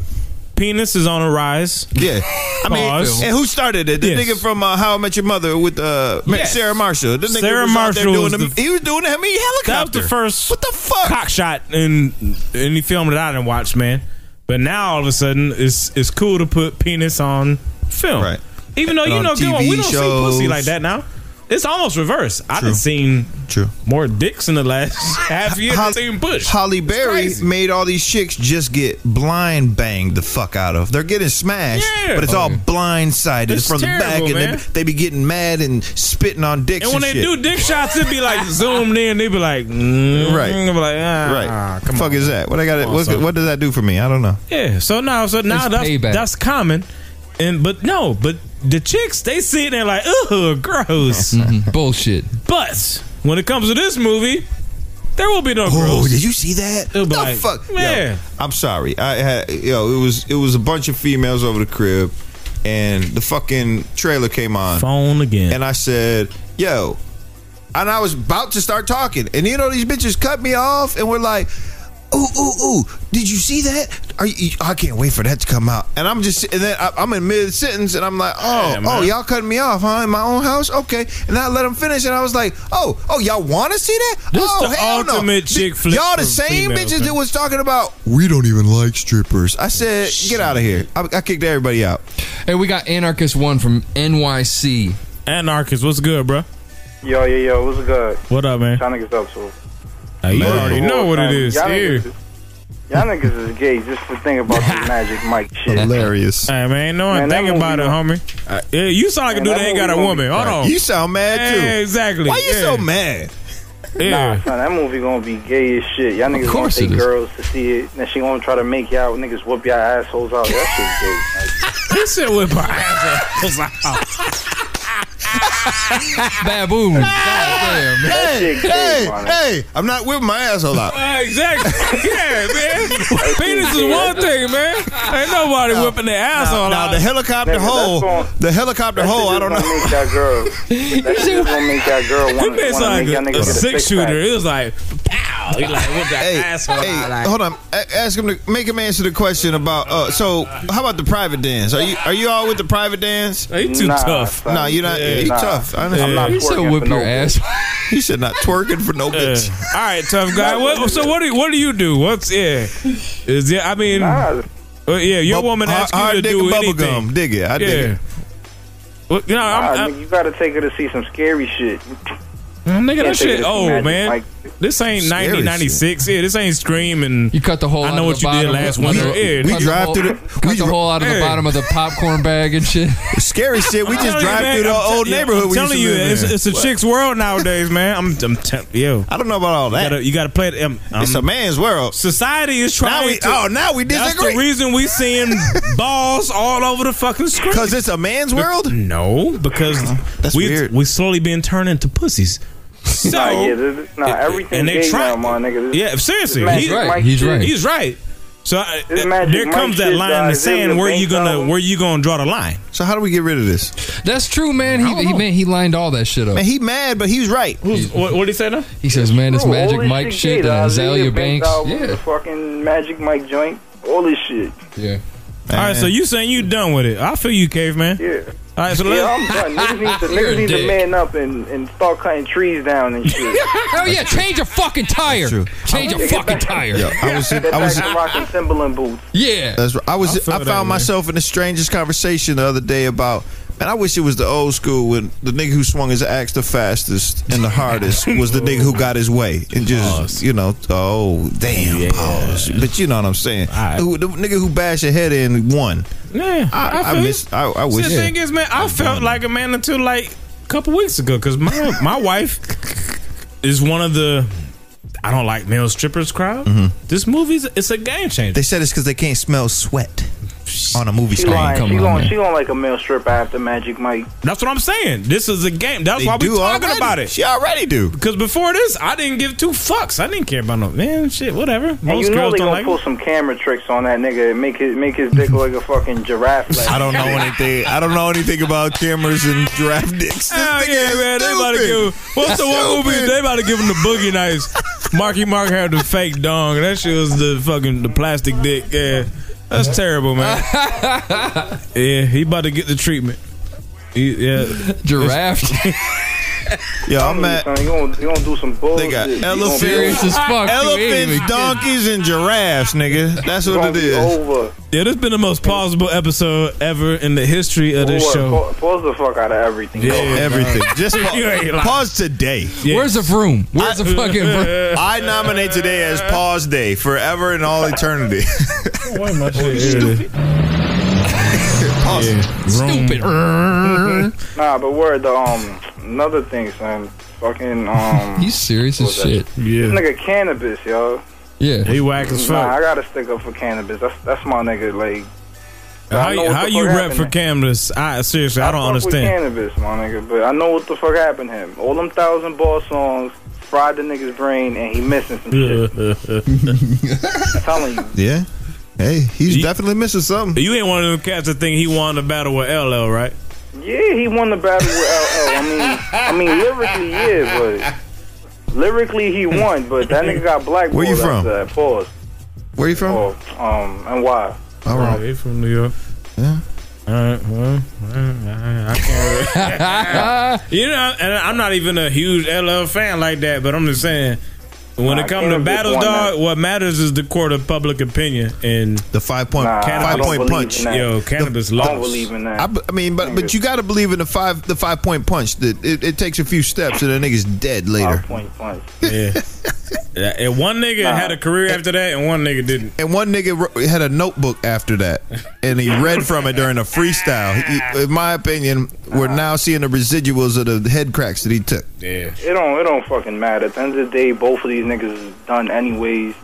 Speaker 3: penis is on a rise. *laughs*
Speaker 4: Yeah. I mean,
Speaker 3: Pause.
Speaker 4: and who started it? The
Speaker 3: Yes.
Speaker 4: nigga from uh, How I Met Your Mother with uh, Ma-
Speaker 3: Yes.
Speaker 4: Sarah Marshall. The nigga
Speaker 3: Sarah
Speaker 4: was out there
Speaker 3: Marshall
Speaker 4: doing
Speaker 3: was
Speaker 4: the, he was doing the Hemi helicopter.
Speaker 3: That was the first
Speaker 4: What the fuck?
Speaker 3: cock shot in any film that I didn't watch, man. But now all of a sudden, it's it's cool to put penis on film, right? Even though
Speaker 4: And
Speaker 3: you
Speaker 4: on
Speaker 3: know, good one, we
Speaker 4: TV
Speaker 3: don't see pussy
Speaker 4: shows.
Speaker 3: like that now. It's almost reverse. I've seen
Speaker 4: True.
Speaker 3: more dicks in the
Speaker 4: *laughs*
Speaker 3: last half year. than seen Bush.
Speaker 4: Holly Berry made all these chicks just get blind banged the fuck out of. They're getting smashed,
Speaker 3: Yeah.
Speaker 4: but it's all blindsided
Speaker 3: It's
Speaker 4: from the back,
Speaker 3: terrible,
Speaker 4: and
Speaker 3: man.
Speaker 4: they, they be getting mad and spitting on dicks.
Speaker 3: And when they
Speaker 4: shit.
Speaker 3: do dick shots, it be like zoomed in. They be like, mm,
Speaker 4: Right.
Speaker 3: They be like, ah,
Speaker 4: right,
Speaker 3: Come
Speaker 4: fuck
Speaker 3: on.
Speaker 4: is that? What I got?
Speaker 3: Come on,
Speaker 4: What,
Speaker 3: son.
Speaker 4: what does that do for me? I don't know.
Speaker 3: Yeah. So now, so now
Speaker 4: It's
Speaker 3: that's
Speaker 4: payback.
Speaker 3: that's common, and but no, but the chicks they see it and like, ugh,
Speaker 4: *laughs*
Speaker 3: gross,
Speaker 4: Mm-hmm.
Speaker 5: bullshit.
Speaker 3: But when it comes to this movie, there will be no
Speaker 4: Oh,
Speaker 3: gross.
Speaker 4: did you see that?
Speaker 3: It'll be
Speaker 4: The
Speaker 3: like,
Speaker 4: fuck?
Speaker 3: man.
Speaker 4: Yo, I'm sorry. I had yo. It was it was a bunch of females over the crib, and the fucking trailer came on.
Speaker 3: Phone again.
Speaker 4: And I said, yo. And I was about to start talking, and you know these bitches cut me off, and we're like. Ooh, ooh, ooh! Did you see that? Are you, I can't wait for that to come out. And I'm just, and then I, I'm in mid sentence, and I'm like, oh,
Speaker 3: Yeah,
Speaker 4: oh,
Speaker 3: man.
Speaker 4: y'all cutting me off, huh? In my own house, okay. And I let them finish, and I was like, oh, oh, y'all want to see that?
Speaker 3: This
Speaker 4: oh,
Speaker 3: the
Speaker 4: hell no.
Speaker 3: ultimate
Speaker 4: Th-
Speaker 3: chick flick
Speaker 4: Y'all the
Speaker 3: for
Speaker 4: same
Speaker 3: females,
Speaker 4: bitches
Speaker 3: man.
Speaker 4: that was talking about. We don't even like strippers. I said, get out of here. I, I kicked everybody out.
Speaker 5: Hey, we got Anarchist One from NYC.
Speaker 3: Anarchist, what's good, bro?
Speaker 14: Yo, yo, yo, what's good?
Speaker 3: What up, man?
Speaker 14: Y'all niggas up to?
Speaker 3: Now, you already know what it is.
Speaker 14: Y'all
Speaker 3: Ew.
Speaker 14: niggas, Y'all niggas is gay just for thinking about
Speaker 3: *laughs*
Speaker 14: the Magic Mike
Speaker 4: *laughs*
Speaker 14: shit.
Speaker 4: Hilarious.
Speaker 3: Hey, man, no one
Speaker 14: Man, that
Speaker 3: think
Speaker 14: movie
Speaker 3: about it, homie. Yeah, you sound like
Speaker 14: Man,
Speaker 3: a dude
Speaker 14: that
Speaker 3: that ain't got a
Speaker 14: movie
Speaker 3: woman. Hold
Speaker 14: gonna be-
Speaker 3: on.
Speaker 14: You sound mad,
Speaker 3: Yeah,
Speaker 14: too.
Speaker 3: Exactly.
Speaker 14: Why you so
Speaker 3: mad?
Speaker 14: Nah,
Speaker 3: Yeah.
Speaker 14: son, that movie gonna be gay as shit. Y'all niggas gonna
Speaker 3: course it
Speaker 14: take
Speaker 3: is.
Speaker 14: girls to see it, and then she gonna try to make y'all niggas whoop y'all assholes out. That shit's gay.
Speaker 4: *laughs*
Speaker 3: This shit *laughs* with my *laughs* ass out.
Speaker 5: Baboon. Goddamn, man.
Speaker 4: Hey, hey, hey, I'm not whipping my asshole
Speaker 3: *laughs*
Speaker 4: out.
Speaker 3: exactly. *laughs* Yeah, man. Penis is one thing, man. Ain't nobody whipping their asshole
Speaker 4: Now
Speaker 3: out.
Speaker 4: the helicopter hole, the helicopter hole. Oh, I don't know.
Speaker 14: Make that girl.
Speaker 4: *laughs*
Speaker 14: That shit just gonna make that girl
Speaker 3: That
Speaker 14: want
Speaker 3: bitch
Speaker 14: to make y'all
Speaker 3: like
Speaker 14: niggas
Speaker 3: a,
Speaker 14: get
Speaker 3: a
Speaker 14: a
Speaker 3: six
Speaker 14: six-pack.
Speaker 3: shooter. It was like, pow. He like, whipped that asshole out.
Speaker 4: *laughs*
Speaker 3: Like,
Speaker 4: Hold on, A- ask him to make him answer the question about. Uh, so, how about the private dance? Are you are you all with the private dance?
Speaker 3: you too Nah, tough. son.
Speaker 4: No, you're not.
Speaker 3: Yeah.
Speaker 4: you
Speaker 3: Nah.
Speaker 4: tough. I
Speaker 3: I'm
Speaker 4: know.
Speaker 3: not You said twerking whip for your no
Speaker 5: ass.
Speaker 4: *laughs* he said not twerking for no bitch.
Speaker 3: All right, tough guy. What, so what do what do you do? What's yeah? Is there, I mean, uh, yeah, your
Speaker 4: Bub-
Speaker 3: woman asked
Speaker 4: hard
Speaker 3: you to
Speaker 4: dick
Speaker 3: do
Speaker 4: and bubble
Speaker 3: anything.
Speaker 4: gum. Dig it. I dig it.
Speaker 3: Well, you know,
Speaker 14: Nah,
Speaker 3: I'm,
Speaker 14: nigga, you gotta take her to see some scary shit.
Speaker 3: I'm,
Speaker 14: Can't
Speaker 3: nigga, that
Speaker 14: take it
Speaker 3: shit
Speaker 14: as
Speaker 3: old
Speaker 14: magic,
Speaker 3: man.
Speaker 14: like-
Speaker 3: this ain't
Speaker 14: Scary
Speaker 3: 1996. Yeah, this ain't Scream and
Speaker 5: you cut the whole.
Speaker 3: I
Speaker 5: out
Speaker 3: know what
Speaker 5: of
Speaker 3: you
Speaker 5: the
Speaker 3: did
Speaker 5: bottom
Speaker 3: last
Speaker 5: of-
Speaker 3: winter.
Speaker 5: We,
Speaker 3: Yeah,
Speaker 5: cut the hole- *laughs* cut the hole out of the
Speaker 3: Hey.
Speaker 5: bottom of the popcorn bag and shit.
Speaker 4: *laughs* Scary shit. We
Speaker 3: I'm
Speaker 4: just
Speaker 5: *laughs*
Speaker 3: telling you,
Speaker 4: drive
Speaker 3: man,
Speaker 4: through the
Speaker 3: I'm te-
Speaker 4: old
Speaker 3: yeah,
Speaker 4: neighborhood.
Speaker 3: I'm
Speaker 4: we used
Speaker 3: telling
Speaker 4: to
Speaker 3: you,
Speaker 4: live in.
Speaker 3: it's, it's a
Speaker 4: What?
Speaker 3: chick's world nowadays, man. I'm, I'm tell yo.
Speaker 4: I don't know about all that.
Speaker 3: You gotta, you gotta play it. Um,
Speaker 4: It's a man's world.
Speaker 3: Society is trying.
Speaker 4: Now we-
Speaker 3: to,
Speaker 4: oh, now we
Speaker 3: That's
Speaker 4: disagree.
Speaker 3: the reason we seeing *laughs* balls all over the fucking screen. Because
Speaker 4: it's a man's
Speaker 3: world. No, because we we slowly been turned into pussies. So
Speaker 14: nah, yeah, this, nah, everything
Speaker 3: and they
Speaker 14: gay
Speaker 3: try-
Speaker 14: now, my nigga. This,
Speaker 3: yeah, seriously,
Speaker 14: this
Speaker 3: he-
Speaker 14: Magic Mike shit-
Speaker 3: He's right. So uh, I,
Speaker 14: This Magic
Speaker 3: there
Speaker 14: Mike
Speaker 3: comes that
Speaker 14: shit,
Speaker 3: line in
Speaker 14: dog,
Speaker 3: the
Speaker 14: is it
Speaker 3: sand.
Speaker 14: the
Speaker 3: Where you
Speaker 14: bank
Speaker 3: gonna where you gonna draw the line?
Speaker 4: So how do we get rid of this?
Speaker 5: That's true, man. He, he man, he lined all that shit up.
Speaker 4: Man, he mad, but he's right.
Speaker 3: what what he say now?
Speaker 5: He says, "Man, this
Speaker 14: Bro, all
Speaker 5: Magic
Speaker 14: this
Speaker 5: Mike
Speaker 14: gay,
Speaker 5: shit,
Speaker 14: dog.
Speaker 5: and
Speaker 14: This
Speaker 5: Azalea
Speaker 14: nigga banged
Speaker 5: Banks."
Speaker 14: out with
Speaker 5: Yeah,
Speaker 14: the fucking Magic Mike joint. All this shit.
Speaker 5: yeah.
Speaker 3: All right, so you saying you done with it? I feel you, caveman. Yeah. All right, so
Speaker 14: yeah,
Speaker 3: let's.
Speaker 14: I'm done.
Speaker 3: *laughs*
Speaker 14: Niggas need to, niggas need to man up and, and start cutting trees down and
Speaker 5: *laughs*
Speaker 14: shit.
Speaker 5: Hell Oh, yeah! Change a fucking tire. Change a
Speaker 14: Get
Speaker 5: fucking
Speaker 14: back-
Speaker 5: tire.
Speaker 4: *laughs* Yo, I was-
Speaker 14: Get
Speaker 4: I was-
Speaker 14: back to rocking Timberland boots.
Speaker 5: Yeah,
Speaker 4: That's right. I was.
Speaker 14: I feel
Speaker 4: I,
Speaker 14: that
Speaker 4: found
Speaker 14: way.
Speaker 4: myself in the strangest conversation the other day about. Man, I wish it was the old school when the nigga who swung his axe the fastest and the hardest was the nigga who got his way and just you know oh damn pause. But you know what I'm saying? Who, the nigga who bashed your head in won.
Speaker 3: Yeah,
Speaker 4: I, I,
Speaker 3: feel you.
Speaker 4: miss. I, I
Speaker 3: See,
Speaker 4: wish.
Speaker 3: the thing is, man, I felt like a man until like a couple weeks ago because my
Speaker 4: *laughs*
Speaker 3: my wife is one of the I don't like male strippers crowd. This movie's it's a game changer.
Speaker 4: Mm-hmm. They said it's because they can't smell sweat on a movie
Speaker 14: She
Speaker 4: screen.
Speaker 14: lying. She going, she going like a male stripper after Magic Mike.
Speaker 3: That's what I'm saying. This is a game. That's
Speaker 14: They
Speaker 3: why we
Speaker 14: do
Speaker 3: talking
Speaker 14: already.
Speaker 3: about it.
Speaker 14: She
Speaker 4: already do.
Speaker 3: Because before this, I didn't give two fucks. I didn't care about no man. Shit, whatever. Most
Speaker 14: And you know
Speaker 3: girls
Speaker 14: they
Speaker 3: don't
Speaker 14: gonna
Speaker 3: like.
Speaker 14: pull some camera tricks on that nigga and make his make his dick look like a fucking
Speaker 3: *laughs*
Speaker 14: giraffe. leg.
Speaker 4: I don't know anything. I don't know anything about cameras and giraffe dicks.
Speaker 3: Oh yeah, man! They about to give. What's the one movie? They about to give him the boogie nights. Marky Mark had the fake dong. and That shit was the fucking the plastic dick. Yeah, that's
Speaker 4: *laughs*
Speaker 3: terrible, man. yeah, he about to get the treatment. He, yeah,
Speaker 5: giraffe.
Speaker 4: Yo,
Speaker 14: I'm mad. You gonna, you gonna do some bullshit.
Speaker 4: They got
Speaker 14: You gonna
Speaker 4: elephants,
Speaker 14: be
Speaker 4: elephants, donkeys, and giraffes, nigga. That's what it
Speaker 14: be
Speaker 4: is.
Speaker 14: over.
Speaker 3: yeah. This been the most pausable episode ever in the history of this
Speaker 14: Pause-
Speaker 3: show.
Speaker 14: Pause the fuck out of everything.
Speaker 3: Yeah,
Speaker 14: Go.
Speaker 4: Everything.
Speaker 3: Nah.
Speaker 4: Just pa-
Speaker 3: *laughs* You ain't lying.
Speaker 4: pause today.
Speaker 5: Where's the room? Where's the fucking room?
Speaker 4: *laughs* I nominate today as pause day forever and all eternity.
Speaker 3: *laughs* Why am I stupid? Stupid.
Speaker 14: *laughs* Nah, but word the um another thing, son. Fucking
Speaker 3: *laughs*
Speaker 14: um.
Speaker 5: He's serious as
Speaker 14: what was
Speaker 5: shit.
Speaker 14: that? This nigga cannabis, yo.
Speaker 5: Yeah.
Speaker 3: He whack as
Speaker 14: Nah, I
Speaker 3: fuck.
Speaker 14: gotta stick up for cannabis. That's that's my nigga. Like,
Speaker 3: How,
Speaker 14: I know
Speaker 3: you-
Speaker 14: what
Speaker 3: how
Speaker 14: the
Speaker 3: you
Speaker 14: fuck
Speaker 3: rep for
Speaker 14: happened.
Speaker 3: cameras? I seriously, I don't
Speaker 14: fuck with
Speaker 3: understand.
Speaker 14: cannabis, my nigga. But I know what the fuck happened to him. All them thousand ball songs fried the nigga's brain, and he missing some shit.
Speaker 3: *laughs*
Speaker 14: I'm telling you.
Speaker 4: yeah. Hey, he's definitely missing something.
Speaker 3: You ain't one of them cats that think he won the battle with LL, right?
Speaker 14: Yeah, he won the battle with LL. I mean, I mean lyrically, yeah, but lyrically he won. But that nigga got black.
Speaker 4: Where you from?
Speaker 14: After that. Pause.
Speaker 4: Where you from?
Speaker 14: Oh, um, and why?
Speaker 4: All right.
Speaker 3: He from New York. *laughs*
Speaker 4: Yeah.
Speaker 3: All right, well, all right, I can't. you know, and I'm not even a huge LL fan like that, but I'm just saying When
Speaker 14: Nah,
Speaker 3: it comes to
Speaker 14: Cannabis
Speaker 3: battles,
Speaker 14: won
Speaker 3: dog, what matters is the court of public opinion and
Speaker 4: the five point
Speaker 3: cannabis,
Speaker 4: five point punch.
Speaker 3: Yo, cannabis lost.
Speaker 4: I, b- I mean, but but you got to believe in the five the five point punch. That it, it takes a few steps and the nigga's dead later. *laughs*
Speaker 3: Yeah. Yeah, and one nigga
Speaker 4: Nah.
Speaker 3: had a career after that, and one nigga didn't.
Speaker 4: And one nigga wrote- had a notebook after that, and he read from it during a freestyle. He- in my opinion, we're now seeing the residuals of the head cracks that he took.
Speaker 3: Yeah.
Speaker 14: It don't it don't fucking matter. At the end of the day, both of these niggas is done anyways.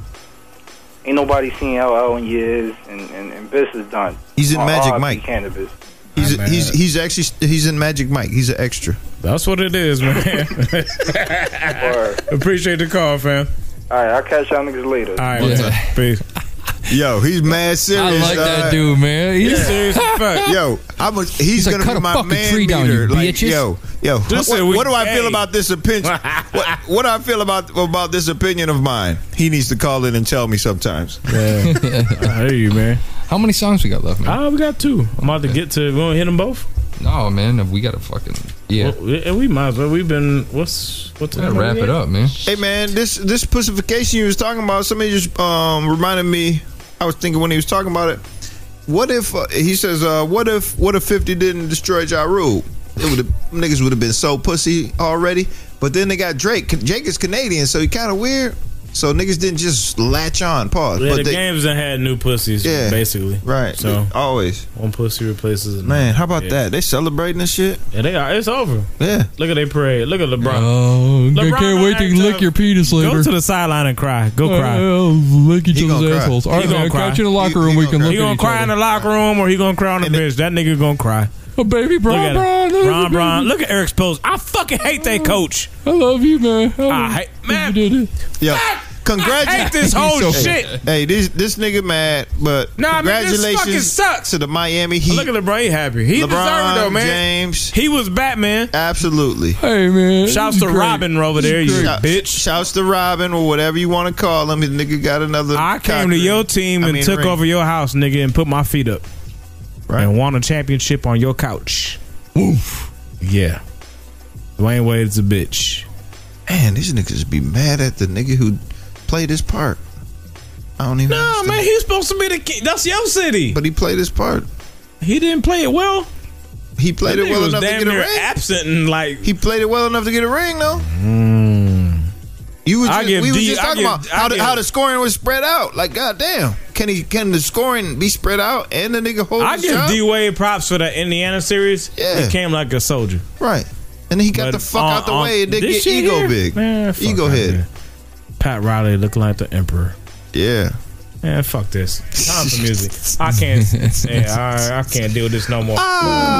Speaker 14: Ain't nobody seen LL in years, and and, and Biz is done.
Speaker 4: He's in
Speaker 14: Or
Speaker 4: Magic
Speaker 14: RIP
Speaker 4: Mike.
Speaker 14: Cannabis. *laughs*
Speaker 4: He's he's he's actually he's in Magic Mike. He's an extra.
Speaker 3: That's what it
Speaker 16: *laughs*
Speaker 3: is, man. Appreciate the call, fam.
Speaker 14: All right, I'll catch y'all niggas later. All
Speaker 3: right, what's up? Peace.
Speaker 4: Yo, Oh, he's mad serious.
Speaker 16: like that
Speaker 4: dog.
Speaker 16: dude, man. He's Yeah. serious as fuck.
Speaker 4: Yo, I'm a, he's,
Speaker 16: He's like,
Speaker 4: gonna
Speaker 16: "Cut
Speaker 4: be
Speaker 16: a
Speaker 4: my
Speaker 16: fucking
Speaker 4: man
Speaker 16: tree down,
Speaker 4: meter.
Speaker 16: you
Speaker 4: like,
Speaker 16: bitches.
Speaker 4: yo, yo,
Speaker 16: Just
Speaker 4: what,
Speaker 16: said we
Speaker 4: what do I
Speaker 16: gay.
Speaker 4: feel about this opinion?
Speaker 3: *laughs*
Speaker 4: what, what do I feel about about this opinion of mine? He needs to call in and tell me sometimes.
Speaker 3: *laughs* I hear you, man.
Speaker 16: How many songs we got left, man?
Speaker 3: Ah, we got two. I'm about to get to. We gonna hit them both.
Speaker 16: No, man, we gotta fucking yeah.
Speaker 3: Well, we- and we might as well. We've been. What's what's
Speaker 16: gotta wrap it up, man.
Speaker 4: Hey man, this this pussification you was talking about, somebody just um, reminded me. I was thinking when he was talking about it. What if uh, he says, uh, "What if what if Fifty didn't destroy Ja Rule? It would have niggas would have been so pussy already." But then they got Drake. Drake is Canadian, so he kind of weird. So niggas didn't just latch on. Pause.
Speaker 3: Yeah,
Speaker 4: but
Speaker 3: the
Speaker 4: they-
Speaker 3: games done had new pussies,
Speaker 4: Yeah.
Speaker 3: basically.
Speaker 4: Right.
Speaker 3: So
Speaker 4: always
Speaker 3: one pussy replaces another.
Speaker 4: man, how about
Speaker 3: Yeah.
Speaker 4: that? They celebrating this shit.
Speaker 3: Yeah, they are. It's over.
Speaker 4: Yeah.
Speaker 3: Look at their parade. Look at LeBron.
Speaker 16: Oh, I
Speaker 3: LeBron
Speaker 16: can't wait to
Speaker 3: act
Speaker 16: lick
Speaker 3: up.
Speaker 16: your penis
Speaker 3: Go
Speaker 16: later.
Speaker 3: to the sideline and cry. Go cry.
Speaker 16: Uh, lick each
Speaker 3: He
Speaker 16: other's
Speaker 3: gonna cry.
Speaker 16: assholes. All
Speaker 3: He
Speaker 16: right,
Speaker 3: gonna
Speaker 16: man,
Speaker 3: cry.
Speaker 16: catch you in the locker room. We can look
Speaker 3: He gonna
Speaker 16: at each
Speaker 3: cry in the locker room or he gonna cry on the bench. That nigga gonna cry.
Speaker 16: Oh, baby,
Speaker 3: look at
Speaker 16: Bron, Bron,
Speaker 3: him.
Speaker 16: there's
Speaker 3: Bron,
Speaker 16: your
Speaker 3: Bron.
Speaker 16: baby. Oh.
Speaker 3: Look at Eric Spoelstra. I fucking hate that coach.
Speaker 16: I love you, man. Oh.
Speaker 3: I hate man.
Speaker 4: Yeah.
Speaker 3: I hate
Speaker 4: Congratulations.
Speaker 3: this whole shit.
Speaker 4: Hey, this this nigga mad, but
Speaker 3: Nah, man, this
Speaker 4: congratulations
Speaker 3: fucking sucks.
Speaker 4: to the Miami Heat.
Speaker 3: Look at LeBron. He happy. He deserved it though, man.
Speaker 4: James.
Speaker 3: He was Batman.
Speaker 4: Absolutely.
Speaker 16: Hey man.
Speaker 3: Shouts to Robin over there, you bitch.
Speaker 4: Shouts to Robin or whatever you want to call him. His nigga got another.
Speaker 3: I came to your team and took over your house, nigga, and put my feet up. And won a championship on your couch. Woof. Yeah. Dwayne Wade's a bitch.
Speaker 4: Man, these niggas be mad at the nigga who played his part. I don't even.
Speaker 3: No, man, he's supposed to be the king. That's your city.
Speaker 4: But he played his part.
Speaker 3: He didn't play it well.
Speaker 4: He played
Speaker 3: That
Speaker 4: it
Speaker 3: nigga
Speaker 4: well
Speaker 3: was
Speaker 4: enough to
Speaker 3: damn
Speaker 4: get a
Speaker 3: near
Speaker 4: ring.
Speaker 3: absent and like
Speaker 4: he played it well enough to get a ring though. Hmm. You was
Speaker 3: I
Speaker 4: just,
Speaker 3: give
Speaker 4: we was
Speaker 3: D-
Speaker 4: just
Speaker 3: I
Speaker 4: talking
Speaker 3: give-
Speaker 4: about
Speaker 3: I
Speaker 4: how the,
Speaker 3: give-
Speaker 4: how the scoring was spread out. Like, goddamn, can he can the scoring be spread out and the nigga hold?
Speaker 3: I
Speaker 4: his
Speaker 3: give
Speaker 4: job?
Speaker 3: D Wade props for the Indiana series.
Speaker 4: Yeah.
Speaker 3: He came like a soldier.
Speaker 4: right, and he got
Speaker 3: But
Speaker 4: the fuck
Speaker 3: on-
Speaker 4: out the
Speaker 3: on
Speaker 4: way. and did
Speaker 3: this
Speaker 4: get
Speaker 3: shit
Speaker 4: ego
Speaker 3: here?
Speaker 4: big,
Speaker 3: Man, fuck
Speaker 4: ego
Speaker 3: out
Speaker 4: head.
Speaker 3: here. Pat Riley looking like the emperor.
Speaker 4: Yeah.
Speaker 3: Man, fuck this. Time for music.
Speaker 4: *laughs*
Speaker 3: I can't. yeah, I, I can't deal with this no more.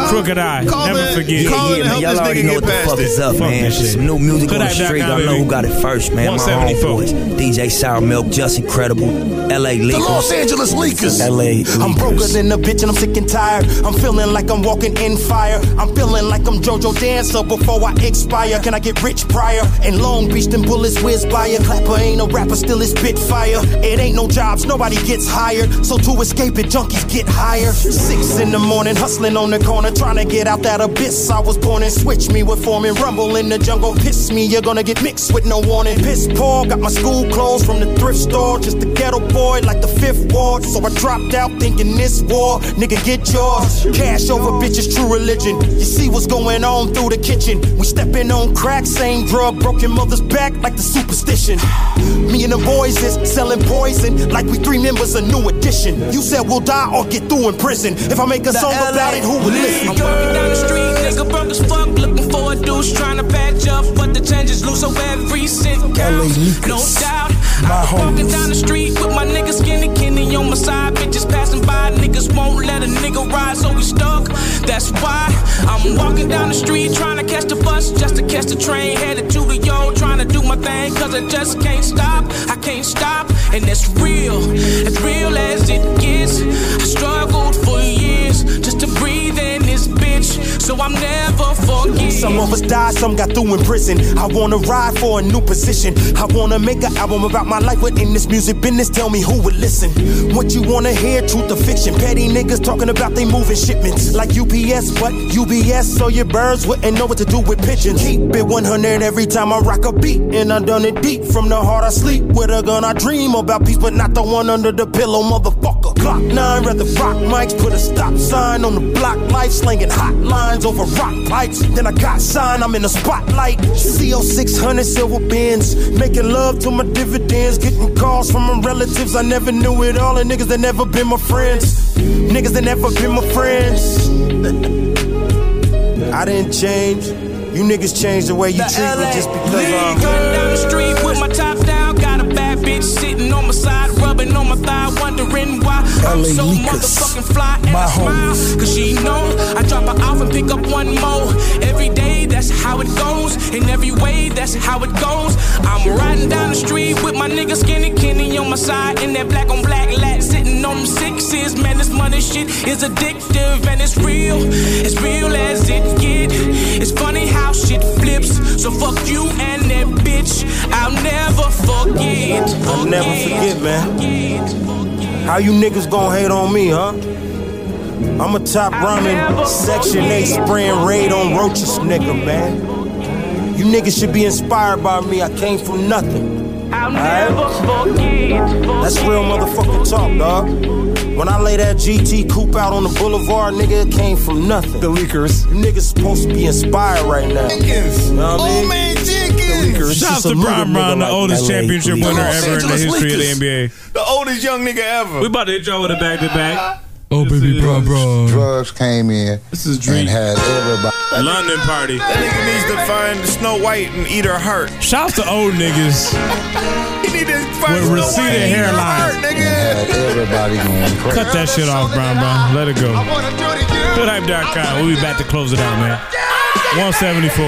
Speaker 3: Crooked eye.
Speaker 4: Ah. call
Speaker 3: Never
Speaker 4: in-
Speaker 3: forget.
Speaker 4: call in and help this nigga get past
Speaker 25: fuck
Speaker 4: it.
Speaker 25: is up,
Speaker 4: Fuck
Speaker 25: man.
Speaker 4: this shit.
Speaker 25: Some new music
Speaker 4: Good
Speaker 25: on the
Speaker 4: night, Doc
Speaker 25: street.
Speaker 4: Nine,
Speaker 25: Y'all know
Speaker 4: baby.
Speaker 25: who got it first, man. My
Speaker 18: 174.
Speaker 25: homeboys. DJ Sour Milk, just incredible. LA Leakers.
Speaker 18: The Los Angeles Leakers.
Speaker 25: LA
Speaker 18: I'm broker
Speaker 25: Leakers.
Speaker 18: than a bitch and I'm sick and tired. I'm feeling like I'm walking in fire. I'm feeling like I'm JoJo Dancer before I expire. Can I get rich prior? And Long Beach, them bullets whiz by a clapper. Ain't a rapper, still is Spitfire. It ain't no jobs, nobody gets hired. So to escape it, junkies get higher. Six in the morning, hustling on the corner, trying to get out that abyss. I was born and switch me with form and rumble in the jungle. Piss me, you're gonna get mixed with no warning. Piss poor, got my school clothes from the thrift store. Just a ghetto boy like the fifth ward. So I dropped out thinking this war, nigga, get yours. Cash over bitches, true religion. You see what's going on through the kitchen. We stepping on crack, same drug, broken mother's back like the superstition. Me and the boys is selling poison like we three members of new edition. You said we'll die or get through in prison. If I make a song about it, who would listen?
Speaker 32: I'm walking down the street, nigga broke as fuck, looking for a deuce, trying to patch up, but the change is loose, so every cent counts. No doubt. I'm walking down the street with my nigga skinny Kenny on my side, bitches passing by, niggas won't let a nigga ride, so we stuck. That's why I'm walking down the street, trying to catch the bus, just to catch the train, headed to the yard, trying to do my thing, cause I just can't stop. I can't stop, and it's real, as real as it gets. I struggled for years just to breathe in this bitch, so I'm never forget.
Speaker 18: Some of rappers died, some got through in prison. I wanna ride for a new position. I wanna make an album about my life within this music business. Tell me who would listen. What you wanna hear, truth or fiction? Petty niggas talking about they moving shipments. Like UPS, but UBS, so your birds wouldn't know what to do with pigeons. Keep it 100 every time I rock a beat. And I done it deep from the heart I sleep. With a gun I dream about peace, but not the one under the pillow, motherfucker. Glock 9, rather rock mics, put a stop sign on the block life, slinging hotlines over rock pipes. Then I got signed, I'm in the spotlight. CO600 silver bins, making love to my dividends, getting calls from my relatives I never knew it all, and niggas that never been my friends. Niggas that never been my friends. I didn't change. You niggas changed the way you treat me just because I'm.
Speaker 32: Coming down the street with my top down, got a bad bitch sitting on my side, rubbing on my thigh, wondering why I'm
Speaker 22: LA
Speaker 32: so
Speaker 22: Leakers.
Speaker 32: motherfucking fly and
Speaker 22: My
Speaker 32: I smile. Cause she know I drop her off and pick up one more. Every day, that's how it goes. In every way, that's how it goes. I'm riding down the street with my nigga skinny Kenny on my side in that black on black lat, sitting on them sixes. Man, this money shit is addictive and it's real. It's real as it get. It's funny how shit flips. So fuck you and that bitch. I'll never forget.
Speaker 18: I'll never forget, man. How you niggas gonna hate on me, huh? I'm a top rhyming section A spraying raid on roaches, nigga, man. You niggas should be inspired by me. I came from nothing.
Speaker 32: I'll
Speaker 18: never
Speaker 32: forget.
Speaker 18: That's real motherfucking talk, dog. When I lay that GT coupe out on the boulevard, nigga, it came from nothing. The leakers. You niggas supposed to be inspired right now. Jenkins. You know what I mean? Lakers.
Speaker 3: Shout out
Speaker 18: Just a
Speaker 3: to
Speaker 18: little
Speaker 3: Brian
Speaker 18: nigga
Speaker 3: Brown, the
Speaker 18: like
Speaker 3: oldest
Speaker 18: LA
Speaker 3: championship
Speaker 18: Lakers.
Speaker 3: winner
Speaker 18: Los
Speaker 3: ever in the
Speaker 18: Angeles
Speaker 3: history of the
Speaker 18: Lakers.
Speaker 3: NBA.
Speaker 16: The oldest young nigga ever.
Speaker 3: We about to hit y'all with a back to back.
Speaker 5: Oh, baby, bro, bro. Drugs came in. This is dream. And had everybody.
Speaker 3: London party.
Speaker 16: That nigga needs to find Snow White and eat her heart.
Speaker 3: Shouts to old niggas
Speaker 16: He need to find
Speaker 3: with
Speaker 16: Snow White and
Speaker 3: receding
Speaker 16: eat her
Speaker 3: hairline.
Speaker 16: heart, nigga.
Speaker 5: Everybody going crazy.
Speaker 3: Cut that shit off, Brown Brown. Let it go. GoodHype.com. We'll be back to close it out, man. 174.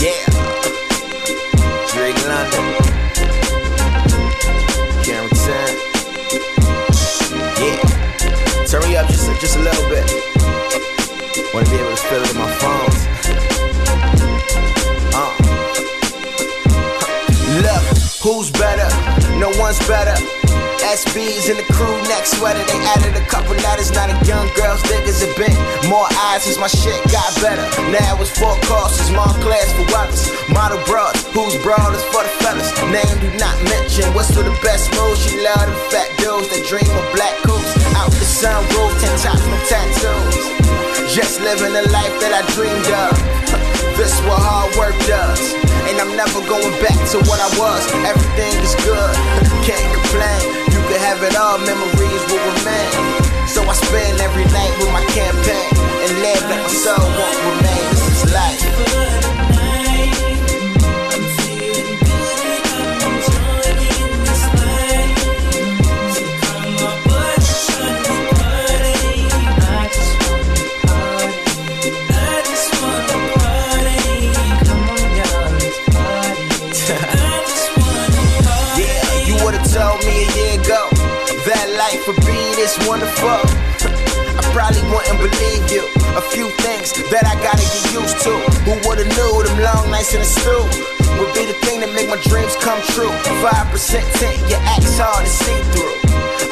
Speaker 33: Yeah. Drake London. Guaranteed. Yeah. Turn me up just a, just a little bit. Wanna be able to feel it in my phones. Uh. Look, who's better? No one's better. SBs in the crew neck sweater. They added a couple letters. Now the young girls dig as a bit. More eyes as my shit got better. Now it's four courses, more class for others. Model broad, who's broad is for the fellas. Name do not mention. What's for the best moves? She love the fat dudes that dream of black coops. Out the sunroof, ten tops, no tattoos. Just living the life that I dreamed of. This what hard work does. And I'm never going back to what I was. Everything is good, can't complain. You can have it all, memories will remain. So I spend every night with my campaign and live like my soul won't remain. This is life. *laughs* yeah, you would've told me a year ago that life would be this wonderful. I probably wouldn't believe you. A few things that I gotta get used to. Who would've knew them long nights in the stew would be the thing that make my dreams come true? Five percent tint, your acts hard to see through.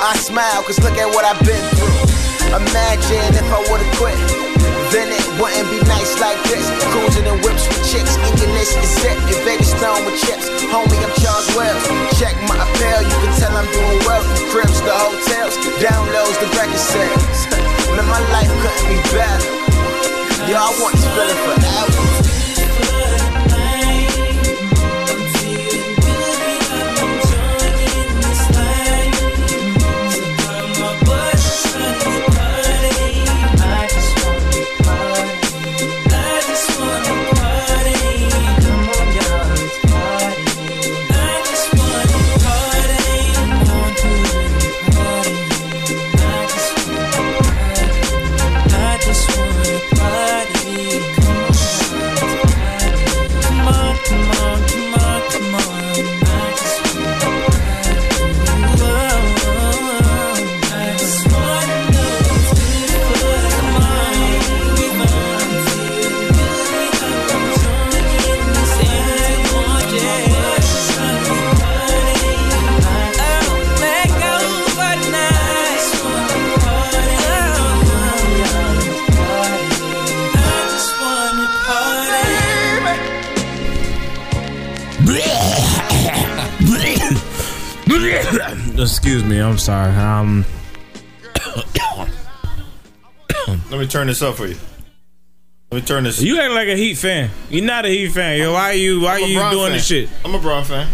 Speaker 33: I smile, cause look at what I've been through. Imagine if I would've quit. Then it wouldn't be nice like this. Cruising in whips with chicks, English is sip, in Vegas stone with chips. Homie, I'm Charles Wells. Check my apparel, you can tell I'm doing well. The cribs, the hotels, downloads, the record sales. *laughs* Man, my life couldn't be better. Yo, I want this feeling forever.
Speaker 22: I just wanna party. Come on.
Speaker 3: *coughs* Excuse me, I'm sorry. Um,
Speaker 4: Let me turn this up for you. Let me turn this.
Speaker 3: you ain't like a Heat fan. You're not a Heat fan. Yo, why you why
Speaker 4: I'm a
Speaker 3: you
Speaker 4: Bron
Speaker 3: doing
Speaker 4: fan.
Speaker 3: this shit?
Speaker 4: I'm a Braun fan.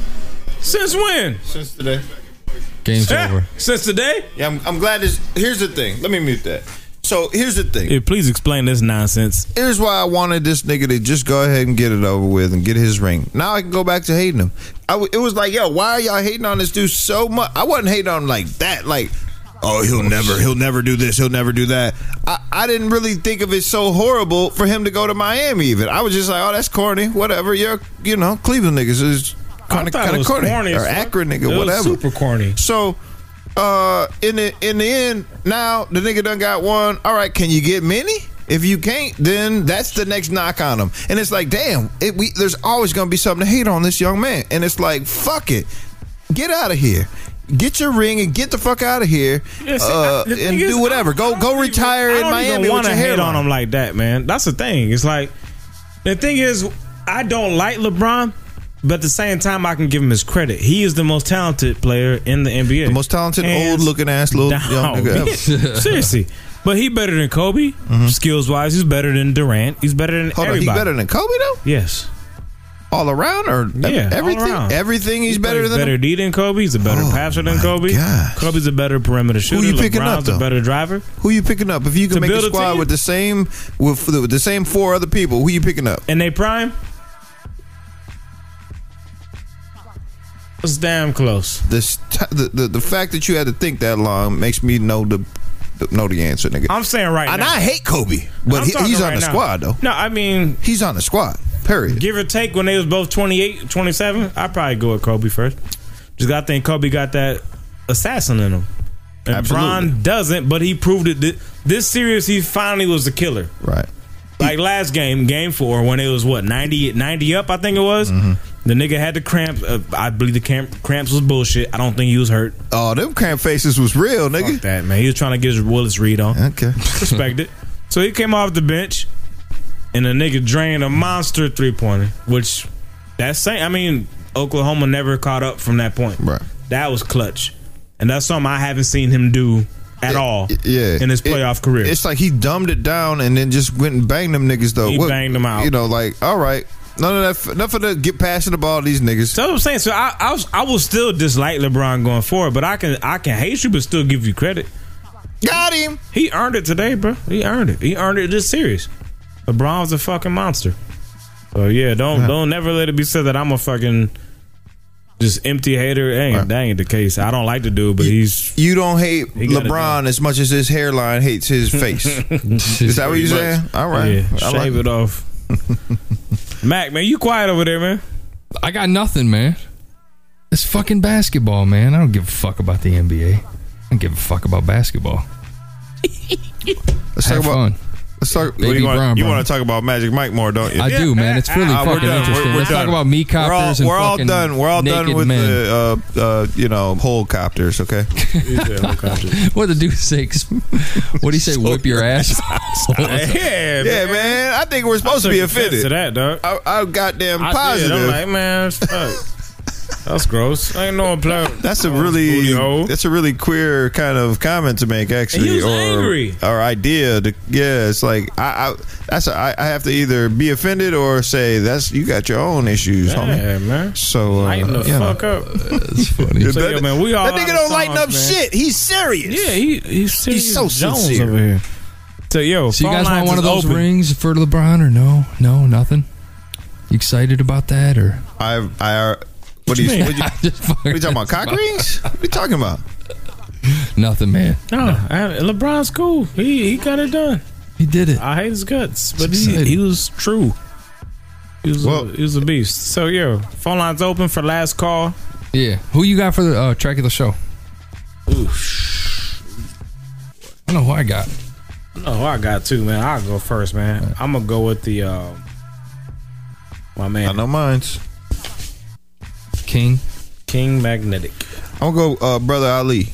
Speaker 3: Since when?
Speaker 4: Since today.
Speaker 3: *laughs*
Speaker 5: Game's
Speaker 4: over.
Speaker 3: Since today?
Speaker 4: Yeah, I'm, I'm glad this. Here's the thing. Let me mute that. So here's the thing.
Speaker 3: Hey, please explain this nonsense.
Speaker 4: Here's why I wanted this nigga to just go ahead and get it over with and get his ring. Now I can go back to hating him. I w- it was like, yo, why are y'all hating on this dude so much? I wasn't hating on him like that. Like, oh, he'll never, he'll never do this, he'll never do that. I, I didn't really think of it so horrible for him to go to Miami. Even I was just like, oh, that's corny. Whatever. You're, you know, Cleveland niggas is kind
Speaker 3: I
Speaker 4: of
Speaker 3: thought it
Speaker 4: kind of
Speaker 3: was
Speaker 4: corny,
Speaker 3: corny as
Speaker 4: or
Speaker 3: fuck.
Speaker 4: Akron
Speaker 3: It
Speaker 4: nigga,
Speaker 3: was
Speaker 4: whatever.
Speaker 3: super corny.
Speaker 4: So uh in the in the end, now the nigga done got one. All right, can you get many? If you can't, then that's the next knock on him. And it's like, damn, it, we, there's always gonna be something to hate on this young man. And it's like, fuck it, get out of here, get your ring and get the fuck out of here,
Speaker 3: Yeah, see, I-
Speaker 4: uh,
Speaker 3: the thing
Speaker 4: and
Speaker 3: is,
Speaker 4: do whatever. go go retire
Speaker 3: I
Speaker 4: in
Speaker 3: don't
Speaker 4: Miami
Speaker 3: even
Speaker 4: with
Speaker 3: want to
Speaker 4: your
Speaker 3: hate
Speaker 4: hair
Speaker 3: on him like that, man. That's the thing. It's like the thing is, I don't like LeBron, but at the same time, I can give him his credit. He is the most talented player in the NBA, the most
Speaker 4: talented, old-looking ass little young nigga ever.
Speaker 3: *laughs*
Speaker 4: Mm-hmm.
Speaker 3: Seriously, but he better than Kobe skills wise. He's better than Durant. He's better than
Speaker 4: Hold on, he
Speaker 3: everybody.
Speaker 4: better than Kobe though.
Speaker 3: Yes.
Speaker 4: All around or ev-
Speaker 3: yeah,
Speaker 4: everything? Everything he's better than Oh
Speaker 3: better D than Kobe. He's a better passer than Kobe. Kobe's a better perimeter shooter.
Speaker 4: Who you picking
Speaker 3: LeBron's
Speaker 4: up though?
Speaker 3: a better driver.
Speaker 4: Who you picking up? If you
Speaker 3: To
Speaker 4: can make a
Speaker 3: build a
Speaker 4: squad
Speaker 3: team?
Speaker 4: with the same with the, with the same four other people, who you picking up?
Speaker 3: And they prime. It's damn close.
Speaker 4: This t- the, the the fact that you had to think that long makes me know the the- know the answer, nigga.
Speaker 3: I'm saying right
Speaker 4: and
Speaker 3: now.
Speaker 4: I hate Kobe, but
Speaker 3: I'm
Speaker 4: he,
Speaker 3: talking
Speaker 4: he's on
Speaker 3: right
Speaker 4: the
Speaker 3: now.
Speaker 4: squad though.
Speaker 3: No, I mean
Speaker 4: he's on the squad. Period.
Speaker 3: Give or take, when they was both 28, 27, I probably go with Kobe first. Just got to think Kobe got that assassin in him, and
Speaker 4: Absolutely.
Speaker 3: Bron doesn't. But he proved it. Th- This series, he finally was the killer.
Speaker 4: Right.
Speaker 3: Like last game, game four, when it was what 90, 90 up, I think it was.
Speaker 4: Mm-hmm.
Speaker 3: The nigga had the cramps. Uh, I believe the camp, cramps was bullshit. I don't think he was hurt.
Speaker 4: Oh, them cramp faces was real, nigga.
Speaker 3: Fuck that man. He was trying to get his Willis read on.
Speaker 4: Okay, *laughs*
Speaker 3: respect it. So he came off the bench, and the nigga drained a monster three pointer, which that same. I mean, Oklahoma never caught up from that point.
Speaker 4: Right.
Speaker 3: That was clutch, and that's something I haven't seen him do at all.
Speaker 4: Yeah,
Speaker 3: In his
Speaker 4: It-
Speaker 3: playoff career,
Speaker 4: it's like he dumbed it down and then just went and banged them niggas though.
Speaker 3: He banged 'em out.
Speaker 4: You know, like all right, none of that, nothing to get passing the ball to these niggas.
Speaker 3: So I'm saying, so I, I, was, I will still dislike LeBron going forward, but I can I can hate you, but still give you credit.
Speaker 4: Got him.
Speaker 3: He earned it today, bro. He earned it. He earned it this series. LeBron was a fucking monster. So yeah, don't don't never let it be said that I'm a fucking just empty hater. It Ain't that ain't the case. I don't like the dude, but he's
Speaker 4: You don't hate
Speaker 3: He got it
Speaker 4: LeBron as much as his hairline hates his
Speaker 3: *laughs*
Speaker 4: face. Is that what you're saying? All right.
Speaker 3: Yeah,
Speaker 4: I like
Speaker 3: shave it off. *laughs* Mac, man, you quiet over there, man.
Speaker 5: I got nothing, man. It's fucking basketball, man. I don't give a fuck about the NBA. I don't give a fuck about basketball.
Speaker 4: Let's
Speaker 5: Have
Speaker 4: talk about.
Speaker 3: *laughs*
Speaker 5: fun. *laughs*
Speaker 4: Let's talk.
Speaker 5: Baby
Speaker 4: you want,
Speaker 5: Brown,
Speaker 4: you
Speaker 5: Brown.
Speaker 4: want to talk about Magic Mike more, don't you?
Speaker 5: I do, man. It's really
Speaker 4: Ah, we're
Speaker 5: fucking
Speaker 4: done.
Speaker 5: interesting. Let's talk about me
Speaker 4: We're all-
Speaker 5: copters and
Speaker 4: We're all
Speaker 5: fucking
Speaker 4: done. We're all done
Speaker 5: naked
Speaker 4: with
Speaker 5: men.
Speaker 4: the uh, uh, you know whole copters. Okay.
Speaker 5: what the dude say? *laughs* What do you say? Whip your ass.
Speaker 4: *laughs*
Speaker 3: *laughs* yeah,
Speaker 4: man. I think we're supposed
Speaker 3: I
Speaker 4: to be
Speaker 3: took offense
Speaker 4: offended
Speaker 3: to that, dog.
Speaker 4: I, I goddamn
Speaker 3: I did.
Speaker 4: positive.
Speaker 3: I'm like, man, fuck. that's gross.
Speaker 4: *laughs*
Speaker 3: ain't no Oh, player.
Speaker 4: That's a really that's a really queer kind of comment to make, actually,
Speaker 3: He was
Speaker 4: or
Speaker 3: angry.
Speaker 4: or idea. To, yeah, it's like I, I that's a, I, I have to either be offended or say that's you got your own issues,
Speaker 3: Yeah,
Speaker 4: homie.
Speaker 3: man.
Speaker 4: So uh,
Speaker 3: Lighten the
Speaker 4: you know. *laughs*
Speaker 3: fuck up.
Speaker 5: That's funny.
Speaker 3: So, yo, man, we all
Speaker 4: that
Speaker 3: out
Speaker 4: nigga
Speaker 3: of
Speaker 4: don't lighten
Speaker 3: songs,
Speaker 4: up
Speaker 3: man.
Speaker 4: shit. He's serious.
Speaker 3: Yeah, he he's serious.
Speaker 4: so
Speaker 3: Jones
Speaker 4: sincere.
Speaker 3: over here. So yo,
Speaker 5: So you
Speaker 3: phone
Speaker 5: guys want
Speaker 3: lines
Speaker 5: one of
Speaker 3: is
Speaker 5: those
Speaker 3: open.
Speaker 5: rings for LeBron or no? No, nothing. You excited about that or? *laughs*
Speaker 4: I I what do
Speaker 3: *laughs*
Speaker 4: you, what do you, what you talking about? Cock rings? What you talking about?
Speaker 5: Nothing, man.
Speaker 3: No, I- LeBron's cool. He he got it done.
Speaker 5: He did it.
Speaker 3: I hate his guts, but he, he was true. He was a, he was a beast. So yo, phone lines open for last call.
Speaker 5: Yeah. Who you got for the uh, track of the show? I know who I got.
Speaker 3: No, I got two, man. I'll go first, man. I'm gonna go with the uh, my man. I
Speaker 4: know mine's
Speaker 5: King.
Speaker 3: King Magnetic.
Speaker 4: I'll go, uh, brother Ali.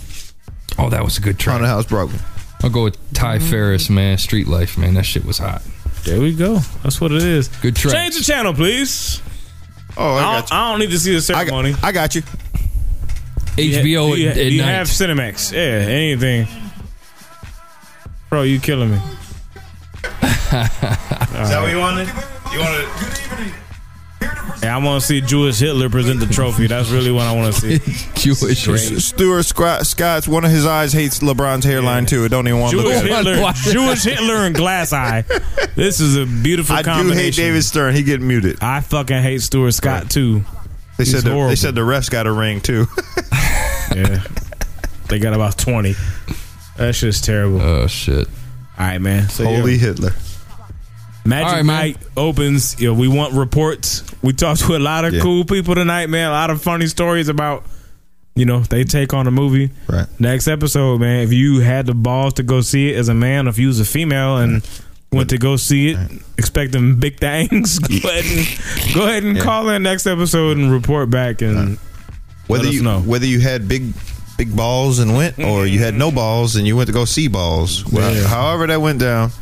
Speaker 5: Oh, that was a good track.
Speaker 4: On the house broken.
Speaker 5: I'll go with Ty Ferris, man. Street Life, man. That shit was hot.
Speaker 3: Mm-hmm. There we go. That's what it is.
Speaker 5: Good track.
Speaker 3: Change the channel, please.
Speaker 4: Oh, I,
Speaker 3: don't, I don't need to see the ceremony.
Speaker 4: I got you.
Speaker 5: HBO
Speaker 3: do you,
Speaker 5: at-
Speaker 3: do
Speaker 5: at
Speaker 3: you
Speaker 5: night.
Speaker 3: have Cinemax? Yeah, anything. Bro, you killing me.
Speaker 34: Is that
Speaker 3: All
Speaker 34: what
Speaker 3: right.
Speaker 34: you wanted? You wanted?
Speaker 3: Yeah, I want to see Jewish Hitler present the trophy. That's really what I want to see.
Speaker 5: *laughs* Jewish
Speaker 4: Stuart Scott, Scott's one of his eyes hates LeBron's hairline too. It don't even want to look
Speaker 3: Jewish
Speaker 4: at
Speaker 3: Hitler,
Speaker 4: it.
Speaker 3: Jewish Hitler, and Glass Eye. This is a beautiful
Speaker 4: I do hate
Speaker 3: combination.
Speaker 4: David Stern. He get muted.
Speaker 3: I fucking hate Stuart Scott too.
Speaker 4: They
Speaker 3: He's
Speaker 4: said the,
Speaker 3: horrible.
Speaker 4: they said the refs got a ring too. *laughs*
Speaker 3: yeah, they got about twenty. That shit's terrible.
Speaker 5: Oh shit!
Speaker 3: All right, man. So,
Speaker 4: Holy
Speaker 3: yeah.
Speaker 4: Hitler.
Speaker 3: Magic
Speaker 4: All right, man.
Speaker 3: Mike opens. Yeah, we want reports. We talked to a lot of
Speaker 4: Yeah.
Speaker 3: cool people tonight, man. A lot of funny stories about you know they take on the movie.
Speaker 4: Right.
Speaker 3: Next episode, man. If you had the balls to go see it as a man, if you was a female and went to go see it, expecting big things, *laughs* go ahead and go ahead and call in next episode and report back and
Speaker 4: Whether
Speaker 3: let us
Speaker 4: you
Speaker 3: know.
Speaker 4: whether you had big big balls and went, or you had no balls and you went to go see balls. Well,
Speaker 5: Yeah.
Speaker 4: however that went down.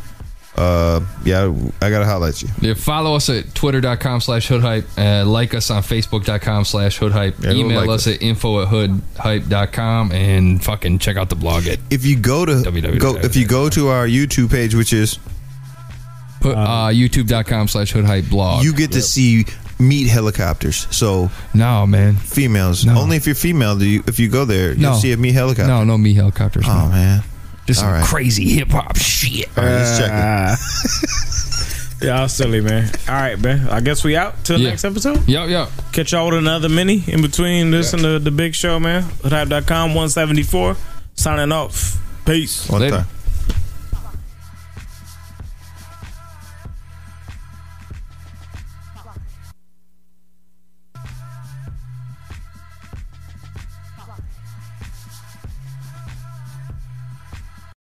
Speaker 4: Uh, yeah, I gotta holler at you.
Speaker 5: Yeah, follow us at twitter.com slash hood hype. Uh, like us on facebook.com slash hood hype.
Speaker 4: Yeah, go
Speaker 5: Email
Speaker 4: like
Speaker 5: us at info at hoodhype.com and fucking check out the blog at
Speaker 4: If you go to Go if you go to our YouTube page, which is um,
Speaker 5: put, uh, youtube.com slash hood hype blog.
Speaker 4: you get to see meat helicopters. So
Speaker 5: no, man,
Speaker 4: females only if you're female. Do you, if you go there,
Speaker 5: No.
Speaker 4: you'll see a meat helicopter.
Speaker 5: No, no meat helicopters.
Speaker 4: Oh man,
Speaker 5: Just some
Speaker 4: All right.
Speaker 5: crazy hip hop shit.
Speaker 4: All right, let's check it.
Speaker 3: *laughs* Y'all silly, man. All right, man. I guess we out till
Speaker 5: Ah. Yeah.
Speaker 3: next episode.
Speaker 5: Yup, yup.
Speaker 3: Catch y'all with another mini in between this and the, the big show, man. Hoodhype.com 174. Signing off. Peace.
Speaker 4: One time.